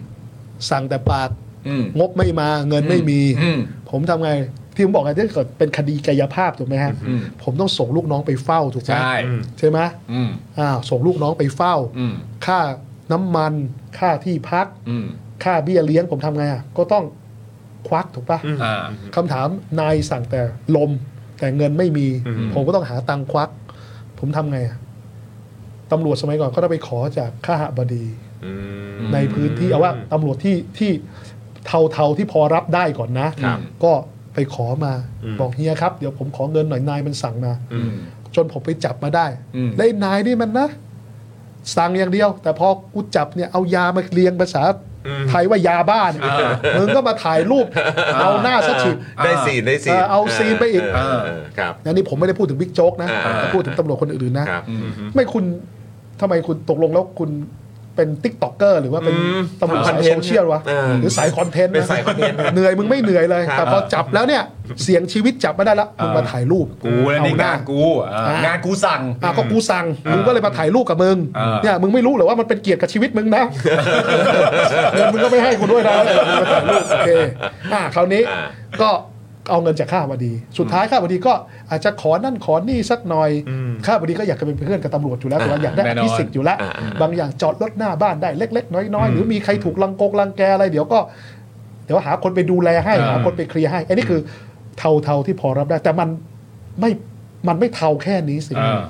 S4: สั่งแต่ปาก
S2: อืม
S4: งบไม่มาเงินไม่มี
S2: อืม
S4: ผมทำไงที่ผมบอกไงถ้าเกิดเป็นคดีกายภาพถูกไหมฮะ
S2: อืม
S4: ผมต้องส่งลูกน้องไปเฝ้าถูกไหม
S2: ใช่
S4: ใช่ไหม
S2: อืม
S4: อ่าวส่งลูกน้องไปเฝ้า
S2: อืม
S4: ค่าน้ำมันค่าที่พัก
S2: อืม
S4: ค่าเบี้ยเลี้ยงผมทำไงอ่ะก็ต้องควักถูกปะ
S2: อ่า
S4: คำถามนายสั่งแต่ลม แต่เงินไม่มี ผมก็ต้องหาตังค์ควัก ผมทำไงอ่ะตำรวจสมัยก่อนก็ต้องไปขอจากข้าหบดี
S1: อืม
S4: ในพื้นที่เอาว่าตำรวจที่ที่เทาๆที่พอรับได้ก่อนนะ
S2: ครับ
S4: ก็ไปขอมา
S1: อืม
S4: บอกเฮียครับ เดี๋ยวผมขอเงินหน่อยนายมันสั่งมา
S2: อืม
S4: จนผมไปจับมาได้
S2: อืม
S4: และไอ้นายนี่มันนะ สั่งอย่างเดียว แต่พอกูจับเนี่ยเอายามาเรียงภาษาไทยว่ายาบ้าเนี่ยมึงก็มาถ่ายรูป เอาหน้าซะฉิบ
S1: ได้ซีนได้ซีน
S4: เออเอาซีนไปอีก
S1: เเเอครับ
S4: อันนี้ผมไม่ได้พูดถึงบิ๊กโจ๊กนะ
S1: อ่า
S4: แต่พูดถึงตำรวจคนอื่นๆนะ
S1: ครับ
S4: ไม่คุณทำไมคุณตกลงแล้วคุณเป็นติ๊กต็อกเกอร์หรือว่าเป็น
S1: อืม
S4: ตำรวจ
S1: ทำคอ
S4: สานย
S1: เทนต์
S4: โซเชียลวะ
S1: เออ
S4: หรือสายคอนเทนต์ะ
S1: เป็นสายคอนเทนต์นะ
S4: เหนื่อยมึงไม่เหนื่อยเลย
S1: ครับ
S4: แต่พอจับแล้วเนี่ย เสียงชีวิตจับไม่ได้ละมึงมาถ่ายรูป
S2: กูแล้วนี่
S4: เอาหน้า
S2: งานกูอ่า
S4: อ่ะ
S2: งานกูสั่ง
S4: อ่ะก็กูสั่งมึงก็เลยมาถ่ายรูปกับมึง
S2: อ่า
S4: เนี่ยมึงไม่รู้เหรอว่ามันเป็นเกียรติกับชีวิตมึงนะ เงินมึงก็ไม่ให้กูด้วยนะเออมาถ่ายรูปโอเคอ่ะคราวนี้
S1: อ่า
S4: ก็เอาเงินจากข้าวดี สุดท้ายข้าวดีก็อาจจะขอนั่นขอนี่สักหน่อยข้าวดีก็อยากจะเป็นเพื่อนกับตำรวจอยู่แล้วแต่ว่าอยากได้
S2: แน่นอน
S4: พิสิทธิ์อยู่แล้ว บางอย่างจอดรถหน้าบ้านได้เล็ก ๆ น้อยๆ หรือมีใครถูกลังกงลังแกอะไรเดี๋ยวก็ เดี๋ยวหาคนไปดูแลให้หาคนไปเคลียร์ให้อันนี้คือเทาๆที่พอรับได้ แต่มันไม่มันไม่เทาแค่นี้สิ
S2: อ่า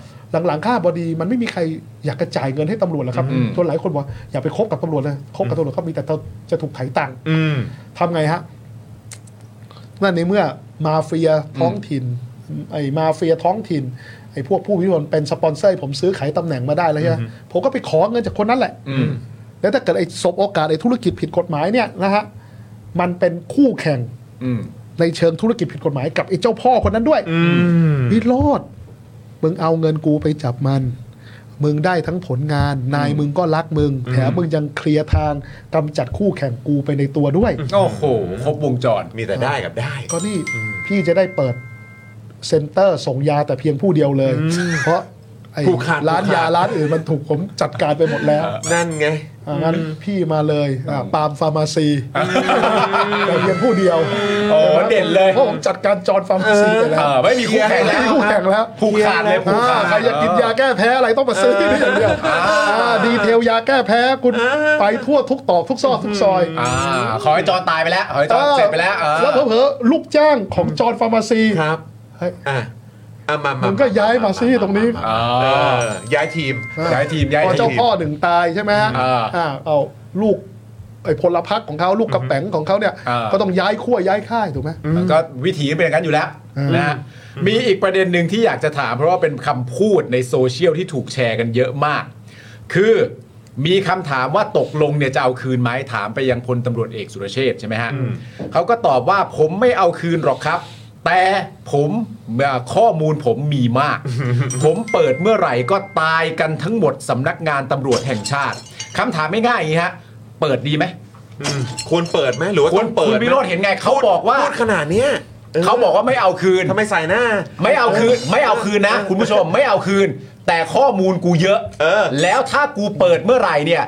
S4: หลังๆข้าบดีมันไม่มีใครอยากกระจ่ายเงินให้ตำรวจแล้วครับทนหลายคนบอกอย่าไปคบกับตำรวจเลยคบกับตำรวจก็มีแต่จะถูกไถตังค์
S1: อืม
S4: ทำไงฮะ นั่นในเมื่อมาเฟียท้องถิ่น ไอ้มาเฟียท้องถิ่น ไอ้พวกผู้วิพลเป็นสปอนเซอร์ให้ผมซื้อขายตำแหน่งมาได้แล้วใช่ไหมผมก็ไปขอเงินจากคนนั้นแหละ
S2: อืม
S4: แล้วถ้าเกิดไอ้สบโอกาสไอ้ธุรกิจผิดกฎหมายเนี่ยนะฮะ มันเป็นคู่แข่ง
S2: อืม
S4: ในเชิงธุรกิจผิดกฎหมายกับไอ้เจ้าพ่อคนนั้นด้วย
S1: อืม
S4: วิโรธมึงเอาเงินกูไปจับมัน มึงได้ทั้งผลงาน นายมึงก็รักมึง แถมมึงยังเคลียร์ทางกำจัดคู่แข่งกูไปในตัวด้วย
S2: โอ้โห ครบวงจร
S1: มีแต่ได้กับได้
S4: ก็นี่พี่จะได้เปิดเซ็นเตอร์ส่งยาแต่เพียงผู้เดียวเลย เพราะไอ้
S1: ผู้ขาด
S4: ร้าน
S1: ผู้ขาด
S4: ยาร้านอื่นมันถูกผมจัดการไปหมดแล้ว
S1: นั่นไง
S4: อ่ะงั้นพี่มาเลยอ่ะปาล์มฟาร์มาซีแต่เพียงผู้เดียว
S2: โอ้เด่นเลย
S4: เพราะผมจัดการจอร์นฟาร์มาซีไปแล้ว
S2: เออไม่มีคู่แข่ง
S4: ไม่
S2: แล้ว
S4: มีคู่แข่งแล้ว
S2: ผูกขาดเลยผูกขาด
S4: อ่าใครอยากกินยาแก้แพ้อะไรต้องมาซื้อที่นี่อย่างเดียวอ่าดีเทลยาแก้แพ้คุณไปทั่วทุกตอกทุกซอกทุกซอย
S2: อ่าขอให้จอนตายไปแล้ว ขอให้จอนเสร็จไปแล้วเออ
S4: แล้วเผลอๆลูกจ้างของจอร์นฟาร์มาซี
S1: ครับ
S4: เฮ้ย
S1: อ่ะอ่ะมามา
S4: มึ
S1: มึ
S4: งก็ย้ายมาสิตรงนี้
S1: เออย้ายทีม
S2: ย้ายทีมย้าย
S4: พอเจ้า
S2: ทีม
S4: พ่อหนึ่งตายใช่ไหมฮะ
S2: อ่า
S4: อ่าเอาลูกไอ้พลพักของเขาลูกกระแป๋งของเขาเนี่ย
S2: อ่า
S4: ก็ต้องย้ายขั้วย้ายค่ายถูกไหม
S2: แล้วก็วิถีเป็นอย่างนั้นอยู่แล้วนะฮะมีอีกประเด็นหนึ่งที่อยากจะถาม เพราะว่าเป็นคำพูดในโซเชียลที่ถูกแชร์กันเยอะมาก คือมีคำถามว่าตกลงเนี่ยจะเอาคืนไหมถามไปยังพลตำรวจเอกสุรเชษฐ์ใช่ไหมฮะเขาก็ตอบว่าผมไม่เอาคืนหรอกครับ แต่ผมเอ่อข้อมูลผมมี มาก ผมเปิดเมื่อไหร่ก็ตายกันทั้งหมดสำนักงานตำรวจแห่งชาติคำถามไม่ง่ายๆอย่างนี้ฮะเปิดดีไหม
S1: ควรเปิดไหมหรือว่า
S2: คุ
S1: ต้อ
S2: ณ
S1: งเปิด
S2: คุณวิโรธเห็นไงเขาบอกว่า
S1: พูดขนาดเนี้ยออ
S2: เขาบอกว่าไม่เอาคืน
S1: ทำไมใส่หน้า
S2: ไม่เอาคืนไม่เอาคืนนะ คุณผู้ชมไม่เอาคืน แต่ข้อมูลกูเยอะ
S1: เออ
S2: แล้วถ้ากูเปิดเมื่อไหร่เนี่ย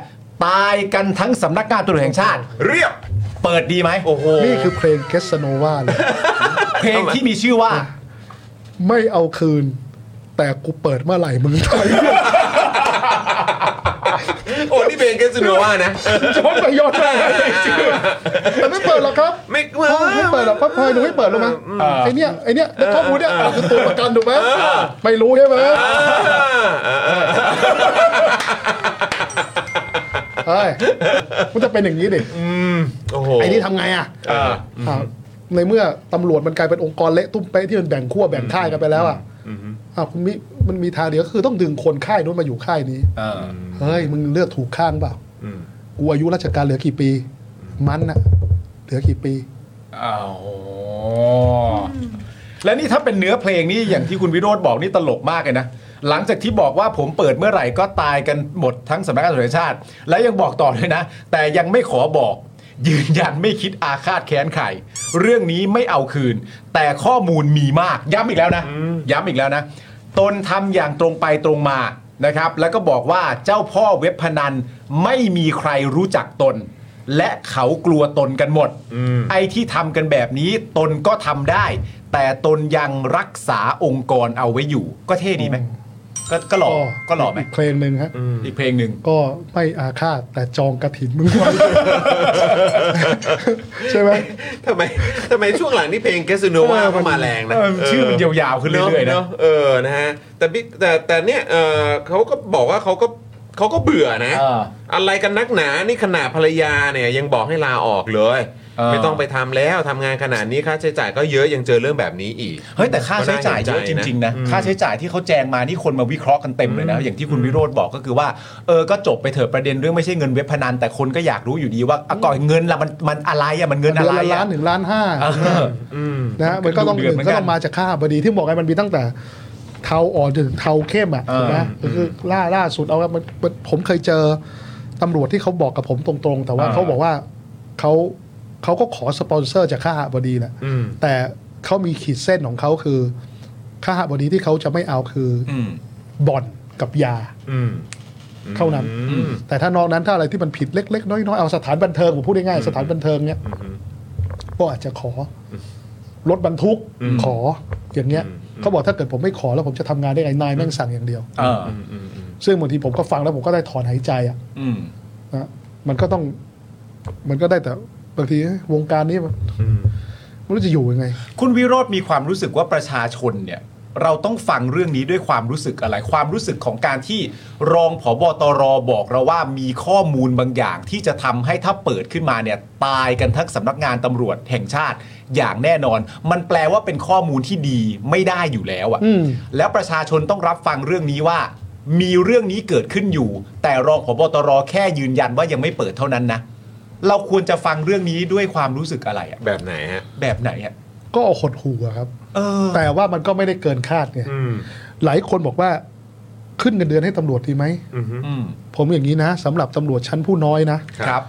S2: ตายกันทั้งสำนักงานตำรวจแห่งชาติ
S1: เรียบ
S2: เปิดดีไหม
S1: โอ้โห
S4: นี่คือเพลงเคสโนวาเลย
S2: เพลงที่มีชื่อว่า
S4: ไม่เอาคืน แต่กูเปิดเมื่อไหร่มึงถอย
S1: โอ้นี่เพลงแคสโนว่านะ
S4: ย้อนไปย้อน มาแต่ไม่เปิดหรอกครับ
S1: ไม่เปิด
S4: เปิดไม่เปิดหรอกเพราะพลอยดูไม่เปิดหรอกมั้ยไอเนี้ยไอเนี้ยแล้วข้อมูลเนี้ยคือตัวประกันถูกไหมไม่รู้ใช่ไหมเฮ้ยมันจะเป็นอย่างนี้ดิ
S1: โอ้โห
S4: ไอ้นี่ทำไงอ่ะ
S1: เออ
S4: อ่ะในเมื่อตำรวจมันกลายเป็นองค์กรเละตุ้มเป๊ะที่มันแบ่งขั้วแบ่งค่ายกันไปแล้วอ่ะอ่ะคุณมิมันมีทางเดียวก็คือต้องดึงคนค่ายนู้นมาอยู่ค่ายนี้ เฮ้ย มึงเลือกถูกข้างเปล่า กูอายุราชการเหลือกี่ปี มันน่ะ เหลือกี่ปี
S2: อ้าวและนี่ถ้าเป็นเนื้อเพลงนี่อย่างที่คุณวิโรธบอกนี่ตลกมากเลยนะ หลังจากที่บอกว่าผมเปิดเมื่อไหร่ก็ตายกันหมดทั้งสำนักงานตำรวจแห่งชาติ และยังบอกต่อด้วยนะ แต่ยังไม่ขอบอก ยืนยันไม่คิดอาฆาตแค้นใครเรื่องนี้ไม่เอาคืน แต่ข้อมูลมีมาก ย้ำอีกแล้วนะ ย้ำอีกแล้วนะ ตนทำอย่างตรงไปตรงมานะครับ แล้วก็บอกว่าเจ้าพ่อเว็บพนันไม่มีใครรู้จักตน และเขากลัวตนกันหมด ไอ้ที่ทำกันแบบนี้ตนก็ทำได้ แต่ตนยังรักษาองค์กรเอาไว้อยู่ ก็เท่ดีไหมก็ก็หล่อก็หล่อไหม
S4: กเพลงหนึ่งฮะ
S2: อีกเพลงหนึ่ง
S4: ก็ไม่อาฆาตแต่จองกระถินมึงไว้ ใช่ไหม
S1: ทำไมทำไมช่วงหลังนี่เพลงแกสโนวา
S2: เออมัน
S1: เข้ามาแรงนะ
S2: เออชื่อมันยาวๆขึ้นเรื่อยๆนะ
S1: เเออนะฮะแต่บิ๊กแต่แต่เนี่ยเออเขาก็บอกว่าเขาก็เขาก็เบื่อนะ
S2: เออ
S1: อะไรกันนักหนานี่ขนาดภรรยาเนี่ยยังบอกให้ลาออกเลย
S2: เออ
S1: ไม่ต้องไปทำแล้วทำงานขนาดนี้ค่าใช้จ่ายก็เยอะยังเจอเรื่องแบบนี้อีก
S2: เฮ้ยแต่ค่าใช้จ่ายเยอะจริงๆนะ
S1: อืม
S2: ค่าใช้จ่ายที่เขาแจงมานี่คนมาวิเคราะห์กันเต็มเลยนะ อย่างที่คุณวิโรธบอกก็คือว่าเออก็จบไปเถอะประเด็นเรื่องไม่ใช่เงินเว็บพนันแต่คนก็อยากรู้อยู่ดีว่าอ่ะก่อนเงินละมันมันอะไรอ่ะมันเงินอะไร
S4: เดือนละล้า
S2: อ่ะ
S4: นถึงล้านห้า
S2: เออ
S4: นะฮะมันก็ต้อง
S2: ดู
S4: ห
S2: เดือด
S4: นึ่ง
S2: เหมือนกั
S4: ก็
S2: น
S4: ต้องมาจากค่าบดีที่บอกไงมันมีตั้งแต่เทาอ่อนจนถึงเทาเข้มอ่ะ
S2: เออ
S4: ถูกไหมคือล่าล่าสุดเอาว่ามันมันผมเคยเจอตำรวจที่เขาบอกกับผมตรงๆ แต่ว่าเขาบอกว่าเขาเขาก็ขอสปอนเซอร์จากค่าบดีแหละ
S1: อืม
S4: แต่เขามีขีดเส้นของเขาคือค่าบดีที่เขาจะไม่เอาคืออ
S2: อืม
S4: บ่อนกับยา
S1: อืม
S4: เท่านั้น
S1: อืม
S4: แต่ถ้านอกนั้นถ้าอะไรที่มันผิดเล็ก ๆ น้อยๆเอาสถานบันเทิงผมพูดง่ายๆสถานบันเทิงเนี้ย
S1: อืม
S4: ก็อาจจะขอรถบรรทุก
S1: อืม
S4: ขออย่างเงี้ย
S1: อืม
S4: เขาบอกถ้าเกิดผมไม่ขอแล้วผมจะทำงานได้ไงนายแม่งสั่งอย่างเดียว
S2: เออ
S1: อืมอืมอืม
S4: ซึ่งบางทีผมก็ฟังแล้วผมก็ได้ถอนหายใจอ่ะ
S2: อืม
S4: นะมันก็ต้อง มันก็ได้แต่บางทีวงการนี้มัน
S1: อืม
S4: ไม่รู้จะอยู่ยังไง
S2: คุณวิโรธมีความรู้สึกว่าประชาชนเนี่ยเราต้องฟังเรื่องนี้ด้วยความรู้สึกอะไร ความรู้สึกของการที่รองผบตรบอกเราว่ามีข้อมูลบางอย่าง ที่จะทำให้ถ้าเปิดขึ้นมาเนี่ยตายกันทั้งสำนักงานตำรวจแห่งชาติอย่างแน่นอน มันแปลว่าเป็นข้อมูลที่ดีไม่ได้อยู่แล้วอะ
S4: อืม
S2: แล้วประชาชนต้องรับฟังเรื่องนี้ว่า มีเรื่องนี้เกิดขึ้นอยู่ แต่รองผบตรแค่ยืนยันว่ายังไม่เปิดเท่านั้นนะเราควรจะฟังเรื่องนี้ด้วยความรู้สึกอะไรอะ
S1: แบบไหนฮะ
S2: แบบไหนอะ
S4: ก็เอาหดหูอะครับ
S2: เออ
S4: แต่ว่ามันก็ไม่ได้เกินคาดไง
S1: อืม
S4: หลายคนบอกว่าขึ้นเงินเดือนให้ตำรวจดีไหม
S1: อืมฮึ
S2: อืม
S4: ผมอย่างนี้นะสำหรับตำรวจชั้นผู้น้อยนะครับ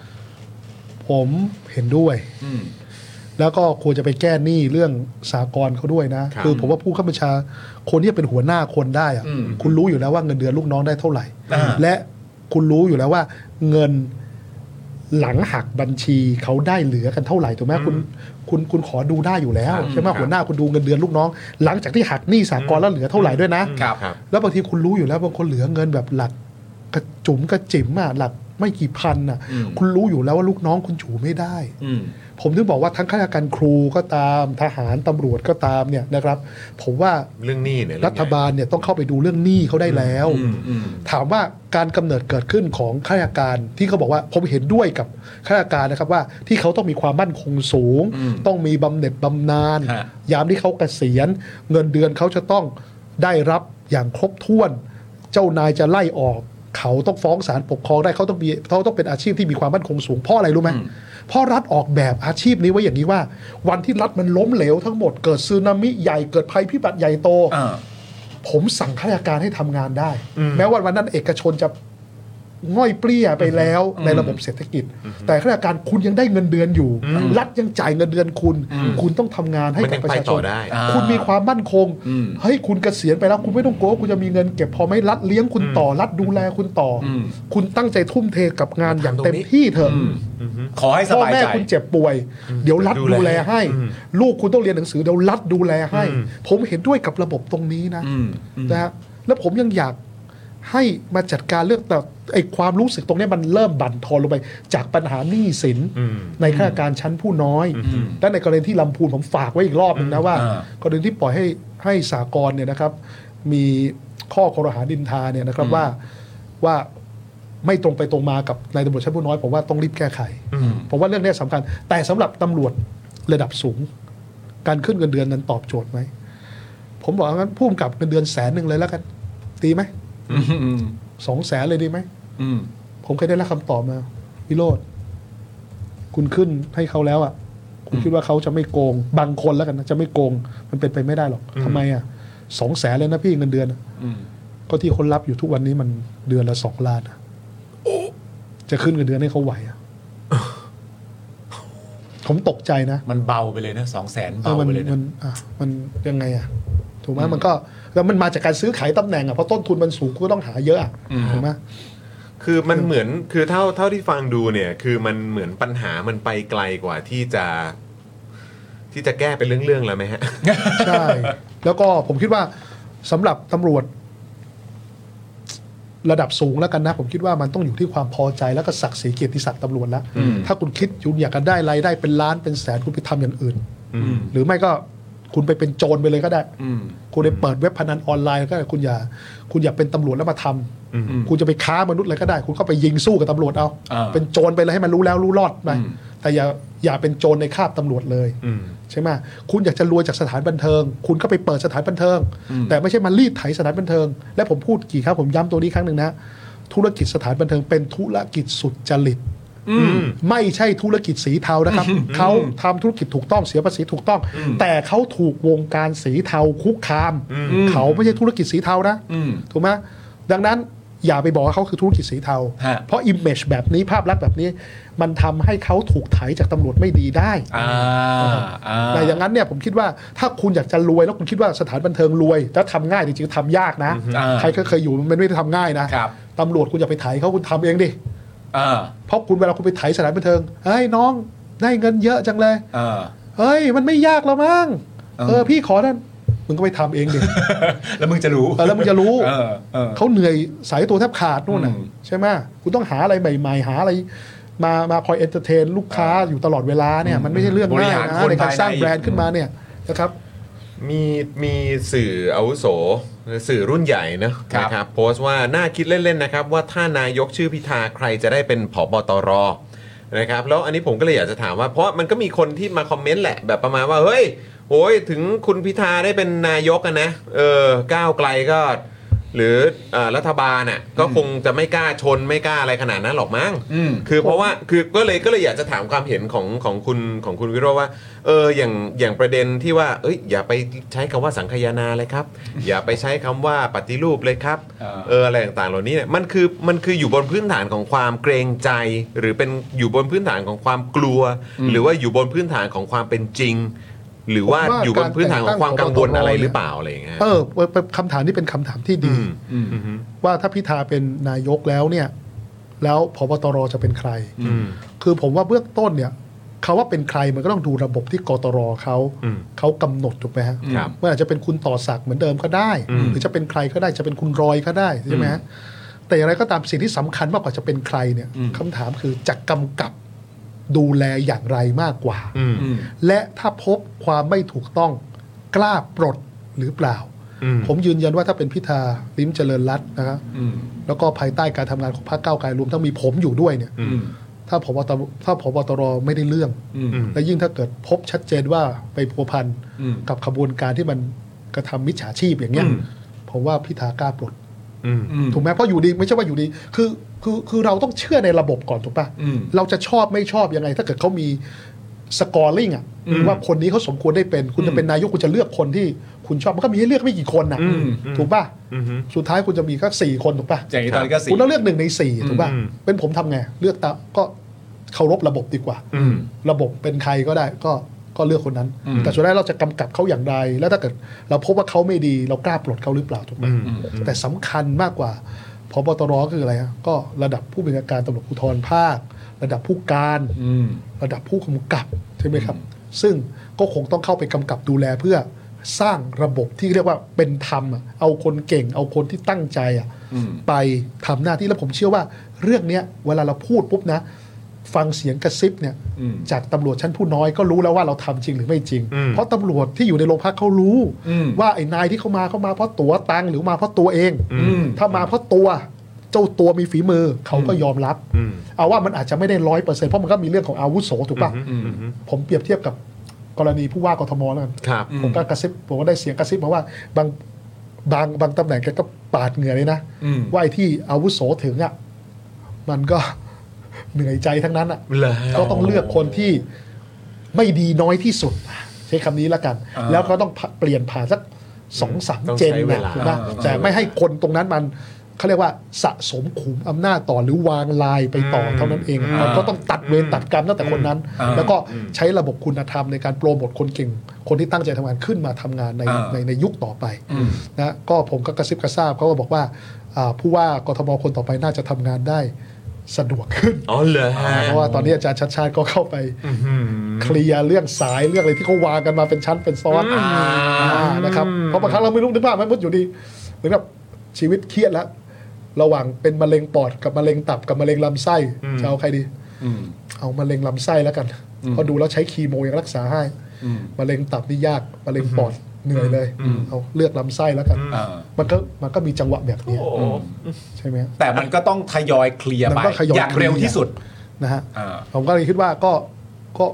S4: ผมเห็นด้วย
S2: อืม
S4: แล้วก็ควรจะไปแก้หนี้เรื่องสากลเขาด้วยนะ
S1: ครับ
S4: คือผมว่าผู้ข้าบัญชาคนที่จะเป็นหัวหน้าคนได้อะ
S2: อืม
S4: คุณรู้อยู่แล้วว่าเงินเดือนลูกน้องได้เท่าไหร่
S2: อ่า
S4: และคุณรู้อยู่แล้วว่าเงินหลังหักบัญชีเขาได้เหลือกันเท่าไหร่ถูกไหมคุณคุณคุณขอดูได้อยู่แล้วใช่ไหมหัวหน้าคุณดูเงินเดือนลูกน้อง หลังจากที่หักหนี้สากลแล้วเหลือเท่าไหร่ด้วยนะ
S2: ครับ
S1: ครับ
S4: แล้วบางทีคุณรู้อยู่แล้วบางคนเหลือเงินแบบหลักกระจุ๋มกระจิ๋มอ่ะหลักไม่กี่พันอ่ะ
S2: อืม
S4: คุณรู้อยู่แล้วว่าลูกน้องคุณอยู่ไม่ได้
S2: อืม
S4: ผมถึงบอกว่าทั้งข้าราชการครูก็ตามทหารตำรวจก็ตามเนี่ยนะครับ ผมว่า
S1: เรื่องหนี้เนี่ยเอ
S4: รั
S1: ง
S4: ฐ
S1: ใหญ่
S4: บาลเนี่ยต้องเข้าไปดูเรื่องหนี้เขาได้แล้ว
S2: อืมอืม
S4: ถามว่าการกำเนิดเกิดขึ้นของข้าราชการที่เขาบอกว่าผมเห็นด้วยกับข้าราชการนะครับว่าที่เขาต้องมีความมั่นคงสูง
S2: อืม
S4: ต้องมีบำเหน็จบำนาญ
S2: ฮะ
S4: ยามที่เขาเกษียณ เงินเดือนเขาจะต้องได้รับอย่างครบถ้วน เจ้านายจะไล่ออก เขาต้องฟ้องศาลปกครองได้เขาต้องมีเขาต้องเป็นอาชีพที่มีความมั่นคงสูงเพราะอะไรรู้ไหมเพราะรัฐออกแบบอาชีพนี้ไว้อย่างนี้ว่า วันที่รัฐมันล้มเหลวทั้งหมดเกิดสึนามิใหญ่เกิดภัยพิบัติใหญ่โต
S2: อ่า
S4: ผมสั่งข้าราชการให้ทำงานได้ แม้วันวันนั้นเอกชนจะง่อยเปรี้ยไปแล้วในระบบเศรษฐกิจ แต่ข้าราชการคุณยังได้เงินเดือนอยู่ รัฐยังจ่ายเงินเดือนคุณ คุณต้องทำงานให้
S1: มัน
S4: กับ
S1: ยัง
S4: ประ
S1: ไป
S4: ชาช
S1: ต่อน ได้
S2: อ่า
S4: คุณมีความมั่นคง
S2: อืม
S4: เฮ้ยคุณเกษียณไปแล้ว คุณไม่ต้องกลัวว่าคุณจะมีเงินเก็บพอไหม่รัฐเลี้ยงคุณต่อรัฐดูแลคุณต่ออ
S2: ม
S4: คุณตั้งใจทุ่มเทกับงานอย่างเต็ม
S1: ตรงนี้
S4: ที่เถอะ
S2: ขอให้
S4: พ่อบ
S2: สาย
S4: แม่
S2: ใจ
S4: คุณเจ็บป่วย เดี๋ยวรัฐ
S1: ดูแล
S4: ดูแลให้ ลูกคุณต้องเรียนหนังสือเดี๋ยวรัฐดูแลให้
S1: อืม
S4: ผมเห็นด้วยกับระบบตรงนี้นะ
S2: อืมอืม
S4: นะฮะแล้วผมยังอยากให้มาจัดการเรื่องแต่ไอความรู้สึกตรงเนี้ยมันเริ่มบั่นทอนลงไป จากปัญหาหนี้สิน
S1: อืม
S4: ในข้าราชการชั้นผู้น้อยและในกรณีที่ลำพูนผมฝากไว้อีกรอบหนึงนะว่า
S2: อ่าก
S4: รณีที่ปล่อยให้ให้สากลเนี่ยนะครับ มีข้อคอรหาดินทาเนี่ยนะครับว่าว่าไม่ตรงไปตรงมากับนายตำรวจชั้นผู้น้อยผมว่าต้องรีบแก้ไข ผมว่าเรื่องเนี้ยสำคัญ แต่สำหรับตำรวจระดับสูง การขึ้นเงินเดือนนั้นตอบโจทย์ไหม ผมบอกว่างั้นผู้กำกับเงินเดือนแสนหนึ่งเลยแล้วกันดีไหม
S2: อืมอืม
S4: สองแสนเลยดีไหม
S2: อืม
S4: ผมเคยได้รับคำตอบมาวิโรธคุณขึ้นให้เขาแล้วอ่ะ คุณคิดว่าเขาจะไม่โกง บางคนแล้วกันนะจะไม่โกง มันเป็นไปไม่ได้หรอกทำไมอ่ะสองแสนเลยนะพี่เงินเดือนอะ
S2: อืม
S4: ก็ที่คนรับอยู่ทุกวันนี้มันเดือนละสองล้านอะจะขึ้นเงินเดือนให้เขาไหวอ่ะ ผมตกใจนะ
S2: มันเบาไปเลยนะสองแสน
S4: เออ
S2: เบา
S4: มัน
S2: ไปเลย
S4: มั
S2: นะ
S4: นอ่ะมันยังไงอ่ะถูกไหมมันก็แล้วมันมาจากการซื้อขายตำแหน่งอ่ะเพราะต้นทุนมันสูงคุณก็ต้องหาเยอะอ่ะ
S2: อืม
S4: ถูกไหม
S1: คือมันเหมือนคือเท่าเท่าที่ฟังดูเนี่ยคือมันเหมือนปัญหามันไปไกลกว่าที่จะ ที่จะแก้เป็นเรื่องๆแล้วไหมฮะ
S4: ใช่ แล้วก็ผมคิดว่าสำหรับตำรวจ ระดับสูงแล้วกันนะ ผมคิดว่ามันต้องอยู่ที่ความพอใจแล้วก็ศักดิ์ศรีเกียรติศักดิ์ตำรวจแล้วถ้าคุณคิดคุณอยากจะได้รายได้เป็นล้านเป็นแสนคุณไปทำอย่างอื่น หรือไม่ก็คุณไปเป็นโจรไปเลยก็ได้ คุณไปเปิดเว็บพนันออนไลน์ก็ได้คุณอย่า คุณอย่าเป็นตำรวจแล้วมาทำคุณจะไปค้ามนุษย์อะไรก็ได้ คุณก็ไปยิงสู้กับตำรวจเอา
S2: อ่า
S4: เป็นโจรไปเลยให้มันรู้แล้วรู้รอดไปแต่อย่าอย่าเป็นโจรในคราบตำรวจเลย ใช่ไหมคุณอยากจะรวยจากสถานบันเทิง คุณก็ไปเปิดสถานบันเทิง แต่ไม่ใช่มารีดไถสถานบันเทิง และผมพูดกี่ครั้งผมย้ำตัวนี้ครั้งหนึ่งนะ ธุรกิจสถานบันเทิงเป็นธุรกิจสุจริต ไม่ใช่ธุรกิจสีเทานะครับ เขาทำธุรกิจถูกต้องเสียภาษีถูกต้อง แต่เขาถูกวงการสีเทาคุกคาม เขาไม่ใช่ธุรกิจสีเทานะถูกไหมดังนั้นอย่าไปบอกว่าเขาคือธุรกิจสีเทา
S2: ฮะ
S4: เพราะอิมเมจแบบนี้ภาพลักษณ์แบบนี้ มันทำให้เขาถูกไถจากตำรวจไม่ดีได้
S2: อ่าอ่า
S4: แต่อย่างนั้นเนี่ยผมคิดว่าถ้าคุณอยากจะรวยแล้วคุณคิดว่าสถานบันเทิงรวยแล้วทำง่ายจริงๆทำยากนะ
S2: อ่า
S4: ใครก็เคยอยู่มันไม่ได้ทำง่ายนะครับ ตำรวจคุณอย่าไปไถเขาคุณทำเองดิ
S2: อ่า
S4: เพราะคุณเวลาคุณไปไถสถานบันเทิงเฮ้ยน้องได้เงินเยอะจังเลย
S2: อ่า
S4: เฮ้ยมันไม่ยากแล้วมั้ง
S2: เออ
S4: เออพี่ขอนั่นมึงก็ไปทำเองดิ
S2: แล้วมึงจะรู้
S4: เออแล้วมึงจะรู้
S2: เออเออ
S4: เขาเหนื่อยสายตัวแทบขาดนู่นน่ะ
S2: อืม
S4: ใช่ไหมคุณต้องหาอะไรใหม่ ๆ หาอะไร มามาคอยเอนเตอร์เทน ลูกค้าอยู่ตลอดเวลาเนี่ย มันไม่ใช่เรื่อง
S2: บริ
S4: ง่าย
S2: หาร
S4: นะ
S2: คน
S4: ในการสร้าง
S2: ภายใน
S4: แบรนด์ขึ้นมาเนี่ยนะครับ
S1: มีมีสื่ออาวุโส สื่อรุ่นใหญ่นะครับ นะครับ โพสต์ว่าน่าคิดเล่น ๆ นะครับ ว่าถ้านายกชื่อพิธาใครจะได้เป็นผบตรนะครับแล้วอันนี้ผมก็เลยอยากจะถามว่า เพราะมันก็มีคนที่มาคอมเมนต์แหละ แบบประมาณว่า เฮ้ยโอ้ยถึงคุณพิธาได้เป็นนายกอะนะเออก้าวไกลก็ หรือเอ่อรัฐบาลน่ะก็คงจะไม่กล้าชนไม่กล้าอะไรขนาดนั้นหรอกมั้ง
S2: อืม
S1: คือเพราะว่าคือก็เลยก็เลยอยากจะถามความเห็นของของคุณของคุณวิโรจน์ว่าเอออย่างอย่างประเด็นที่ว่าเอ้ยอย่าไปใช้คำว่าสังคายนาเลย ครับ อย่าไปใช้คำว่าปฏิรูปเลยครับ
S2: เออ
S1: เอออะไรต่างๆเหล่านี้เนี่ยมันคือมันคืออยู่บนพื้นฐานของความเกรงใจ หรือเป็นอยู่บนพื้นฐานของความกลัว หรือว่าอยู่บนพื้นฐานของความเป็นจริง หรือว่า
S4: ผมว่า
S1: อยู่บนพื้นฐานของความกังวล
S4: การแต่งตั้ง
S1: อะไรหรือเปล่าอะไรอย่างเงี้ย
S4: เออเออคำถามนี้เป็นคำถามที่ดี
S1: มอืมอืม
S4: ว่าถ้าพิธาเป็นนายกแล้วเนี่ย แล้วพบตรจะเป็นใคร
S1: อืม
S4: คือผมว่าเบื้องต้นเนี่ยเขาว่าเป็นใครมันก็ต้องดูระบบที่กตรเขา
S1: อืม
S4: เขากำหนดถูกไหมฮะ
S1: ครับ
S4: ว่าอาจจะเป็นคุณต่อศักดิ์เหมือนเดิมก็ได้
S1: อืม
S4: หรือจะเป็นใครก็ได้จะเป็นคุณรอยก็ได้ใช่ไหมฮะแต่อย่างไรก็ตามสิ่งที่สำคัญมากกว่าจะเป็นใครเนี่ยคำถามคือจะกำกับดูแลอย่างไรมากกว่า
S1: อืม
S2: อืม
S4: และถ้าพบความไม่ถูกต้องกล้าปลดหรือเปล่า
S1: อืม
S4: ผมยืนยันว่าถ้าเป็นพิธาลิ้มเจริญรัตน์นะครับ
S2: อืม
S4: แล้วก็ภายใต้การทำงานของพรรคก้าวไกลรวมทั้งมีผมอยู่ด้วยเนี่ย
S2: อืม
S4: ถ้าพบตรถ้าพบตรไม่ได้เรื่อง
S2: อืม
S4: และยิ่งถ้าเกิดพบชัดเจนว่าไปพัวพัน
S2: อืม
S4: กับขบวนการที่มันกระทำมิจฉาชีพอย่างเงี้ยผมว่าพิธากล้าปลด
S1: อืม
S2: อืม
S4: ถูกไหมเพราะอยู่ดีไม่ใช่ว่าอยู่ดี คือคือคือเราต้องเชื่อในระบบก่อนถูกปะ
S2: อืม
S4: เราจะชอบไม่ชอบยังไง ถ้าเกิดเขามีสกอร์ลิงอะว่าคนนี้เขาสมควรได้เป็นคุณจะเป็นนายกคุณจะเลือกคนที่คุณชอบมันก็มีให้เลือกไม่กี่คนนะถูกปะ
S1: อืม
S4: สุดท้ายคุณจะมีแค่สี่คนถูกปะ
S2: อย่างนี้ตอนนี้ก็สี่
S4: คุณต้องเลือกหนึ่งในสี่ถูกป่ะ
S1: อืม
S4: เป็นผมทำไง เลือกตามก็เคารพระบบดีกว่า
S1: อืม
S4: ระบบเป็นใครก็ได้ก็ก็เลือกคนนั้น แต่สุดท้ายเราจะกำกับเขาอย่างไร แล้วถ้าเกิดเราพบว่าเขาไม่ดี เรากล้าปลดเขาหรือเปล่าถูกไหมแต่สำคัญมากกว่าพบตรก็คืออะไรฮะก็ระดับผู้บัญชาการตำรวจภูธรภาค ระดับผู้การ
S2: อืม
S4: ระดับผู้กำกับใช่ไหมครับ ซึ่งก็คงต้องเข้าไปกำกับดูแลเพื่อสร้างระบบที่เรียกว่าเป็นธรรมอะเอาคนเก่ง เอาคนที่ตั้งใจอะ
S2: อืม
S4: ไปทำหน้าที่แล้วผมเชื่อว่า เรื่องเนี้ยเวลาเราพูดปุ๊บนะ ฟังเสียงกระซิบเนี่ย
S2: อืม
S4: จากตำรวจชั้นผู้น้อยก็รู้แล้วว่าเราทำจริงหรือไม่จริง
S1: อืม
S4: เพราะตำรวจที่อยู่ในโรงพักเขารู้
S2: อืม
S4: ว่าไอ้นายที่เขามาเขามาเพราะตัวตังค์หรือมาเพราะตัวเอง
S2: อืม
S4: ถ้ามาเพราะตัวเจ้าตัวมีฝีมือเขาก็ยอมรับ
S1: อืม
S4: เอาว่ามันอาจจะไม่ได้ร้อยเปอร์เซ็นต์เพราะมันก็มีเรื่องของอาวุโสถูกป่ะ
S2: อืมอืมอืม
S4: ผมเปรียบเทียบกับกรณีผู้ว่ากทมแล้วกัน
S1: ครับ
S4: ผมก็กระซิบผมก็ได้เสียงกระซิบมาว่าบางบางบางตำแหน่งแกก็ปาดเหงื่อเลยนะ
S2: อืม
S4: ว่าไอ้ที่อาวุโสถึงอ่ะมันก็ เหนื่อยใจทั้งนั้นอ่ะ
S1: เหรอฮะ
S4: ก็ต้องเลือกคนที่ไม่ดีน้อยที่สุด ใช้คำนี้แล้วกัน
S2: อ่า
S4: แล้วก็ต้องเปลี่ยนผ่านสักสองสาม
S1: ต้อง
S4: เจน
S1: ใช้เว
S4: นะ
S1: ลา
S4: ถูกปะ
S2: อ่า
S4: แต่ไม่ให้คนตรงนั้นมันเขาเรียกว่าสะสมขุมอำนาจต่อหรือวางลายไปต่อเท่านั้นเอง
S2: อ่ามั
S4: มันก็ต้องตัดเวรตัดกรรมตั้งแต่คนนั้น
S2: อ่า
S4: แล้วก็ใช้ระบบคุณธรรมในการโปรโมทคนเก่ง คนที่ตั้งใจทำงานขึ้นมาทำงานใน
S2: อ่า
S4: ในในยุคต่อไป
S2: อืม
S4: นะก็ผมก็กระซิบกระซาบเขาก็บอกว่า อ่าผู้ว่ากทมคนต่อไปน่าจะทำงานได้สะดวกขึ้น
S1: อ๋อเหรอฮะ
S4: เพราะว่าตอนนี้อาจารย์ชัดชาติก็เข้าไปเคลียร์เรื่องสายเรื่องอะไรที่เขาวางกันมาเป็นชั้นเป็นซ้อนอ่านะครับเพราะบางครั้งเราไม่รู้นึกภาพไหมมุดอยู่ดีเหมือนกับชีวิตเครียดแล้ว ระหว่างเป็นมะเร็งปอดกับมะเร็งตับกับมะเร็งลำไส้จะเอาใครดี เอามะเร็งลำไส้แล้วกันเพราะดูแล้วใช้คีโมยังรักษาให้มะเร็งตับนี่ยากมะเร็งปอดเหนื่อยเลยเอาเลือกลำไส้แล้วกัน
S2: อ่า
S4: มันก็มันก็มีจังหวะแบบเนี้ย
S1: โอ้โห
S4: ใช่ไหมฮะ
S2: แต่มันก็ต้องทยอยเคลียร์
S4: มั
S2: ไป
S4: นก็ทยอย
S2: อย่างเร็ว
S4: เคลียร์
S2: ที่สุด
S4: นะฮะ
S2: อ่า
S4: ผมก็เลยคิดว่าก็ก็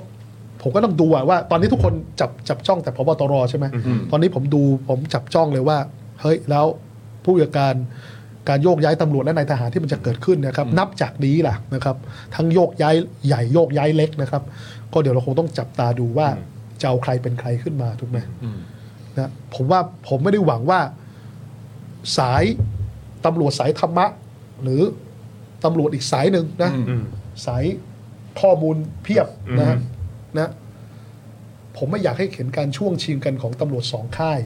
S4: ผมก็ต้องดูอะว่าตอนนี้ทุกคนจับจับจ้องแต่พบตรใช่ไหมตอนนี้ผมดูผมจับจ้องเลยว่า เฮ้ยแล้วผู้จัดการการโยกย้ายตำรวจและนายทหารที่มันจะเกิดขึ้นนะครับ นับจากนี้ล่ะนะครับ ทั้งโยกย้ายใหญ่โยกย้ายเล็กนะครับ ก็เดี๋ยวเราคงต้องจับตาดูว่าจะเอาใครเป็นใครขึ้นมาถูกไหมนะผมว่าผมไม่ได้หวังว่าสายตำรวจสายธรรมะ หรือตำรวจอีกสายหนึ่งนะ สายข้อมูลเพียบนะฮะนะ ผมไม่อยากให้เห็นการช่วงชิงกันของตำรวจสองค่าย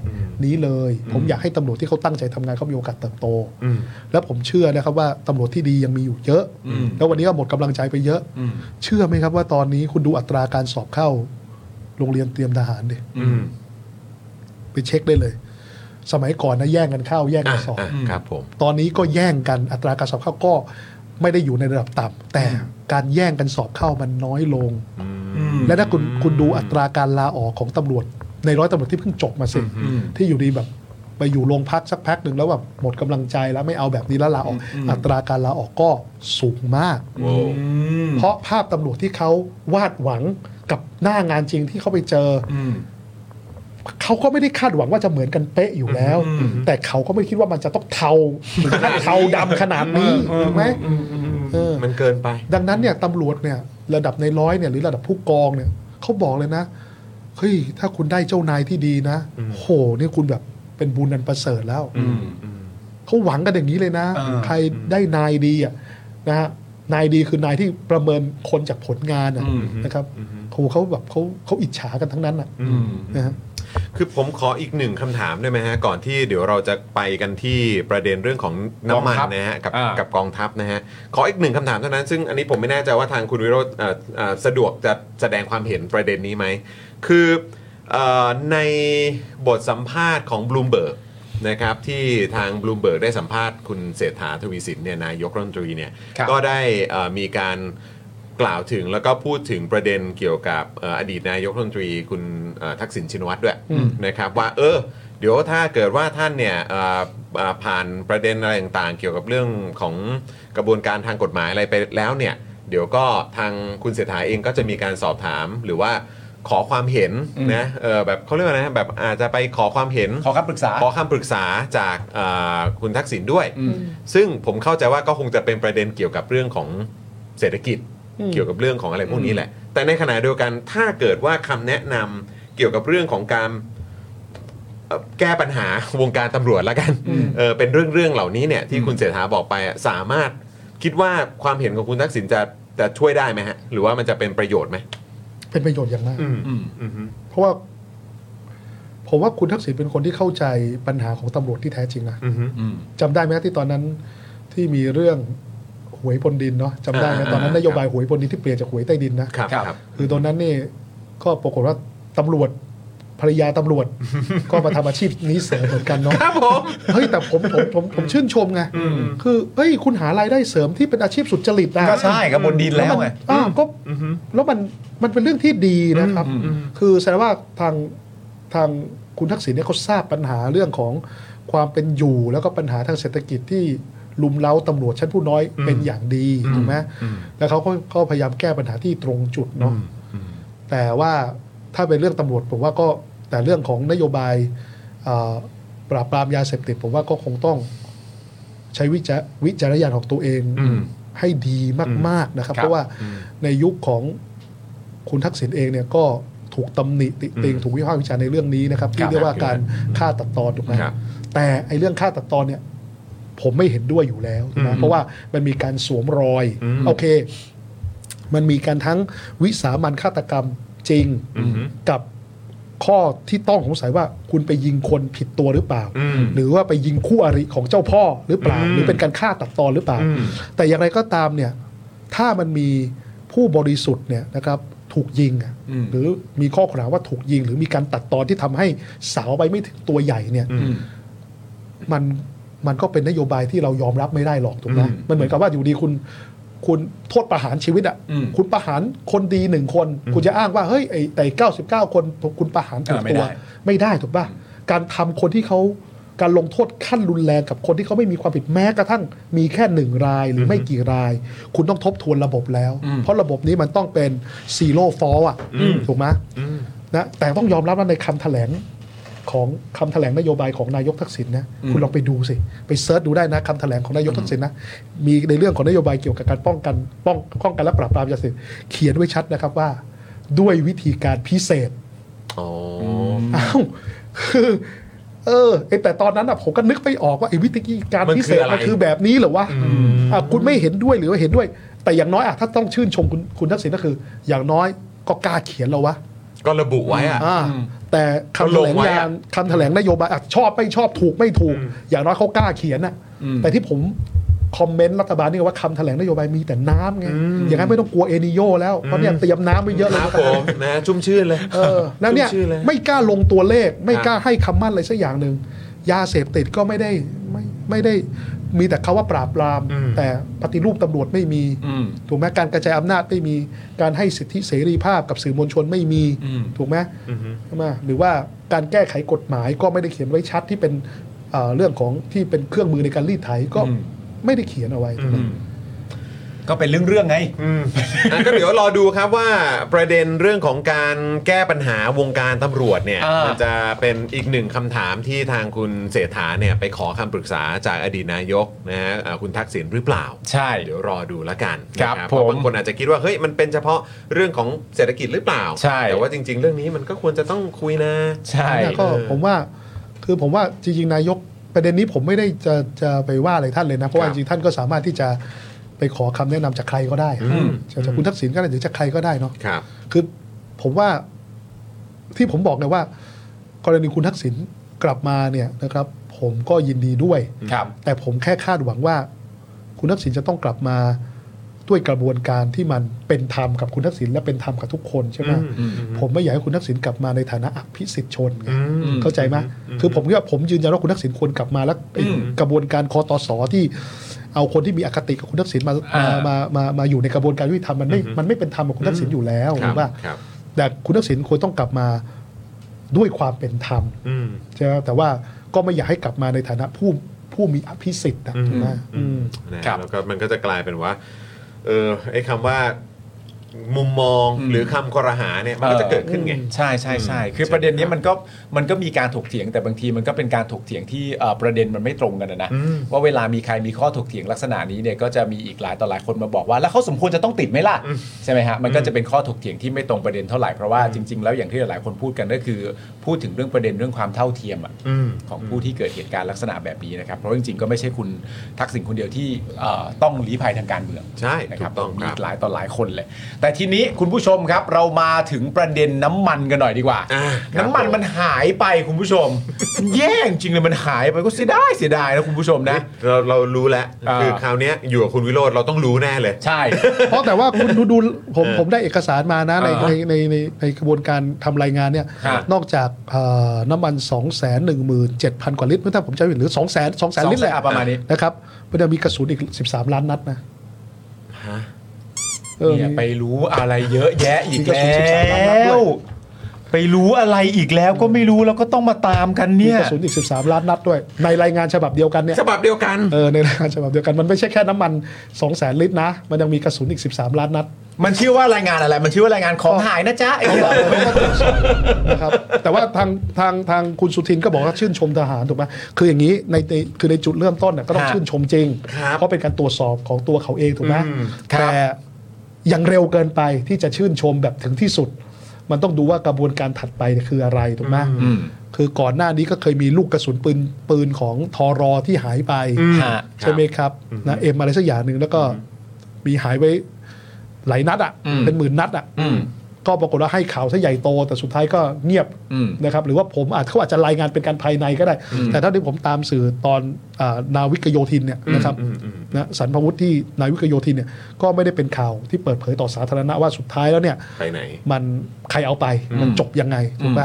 S4: นี้เลย ผมอยากให้ตำรวจที่เขาตั้งใจทำงานเขามีโอกาสเติบโต แล้วผมเชื่อนะครับว่าตำรวจที่ดียังมีอยู่เยอะ แล้ววันนี้ก็หมดกำลังใจไปเยอะ เชื่อไหมครับว่าตอนนี้คุณดูอัตราการสอบเข้า โรงเรียนเตรียมทหารดิไปเช็คได้เลย สมัยก่อนนะแย่งกันเข้าแย่งกันสอบ
S1: อ่ะครับผม
S4: ตอนนี้ก็แย่งกันอัตราการสอบเข้าก็ไม่ได้อยู่ในระดับต่ำแต่การแย่งกันสอบเข้ามันน้อยลง และถ้าคุณคุณดูอัตราการลาออกของตำรวจ ในร้อยตำรวจที่เพิ่งจบมาสิที่อยู่ดีแบบ ไปอยู่โรงพักสักแพ็กหนึ่งแล้วแบบหมดกำลังใจแล้วไม่เอาแบบนี้แล้วลาออก อัตราการลาออกก็สูงมาก
S1: โอ้
S4: เพราะภาพตำรวจที่เขาวาดหวังกับหน้างานจริงที่เขาไปเจออเขาก็ไม่ได้คาดหวังว่าจะเหมือนกันเป๊ะอยู่แล้ว แต่เขาก็ไม่คิดว่ามันจะต้อง เทาถึงขนาดเทาดำขนาดนี้ถูกไหมเออ
S1: มันเกินไป
S4: ดังนั้นเนี่ยตำรวจเนี่ย ระดับในร้อยเนี่ยหรือระดับผู้กองเนี่ยเขาบอกเลยนะเฮ้ยถ้าคุณได้เจ้านายที่ดีนะโหนี่คุณแบบเป็นบุญนันประเสริฐแล้ว เขาหวังกันอย่างนี้เลยนะ
S2: อ่า
S4: ใครได้นายดีอ่ะนะฮะนายดีคือนายที่ประเมินคนจากผลงานอะนะครับเขาเขาแบบเขาเขาอิจฉากันทั้งนั้นอ่ะนะฮะ
S1: คือผมขออีกหนึ่งคำถามได้ไหมฮะ ก่อนที่เดี๋ยวเราจะไปกันที่ประเด็นเรื่องของน้ำมัน
S2: กองทัพ
S1: นะฮะกับ
S2: อ่า
S1: กับกองทัพนะฮะ ขออีกหนึ่งคำถามเท่านั้น ซึ่งอันนี้ผมไม่แน่ใจว่าทางคุณวิโรธเอ่อเอ่อสะดวกจะแสดงความเห็นประเด็นนี้ไหม คือเอ่อในบทสัมภาษณ์ของบลูมเบิร์กนะครับที่ทางบลูมเบิร์กได้สัมภาษณ์คุณเศรษฐาทวีสินเนี่ยนายกรัฐมนตรีเนี่ย
S2: ครับ
S1: ก็ได้เอ่อมีการ กล่าวถึงแล้วก็พูดถึงประเด็นเกี่ยวกับเอ่ออดีตนายกรัฐมนตรีคุณเอ่อทักษิณชินวัตรด้วยนะครับว่าเออเดี๋ยวถ้าเกิดว่าท่านเนี่ยเอ่อเอ่อผ่านประเด็นอะไรต่างๆ เกี่ยวกับเรื่องของกระบวนการทางกฎหมายอะไรไปแล้วเนี่ยเดี๋ยวก็ทางคุณเสถาเองก็จะมีการสอบถามหรือว่าขอความเห็นนะเออแบบเขาเรียกว่าอะไรนะแบบอาจจะไปขอความเห็น
S2: ขอคำปรึกษา
S1: ขอคำปรึกษาจากเอ่อคุณทักษิณด้วย ซึ่งผมเข้าใจว่าก็คงจะเป็นประเด็นเกี่ยวกับเรื่องของเศรษฐกิจ เกี่ยวกับเรื่องของอะไรพวกนี้แหละ แต่ในขณะเดียวกันถ้าเกิดว่าคำแนะนำเกี่ยวกับเรื่องของการเอ่อแก้ปัญหาวงการตำรวจแล้วกันเออเป็นเรื่องเรื่องเหล่านี้เนี่ยที่คุณเสถาบอกไปอะสามารถคิดว่าความเห็นของคุณทักษิณจะจะช่วยได้ไหมฮะ หรือว่ามันจะเป็นประโยชน์ไหม
S4: เป็นประโยชน์อย่างมาก เพราะว่า ผมว่าคุณทักษิณเป็นคนที่เข้าใจปัญหาของตำรวจที่แท้จริงนะจำได้ไหมที่ตอนนั้นที่มีเรื่องหวยบนดินเนาะจำได้ไหม
S1: อ่า
S4: ตอนนั้น
S1: อ่าน
S4: โยบาย
S1: ครับ
S4: หวยบนดินที่เปลี่ยนจากหวยใต้ดินนะ
S1: ครับ
S2: ครับ
S1: ครับ
S4: คือตอนนั้นนี่ก็ปรากฏว่าตำรวจภรรยาตำรวจ ก็มาทำอาชีพนี้เสริมเหมือนกันเนาะ
S1: ครับผม
S4: เฮ้ยแต่ผมผมผมผมชื่นชมไงคือเฮ้ยคุณหารายได้เสริมที่เป็นอาชีพสุจริตนะ
S2: ก็ใช่กับบนดินแล้วไง
S4: อ่าก็แล้วมันมันเป็นเรื่องที่ดีนะครับ คือแสดงว่าทางทางคุณทักษิณเนี่ยเขาทราบปัญหาเรื่องของความเป็นอยู่แล้วก็ปัญหาทางเศรษฐกิจที่ลุมเล้าตำรวจชั้นผู้น้อยเป็นอย่างดีถูกไหมแล้วเขาก็ก็พยายามแก้ปัญหาที่ตรงจุดเนาะ แต่ว่าถ้าเป็นเรื่องตำรวจผมว่าก็แต่เรื่องของนโยบายเอ่อปราบปรามยาเสพติด ผมว่าก็คงต้องใช้วิจารวิจารณญาณของตัวเองให้ดีมาก ๆนะครับ เพราะว่าในยุคของคุณทักษิณเองเนี่ยก็ถูกตำหนิติเตียงถูกวิพากษ์วิจารณ์ในเรื่องนี้นะครับที่เรียกว่าการฆ่าตัดตอนถูกไหม
S1: ครับ
S4: แต่ไอ้เรื่องฆ่าตัดตอนเนี่ย ผมไม่เห็นด้วยอยู่แล้วถูกไหมเพราะว่ามันมีการสวมรอย โอเค มันมีการทั้งวิสามันฆาตกรรมจริงกับ ข้อที่ต้องสงสัยว่าคุณไปยิงคนผิดตัวหรือเปล่า หรือว่าไปยิงคู่อริของเจ้าพ่อหรือเปล่า หรือเป็นการฆ่าตัดตอนหรือเปล่า แต่อย่างไรก็ตามเนี่ยถ้ามันมีผู้บริสุทธิ์เนี่ยนะครับถูกยิงอะหรือมีข้อกล่าวหาว่าถูกยิง หรือมีการตัดตอนที่ทำให้สาวไปไม่ถึงตัวใหญ่เนี่ย มันมันก็เป็นนโยบายที่เรายอมรับไม่ได้หรอกถูกไหมมันเหมือนกับว่าอยู่ดีคุณ คุณโทษประหารชีวิตอ่ะคุณประหารคนดีหนึ่งคน คุณจะอ้างว่าเฮ้ยไอ้แต่เก้าสิบเก้าคนคุณประหารถูก
S2: อ่าไม่
S4: ตัว
S2: ได้
S4: ไม่ได้ถูกป่ะการทำคนที่เขาการลงโทษขั้นรุนแรงกับคนที่เขาไม่มีความผิดแม้กระทั่ง มีแค่หนึ่งรายหรือไม่กี่ราย คุณต้องทบทวนระบบแล้ว เพราะระบบนี้มันต้องเป็นซีโร่ฟอลอ่ะถูกไหมนะแต่ต้องยอมรับว่าในคำแถลง ของคำแถลงนโยบายของนายกทักษิณนะคุณลองไปดูสิ ไปเซิร์ชดูได้นะคำแถลงของนายกทักษิณนะ มีในเรื่องของนโยบายเกี่ยวกับการป้องกันป้องป้องกันและปราบปรามยาเสพติดเขียนไว้ชัดนะครับว่า ด้วยวิธีการพิเศษ
S1: อ๋อ
S4: อ้าว คือเออไอแต่ตอนนั้นอะผมก็นึกไม่ออกว่าไอวิธีการ
S1: มันคือ
S4: พิเศษ
S1: อะไร
S4: มันคือแบบนี้เหรอวะอ่ะคุณไม่เห็นด้วยหรือว่าเห็นด้วย แต่อย่างน้อยอะถ้าต้องชื่นชมคุณคุณทักษิณก็คือ อย่างน้อยก็กล้าเขียนเราวะ
S1: ะก็ระบุไว้อะ
S4: อ่าแต่
S1: ก็
S4: คำแถ
S1: ลง
S4: ลง
S1: ไว้
S4: ยา
S1: อะ
S4: นคำแถลงนโยบายอ่ะชอบไม่ชอบถูกไม่ถูก อย่างน้อยเขากล้าเขียนน่ะแต่ที่ผมคอมเมนต์รัฐบาลนี่ว่าคำแถลงนโยบายมีแต่น้ำไงอย่างนั้นไม่ต้องกลัวเอนิโยแล้วเพราะเนี่ยเตรียมน้ำไว้เยอะเล
S1: ค
S4: ย
S1: รับ
S4: นะ
S1: ผมนะชุ่มชื่นเลย
S4: เออแล้วเนี่ย
S1: ชุ่มชื่เลย
S4: ไม่กล้าลงตัวเลข ไม่
S1: ครับ
S4: กล้าให้คำมั่นอะไรสักอย่างหนึ่งยาเสพติดก็ไม่ได้ไม่ไม่ได้มีแต่คาว่าปราบปราม แต่ปฏิรูปตำรวจไม่มี ถูกไหมการกระจายอำนาจไม่มีการให้สิทธิเสรีภาพกับสื่อมวลชนไม่มีถูกไหมใช่ไหมหรือว่าการแก้ไขกฎหมายก็ไม่ได้เขียนไว้ชัดที่เป็นเอ่อเรื่องของที่เป็นเครื่องมือในการรีดไถก็ไม่ได้เขียนเอาไว้ถูกไหม
S2: ก็เป็นเรื่องๆไง
S1: อ่ะก็เดี๋ยวรอดูครับว่าประเด็นเรื่องของการแก้ปัญหาวงการตำรวจเนี่ย
S2: อ่ามั
S1: มันจะเป็นอีกหนึ่งคำถามที่ทางคุณเศรษฐาเนี่ยไปขอคำปรึกษาจากอดีตนายกนะฮะอ่าคุณทักษิณหรือเปล่า
S2: ใช่
S1: เดี๋ยวรอดูละกัน
S2: ครับ
S1: นะ
S2: ผม
S1: เพาะบางคนอาจจะคิดว่าเฮ้ยมันเป็นเฉพาะเรื่องของเศรษฐกิจหรือเปล่า
S2: ใช่
S1: แต่ว่าจริง ๆ เรื่องนี้มันก็ควรจะต้องคุยนะ
S2: ใช่
S4: เนี่ยก็ผมว่าคือผมว่าจริงๆนายกประเด็นนี้ผมไม่ได้จะจะไปว่าอะไรท่านเลยนะ เพราะว่า
S1: ครั
S4: จ
S1: บ
S4: ริงๆท่านก็สามารถที่จะไปขอคำแนะนำจากใครก็ได้
S1: อืม
S4: จากจากคุณทักษิณก็ได้หรือจากใครก็ได้เนาะ
S1: ครับ
S4: คือผมว่าที่ผมบอกไงว่ากรณีคุณทักษิณกลับมาเนี่ยนะครับ ผมก็ยินดีด้วย
S2: ครับ
S4: แต่ผมแค่คาดหวังว่า คุณทักษิณจะต้องกลับมาด้วยกระบวนการที่มันเป็นธรรมกับคุณทักษิณและเป็นธรรมกับทุกคนใช่ไหมผมไม่อยากให้คุณทักษิณกลับมาในฐานะอภิสิทธิชนไงเข้าใจไหมคือผมคิดว่าผมยืนยันว่าคุณทักษิณควรกลับมาแล้วไอ้กระบวนการคอตสที่เอาคนที่มีอคติกับคุณทักษิณมา
S2: อ่าม
S4: มามามาอยู่ในกระบวนการยุติธรรมมันไม่มันไม่เป็นธรรมกับคุณทักษิณอยู่แล้ว
S1: ครั
S4: ถูกป่ะ
S1: ครับ
S4: แต่คุณทักษิณควรต้องกลับมาด้วยความเป็นธรรม
S1: อืม
S4: ใช่ไหมแต่ว่าก็ไม่อยากให้กลับมาในฐานะผู้ผู้มีอภิสิทธิ์นะถูกไหมอืม
S1: นะครับ แล้วก็มันก็จะกลายเป็นว่าเออไอ้คำว่ามุมมองหรือคำคอรหาเนี่ยมันก็จะ
S2: เออ
S1: เกิดขึ้นไง
S2: ใช่ใช่ใช่คือประเด็นเนี้ยมันก็มันก็มีการถกเถียงแต่บางทีมันก็เป็นการถกเถียงที่เอ่อประเด็นมันไม่ตรงกันนะนะว่าเวลามีใครมีข้อถกเถียงลักษณะนี้เนี่ยก็จะมีอีกหลายต่อหลายคนมาบอกว่า แล้วเขาสมควรจะต้องติดไหมล่ะใช่ไหมฮะมันก็จะเป็นข้อถกเถียงที่ไม่ตรงประเด็นเท่าไหร่เพราะว่าจริง ๆ แล้วอย่างที่หลายๆคนพูดกันก็คือ พูดถึงเรื่องประเด็นเรื่องความเท่าเทียมอะของผู้ที่เกิดเหตุการณ์ลักษณะแบบนี้นะครับเพราะจริงๆก็ไม่ใช่คุณทักษิณคนเดียวที่เอ่อต้องลี้ภัยทางการเมือง
S1: ใช่
S2: นะครับ
S1: ถูกต้อง
S2: มี
S1: ครับ
S2: หลายต่อหลายคนเลย แต่ทีนี้คุณผู้ชมครับเรามาถึงประเด็นน้ำมันกันหน่อยดีกว่า
S1: อ่าครับ
S2: น้ำมัน
S1: ผม
S2: มันหายไปคุณผู้ชม แย่จริงเลยมันหายไปก็เสียดายเสียดายนะคุณผู้ชมนะ
S1: เราเรารู้แล้ว
S2: อ่า
S1: คือคราวเนี้ยอยู่กับคุณวิโรธเราต้องรู้แน่เลย
S2: ใช่
S4: เพราะแต่ว่าคุณดูดูผม
S1: เออ
S4: ผมได้เอกสารมานะใน
S2: อ่า
S4: ในในในในกระบวนการทำรายงานเนี่ย
S2: ครับ
S4: นอกจากเอ่อน้ำมัน 2 1 7 0 0 0 กว่าลิตรเมื่อถ้าผมจำไม่ผิดหรือ 2 0 0 0 0 0 200,000 ลิตรแหละ
S2: อ่ะประมาณนี้
S4: นะครับมันจะมีกระสุนอีก 13 ล้านนัดนะ
S1: ฮะ
S4: เออ
S2: เนี่ย
S4: มี
S2: ไปรู้อะไรเยอะแยะอีกแล
S4: มีกระสุนสิบสามนัดด้
S2: ้
S4: ว
S2: วย ไปรู้อะไรอีกแล้วก็ไม่รู้แล้วก็ต้องมาตามกัน
S4: มี
S2: เนี่ย
S4: กระสุนอีก 13 ล้านนัดด้วย ในรายงานฉบับเดียวกันเนี่ย
S1: ฉบับเดียวกัน
S4: เออในรายงานฉบับเดียวกันมันไม่ใช่แค่น้ำมัน2 0 0 0 0 ลิตรนะ มันยังมีกระสุนอีก 13 ล้านนัด
S2: มันชื่อว่ารายงานอะไร มันชื่อว่ารายงานของหายนะจ๊ะไอ้เหี้ย
S4: นะครับแต่ว่าทางทางทางคุณสุทินก็บอกว่าชื่นชมทหารถูกไหมคืออย่างนี้ในในคือในจุดเริ่มต้นน่ะก็ต้อง
S2: ครับ
S4: ชื่นชมจริง
S1: ครับ
S4: เพราะเป็นการตรวจสอบของตัวเขาเองถูกไหม
S1: อืม
S2: ครับ
S4: แต่ยังเร็วเกินไปที่จะชื่นชมแบบถึงที่สุด มันต้องดูว่ากระบวนการถัดไปเนี่ยคืออะไรถูกไหมคือก่อนหน้านี้ก็เคยมีลูกกระสุนปืนปืนของทอรอที่หายไป
S2: ฮะ
S4: ใช่ไหมครับนะเอ็มอะไรสักอย่างหนึ่งแล้วก็มีหายไปหลายนัดอ่ะ เป็นหมื่นนัดอ่ะ ก็ปรากฏว่าให้ข่าวซะใหญ่โต แต่สุดท้ายก็เงียบนะครับหรือว่าผมอาจเขาอาจจะรายงานเป็นการภายในก็ได้ แต่เท่าที่ผมตามสื่อตอนอานาวิกโยธินเนี่ยนะครับนะสันพวุฒิที่นาวิกโยธินเนี่ยก็ไม่ได้เป็นข่าวที่เปิดเผยต่อสาธารณะว่าสุดท้ายแล้วเนี่ย
S1: ไปไหน
S4: มันใครเอาไปมันจบยังไงถูกไหม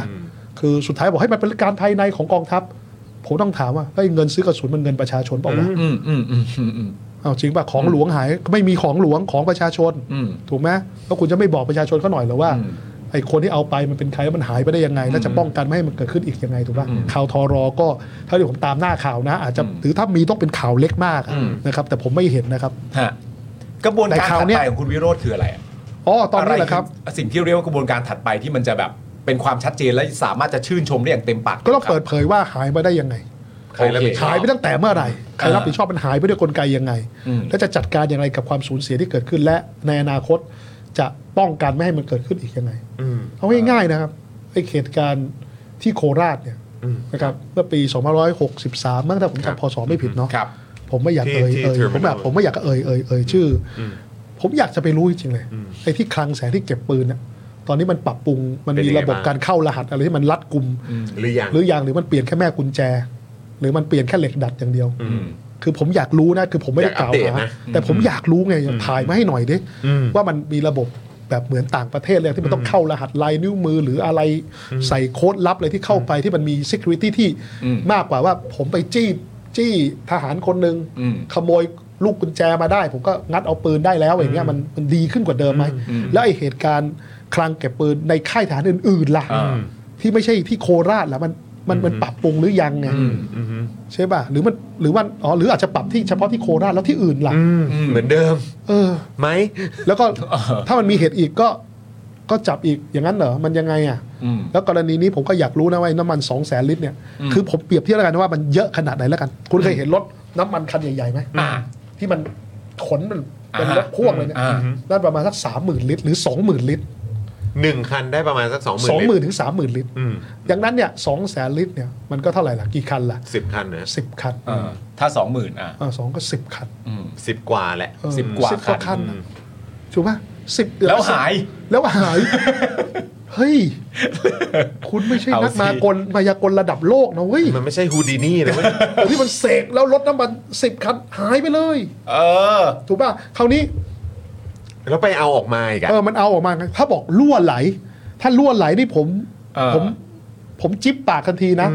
S4: คือสุดท้ายบอกให้มันเป็นการภายในของกองทัพ ผมต้องถามว่าเฮ้ยเงินซื้อกระสุนมันเงินประชาชนเปล่าวะ
S2: อืมอืมอืมอืมอืม
S4: เอาจริงป่ะของหลวงหายไม่มีของหลวงของประชาชน
S2: อืม
S4: ถูกไหมแล้วคุณจะไม่บอกประชาชนเขาหน่อยเหรอว่า
S2: อืม
S4: ไอ้คนที่เอาไปมันเป็นใครแล้วมันหายไปได้ยังไงแล้วจะป้องกันไม่ให้มันเกิดขึ้นอีกยังไงถูกป่ะข่าวทอรอก็เท่าที่ผมตามหน้าข่าวนะ อาจจะหรือถ้ามีต้องเป็นข่าวเล็กมากอะ
S2: อืม
S4: นะครับแต่ผมไม่เห็นนะครับ
S2: ฮะกระบวนการ
S4: แต่ครา
S2: ถั
S4: ว
S2: ด
S4: เนี่ย
S2: ไปของคุณวิโรธคืออะไรอะ
S4: อ๋อตอนนี้แหละครับ
S2: อไอสิ่งที่เรียกว่ากระบวนการถัดไปที่มันจะแบบเป็นความชัดเจนและสามารถจะชื่นชมได้อย่างเต็มปาก
S4: ก็ต้องเปิดเผยว่าหายมาได้ยังไง
S1: ใครรับผิดชอบ
S4: หายไปตั้งแต่เมื่อไหร่ใครรับผิดชอบมันหายไปด้วยกลไกยังไง และจะจัดการอย่างไรกับความสูญเสียที่เกิดขึ้น และในอนาคตจะป้องกันไม่ให้มันเกิดขึ้นอีกยังไงเอาง่ายๆนะครับไอ้เหตุการณ์ที่โคราชเนี่ยนะครับเมื่อปี 2563มั้งถ้าผมจำพศไม่ผิดเนาะ
S2: ครับ
S4: ผมไม่อยาก
S1: ที่
S4: เอ่ย
S1: ที่
S4: เอ่ย
S1: terminal
S4: ผมแบบผมไม่อยากเอ่ยเอ่ยเอ่ยชื่ออผมอยากจะไปรู้จริงๆเลยไอ้ที่คลังแสงที่เก็บปืนเนี่ยตอนนี้มันปรับปรุงมัน
S1: เป็น
S4: มี
S1: ยังไง
S4: ระบบ
S1: บ้าง
S4: การเข้ารหัสอะไรที่มันรัดกุม
S1: หรือยัง
S4: หรืออย่างหรือมันเปลี่ยนแค่แม่กุญแจ หรือมันเปลี่ยนแค่เหล็กดัดอย่างเดียว คือผมอยากรู้นะ คือผมไม่ได้
S1: อยาก
S4: ก
S1: อั
S4: ล่า
S1: ป
S4: ว
S1: เดต
S4: หา
S1: นะ
S4: แต่ผมอยากรู้ไงถ่ายมาให้หน่อยดิว่ามันมีระบบแบบเหมือนต่างประเทศเลยที่มันต้องเข้ารหัสลายนิ้วมือ หรืออะไรใส่โค้ดลับเลยที่เข้าไปที่มันมี security ที่มากกว่าว่าผมไปจี้จี้ทหารคนหนึ่ง
S2: อืม
S4: ขโมยลูกกุญแจมาได้ ผมก็งัดเอาปืนได้แล้วอย่างเงี้ยมันมันดีขึ้นกว่าเดิมไหมแล้วไอเหตุการณ์คลังเก็บปืนในค่ายทหารอื่นๆล่ะ
S2: อ่า
S4: ที่ไม่ใช่ที่โคราชแล้วมันมันมันปรับปรุงหรือยังไงใช่ป่ะหรือมันหรือว่าอ๋อหรืออาจจะปรับที่เฉพาะที่โคราชแล้วที่อื่นล่ะ
S1: เหมือนเดิม
S4: เออ
S1: ไหม
S4: แล้วก็ถ้ามันมีเหตุอีกก็ก็จับอีกอย่างนั้นเหรอมันยังไงอ่ะ
S2: อืม
S4: แล้วกรณีนี้ผมก็อยากรู้นะว่าไอ้น้ำมัน2องแสนลิตรเนี่ยคือผมเปรียบเทียบแล้วกันว่ามันเยอะขนาดไหนแล้วกัน คุณเคยเห็นรถน้ำมันคันใหญ่ๆไหม
S2: อ่า
S4: ที่มันขนเป็นเป็น
S2: อ่าร
S4: ถพ่วงเลยเนี่ย
S2: อ่า
S4: นั่นประมาณสักสามหมื่นลิตรหรือสองหมื่นลิตร
S1: หนึ่งคันได้ประมาณสักสองหมื่น
S4: สองหมื่นถึงสามหมื่นลิตร
S1: อืม
S4: อย่างนั้นเนี่ยสองแสนลิตรเนี่ยมันก็เท่าไหร่ล่ะ กี่คันล่ะ
S1: สิบคันนะ
S4: สิบคัน
S2: เออถ้าสองหมื่นอ่ะ
S4: สองก็สิบคัน
S1: สิบกว่าแหละ
S4: เออ
S2: สิบกว่า
S4: สิบกว่า
S2: คั
S4: คั
S2: น
S4: นนะถูกปะสิบ
S2: แล้วหาย
S4: แล้วหาย เฮ้ย คุณไม่ใช่
S2: เอา
S4: นัก
S2: สิ
S4: มากลมายากลระดับโลกนะเว้ย
S1: มันไม่ใช่ฮูดินี่นะเว้ย
S4: โอ้ที่มันเสกแล้วรถน้ำมันสิบคันหายไปเลย
S2: เออ
S4: ถูกป่ะคราวนี้
S1: แล้วไปเอาออกมาอีกอะ
S4: เออ มันเอาออกมาไงถ้าบอกรั่วไหล ถ้ารั่วไหลนี่ผม
S2: เออ
S4: ผม ผมจิบปากทันทีนะ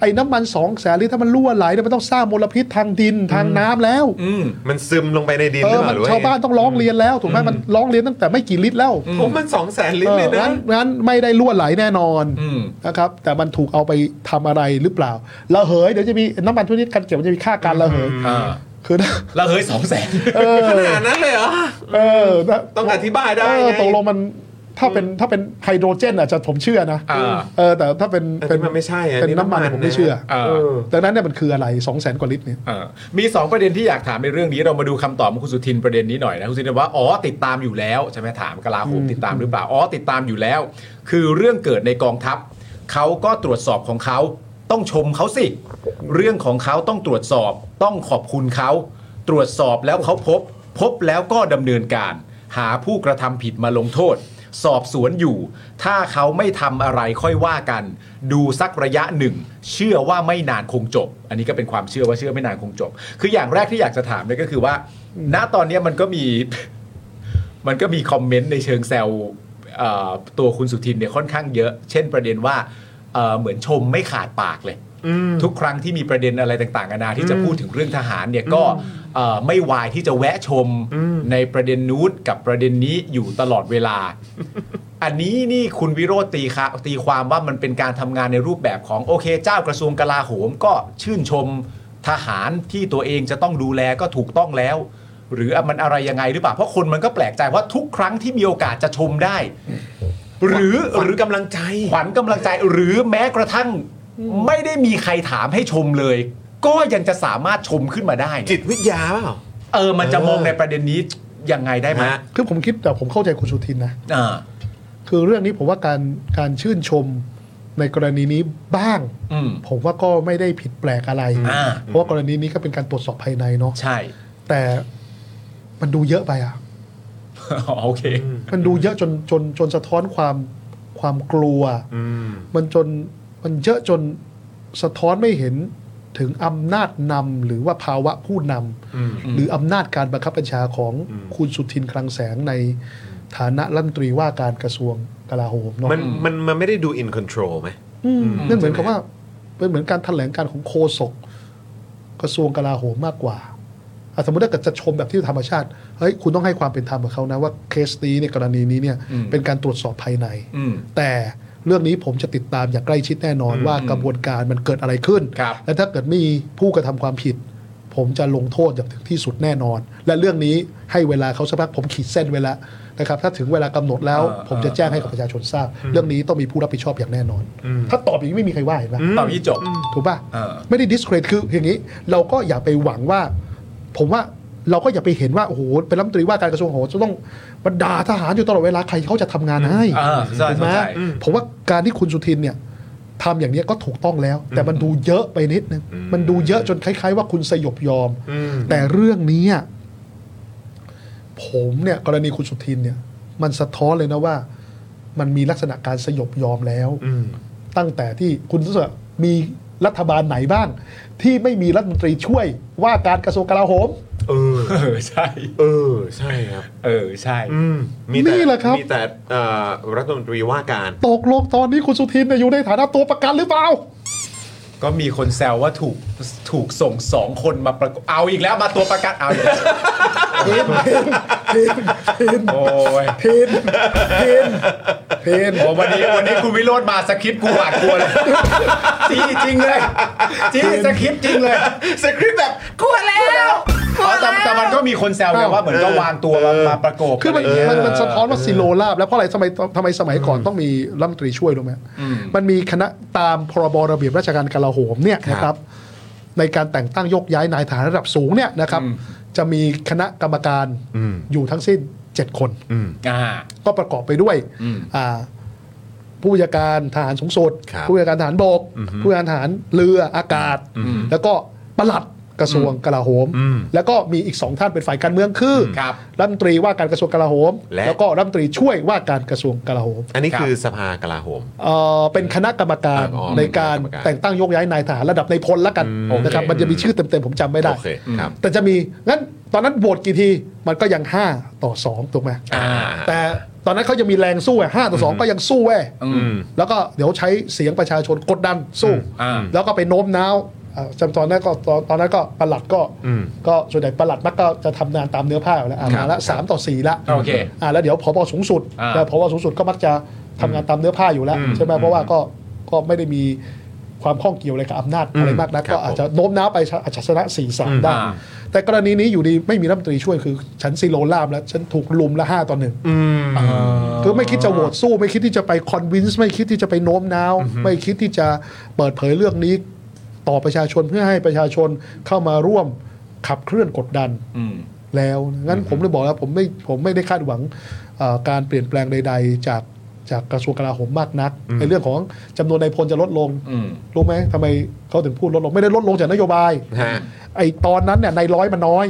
S4: ไอ้น้ำมันสองแสนลิตรถ้ามันรั่วไหลเนี่ยมันต้องสร้างมลพิษทางดินทางน้ำแล้ว
S2: อืม
S1: มันซึมลงไปในดิน
S4: เอ
S1: หรือ
S4: อ
S1: เปล่า
S4: มั
S1: น หรือว่า
S4: ชาวบ้านต้องร้องเรียนแล้ว ถูกไหมมันร้องเรียนตั้งแต่ไม่กี่ลิตรแล้ว
S1: ผมมันสองแสนลิตร
S4: เออ
S1: เลยนะ
S4: งั้นงั้นไม่ได้รั่วไหลแน่นอน
S2: อืม
S4: นะครับ แต่มันถูกเอาไปทำอะไรหรือเปล่าระเหยเดี๋ยวจะมีน้ำมันทุกนิดกันเก็บมันจะมีค่าการระเหย
S2: อ่า
S4: คือนะ
S2: แล้วเฮ้ยสองแสน
S4: เออ
S1: ขนาดนั้นเลยเหรอ
S4: เออนะ
S1: ต้องอธิบายได้ไง
S4: เออตกลงมันถ้าเป็นถ้าเป็นไฮโดรเจนอาจจะผมเชื่อนะ
S2: อ่า
S4: เออแต่ถ้าเป็น
S1: แต่นี่มันไม่ใช่อะ
S4: เป็น
S1: นี่
S4: น้ำมัน
S1: น้ำมัน
S4: ผมไม่เชื่อ
S1: นะเออ
S4: ดังนั้นเนี่ยมันคืออะไรสองแสนกว่าลิตรเนี่ย
S2: เออมี 2 ประเด็นที่อยากถามในเรื่องนี้เรามาดูคำตอบของคุณสุทินประเด็นนี้หน่อยนะคุณสุทินว่าอ๋อติดตามอยู่แล้วใช่ไหมถามกลาโหมติดตามหรือเปล่าอ๋อติดตามอยู่แล้ว คือเรื่องเกิดในกองทัพเขาก็ตรวจสอบของเขาต้องชมเขาสิ เรื่องของเขาต้องตรวจสอบ ต้องขอบคุณเขาตรวจสอบแล้วเขาพบ พบแล้วก็ดำเนินการ หาผู้กระทำผิดมาลงโทษ สอบสวนอยู่ ถ้าเขาไม่ทำอะไรค่อยว่ากัน ดูสักระยะหนึ่ง เชื่อว่าไม่นานคงจบ อันนี้ก็เป็นความเชื่อว่าเชื่อไม่นานคงจบ คืออย่างแรกที่อยากจะถามเลยก็คือว่า ณตอนเนี้ยมันก็มี มันก็มีคอมเมนต์ในเชิงแซวเอ่อตัวคุณสุทินเนี่ยค่อนข้างเยอะ เช่นประเด็นว่าเอ่อเหมือนชมไม่ขาดปากเลย ทุกครั้งที่มีประเด็นอะไรต่างๆนานาที่จะพูดถึงเรื่องทหารเนี่ยก็เอ่อไม่วายที่จะแวะชมในประเด็นนู้นกับประเด็นนี้อยู่ตลอดเวล า อันนี้นี่คุณวิโรธตีค่ะตีความว่ามันเป็นการทำงานในรูปแบบของโอเคเจ้ากระทรวงกลาโหมก็ชื่นชมทหารที่ตัวเองจะต้องดูแลก็ถูกต้องแล้ว หรือมันอะไรยังไงหรือเปล่า เพราะคนมันก็แปลกใจว่าทุกครั้งที่มีโอกาสจะชมได้ หรือ
S1: ขวั
S2: ห
S1: ญ
S2: รือก
S1: ำลังใจ
S2: ขวัญกำลังใจหรือแม้กระทั่งไม่ได้มีใครถามให้ชมเลย ก็ยังจะสามารถชมขึ้นมาได้เนี่ย
S1: จิตวิทยาเปล่า
S2: เออมันจะมอง
S1: เออ
S2: ในประเด็นนี้ยังไงได้ไหม
S1: ฮะ
S4: คือผมคิดแต่ผมเข้าใจคุณสุทินนะ
S2: อ่า
S4: คือเรื่องนี้ผมว่าการการชื่นชมในกรณีนี้บ้าง
S2: อืม
S4: ผมว่าก็ไม่ได้ผิดแปลกอะไร
S2: อ่า
S4: เพราะว่ากรณีนี้ก็เป็นการตรวจสอบภายในเนาะ
S2: ใช่
S4: แต่มันดูเยอะไปอ่ะ
S2: โอเค
S4: มันดูเยอะจนจนจนสะท้อนความความกลัว มันจนมันเยอะจนสะท้อนไม่เห็นถึงอำนาจนำหรือว่าภาวะผู้นำหรืออำนาจการบังคับบัญชาของคุณสุทินคลังแสงในฐานะรัฐมนตรีว่าการกระทรวงกลาโหมเนาะ
S1: มันมันมันไม่ได้ดู in control ไหม
S4: อืมนั่นเหมือนกับว่าเป็นเหมือนการแถลงการของโฆษกกระทรวงกลาโหมมากกว่าอ่ะสมมติถ้าเกิดจะชมแบบที่ธรรมชาติเฮ้ยคุณต้องให้ความเป็นธรรมกับเขานะว่าเคสนี้เนี่ยกรณีนี้เนี่ย
S2: อืม
S4: เป็นการตรวจสอบภายใน
S2: อืม
S4: แต่เรื่องนี้ผมจะติดตามอย่างใกล้ชิดแน่นอนว่ากระบวนการมันเกิดอะไรขึ้น
S2: ครับ
S4: และถ้าเกิดมีผู้กระทำความผิด ผมจะลงโทษอย่างถึงที่สุดแน่นอน และเรื่องนี้ให้เวลาเขาสักพักผมขีดเส้นไว้แล้วนะครับ ถ้าถึงเวลากำหนดแล้ว ผมจะแจ้งให้กับประชาชนทราบ เรื่องนี้ต้องมีผู้รับผิดชอบอย่างแน่นอน ถ้าตอบอย่างนี้ไม่มีใครว่าเห็นไหม
S2: ตอบยี่จบ
S4: ถูกป่ะ
S2: เออ
S4: ไม่ได้ discredit คืออย่างนี้ เราก็อย่าไปหวังว่า ผมว่าเราก็อย่าไปเห็นว่าโอ้โหเป็นรัฐมนตรีว่าการกระทรวงโหจะต้องบรรดาทหารอยู่ตลอดเวลาใครเขาจะทำงานให้
S2: เออใช่
S4: ถูกไหม
S2: ใช่
S4: ผมว่าการที่คุณสุทินเนี่ยทำอย่างเนี้ยก็ถูกต้องแล้ว แต่มันดูเยอะไปนิดนึงมันดูเยอะจนคล้าย ๆ ว่าคุณสยบยอม แต่เรื่องนี้อะผมเนี่ยกรณีคุณสุทินเนี่ย มันสะท้อนเลยนะว่า มันมีลักษณะการสยบยอมแล้ว ตั้งแต่ที่คุณรู้สึกว่ามีรัฐบาลไหนบ้าง ที่ไม่มีรัฐมนตรีช่วยว่าการกระทรวงกลาโหม
S1: เออ
S2: เออใช่
S1: เออ ใช่ครับ
S2: เออใช่
S1: มีแต่
S4: นี่แหละครับ
S1: มีแต่เอ่อรัฐมนตรีว่าการ
S4: ตกลงตอนนี้คุณสุทินเนี่ยอยู่ในฐานะตัวประกันหรือเปล่า
S2: ก็มีคนแซวว่าถูกถูกส่งสองคนมาประกบเอาอีกแล้วมาตัวประกันเอาอีกแล้วโอ้ย
S4: เพนเพนเพน
S2: โอ้วันนี้วันนี้คุณวิโรธมาสคริปต์กูหวาดกลัวเลยจริงจริงเลยจริงสคริปต์จริงเลย
S1: สคริปต์แบบ
S3: กลัวแล้วกลัว
S2: เอาแต่
S3: แล้ว
S2: แต่มันก็มีคนแซวไงว่าเหมือนก็วางตัวมามาประกบ
S4: คือมัน
S2: อะไรอย่าง
S4: มั
S2: เงี้
S4: น
S2: ย
S4: มันสะท้อนว่าซิโลลาบ แล้วเพราะอะไรทำไมทำไมสมัยก่อนต้องมีรัฐมนตรีช่วยรู้ไหมมันมีคณะตามพรบระเบียบราชการกลาโหมเนี่ยนะครับ ในการแต่งตั้งยกย้ายนายทหารระดับสูงเนี่ยนะครับ จะมีคณะกรรมการอยู่ทั้งสิ้น 7 คน
S2: อ่า
S4: ก็ประกอบไปด้วยอ่าผู้บัญชาการทหารสูงสุด
S1: ครับ
S4: ผู้บัญชาการทหารบก ผู้บัญชาการทหารเรืออากาศ แล้วก็ปลัดกระทรวงกลาโหม แล้วก็มีอีกสองท่านเป็นฝ่ายการเมืองคืออ
S2: ครับ
S4: รัฐมนตรีว่าการกระทรวงกลาโหม
S1: และ
S4: แล้วก็รัฐมนตรีช่วยว่าการกระทรวงกลาโหม
S1: อันนี้
S2: ครับ
S1: คือสภากลาโหม
S4: เอ่อเป็นคณะกรรมการ
S1: อ๋อ
S4: ในการ
S1: เป็นคณะกรรมการ
S4: แต่งตั้งยกย้ายนายทหารระดับในพลละกัน
S2: โอเค
S4: นะครับมันจะมีชื่อเต็มๆผมจำไม่ได้
S1: โอเคครับ
S4: แต่จะมีงั้นตอนนั้นโหวตกี่ทีมันก็ยัง 5 ต่อ 2ถูกไหม
S2: อ่า
S4: แต่ตอนนั้นเขายังมีแรงสู้อ่ะห้าต่อสองก็ยังสู้แว่แล้วก็เดี๋ยวใช้เสียงประชาชนกดดันสู้
S2: อ่า
S4: แล้วก็ไปโน้มน้าวอ่าจำตอนนั้นก็ตอนตอนนั้นก็ประหลัดก็ก็ส่วนใหญ่ประหลัดมักก็จะทำงานตามเนื้อผ้าอยู่แล้วอ่ะมาละสามต่อสี่ละ
S2: โอเค
S4: อ่าแล้วเดี๋ยวพบสูงสุด
S2: อ่า
S4: แล้วพบสูงสุดก็มักจะทำงานตามเนื้อผ้าอยู่แล้วใช่ไหมเพราะว่าก็ก็ไม่ได้มีความข้องเกี่ยวอะไรกับอำนาจอะไรมากนัก
S1: ครับ
S4: ก็อาจจะโน้มน้าวไปอาจจะชนะสี่สามได้
S2: อ่า
S4: แต่กรณีนี้อยู่ดีไม่มีรัฐมนตรีช่วยคือฉันซีโรลาบแล้วฉันถูกลุมละห้าต่อหนึ่ง คือไม่คิดจะโหวตสู้ไม่คิดที่จะไปคอนวินส์ไม่คิดที่จะไปโน้มน้าวไม่คิดที่จะเปิดเผยเรื่องนี้ ต่อประชาชนเพื่อให้ประชาชนเข้ามาร่วมขับเคลื่อนกดดัน
S2: อืม
S4: แล้วงั้นผมเลยบอกแล้วผมไม่ผมไม่ได้คาดหวังเอ่อการเปลี่ยนแปลงใด ๆ จากจากกระทรวงกลาโหมมากนักในเรื่องของจำนวนนายพลจะลดลง
S2: อืม
S4: รู้ไหมทำไมเขาถึงพูดลดลงไม่ได้ลดลงจากนโยบาย
S1: ฮะ
S4: ไอตอนนั้นเนี่ยนายร้อยมันน้อย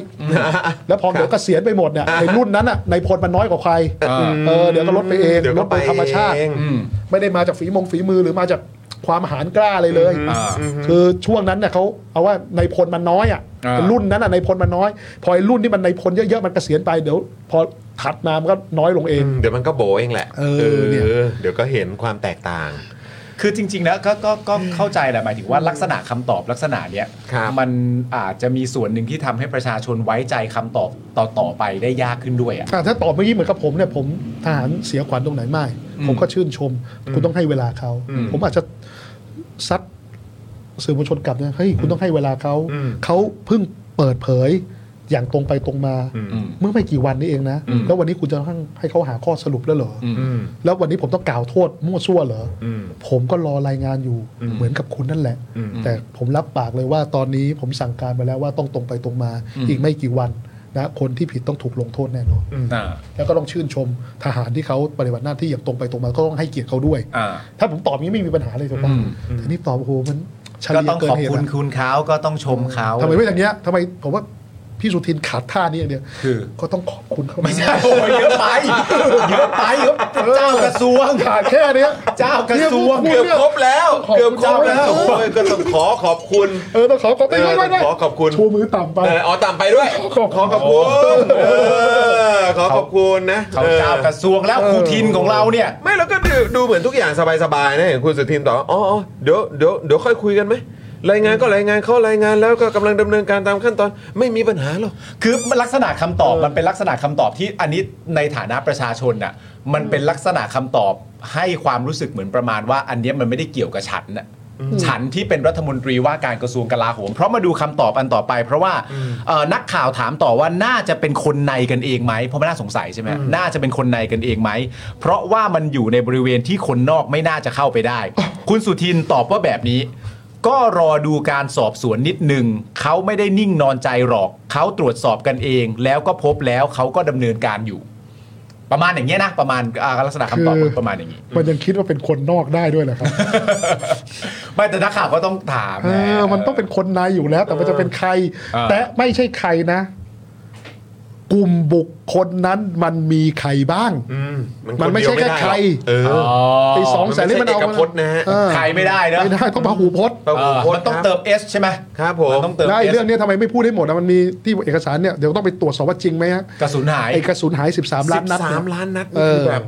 S4: แล้วพอเดี๋ยวเกษียณไปหมดเนี่ยในรุ่นนั้นอ่ะนายพลมันน้อยกว่าใคร
S2: อ่า
S4: เออเดี๋ยวก็ลดไปเอง
S1: เดี๋ยว
S4: ล
S1: ก็
S4: ดไปธรรมชาติ
S1: ไปเอง
S2: อืม
S4: ไม่ได้มาจากฝีมงฝีมือหรือมาจากความหารกล้าเลยเลย
S2: อ่า
S4: คือช่วงนั้นเนี่ยเขาเอาว่านายพลมันน้อยอ่ะ
S2: อ่า
S4: รุ่นนั้นอ่ะนายพลมันน้อย พอไอ้รุ่นที่มันนายพลเยอะๆมันเกษียณไปเดี๋ยว พอถัดมามันก็น้อยลงเอง
S1: เดี๋ยวมันก็โบเองแหละ
S4: เออเนี่ย
S1: เออ เดี๋ยวก็เห็นความแตกต่าง
S2: คือจริงๆนะก็ก็ก็เข้าใจแหละหมายถึงว่าลักษณะคำตอบลักษณะเนี้ย
S1: ครับ
S2: มันอาจจะมีส่วนหนึ่งที่ทำให้ประชาชนไว้ใจคำตอบต่อต่อไปได้ยากขึ้นด้วยอ่ะ
S4: อ่ะถ้าตอบเมื่อกี้เหมือนกับผมเนี่ยผมทหารเสียขวัญตรงไหนไม่ ผมก็ชื่นชม คุณต้องให้เวลาเขา ผมอาจจะซัดสื่อมวลชนกลับนะเฮ้ยคุณต้องให้เวลาเขาเขาเพิ่งเปิดเผยอย่างตรงไปตรงมา เมื่อไม่กี่วันนี้เองนะ แล้ววันนี้คุณจะให้ให้เขาหาข้อสรุปแล้วเหรออแล้ววันนี้ผมต้องกล่าวโทษมั่วซั่วเหรออผมก็รอรายงานอยู่เหมือนกับคุณนั่นแหละ แต่ผมรับปากเลยว่าตอนนี้ผมสั่งการไปแล้วว่าต้องตรงไปตรงมา อีกไม่กี่วันนะคนที่ผิดต้องถูกลงโทษแน่นอน
S2: อ่า
S4: แล้วก็ต้องชื่นชมทหารที่เขาปฏิบัติหน้าที่อย่างตรงไปตรงมาก็ต้องให้เกียรติเขาด้วย
S2: อ่า
S4: ถ้าผมตอบอย่างนี้ไม่มีปัญหาเลยถูกปะแต่นี่ตอบโอ้โหมันเฉ
S2: ก็
S4: ลี่ย
S2: ต้อง
S4: เกิน
S2: ขอบ
S4: เหตุ
S2: คุณ
S4: อะ
S2: คุณเขาก็ต้องชมเขา
S4: ทำไมไม่อย่างเงี้ยทำไมผมว่า พี่สุทินขาดท่านี้อย่างเดียว
S2: คือ
S4: ก็ต้องขอบคุณเขา
S2: ไม่ใช่โอ้ยเยอะไปเยอะไปครับเจ้ากระทรวง
S4: ขาดแค่เนี้ย
S2: เจ้ากระทรวง
S4: นี่
S1: เกื
S4: ย
S1: อบ
S4: พูดนี่ย
S1: ครบแล้ว
S4: ขอบคุณ
S1: เกือบครบแล้ว
S4: เจ้าแล้ว
S1: โอ้ยก็ต้องขอขอบคุณ
S4: เออต้องขอขอบ
S1: เออ
S4: ไม่ไม่ไม่
S1: ขอขอบคุณ
S4: ชูมือต่ำไป
S1: เอออ๋อตามไปด้วย ขอขอบคุณเออขอขอบคุณนะ
S2: เขาเจ้ากระทรวงแล้วครูทินของเราเนี่ย
S1: ไม่แล้วก็ดูดูเหมือนทุกอย่างสบายๆนะเห็นคุณสุทินตอบว่าอ๋ออ๋อเดี๋ยวเดี๋ยวเดี๋ยวค่อยคุยกันไหมรายงานก็รายงานเข้ารายงานแล้วก็กำลังดำเนินการตามขั้นตอนไม่มีปัญหาหรอก
S2: คือลักษณะคำตอบมันเป็นลักษณะคำตอบที่อันนี้ในฐานะประชาชนน่ะมันเป็นลักษณะคำตอบให้ความรู้สึกเหมือนประมาณว่า อันเนี้ยมันไม่ได้เกี่ยวกับฉันน่ะฉันที่เป็นรัฐมนตรีว่าการกระทรวงกลาโหม เพราะมาดูคำตอบอันต่อไป เพราะว่าเอ่อนักข่าวถามต่อว่าน่าจะเป็นคนในกันเองไหมเพราะมันน่าสงสัยใช่ไหมน่าจะเป็นคนในกันเองไหมเพราะว่ามันอยู่ในบริเวณที่คนนอกไม่น่าจะเข้าไปได้ คุณสุทินตอบว่าแบบนี้ ก็รอดูการสอบสวนนิดหนึ่งเขาไม่ได้นิ่งนอนใจหรอก เขาตรวจสอบกันเอง แล้วก็พบแล้วเขาก็ดำเนินการอยู่ ประมาณอย่างเงี้ยนะ ประมาณอ่าลักษณะคำตอบ
S4: คือ
S2: ประมาณอย่างงี้
S4: มันยังคิดว่าเป็นคนนอกได้ด้วยเหรอครับ
S2: ไม่แต่นักข่าวก็ต้องถาม
S4: เอ
S2: ไง
S4: อมันต้องเป็นคนในอยู่แล้ว แต่มันจะเป็นใคร
S2: เออ
S4: แต่ไม่ใช่ใครนะ กลุ่มบุคคลนั้นมันมีใครบ้าง
S1: มัน
S4: มันไม่ใช่
S1: น
S4: แค่
S1: เดียวด้หรอก
S4: ใคร
S1: เออ
S2: อ๋อ
S4: ไอ้สองแสนนี่
S1: มั
S4: มัน น
S1: ไม่ใช่
S4: เอา
S1: เอกพจน์นะฮะ
S4: เออ
S2: ใครไม่ได้เนอะ
S4: ไม่ได้ต้องพหูพจน์
S1: ปรา
S2: เอ
S1: หู
S2: อ
S1: พจ
S2: มัน
S1: น์
S2: ต้อง
S1: ครับ
S2: เติม S ใช่ไหม
S1: ครับผม
S2: นต้องเติม
S4: ได้
S2: S
S4: เรื่องนี้ทำไมไม่พูดให้หมดนะมันมีที่เอกสารเนี่ยเดี๋ยวต้องไปตรวจสอบว่าจริงไหมฮะ
S2: กระสุนหาย
S4: ไอกระสุนหาย 13 ล้านนัดเนี่ย
S1: 13ล้านนัด
S4: เอ
S1: นี่คือ อแบบ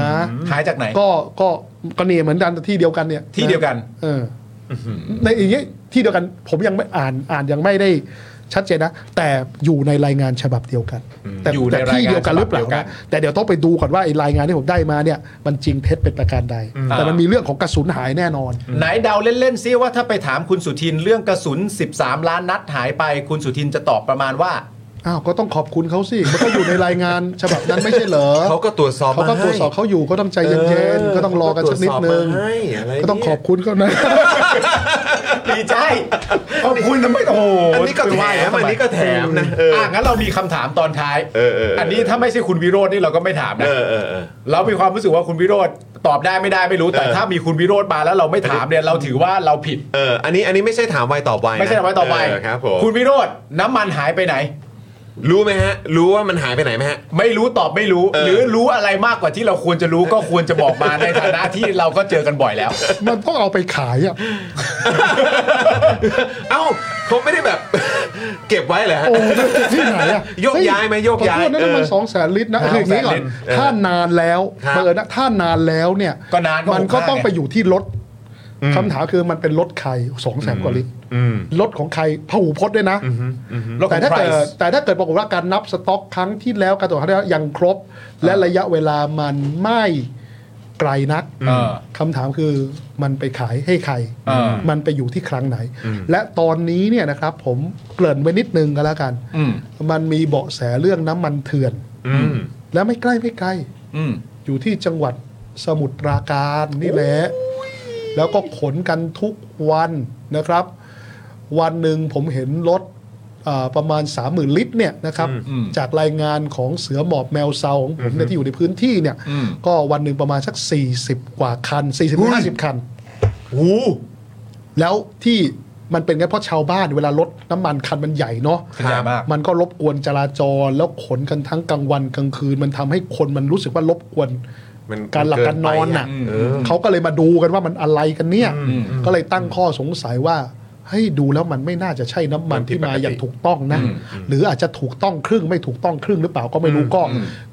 S4: นะ
S2: หายจากไหน
S4: ก็ก็ก็เนี่ยเหมือนกันที่เดียวกันเนี่ย
S2: ที่เดียวกัน
S4: เออในอย่างเงี้ยที่เดียวกันผมยังไม่อ่านอ่านยังไม่ได้ชัดเจนนะ แต่อยู่ในรายงานฉบับเดียวกันแต่
S2: อยู่ใน
S4: แต่ที่เดียวกันหรือเปล่า
S2: ฉบับเดียวกัน
S4: นะแต่เดี๋ยวต้องไปดูก่อนว่าไอ้รายงานที่ผมได้มาเนี่ย มันจริงเท็จเป็นประการใด แต่มัน
S2: อ่ามี
S4: มีเรื่องของกระสุนหายแน่นอน
S2: ไหนเดาเล่นๆซิว่าถ้าไปถามคุณสุทินเรื่องกระสุน 13 ล้านนัดหายไป คุณสุทินจะตอบประมาณว่า
S4: อ้าวก็ต้องขอบคุณเขาสิมันก็อยู่ในรายงานฉบับนั้นไม่ใช่เหรอ
S1: เขาก็ตรวจสอบ
S4: เขาก็ตรวจสอบเขาอยู่ก็ต้องใจเย็นๆก็ต้องรอกันสักนิดนึง
S1: เขาก็ตรวจสอบมาให้อะไร
S4: ก็ต้อง
S1: เนี่ย
S4: ขอบคุณเขานะ
S2: ดีใจขอบคุณนะไม่โอ้โห
S1: อันนี้ก็
S2: ไป
S1: แถ
S2: ไหว้
S1: ม
S2: เขา
S1: อั
S2: ทำไ
S1: นนี้ก็แถมนะเออ
S2: อ่ะงั้นเรามีคำถามตอนท้าย
S1: เออเออเอออั
S2: นนี้ถ้าไม่ใช่คุณวิโรจน์นี่เราก็ไม่ถาม
S1: เอ
S2: นะ
S1: อเออเออ
S2: เรามีความรู้สึกว่าคุณวิโรจน์ตอบได้ไม่ได้ไม่รู้ แต่
S1: เออ
S2: ถ้ามีคุณวิโรจน์มาแล้วเราไม่ถามเนี่ยเราถือว่าเราผิด
S1: เอออันนี้อันนี้ไม่ใช่ถามไวตอบไวนะ
S2: ไม่ใช่ไว้ต่อไป
S1: เครับผม
S2: คุณวิโรจน์น้ำมันหายไปไหน
S1: รู้ไหมฮะ รู้ว่ามันหายไปไหนไหมฮ ะ
S2: ไม่รู้ตอบไม่รู้
S1: เออ
S2: หรือรู้อะไรมากกว่าที่เราควรจะรู้ก็ควรจะบอกมาในฐานะที่เราก็เจอกันบ่อยแล้ว
S4: มันต้องเอาไปขายอ่ะ
S1: เอ้าเขาไม่ได้แบบ เก็บไว้เหรอฮะ
S4: โอ้ยที่ไหนอะ
S1: โยกย้ายไหม
S4: เฮ้
S1: โยกย้าย
S4: ขอโทษนะนั่นมัน
S1: เออ
S4: สองแสนลิตรนะคืออย่างนี้ก่อน
S2: ลิตร
S4: ถ้านานแล้ว
S1: ครับ
S4: เปิดนะถ้านานแล้วเนี่ย
S2: ก็นานก็
S4: มัน
S2: หก
S4: ก็
S2: ห้า
S4: ต้อง
S2: ไง
S4: ไปอยู่ที่รถคำถามคือมันเป็นรถใครสองแสนกว่าลิตรรถของใครพหูพจน์ด้วยนะ
S2: โลกข
S4: แต่
S2: อง
S4: ถ้า
S2: ใคร
S4: เกิดแต่ถ้าเกิดบอกฏว่าการนับสต็อกครั้งที่แล้วการตรวจครั้งที่แล้วยังครบ และระยะเวลามันไม่ไกลนัก
S2: เออ
S4: คำถามคือมันไปขายให้ใคร
S2: อ่ามั
S4: มันไปอยู่ที่ครั้งไหน และตอนนี้เนี่ยนะครับผมเกริ่นไว้นิดนึงก็แล้วกัน
S2: อืม
S4: มันมีเบาะแสเรื่องน้ำมันเถื่อน และไม่ใกล้ไม่ไกล
S2: อืม
S4: อยู่ที่จังหวัดสมุทรปราการนี่แหละ แล้วก็ขนกันทุกวันนะครับ วันหนึ่งผมเห็นรถเอ่อประมาณ 30,000 ลิตรเนี่ยนะครับ
S2: อืม
S4: จากรายงานของเสือหมอบแมวเซาของผมเนี่ยที่อยู่ในพื้นที่เนี่ย
S2: อืม
S4: ก็วันหนึ่งประมาณสัก 40 กว่าคัน 40-50 คัน
S2: หู
S4: แล้วที่มันเป็นไงเพราะชาวบ้านเวลารถน้ำมันคันมันใหญ่เนาะ
S2: ขยายมาก
S4: มันก็รบกวนจราจรแล้วขนกันทั้งกลางวันกลางคืน มันทำให้คนมันรู้สึกว่ารบกวน
S1: มัน
S4: การหลับการนอนน่ะ
S1: เกินไปอ่ะ
S4: เออเขาก็เลยมาดูกันว่ามันอะไรกันเนี่ย ก็เลยตั้งข้อสงสัยว่าเฮ้ยดูแล้วมันไม่น่าจะใช่น้ำมัน
S1: มันผิดปกติ
S4: ที่มาอย่างถูกต้องนะ หรืออาจจะถูกต้องครึ่งไม่ถูกต้องครึ่งหรือเปล่าก็ไม่รู้ก็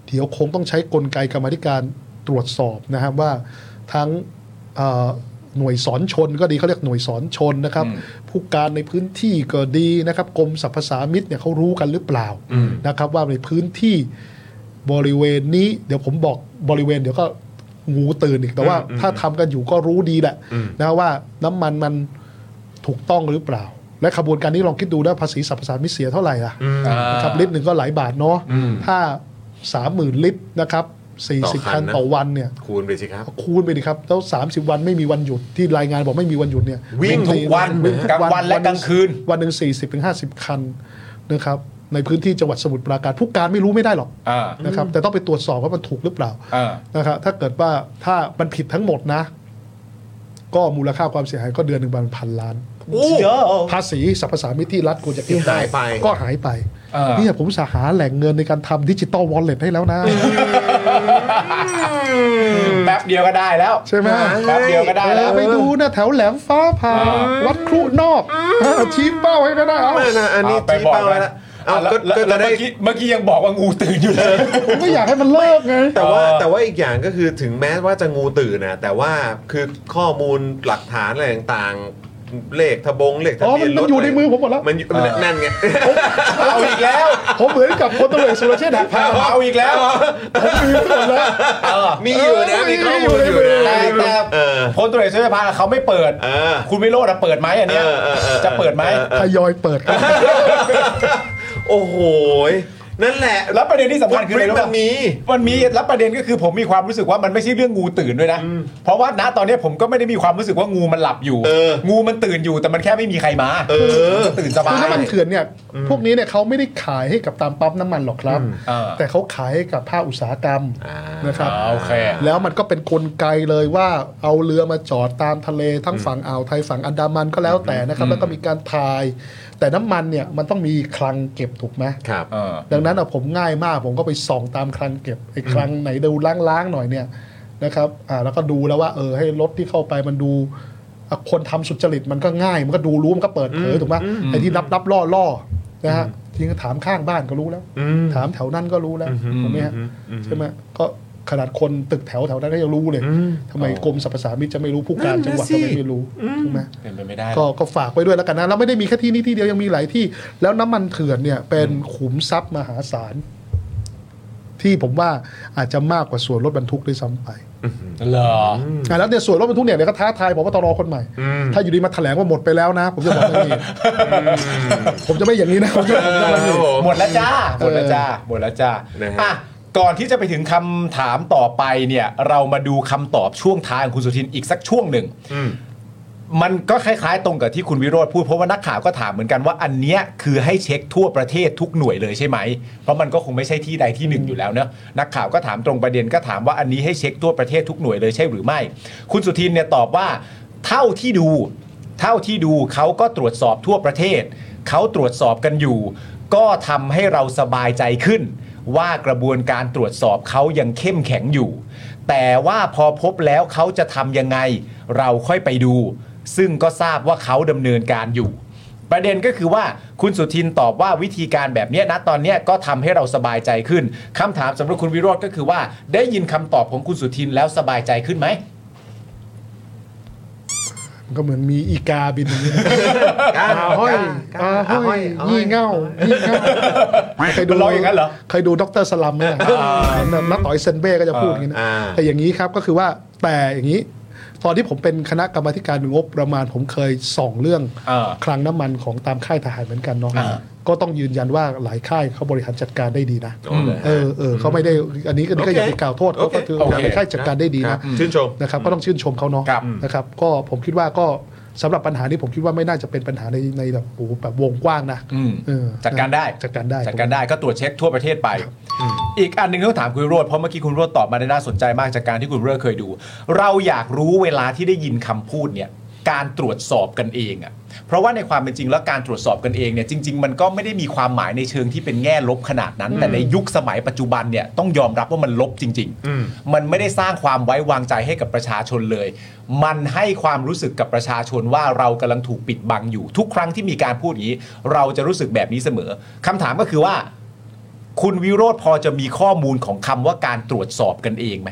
S4: เดี๋ยวคงต้องใช้กลไกกรรมาธิการตรวจสอบนะครับว่าทั้งเอ่อหน่วยสอนชนก็ดีเขาเรียกหน่วยสอนชนนะครับ ผู้การในพื้นที่ก็ดีนะครับกรมสรรพสามิตเนี่ยเขารู้กันหรือเปล่านะครับ ว่าในพื้นที่บริเวณนี้ เดี๋ยวผมบอกบริเวณเดี๋ยวก็งูตื่นอีกแต่ว่าถ้าทำกันอยู่ก็รู้ดีแหละนะว่าน้ำมันมัน ถูกต้องหรือเปล่า และขบวนการนี้ลองคิดดูนะภาษีสรรพสามิตเสียเท่าไหร่ล่ะ
S2: อ่า
S4: นะครับลิตรหนึ่งก็หลายบาทเนาะถ้า 30,000 ลิตรนะครับ40
S1: ต่อคั
S4: คั
S1: น
S4: น
S1: นะ
S4: ต่อวันเนี่ย
S1: คูณไปสิครับ
S4: คูณไปดิครับแล้ว 30 วันไม่มีวันหยุดที่รายงานบอกไม่มีวันหยุดเนี่ย
S1: วิ่งทุกวัน
S4: วิ่ทุ
S2: กลางวันและกลางคืน
S4: วันหนึ่ง40ถึง50 คันนะครับในพื้นที่จังหวัดสมุทรปราการผู้การไม่รู้ไม่ได้หรอก
S2: อ่า
S4: นะครับแต่ต้องไปตรวจสอบว่ามันถูกหรือเปล่า
S2: อ่า
S4: นะครับถ้าเกิดว่าถ้ามันผิดทั้งหมดนะ ก็มูลค่าความเสียหายก็เดือนหนึ่งประมาณพันล้าน
S2: เยอะ
S4: ภาษีสรรพสามิตที่รัฐควรจะเก็บ
S1: ที่หายไป
S4: ก็หายไป
S2: เออ
S4: เนี่ยผมสหาแหล่งเงินในการทำดิจิตอลวอลเล็ตให้แล้วนะ
S2: แป๊บเดียวก็ได้แล้ว
S4: ใช่ไหม
S2: แป๊บเดียวก็ได้
S4: เอ
S2: แล้
S4: อ
S2: ว
S4: ไปดูนะแถวแหลมฟ้าผ่าวัดครุนอกเออชี้เป้าให้ก็ได้เอา
S1: ไม่นะอันนี้
S2: ไป
S1: ชี้
S2: บอก
S1: เป้าไว้
S2: นะ
S1: แล้วเอา
S2: แล้ว
S1: ก็
S2: แล้ว
S1: ก็
S2: แล้
S1: จะ
S2: ว
S1: ได้
S2: เมื่อกี้เมื่อกี้ยังบอกว่างูตื่นอยู่เลย
S4: ผมก็อยากให้มันเลิกไง
S1: แต่ว่า
S2: เออ
S1: แต่ว่าอีกอย่างก็คือถึงแม้ว่าจะงูตื่นนะแต่ว่าคือข้อมูลหลักฐานอะไรต่างๆ เลขทะบงเลขทะ
S4: อ๋อ
S1: เบียน
S4: มั
S1: ร
S4: นมั
S1: ถ
S4: นอยู่ในมือผมหมดแล้ว
S1: มันอยู่นั่นไง
S2: เอาอีกแล้ว
S4: ผมเหมือนกับพลตำรวจเอกสุรเชษฐ์หักพาน
S2: เอาอีกแล้ว
S4: ผมมีไปหมดแล้ว
S1: มีอยู่นะมีข้อมูลอยู่นะ
S2: แต่แต่
S1: เออ
S2: พลตุเรศเสภาเขาไม่เปิด
S1: เออ
S2: คุณวิโรจน์อะเปิดไหมอันเนี้ย
S1: เออเออเออ
S2: จะเปิดไหม
S4: ทยอยเปิดครับ
S1: โอ้โหยนั่นแหละ
S2: แล้วประเด็นที่สำคัญคืออะไรรู้
S1: มั
S2: ปะ
S1: นมี
S2: มันมีแล้วประเด็นก็คือผมมีความรู้สึกว่ามันไม่ใช่เรื่องงูตื่นด้วยนะ เพราะว่าณตอนเนี้ยผมก็ไม่ได้มีความรู้สึกว่างูมันหลับอยู่
S1: เออ
S2: งูมันตื่นอยู่แต่มันแค่ไม่มีใครมา
S1: เออ
S2: มันตื่นสบา
S4: คื
S2: ย
S4: อน้ำมันเถื่อนเนี่ย พวกนี้เนี่ยเขาไม่ได้ขายให้กับตามปั๊มน้ำมันหรอกครับ
S2: เออ
S4: แต่เขาขายให้กับภาคอุตสาหกรรมนะครับ
S2: อ่าโอเค
S4: แล้วมันก็เป็นกลไกเลยว่าเอาเรือมาจอดตามทะเลทั้งฝั่งอ่าวไทยฝั่งอันดามันก็แล้วแต่นะครับ แล้วก็มีการถ่าย แต่น้ำมันเนี่ยมันต้องมีคลังเก็บถูกไหม
S1: ครับ
S2: เออ
S4: ดังนั้นอะผมง่ายมากผมก็ไปส่องตามคลังเก็บไอ้คลังไหนดูล้างๆหน่อยเนี่ยนะครับอ่าแล้วก็ดูแล้วว่าเออให้รถที่เข้าไปมันดูอ่ะคนทำสุจริตมันก็ง่าย มันก็ดูรู้มันก็เปิดเผยถูกไหมไอ้ที่รับรับล่อล่อนะฮะทีนี้ก็ถามข้างบ้านก็รู้แล้ว ถามแถวนั้นก็รู้แล้วถูกไหมฮะใช่ไหมก็ขนาดคนตึกแถวแถวนั้นก็ยังรู้เลยทำไมกรมสรรพสามิตจะไม่รู้ผู้การจังหวัดก็ไม่รู้ถูกไหม
S2: เป็นไปไม่ได้
S4: ก็ก็ฝากไว้ด้วยแล้วกันนะแล้วไม่ได้มีแค่ที่นี่ที่เดียวยังมีหลายที่ แล้วน้ำมันเถื่อนเนี่ยเป็นขุมทรัพย์มหาศาล ที่ผมว่าอาจจะมากกว่าส่วนรถบรรทุกด้วยซ้ำไป
S2: เหรอ
S4: อ่ะแล้วเนี่ยส่วนรถบรรทุกเนี่ยเดี๋ยวก็ท้าทายผมว่าตรอคนใหม่ ถ้าอยู่ดีมาแถลงว่าหมดไปแล้วนะ ผมจะบอกไม่างนี้ผมจะไม่อย่างนี้นะผมจะผมจะไม่อย่างนี้
S2: หมดแล้วจ้า หมดแล้วจ้า หมดแล้วจ้า
S1: นะฮะ
S2: อ่ะก่อนที่จะไปถึงคำถามต่อไปเนี่ย เรามาดูคำตอบช่วงท้ายของคุณสุทินอีกสักช่วงหนึ่ง
S1: อืม
S2: มันก็คล้ายๆ ตรงกับที่คุณวิโรธพูดเพราะว่านักข่าวก็ถามเหมือนกันว่าอันเนี้ยคือให้เช็คทั่วประเทศทุกหน่วยเลยใช่ไหม เพราะมันก็คงไม่ใช่ที่ใดที่หนึ่งอยู่แล้วเนอะนักข่าวก็ถามตรงประเด็นก็ถามว่าอันนี้ให้เช็คทั่วประเทศทุกหน่วยเลยใช่หรือไม่ คุณสุทินเนี่ยตอบว่า เท่าที่ดู เท่าที่ดูเขาก็ตรวจสอบทั่วประเทศ เขาตรวจสอบกันอยู่ ก็ทำให้เราสบายใจขึ้น ว่ากระบวนการตรวจสอบเขายังเข้มแข็งอยู่ แต่ว่าพอพบแล้วเขาจะทำยังไง เราค่อยไปดู ซึ่งก็ทราบว่าเขาดำเนินการอยู่ ประเด็นก็คือว่าคุณสุทินตอบว่าวิธีการแบบเนี้ยนะตอนเนี้ยก็ทำให้เราสบายใจขึ้นคำถามสำหรับคุณวิโรธก็คือว่า ได้ยินคำตอบของคุณสุทินแล้วสบายใจขึ้นไหม
S4: ก็เหมือนมีอีกาบินอย่างนี้อาห้อย
S1: กา
S4: อา
S1: อาห้
S4: ห้
S1: อ
S4: อย ยยี่เง่ายี่เง่าเคยดู
S2: มันร้องอย่างนั้นเหรอ
S4: เคยดูด็อกเตอร์สลัมไหมล่ะนักต่อยเซนเบ้ก็จะพูดอย่างนี้นะ
S1: อ่า
S4: แต่อย่างนี้ครับก็คือว่าแต่อย่างนี้ ตอนที่ผมเป็นคณะกรรมาธิการงบประมาณผมเคยส่องเรื่อง
S2: อ่า
S4: คลังน้ำมันของตามค่ายทหารเหมือนกันเนาะ
S2: อ่า
S4: ก็ต้องยืนยันว่าหลายค่ายเขาบริหารจัดการได้ดีนะเออเออเขาไม่ได้อันนี้ก็ก็อย่าไปกล่าวโทษเขาก็คือ
S2: โอเค
S4: หลายค่ายจัดการได้ดี
S1: ครั
S4: นะ
S1: บชื่นชม
S4: นะครับก็ต้องชื่นชมเขาเนาะ
S2: ครับ
S4: นะครับก็ผมคิดว่าก็สำหรับปัญหานี้ผมคิดว่าไม่น่าจะเป็นปัญหาในในแบบโอ้โหแบบวงกว้างนะ
S2: อืม
S4: เออ
S2: จัดการได้
S4: จัดการได้
S2: จัดการได้ก็ตรวจเช็คทั่วประเทศไป อีกอันหนึ่งที่ต้องถามคุณวิโรธเพราะเมื่อกี้คุณวิโรธตอบมาได้น่าสนใจมากจากการที่คุณวิโรธเคยดู เราอยากรู้เวลาที่ได้ยินคำพูดเนี่ยการตรวจสอบกันเองอะเพราะว่าในความเป็นจริงแล้วการตรวจสอบกันเองเนี่ยจริง ๆ มันก็ไม่ได้มีความหมายในเชิงที่เป็นแง่ลบขนาดนั้น แต่ในยุคสมัยปัจจุบันเนี่ยต้องยอมรับว่ามันลบจริง ๆ มันไม่ได้สร้างความไว้วางใจให้กับประชาชนเลย มันให้ความรู้สึกกับประชาชนว่าเรากำลังถูกปิดบังอยู่ ทุกครั้งที่มีการพูดอย่างนี้ เราจะรู้สึกแบบนี้เสมอคำถามก็คือว่า คุณวิโรธพอจะมีข้อมูลของคำว่าการตรวจสอบกันเองไหม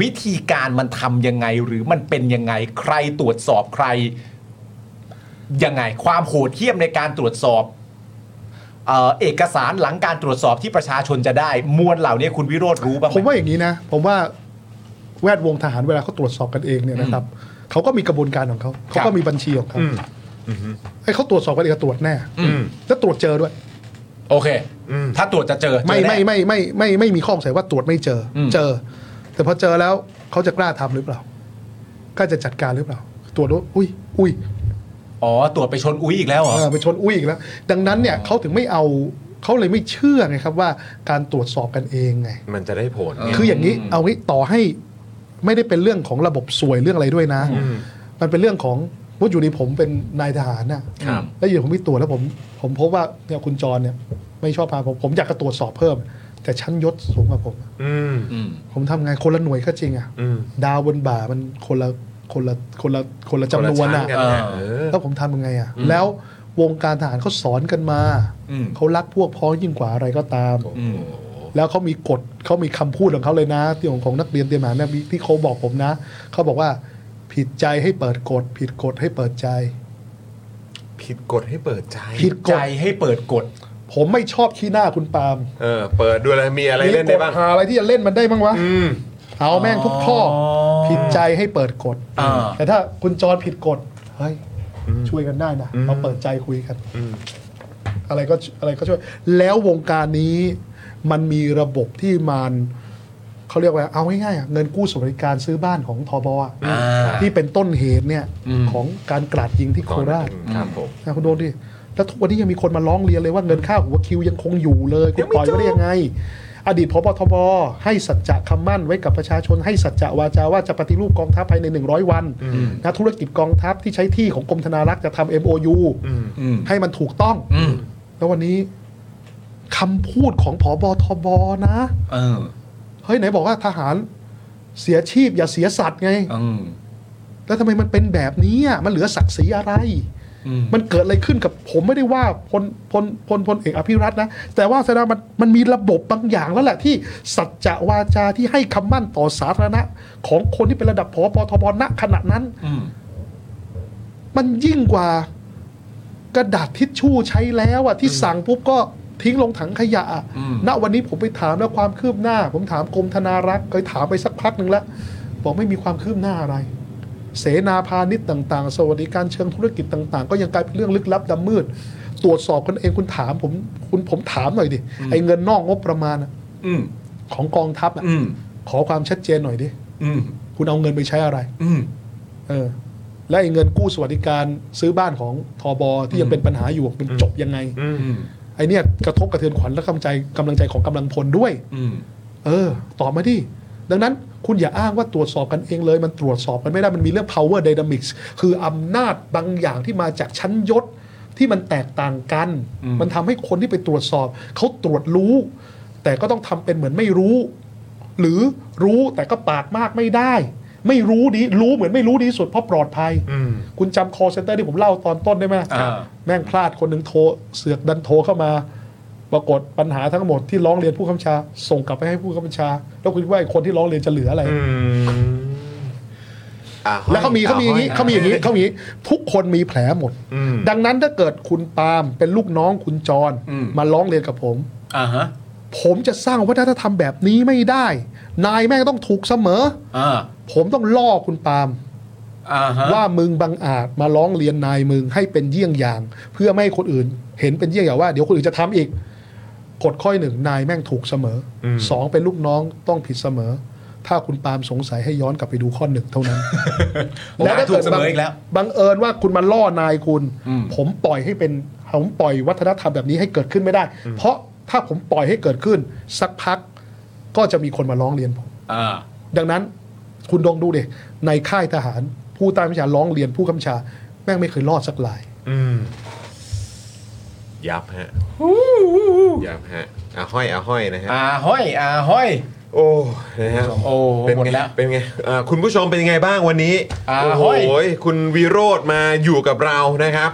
S2: วิธีการมันทำยังไงหรือมันเป็นยังไงใครตรวจสอบใครยังไง ความโหดเหี้ยมในการตรวจสอบเออเอกสารหลังการตรวจสอบที่ประชาชนจะได้ มวลเหล่านี้คุณวิโรธรู้บ้างไห
S4: ผม
S2: ม
S4: ว่าอย่างนี้นะ ผมว่าแวดวงทหารเวลาเขาตรวจสอบกันเองเนี่ยนะครับเขาก็มีกระบวนการของเขาเขาก็มีบัญชีของเขาไอ้เขาตรวจสอบกันเองก็ตรวจแน่
S2: อืม
S4: แล้วตรวจเจอด้วย
S2: โอเค ถ้าตรวจจะเจอ
S4: ไม่
S2: เจอแน่
S4: ไม่ไม่ไม่ไม่ไม่มีข้อสงสัยว่าตรวจไม่เจออ
S2: ม
S4: เจอ แต่พอเจอแล้วเขาจะกล้าทำหรือเปล่าก็จะจัดการหรือเปล่า ตรวจว่าอุ้ยอุ้ย
S2: อ๋อตรวจไปชนอุ้ยอีกแล้วเหรอ
S4: เออไปชนอุ้ยอีกแล้ว ดังนั้นเนี่ยเขาถึงไม่เอาเขาเลยไม่เชื่อไงครับว่าการตรวจสอบกันเองไง
S1: มันจะได้ผลไง
S4: คืออย่างนี้เอางี้ต่อให้ไม่ได้เป็นเรื่องของระบบสวยเรื่องอะไรด้วยนะ มันเป็นเรื่องของว่าอยู่ดีผมเป็นนายทหารน่ะ
S2: ครับ
S4: แล้วอยู่ดีผมไปตรวจแล้วผมผมพบว่าเนี่ยคุณจรเนี่ยไม่ชอบพาผมผมอยากจะตรวจสอบเพิ่ม แต่ชั้นยศสูงกว่าผม
S1: อืม
S2: อืม
S4: ผมทำงานคนละหน่วยก็จริงอ่ะ
S1: อืม
S4: ดาวบนบ่ามันคนละคนละคนละคนละจำนวนอ่ะ
S1: คละชั้กัฮ
S2: เอ
S1: อ
S4: แล้วผมทำยังไงอ่ะ แล้ววงการทหารเขาสอนกันมา
S2: อืม
S4: เขารักพวกพ้องยิ่งกว่าอะไรก็ตาม
S2: อืม
S4: แล้วเขามีกฎเขามีคำพูดของเขาเลยนะที่ของของนักเรียนเตรียมทหารนะมีที่เขาบอกผมนะ เขาบอกว่าผิดใจให้เปิดกฎ ผิดกฎให้เปิดใจ
S1: ผิดกฎให้เปิดใจ
S4: ผิดก
S2: ใจ
S4: ฎ
S2: ให้เปิดกฎ
S4: ผมไม่ชอบขี้หน้าคุณปาล์ม
S1: เออ เปิดดูอะไรมีอะไรเล่นได้บ้าง
S4: มีกฎหาอะไรที่จะเล่นมันได้บ้างวะ
S1: อืม
S4: เอาแม่งทุกข้ออ
S2: อ
S4: ผิดใจให้เปิดกฎ
S2: อ่า
S4: แต่ถ้าคุณจรผิดกฎ เฮ้ย ช่วยกันได้นะเราเปิดใจคุยกัน อะไรก็อะไรก็ช่วย แล้ววงการนี้มันมีระบบที่มันเขาเรียกว่าเอาง่ายๆอะเงินกู้สวัสดิการซื้อบ้านของทบอะ
S2: อ่า
S4: ที่เป็นต้นเหตุเนี่ยของการกราดยิงที่โคราช
S1: ครับผม
S4: นะคุณโดนดิแล้วทุกวันนี้ยังมีคนมาร้องเรียนเลยว่าเงินค่าหัวคิวยังคงอยู่เลยคุณปล่อยไว้ได้ยังไง อดีตพบทบให้สัจจะคำมั่นไว้กับประชาชน ให้สัจจะวาจาว่าจะปฏิรูปกองทัพภายใน 100 วันนะธุรกิจกองทัพที่ใช้ที่ของกรมธนารักษ์จะทำ MOU
S2: อืม
S4: ให้มันถูกต้อง
S2: อืม
S4: แล้ววันนี้คำพูดของผอบอทบนะ
S2: เออ
S4: เฮ้ยไหนบอกว่าทหารเสียชีพอย่าเสียสัตว์ไง
S2: อืม
S4: แล้วทำไมมันเป็นแบบนี้อ่ะมันเหลือศักดิ์ศรีอะไร
S2: อืม
S4: มันเกิดอะไรขึ้นกับผมไม่ได้ว่าพลพลพลพลเอกอภิรัตน์นะ แต่ว่าแสดงมันมันมีระบบบางอย่างแล้วแหละที่สัจจะวาจาที่ให้คำมั่นต่อสาธารณะ ของคนที่เป็นระดับผอปทบณขณะนั้น
S2: อืม
S4: มันยิ่งกว่ากระดาษทิชชู่ใช้แล้วอะที่สั่งปุ๊บก็ทิ้งลงถังขยะอะ
S2: อืม
S4: ณวันนี้ผมไปถามแล้วความคืบหน้า ผมถามกรมธนารักษ์เคยถามไปสักพักหนึ่งแล้ว บอกไม่มีความคืบหน้าอะไร เสนาพาณิชย์ต่างๆ สวัสดิการเชิงธุรกิจต่างๆ ก็ยังกลายเป็นเรื่องลึกลับดำมืด ตรวจสอบกันเองคุณถามผมคุณผมถามหน่อยดิไอ้เงินนอกงบประมาณอะ
S2: อืม
S4: ของกองทัพอะ
S2: อืม
S4: ขอความชัดเจนหน่อยดิ
S2: อืม
S4: คุณเอาเงินไปใช้อะไร
S2: อืม
S4: เออและไอ้เงินกู้สวัสดิการซื้อบ้านของทอบอที่ยังเป็นปัญหาอยู่มันจบยังไง
S2: อืม
S4: ไอเนี่ยกระทบกระเทือนขวัญและกำลังใจกำลังใจของกำลังพลด้วย
S2: อืม
S4: เออตอบมาดิดังนั้นคุณอย่าอ้างว่าตรวจสอบกันเองเลย มันตรวจสอบกันไม่ได้มันมีเรื่อง power dynamics คืออำนาจบางอย่างที่มาจากชั้นยศที่มันแตกต่างกัน
S2: อืม
S4: มันทำให้คนที่ไปตรวจสอบ เขาตรวจรู้ แต่ก็ต้องทำเป็นเหมือนไม่รู้ หรือรู้แต่ก็ปากมากไม่ได้ ไม่รู้ดีรู้เหมือนไม่รู้ดีที่สุดเพราะปลอดภัย
S1: อืม
S4: คุณจำ call center ที่ผมเล่าตอนต้นได้ไหม
S2: อ่า
S4: แม่งพลาดคนหนึ่งโทร เสือกดันโทรเข้ามา ปรากฏปัญหาทั้งหมดที่ร้องเรียนผู้ค้ำชา ส่งกลับไปให้ผู้ค้ำชา แล้วคุณคิดว่าไอ้คนที่ร้องเรียนจะเหลืออะไร
S1: อืมอ่ะห้อย
S4: แล้วเขามีเขามีอย่างนี้
S1: ะห้
S4: เขามีอย่างนี้เขามีอย่างนี้ทุกคนมีแผลหมด
S1: อืม
S4: ดังนั้นถ้าเกิดคุณปาล์มเป็นลูกน้องคุณจร
S2: อืม
S4: มาร้องเรียนกับผม
S2: อ่าฮะ
S4: ผมจะสร้างวัฒนธรรมแบบนี้ไม่ได้ นายแม่งต้องถูกเสมอ
S2: อ่า
S4: ผมต้องล่อคุณปาล์ม
S2: อ่าฮะ
S4: ว่ามึงบังอาจมาร้องเรียนนายมึงให้เป็นเยี่ยงอย่าง เพื่อไม่ให้คนอื่น เห็นเป็นเยี่ยงอย่างว่าเดี๋ยวคนอื่นจะทำอีกกฎข้อหนึ่งนายแม่งถูกเสมออสองเป็นลูกน้องต้องผิดเสมอ ถ้าคุณปาล์มสงสัยให้ย้อนกลับไปดูข้อหนึ่งเท่านั้น
S2: แล้ว
S4: ถ้
S2: ถู
S4: กิ
S2: ก
S4: ด
S2: เสมออีกแล้ว
S4: บังเอิญว่าคุณมาล่อนายคุณ
S2: อืม
S4: ผมปล่อยให้เป็นผมปล่อยวัฒนธรรมแบบนี้ให้เกิดขึ้นไม่ได้ เพราะถ้าผมปล่อยให้เกิดขึ้น สักพักก็จะมีคนมาร้องเรียนผม
S2: อ่า
S4: ดังนั้นคุณลองดูเด็ในค่ายทหาร ผู้ใต้บัญชาร้องเรียนผู้กำชา แม่งไม่เคยรอดสักลาย
S1: อืมยับฮะยับฮะอ่ะห้อยอ่ะห้อยนะฮะ
S2: อ่าห้อยอ่าห้อย
S1: โอ้นะฮะ
S2: โอ้
S1: เป็น
S2: หมด
S1: ไง
S2: แล้ว
S1: เป็นไงอ่าคุณผู้ชมเป็นยังไงบ้างวันนี้
S2: อ่า
S1: โอ้โห
S2: ห้อย
S1: คุณวีโรธมาอยู่กับเรานะครับ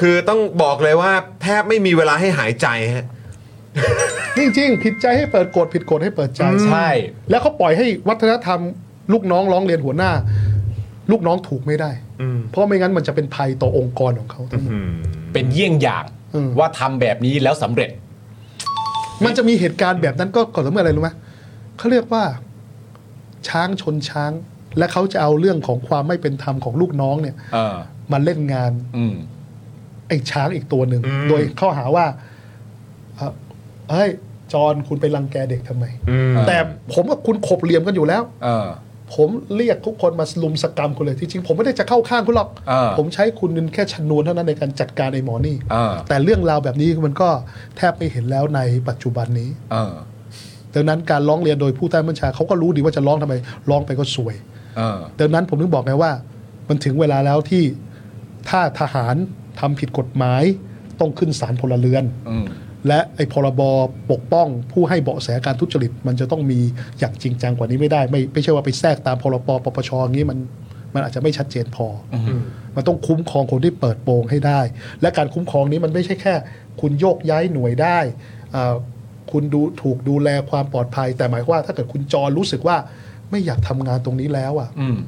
S1: คือต้องบอกเลยว่าแทบไม่มีเวลาให้หายใจฮะ
S4: จริง ๆ ผิดใจให้เปิดกฎผิดกฎให้เปิดใจ
S2: ใช่
S4: แล้วเขาปล่อยให้วัฒนธรรม ลูกน้องร้องเรียนหัวหน้า ลูกน้องถูกไม่ได้ เพราะไม่งั้นมันจะเป็นภัยต่อองค์กรของเขาทั้งหมด
S2: เป็นเยี่ยงอย่าง
S4: อืม
S2: ว่าทำแบบนี้แล้วสำเร็จ
S4: มันจะมีเหตุการณ์แบบนั้นก็ก่อนเมื่ออะไรรู้ไหมเขาเรียกว่าช้างชนช้าง และเขาจะเอาเรื่องของความไม่เป็นธรรมของลูกน้องเนี่ย
S2: เออ
S4: มาเล่นงาน
S2: อืม
S4: ไอ้ช้างอีกตัวหนึ่ง
S1: อืม
S4: โดยข้อหาว่าเอ่อเฮ้ย จอห์นคุณไปรังแกเด็กทำไม
S1: อืม
S2: เออ
S4: แต่ผมกับคุณขบเหลี่ยมกันอยู่แล้ว
S2: เออ
S4: ผมเรียกทุกคนมาลุมสกรรมคุณเลยที่จริง ผมไม่ได้จะเข้าข้างคุณหรอก
S2: เออ
S4: ผมใช้คุณเป็นแค่ชนวนเท่านั้นในการจัดการไอ้หมอนี่
S2: เออ
S4: แต่เรื่องราวแบบนี้มันก็แทบไม่เห็นแล้วในปัจจุบันนี้
S2: เออ
S4: ดังนั้นการร้องเรียนโดยผู้ใต้บัญชาเขาก็รู้ดีว่าจะร้องทำไม ร้องไปก็สวย
S2: เออ
S4: ดังนั้นผมถึงบอกไงว่า มันถึงเวลาแล้วที่ถ้าทหารทำผิดกฎหมายต้องขึ้นศาลพลเรือน
S2: อืม
S4: และไอ้พรบปกป้องผู้ให้เบาะแสการทุจริต มันจะต้องมีอย่างจริงจังกว่านี้ไม่ได้ ไม่ไม่ใช่ว่าไปแทรกตามพรบปปชอย่างนี้มันมันอาจจะไม่ชัดเจนพออมันต้องคุ้มครองคนที่เปิดโปงให้ได้ และการคุ้มครองนี้มันไม่ใช่แค่ คุณโยกย้ายหน่วยได้อ่าคุณดูถูกดูแลความปลอดภัย แต่หมายความว่าถ้าเกิดคุณจรรู้สึกว่าไม่อยากทำงานตรงนี้แล้วอ่ะ
S2: อืม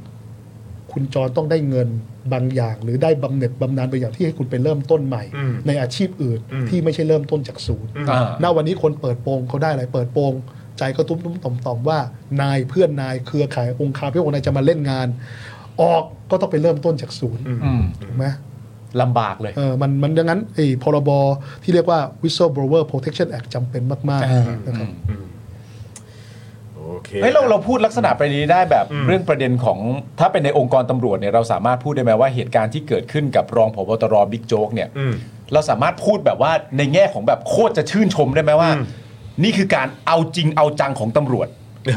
S4: คุณจรต้องได้เงินบางอย่าง หรือได้บำเหน็จบำนาญบางอย่างที่ให้คุณไปเริ่มต้นใหม่
S1: อืม
S4: ในอาชีพอื่น
S1: อืม
S4: ที่ไม่ใช่เริ่มต้นจากศูนย์
S2: อ่า
S4: ณวันนี้คนเปิดโปงเขาได้อะไรเปิดโปงใจก็ตุ้มตุ้มต่อมต่อมว่านายเพื่อนนายเครือข่ายองค์คาพยพองค์นายจะมาเล่นงาน ออกก็ต้องไปเริ่มต้นจากศูนย์
S2: อืม
S4: ถูกไหม
S2: ลำบากเลย
S4: เออมันมันดังนั้นไอ้พรบที่เรียกว่า whistleblower protection act จำเป็นมาก
S2: อ่า
S4: ๆนะครับ
S1: โอเค
S2: เฮ้ยเราเราพูดลักษณะประเด็นนี้ได้แบบ
S1: อืม
S2: เรื่องประเด็นของถ้าเป็นในองค์กรตำรวจเนี่ยเราสามารถพูดได้ไหมว่าเหตุการณ์ที่เกิดขึ้นกับรองผบตรบิ๊กโจ๊กเนี่ย
S1: อืม
S2: เราสามารถพูดแบบว่าในแง่ของแบบโคตรจะชื่นชมได้ไหมว่า
S1: อืม
S2: นี่คือการเอาจริงเอาจังของตำรวจ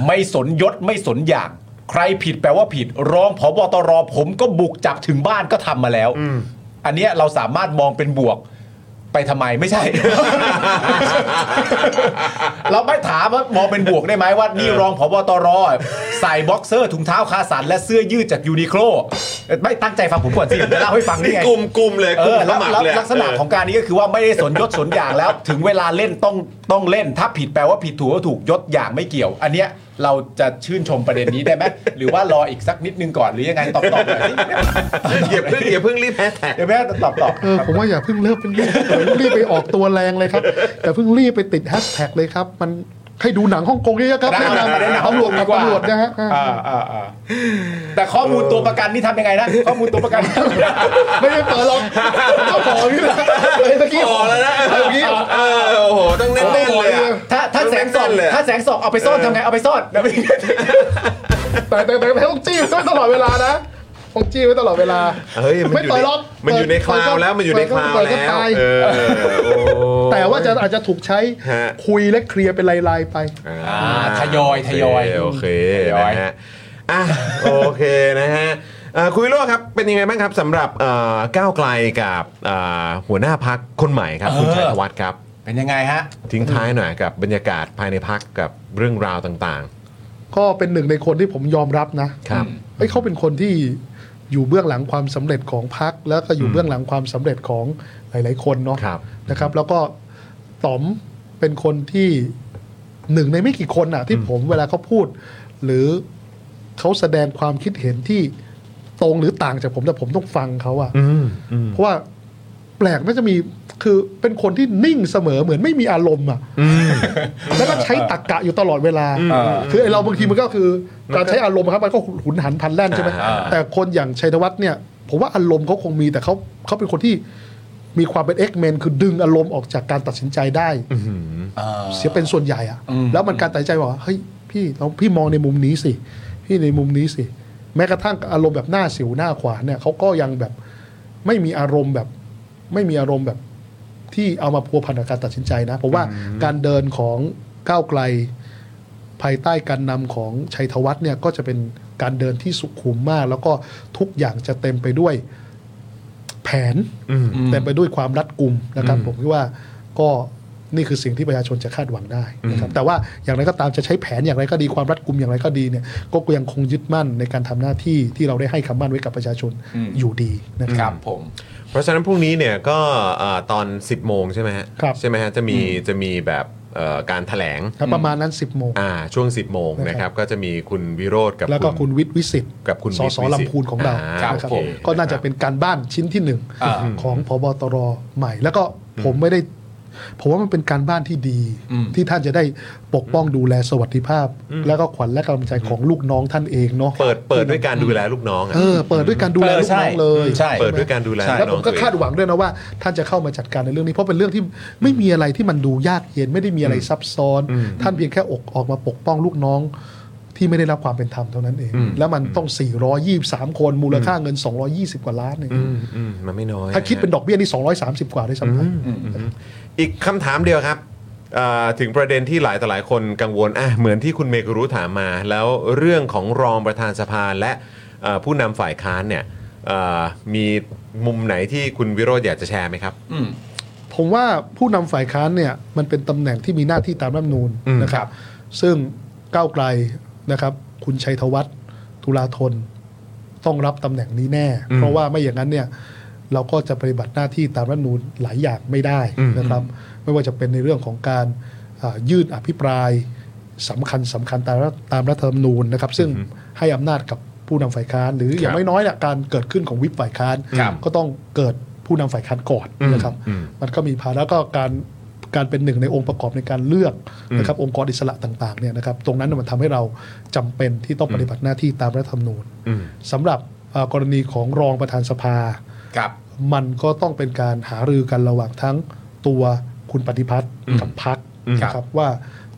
S2: ไม่สนยศไม่สนอย่าง ใครผิดแปลว่าผิดรองผบตรผมก็บุกจับถึงบ้านก็ทำมาแล้ว
S1: อืม
S2: อันเนี้ยเราสามารถมองเป็นบวกไปทำไมไม่ใช่ เราไม่ถามว่ามองเป็นบวกได้ไหมว่านี่ รองผบตรใส่บ็อกเซอร์ถุงเท้าคาสัน และเสื้อยืดจากยูนิโคลไม่ตั้งใจฟังผมก่อนสิผมจะเล่าให้ฟังนี่
S1: นี่
S2: ไง
S1: กลุ่มกลุ่มเลย
S2: เอก
S1: ลุ่
S2: อ
S1: มข
S2: แล้ว
S1: มัก
S2: แล้ว
S1: เลย
S2: ลักษณะของการนี้ก็คือว่าไม่ได้สนยศสนอย่างแล้ว ถึงเวลาเล่นต้องต้องเล่น ถ้าผิดแปลว่าผิดถูกก็ถูกยศอย่างไม่เกี่ยว อันเนี้ยเราจะชื่นชมประเด็นนี้ได้ไหม หรือว่ารออีกสักนิดนึงก่อนหรือยังไงตอบตอบเลย
S1: เอออย่าเพิ่งอย่าเพิ่งรีบแฮชแท็ก
S2: เดี๋ยวแม่ตอบตอบ
S4: เออผมว่าอย่าเพิ่งเลิกเป็นรีบเออรีบไปออกตัวแรงเลยครับอย่าเพิ่งรีบไปติดแฮชแท็กเลยครับ มันให้ดูหนังฮ่องกงเยอะๆครับแนะนำตำรวจกับตำรวจนะฮะ
S2: อ่าอ่าอ่าแต่ข้อมูลตัวประกันนี่ทำยังไงนะข้อมูลตัวประกัน
S4: ไม่ได้เปิดหรอกเจ้าของนี่นะไอ้ตะกี้
S1: ออกแล้วนะ
S4: ไอ้ตะกี้ออก
S1: เออโอ้โห ต้องแน่นๆเลยอะ
S2: ถ้าถ้าแสงส่อง
S1: ต้เลยะ
S2: ถ้าแสงส่องเอาไปซ่อนทำไงเอาไปซ่อนแล้วไป
S4: แต่แต่แต่แต่ต้องจี้ไว้ตลอดเวลานะต้องจี้ไว้ตลอดเวลา
S1: เฮ้ยมัน
S4: ไม่
S1: อยู่
S4: ป
S1: ใน
S4: ล่อยล็อก
S1: มันอยู่ในคลาวแล้วมันอยู่ในคลาวแล้วเออโอ้
S4: แต่ว่าจะอาจจะถูกใช้
S1: ฮะ
S4: คุยและเคลียร์เป็นลายๆไป
S1: อ่า
S2: ทยอยทยอย
S1: โอเค
S2: ทยอย
S1: นะฮะอ่ะโอเคนะฮะเอ่อคุยโลกครับเป็นยังไงบ้างครับสำหรับเอ่อก้าวไกลกับเอ่อหัวหน้าพักคนใหม่ครับ คุณชัยธวัฒน์ครับ
S2: เป็นยังไงฮะ
S1: ทิ้งท้ายหน่อยกับบรรยากาศภายในพักกับเรื่องราวต่าง
S4: ก็เป็นหนึ่งในคนที่ผมยอมรับนะ
S1: ๆ ครับ
S4: เอ้ยเขาเป็นคนที่อยู่เบื้องหลังความสำเร็จของพรรคแล้วก็อยู่เบื้องหลังความสำเร็จของหลาย ๆ คนเนาะ
S1: ครับ
S4: นะครับ แล้วก็ต๋อมเป็นคนที่หนึ่งในไม่กี่คนน่ะ ที่ผมเวลาเขาพูด หรือเขาแสดงความคิดเห็นที่ตรงหรือต่างจากผมแต่ผมต้องฟังเขาอะ
S1: อืมอืม
S4: เพราะว่าแปลกไม่จะมีคือเป็นคนที่นิ่งเสมอเหมือนไม่มีอารมณ์อะ
S1: อืม
S4: แล้วก็ใช้ตรกกะอยู่ตลอดเวลา
S2: อ่า
S4: คือไอเราบางทีมันก็คือการใช้อารมณ์ครับมันก็หุนหันพลันแล่นใช่ไหม
S1: อ่า
S4: แต่คนอย่างชัยธวัฒน์เนี่ยผมว่าอารมณ์เขาคงมีแต่เขาเขาเป็นคนที่มีความเป็นเอ็กเมนคือดึงอารมณ์ออกจากการตัดสินใจได้
S1: อืม
S4: เสียเป็นส่วนใหญ่อะแล้วมันการตัดสินใจว่าเฮ้ยพี่เราพี่มองในมุมนี้สิ พี่ในมุมนี้สิ แม้กระทั่งอารมณ์แบบหน้าสิวหน้าขวานเนี่ยเขาก็ยังแบบไม่มีอารมณ์แบบ ไม่มีอารมณ์แบบที่เอามาพัวพันกับการตัดสินใจนะผมว่าการเดินของก้าวไกล ภายใต้การนำของชัยธวัฒน์เนี่ยก็จะเป็นการเดินที่สุขุมมาก แล้วก็ทุกอย่างจะเต็มไปด้วยแผน
S1: อืม
S4: เต็มไปด้วยความรัดกุมนะครับ ผมคิดว่าก็นี่คือสิ่งที่ประชาชนจะคาดหวังได้นะครับแต่ว่าอย่างไรก็ตามจะใช้แผนอย่างไรก็ดีความรัดกุมอย่างไรก็ดีเนี่ยก็ยังคงยึดมั่นในการทำหน้าที่ที่เราได้ให้คำมั่นไว้กับประชาชน
S2: อืม
S4: อยู่ดีนะค
S2: ค
S4: รั
S2: รับ บผม
S1: เพราะฉะนั้นพรุ่งนี้เนี่ยก็เอ่อตอน 10 โมงใช่ไหมฮะ
S4: ครับ
S1: ใช่ไหมฮะจะมีจะมีแบบเอ่อการแถลง
S4: แล้วประมาณนั้น 10โมง
S1: อ่าช่วง 10 โมง
S4: นะ
S1: นะค
S4: ครั
S1: รับ
S4: บ
S1: ก็จะมีคุณวิโรธกับ
S4: แล้วก็คุณวิทย์วิสิทธิ์
S1: กับคุณ
S4: ส
S1: วิทย์
S4: ส
S1: วิทธิ์
S4: ลำพูนของเรา
S1: า
S2: ครับ
S4: นะครับ
S2: ผม
S1: โอเค
S4: ก็น่าจะเป็นการบ้านชิ้นที่หนึ่ง
S2: อ่า
S4: ของพบตรใหม่ แล้วก็ผมไม่ได้ผมว่ามันเป็นการบ้านที่ดี ที่ท่านจะได้ปกป้องดูแลสวัสดิภาพ แล้วก็ขวัญและกำลังใจของลูกน้องท่านเองเนาะ
S1: เปิดเปิดด้วยการดูแลลูกน้องอ่ะ
S4: เออเปิดด้วยการดูแล
S2: เออ
S4: ลูก
S2: ใช่
S4: น้องเลย
S2: ใช่
S1: เปิดด้วยการดูแล
S4: แล้วผ
S1: น้อ
S4: ม
S1: ง
S4: ก็
S1: ตัวเอง
S4: คาดหวังด้วยนะว่า ท่านจะเข้ามาจัดการในเรื่องนี้เพราะเป็นเรื่องที่ไม่มีอะไรที่มันดูยากเย็นไม่ได้มีอะไรซับซ้อน
S1: อืม
S4: ท่านเพียงแค่อกออกมาปกป้องลูกน้อง ที่ไม่ได้รับความเป็นธรรมเท่านั้นเอง แล้วมันต้อง 423 คนมูลค่าเงิน 220 กว่าล้านเอง
S1: อืมอืมมันไม่น้อย
S4: ถ้าคิดเป็นดอกเบี้ยนี่ 230 กว่าด้วยซ้ำไป
S1: อีกคำถามเดียวครับเอ่อถึงประเด็นที่หลายต่อหลายคนกังวลอ่ะเหมือนที่คุณเมกุรู้ถามมา แล้วเรื่องของรองประธานสภาและเอ่อผู้นำฝ่ายค้านเนี่ย เอ่อมีมุมไหนที่คุณวิโรจน์อยากจะแชร์ไหมครับ
S2: อืม
S4: ผมว่าผู้นำฝ่ายค้านเนี่ยมันเป็นตำแหน่งที่มีหน้าที่ตามรัฐธรรมนูญ
S1: อืม
S4: นะครับ ซึ่งก้าวไกลนะครับ คุณชัยธวัฒน์ตุลาธนต้องรับตำแหน่งนี้แน่ เพราะว่าไม่อย่างนั้นเนี่ยเราก็จะปฏิบัติหน้าที่ตามรัฐธรรมนูญหลายอย่างไม่ได้นะครับ ไม่ว่าจะเป็นในเรื่องของการอ่ายื่นอภิปรายสำคัญสำคัญตามรัฐตามรัฐธรรมนูญนะครับ ซึ่งให้อำนาจกับผู้นำฝ่ายค้าน หรืออย่างไม่น้อยๆน่ะการเกิดขึ้นของวิปฝ่ายค้าน
S2: ครับ
S4: ก็ต้องเกิดผู้นำฝ่ายค้านก่อนนะครับ มันก็มีภาระก็การการเป็นหนึ่งในองค์ประกอบในการเลือกนะครับองค์กรอิสระต่างๆเนี่ยนะครับตรงนั้นนะมันทำให้เราจำเป็นที่ต้องปฏิบัติหน้าที่ตามรัฐธรรมนูญ
S1: อืม
S4: สำหรับเอ่อกรณีของรองประธานสภา
S2: ครับ
S4: มันก็ต้องเป็นการหารือกันระหว่างทั้งตัวคุณปฏิพัฒน์กับพักนะครับว่า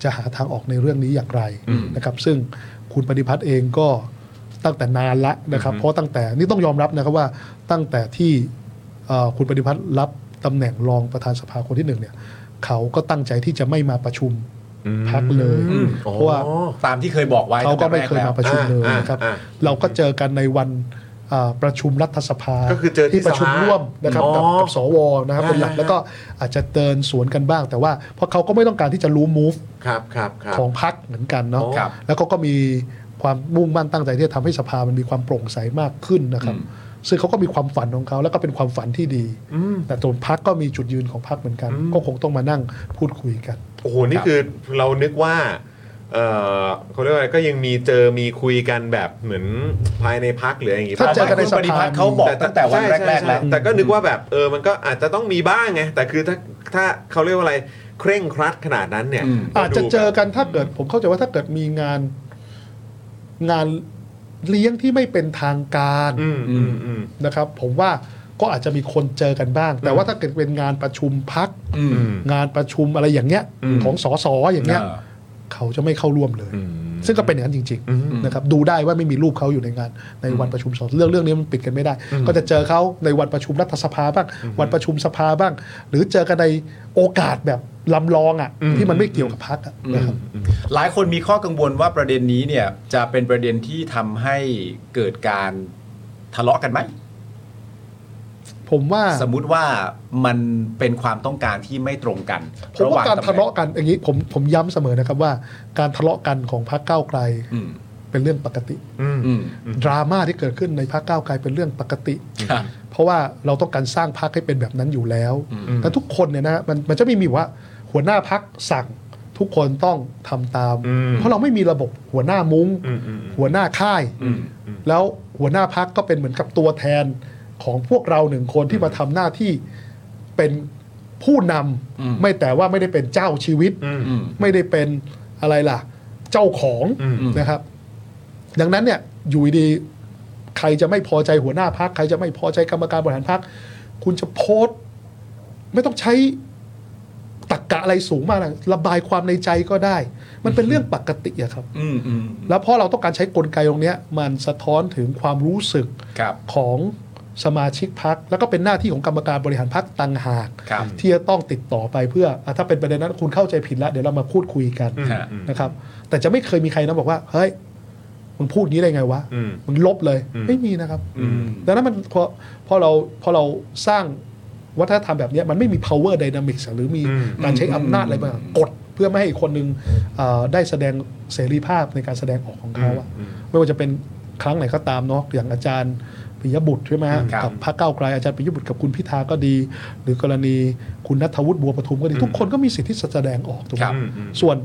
S4: จะหาทางออกในเรื่องนี้อย่างไรนะครับซึ่งคุณปฏิพัฒน์เองก็ตั้งแต่นานละนะครับเพราะตั้งแต่นี่ต้องยอมรับนะครับว่าตั้งแต่ที่เอ่อคุณปฏิพัฒน์รับตำแหน่งรองประธานสภาคนที่หนึ่งเนี่ยเขาก็ตั้งใจที่จะไม่มาประชุมพักเลย
S2: อืม
S4: เพราะว่า
S2: ตามที่เคยบอกไว้
S4: เขาก็ไม่
S2: ตั้ง
S4: เค
S2: แต่
S4: ย
S2: แร
S4: มา
S2: แล้ว
S4: ประชุมเลย
S1: อ่า
S4: นะครับ
S1: อ่า
S4: เราก็เจอกันในวันอ่าประชุมรัฐสภา
S1: ก็คือเจอที่
S4: ประชุม
S1: สภา
S4: ร่วมนะครับ
S1: อ๋อ
S4: กับกับสวนะครับเป็นหลัก
S1: อ่า
S4: แล้วก็อาจจะเดินสวนกันบ้าง แต่ว่าเพราะเขาก็ไม่ต้องการที่จะรู้มูฟ
S1: ครับครับครับ
S4: ของพรรคเหมือนกันเนาะ
S1: อ๋อครับ
S4: แล้วเขาก็มีความมุ่งมั่นตั้งใจที่จะทำให้สภามันมีความโปร่งใสมากขึ้นนะครับ ซึ่งเขาก็มีความฝันของเขาแล้วก็เป็นความฝันที่ดี แต่ตัวพรรคก็มีจุดยืนของพรรคเหมือนกัน ก็คงต้องมานั่งพูดคุยกัน
S1: โอ้โห นี่คือเรานึกว่าเออเขาเรียกว่าอะไรก็ยังมีเจอมีคุยกันแบบเหมือนภายในพักหรืออะไรอย่างงี้
S4: ถ้าเจอกันใน
S2: คุ
S4: ส
S2: ณปฏิ
S4: ภา
S2: พัฒน์เขาบอก ตั้งแต่วัน
S1: ใช่ใช่
S2: แรกๆแล้ว
S1: ใช่แต่ก็นึกว่าแบบเออมันก็อาจจะต้องมีบ้างไง แต่คือถ้าถ้าเขาเรียกว่าอะไรเคร่งครัดขนาดนั้นเนี่ย
S4: อาจจะเจอกันถ้าเกิดผมเข้าใจว่าถ้าเกิดมีงานงานเลี้ยงที่ไม่เป็นทางการ
S1: อืมอืมอืม
S4: นะครับ ผมว่าก็อาจจะมีคนเจอกันบ้าง แต่ว่าถ้าเกิดเป็นงานประชุมพัก
S2: อืม
S4: งานประชุมอะไรอย่างเงี้ย
S1: อืม
S4: ของสสอย่างเงี้ย
S2: เออ
S4: เขาจะไม่เข้าร่วมเลย
S1: อืม
S4: ซึ่งก็เป็นอย่างนั้นจริงๆนะครับดูได้ว่าไม่มีรูปเขาอยู่ในงานในวันประชุมสเรื่องเรื่องนี้มันปิดกันไม่ได้ ก็จะเจอเขาในวันประชุมรัฐสภาบ้าง วันประชุมสภาบ้าง หรือเจอกันในโอกาสแบบลำลองอ่ะที่มันไม่เกี่ยวกับพักนะครับ
S2: หลายคนมีข้อกังวลว่าประเด็นนี้เนี่ยจะเป็นประเด็นที่ทำให้เกิดการทะเลาะกันไหม
S4: ผมว่า
S2: สมมุติว่ามันเป็นความต้องการที่ไม่ตรงกัน
S4: ผมว่ากา
S2: หว่งตำแห
S4: ร
S2: น่ง
S4: ทะเลาะกันอย่างนี้ผมผมย้ำเสมอนะครับว่าการทะเลาะกันของพรรคก้าวไกล
S2: อืม
S4: เป็นเรื่องปกติ
S2: อืม
S4: ดราม่าที่เกิดขึ้นในพรรคก้าวไกลเป็นเรื่องปกติ
S2: ครับ
S4: เพราะว่าเราต้องการสร้างพรรคให้เป็นแบบนั้นอยู่แล้วแต่ทุกคนเนี่ยนะมันมันจะไม่มีว่าหัวหน้าพักสั่งทุกคนต้องทำตาม
S1: อืม
S4: เพราะเราไม่มีระบบหัวหน้ามุง้ง
S1: อืมอืมอืม
S4: หัวหน้าค่าย แล้วหัวหน้าพักก็เป็นเหมือนกับตัวแทนของพวกเราหนึ่งคนที่มาทำหน้าที่เป็นผู้นำ
S2: อืม
S4: ไม่แต่ว่าไม่ได้เป็นเจ้าชีวิต
S1: อืม
S2: อืม
S4: ไม่ได้เป็นอะไรล่ะ เจ้าของ
S1: อืม
S4: นะครับ ดังนั้นเนี่ยอยู่ดีๆใครจะไม่พอใจหัวหน้าพักใครจะไม่พอใจกรรมการบริหารพัก คุณจะโพสต์ไม่ต้องใช้ตรกกะอะไรสูงมากนะระบายความในใจก็ได้ มันเป็นเรื่องปกติอะครับ
S2: อืมอืม
S4: แล้วเพราะเราต้องการใช้กลไกตรงเนี้ย มันสะท้อนถึงความรู้สึก
S2: ครับ
S4: ของสมาชิกพัก แล้วก็เป็นหน้าที่ของกรรมการบริหารพักต่างหาก
S2: ครับ
S4: ที่จะต้องติดต่อไปเพื่ออ่ะถ้าเป็นประเด็นนั้นคุณเข้าใจผิดแล้ว เดี๋ยวเรามาพูดคุยกัน
S2: ฮะ
S4: นะครับ แต่จะไม่เคยมีใครนะบอกว่า เฮ้ยมึงพูดงี้ได้ไงวะ
S1: อืม
S4: มึงลบเลยไม่มีนะครับ
S1: อืม
S4: ดังนั้นมันพอพอเราพอเราสร้างวัฒนธรรมแบบเนี้ยมันไม่มี power dynamics หรือมีการใช้อำนาจอะไรมากดเพื่อไม่ให้อีกคนนึงเอ่อได้แสดงเสรีภาพในการแสดงออกของเขาอะไม่ว่าจะเป็นครั้งไหนก็ตามเนาะอย่างอาจารย์ปิยบุตรใช่ไหมฮะ
S2: ครับ
S4: กับ พรรคก้าวไกลอาจารย์ปิยบุตรกับคุณพิธาก็ดี หรือกรณีคุณนัทวุฒิบัวประทุมก็ดี ทุกคนก็มีสิทธิ์ที่จะแสดงออกถูกไหม
S2: ครับ
S4: ส่วน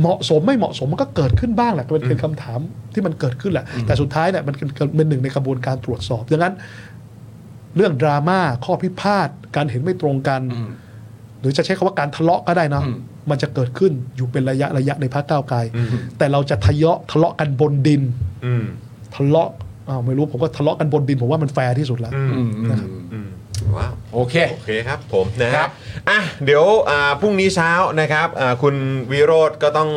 S4: เหมาะสมไม่เหมาะสมมันก็เกิดขึ้นบ้างแหละเป็นเป็นคำถามที่มันเกิดขึ้นแหละ แต่สุดท้ายเนี่ยมันเป็นเป็นหนึ่งในกระบวนการตรวจสอบดังนั้น เรื่องดราม่าข้อพิพาทการเห็นไม่ตรงกัน
S2: อืม
S4: หรือจะใช้คำว่าการทะเลาะก็ได้เนอะ
S2: อืม
S4: มันจะเกิดขึ้นอยู่เป็นระยะระยะในพรรคก้าวไกลแต่เราจะทะเลาะทะเลาะกันบนดิน
S1: อืม
S4: ทะเลาะอ้าวไม่รู้ผมก็ทะเลาะกันบนดินผมว่ามันแฟร์ที่สุดแล้ว
S1: อืม
S2: อืมอืม
S1: อืมว้าว
S2: โอเค
S1: โอเคครับผมนะค
S2: ครั
S1: รับบ อ่ะเดี๋ยวอ่าพรุ่งนี้เช้านะครับอ่าคุณวิโรธก็ต้อง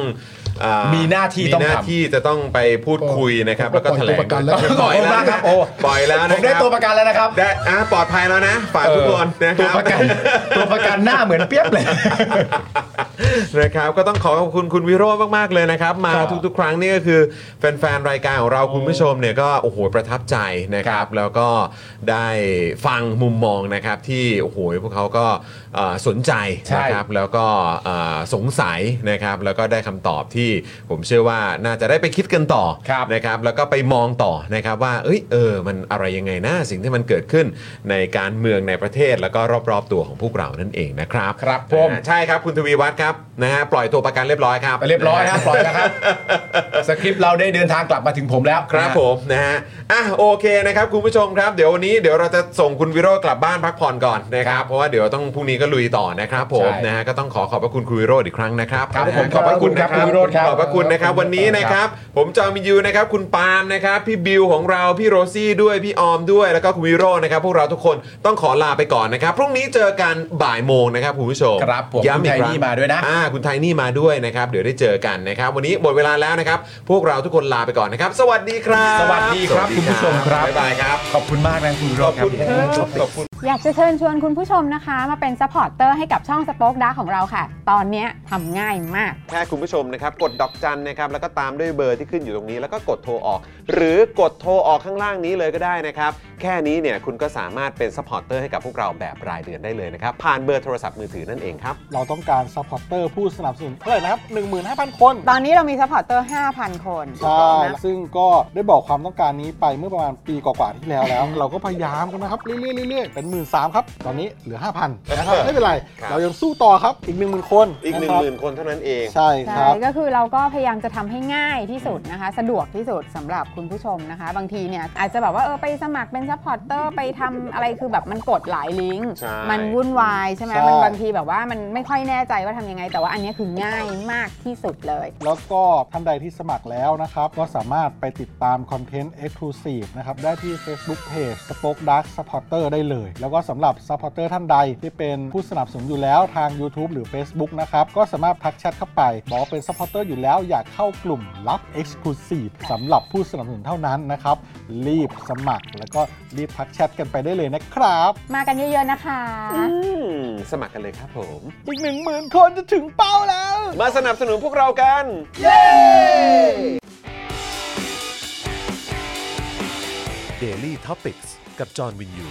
S1: อ่า
S2: มีหน้าที่
S1: มี
S2: ต้อง
S1: หน้า
S2: ทำ
S1: ที่จะต้องไปพูดคุยนะครับ
S4: ก็
S1: แล้วก็แถลง
S4: ปล่อยตัวประกันแล้ว
S1: ปล่อยแล้ว
S2: ขบคุณมาก
S1: นะ
S2: รับโอ้
S1: ปล่อยแล้ว
S2: ผ
S1: นะ
S2: ม
S1: ค
S2: ได้
S1: รับ
S2: ตัวประกันแล้วนะครับ
S1: ได้อ่ะปลอดภัยแล้วนะฝากทุกคนนะค
S2: ตัว
S1: รับ
S2: ประกัน ตัวประกันหน้าเหมือนเปียบเลย
S1: นะครับก็ต้องขอขอบคุณคุณวิโรจน์มาก ๆ เลยนะครับ มาทุก ๆ ครั้งนี่ก็คือแฟน ๆ รายการของเราคุณผู้ชมเนี่ยก็โอ้โหประทับใจนะครับ แล้วก็ได้ฟังมุมมองนะครับที่โอ้โหพวกเขาก็เอ่อสนใจ
S2: ใช่
S1: นะครับ แล้วก็เอ่อสงสัยนะครับ แล้วก็ได้คำตอบที่ผมเชื่อว่าน่าจะได้ไปคิดกันต่อ
S2: ครับ
S1: นะครับแล้วก็ไปมองต่อนะครับว่าเอ้ยเออมันอะไรยังไงนะสิ่งที่มันเกิดขึ้นในการเมืองในประเทศแล้วก็รอบๆตัวของพวกเรานั่นเองนะครับ
S2: ครับผม
S1: นะฮะใช่ครับคุณทวีวัฒน์ครับนะฮะปล่อยตัวประกันเรียบร้อยครับ
S2: เรียบร้อยนะครับปล่อยแล้วครับ สคริปต์เราได้เดินทางกลับมาถึงผมแล้ว
S1: ครับผมนะฮะอ่ะโอเคนะครับคุณผู้ชมครับเดี๋ยววันนี้เดี๋ยวเราจะส่งคุณวิโรจน์กลับบ้านพักผ่อนก่อนนะครับเพราะว่าเดี๋ยวต้องพรุ่งนี้ก็ลุยต่อนะครับผมนะฮะก็ต้องขอขอบพระคุณคุณวิโรจน์อีกครั้งนะครับ
S2: ครับผม
S1: นะฮะ
S2: ขอบพระคุณครับคุณวิโรจน์ครับ
S1: ขอบพระคุณนะครับวันนี้นะครับผมจอมินยูนะครับคุณปาล์มนะครับพี่บิวของเราพี่โรซี่ด้วยพี่ออมด้วยแล้วก็คุณวิโรจน์นะครับพวกเราทุกคนต้องขอลาไปก่อนนะครับพรุ่งนี้เจอกันบ่ายโมงนะครับคุณผู้ชม
S2: ครับผม
S1: ย้ำอีกค
S2: คุณไท
S1: รั้ง
S2: นี่มาด้วยนะ
S1: อ่าคุณไทนี่มาด้วยนะครับเดี๋ยวได้เจอกันนะครับวันนี้หมดเวลาแล้วนะครับพวกเราทุกคนลาไปก่อนนะครับ สวัสดีครับ
S2: สวัสดีครับคุณผู้ชมครับ
S1: บ๊ายบายครับ
S2: ขอบคุณมากนะคุณวิโร
S1: ข
S2: จ
S1: อบ
S2: น์ครับ
S1: คุณครับขอบคุณ
S5: อยากจะเชิญชวนคุณผู้ชมนะคะ มาเป็นซัพพอร์ตเตอร์ให้กับช่องสป็อคดาของเราค่ะ ตอนเนี้ยทำง่ายมาก
S1: แค่คุณผู้ชมนะครับ กดดอกจันนะครับ แล้วก็ตามด้วยเบอร์ที่ขึ้นอยู่ตรงนี้ แล้วก็กดโทรออก หรือกดโทรออกข้างล่างนี้เลยก็ได้นะครับ แค่นี้เนี่ยคุณก็สามารถเป็นซัพพอร์ตเตอร์ให้กับพวกเราแบบรายเดือนได้เลยนะครับ ผ่านเบอร์โทรศัพท์มือถือนั่นเองครับ
S6: เราต้องการซัพพอร์เตอร์ผู้สนับสนุนเท่าไหร่นะครับ 15,000 คน
S5: ตอนนี้เรามีซัพพอร์ตเตอร์ 5,000 คน
S6: ใช่
S5: นะ
S6: ซึ่งก็ได้บอกความต้องการนี้ไปเมื่อประมาณปีกว่าๆที่แล้วแล้ว เราก็พยายามกันนะครับ เรื่อยๆเรื่อยๆเป็น 1 3ื่นครับ ตอนนี้เหลือ 5,000นะครับ ไม่เป็นไร
S1: ครับ
S6: เรายังสู้ต่อครับอีก 10,000 คน
S1: อีก 1
S6: นะครับ
S1: 0,000 คนเท่านั้นเอง
S6: ใช่ค
S5: ใช่
S6: รับ
S5: ก็คือเราก็พยายามจะทำให้ง่ายที่สุดนะคะ สะดวกที่สุดสำหรับคุณผู้ชมนะคะ บางทีเนี่ยอาจจะแบบว่าเออไปสมัครเป็นซัพพอร์ตเตอร์ไปทำอะไรคือแบบมันกดหลายลิงก์
S1: ใช่
S5: มันวุ่นวายใช่ไหม
S6: ใช่
S5: มันบางทีแบบว่ามันไม่ค่อยแน่ใจว่าทำยังไง แต่ว่าอันเนี้ยคือง่ายมากที่สุดเลย
S6: แล้วก็ท่านใดที่สมัครแล้วนะครับ ก็สามารถไปติดตามคอนเทนต์ Exclusive นะครับ ได้ที่ Facebook Page Spoke Dark Supporter ได้เลย แล้วก็สำหรับ Supporter ท่านใดที่เป็นผู้สนับสนุนอยู่แล้วทาง YouTube หรือ Facebook นะครับ ก็สามารถทักแชทเข้าไป บอกว่าเป็น Supporter อยู่แล้วอยากเข้ากลุ่มลับ Exclusive สำหรับผู้สนับสนุนเท่านั้นนะครับ รีบสมัคร แล้วก็รีบทักแชทกันไปได้เลยนะครับ
S5: มากันเยอะๆนะคะ
S1: อืมสมัครกันเลยครับผม
S6: อีก 1 0,000 คนจะถึงเป้าแล้ว
S1: มาสนับสนุนพวกเรากัน
S7: Daily t o p i c กกับจอห์นวินยู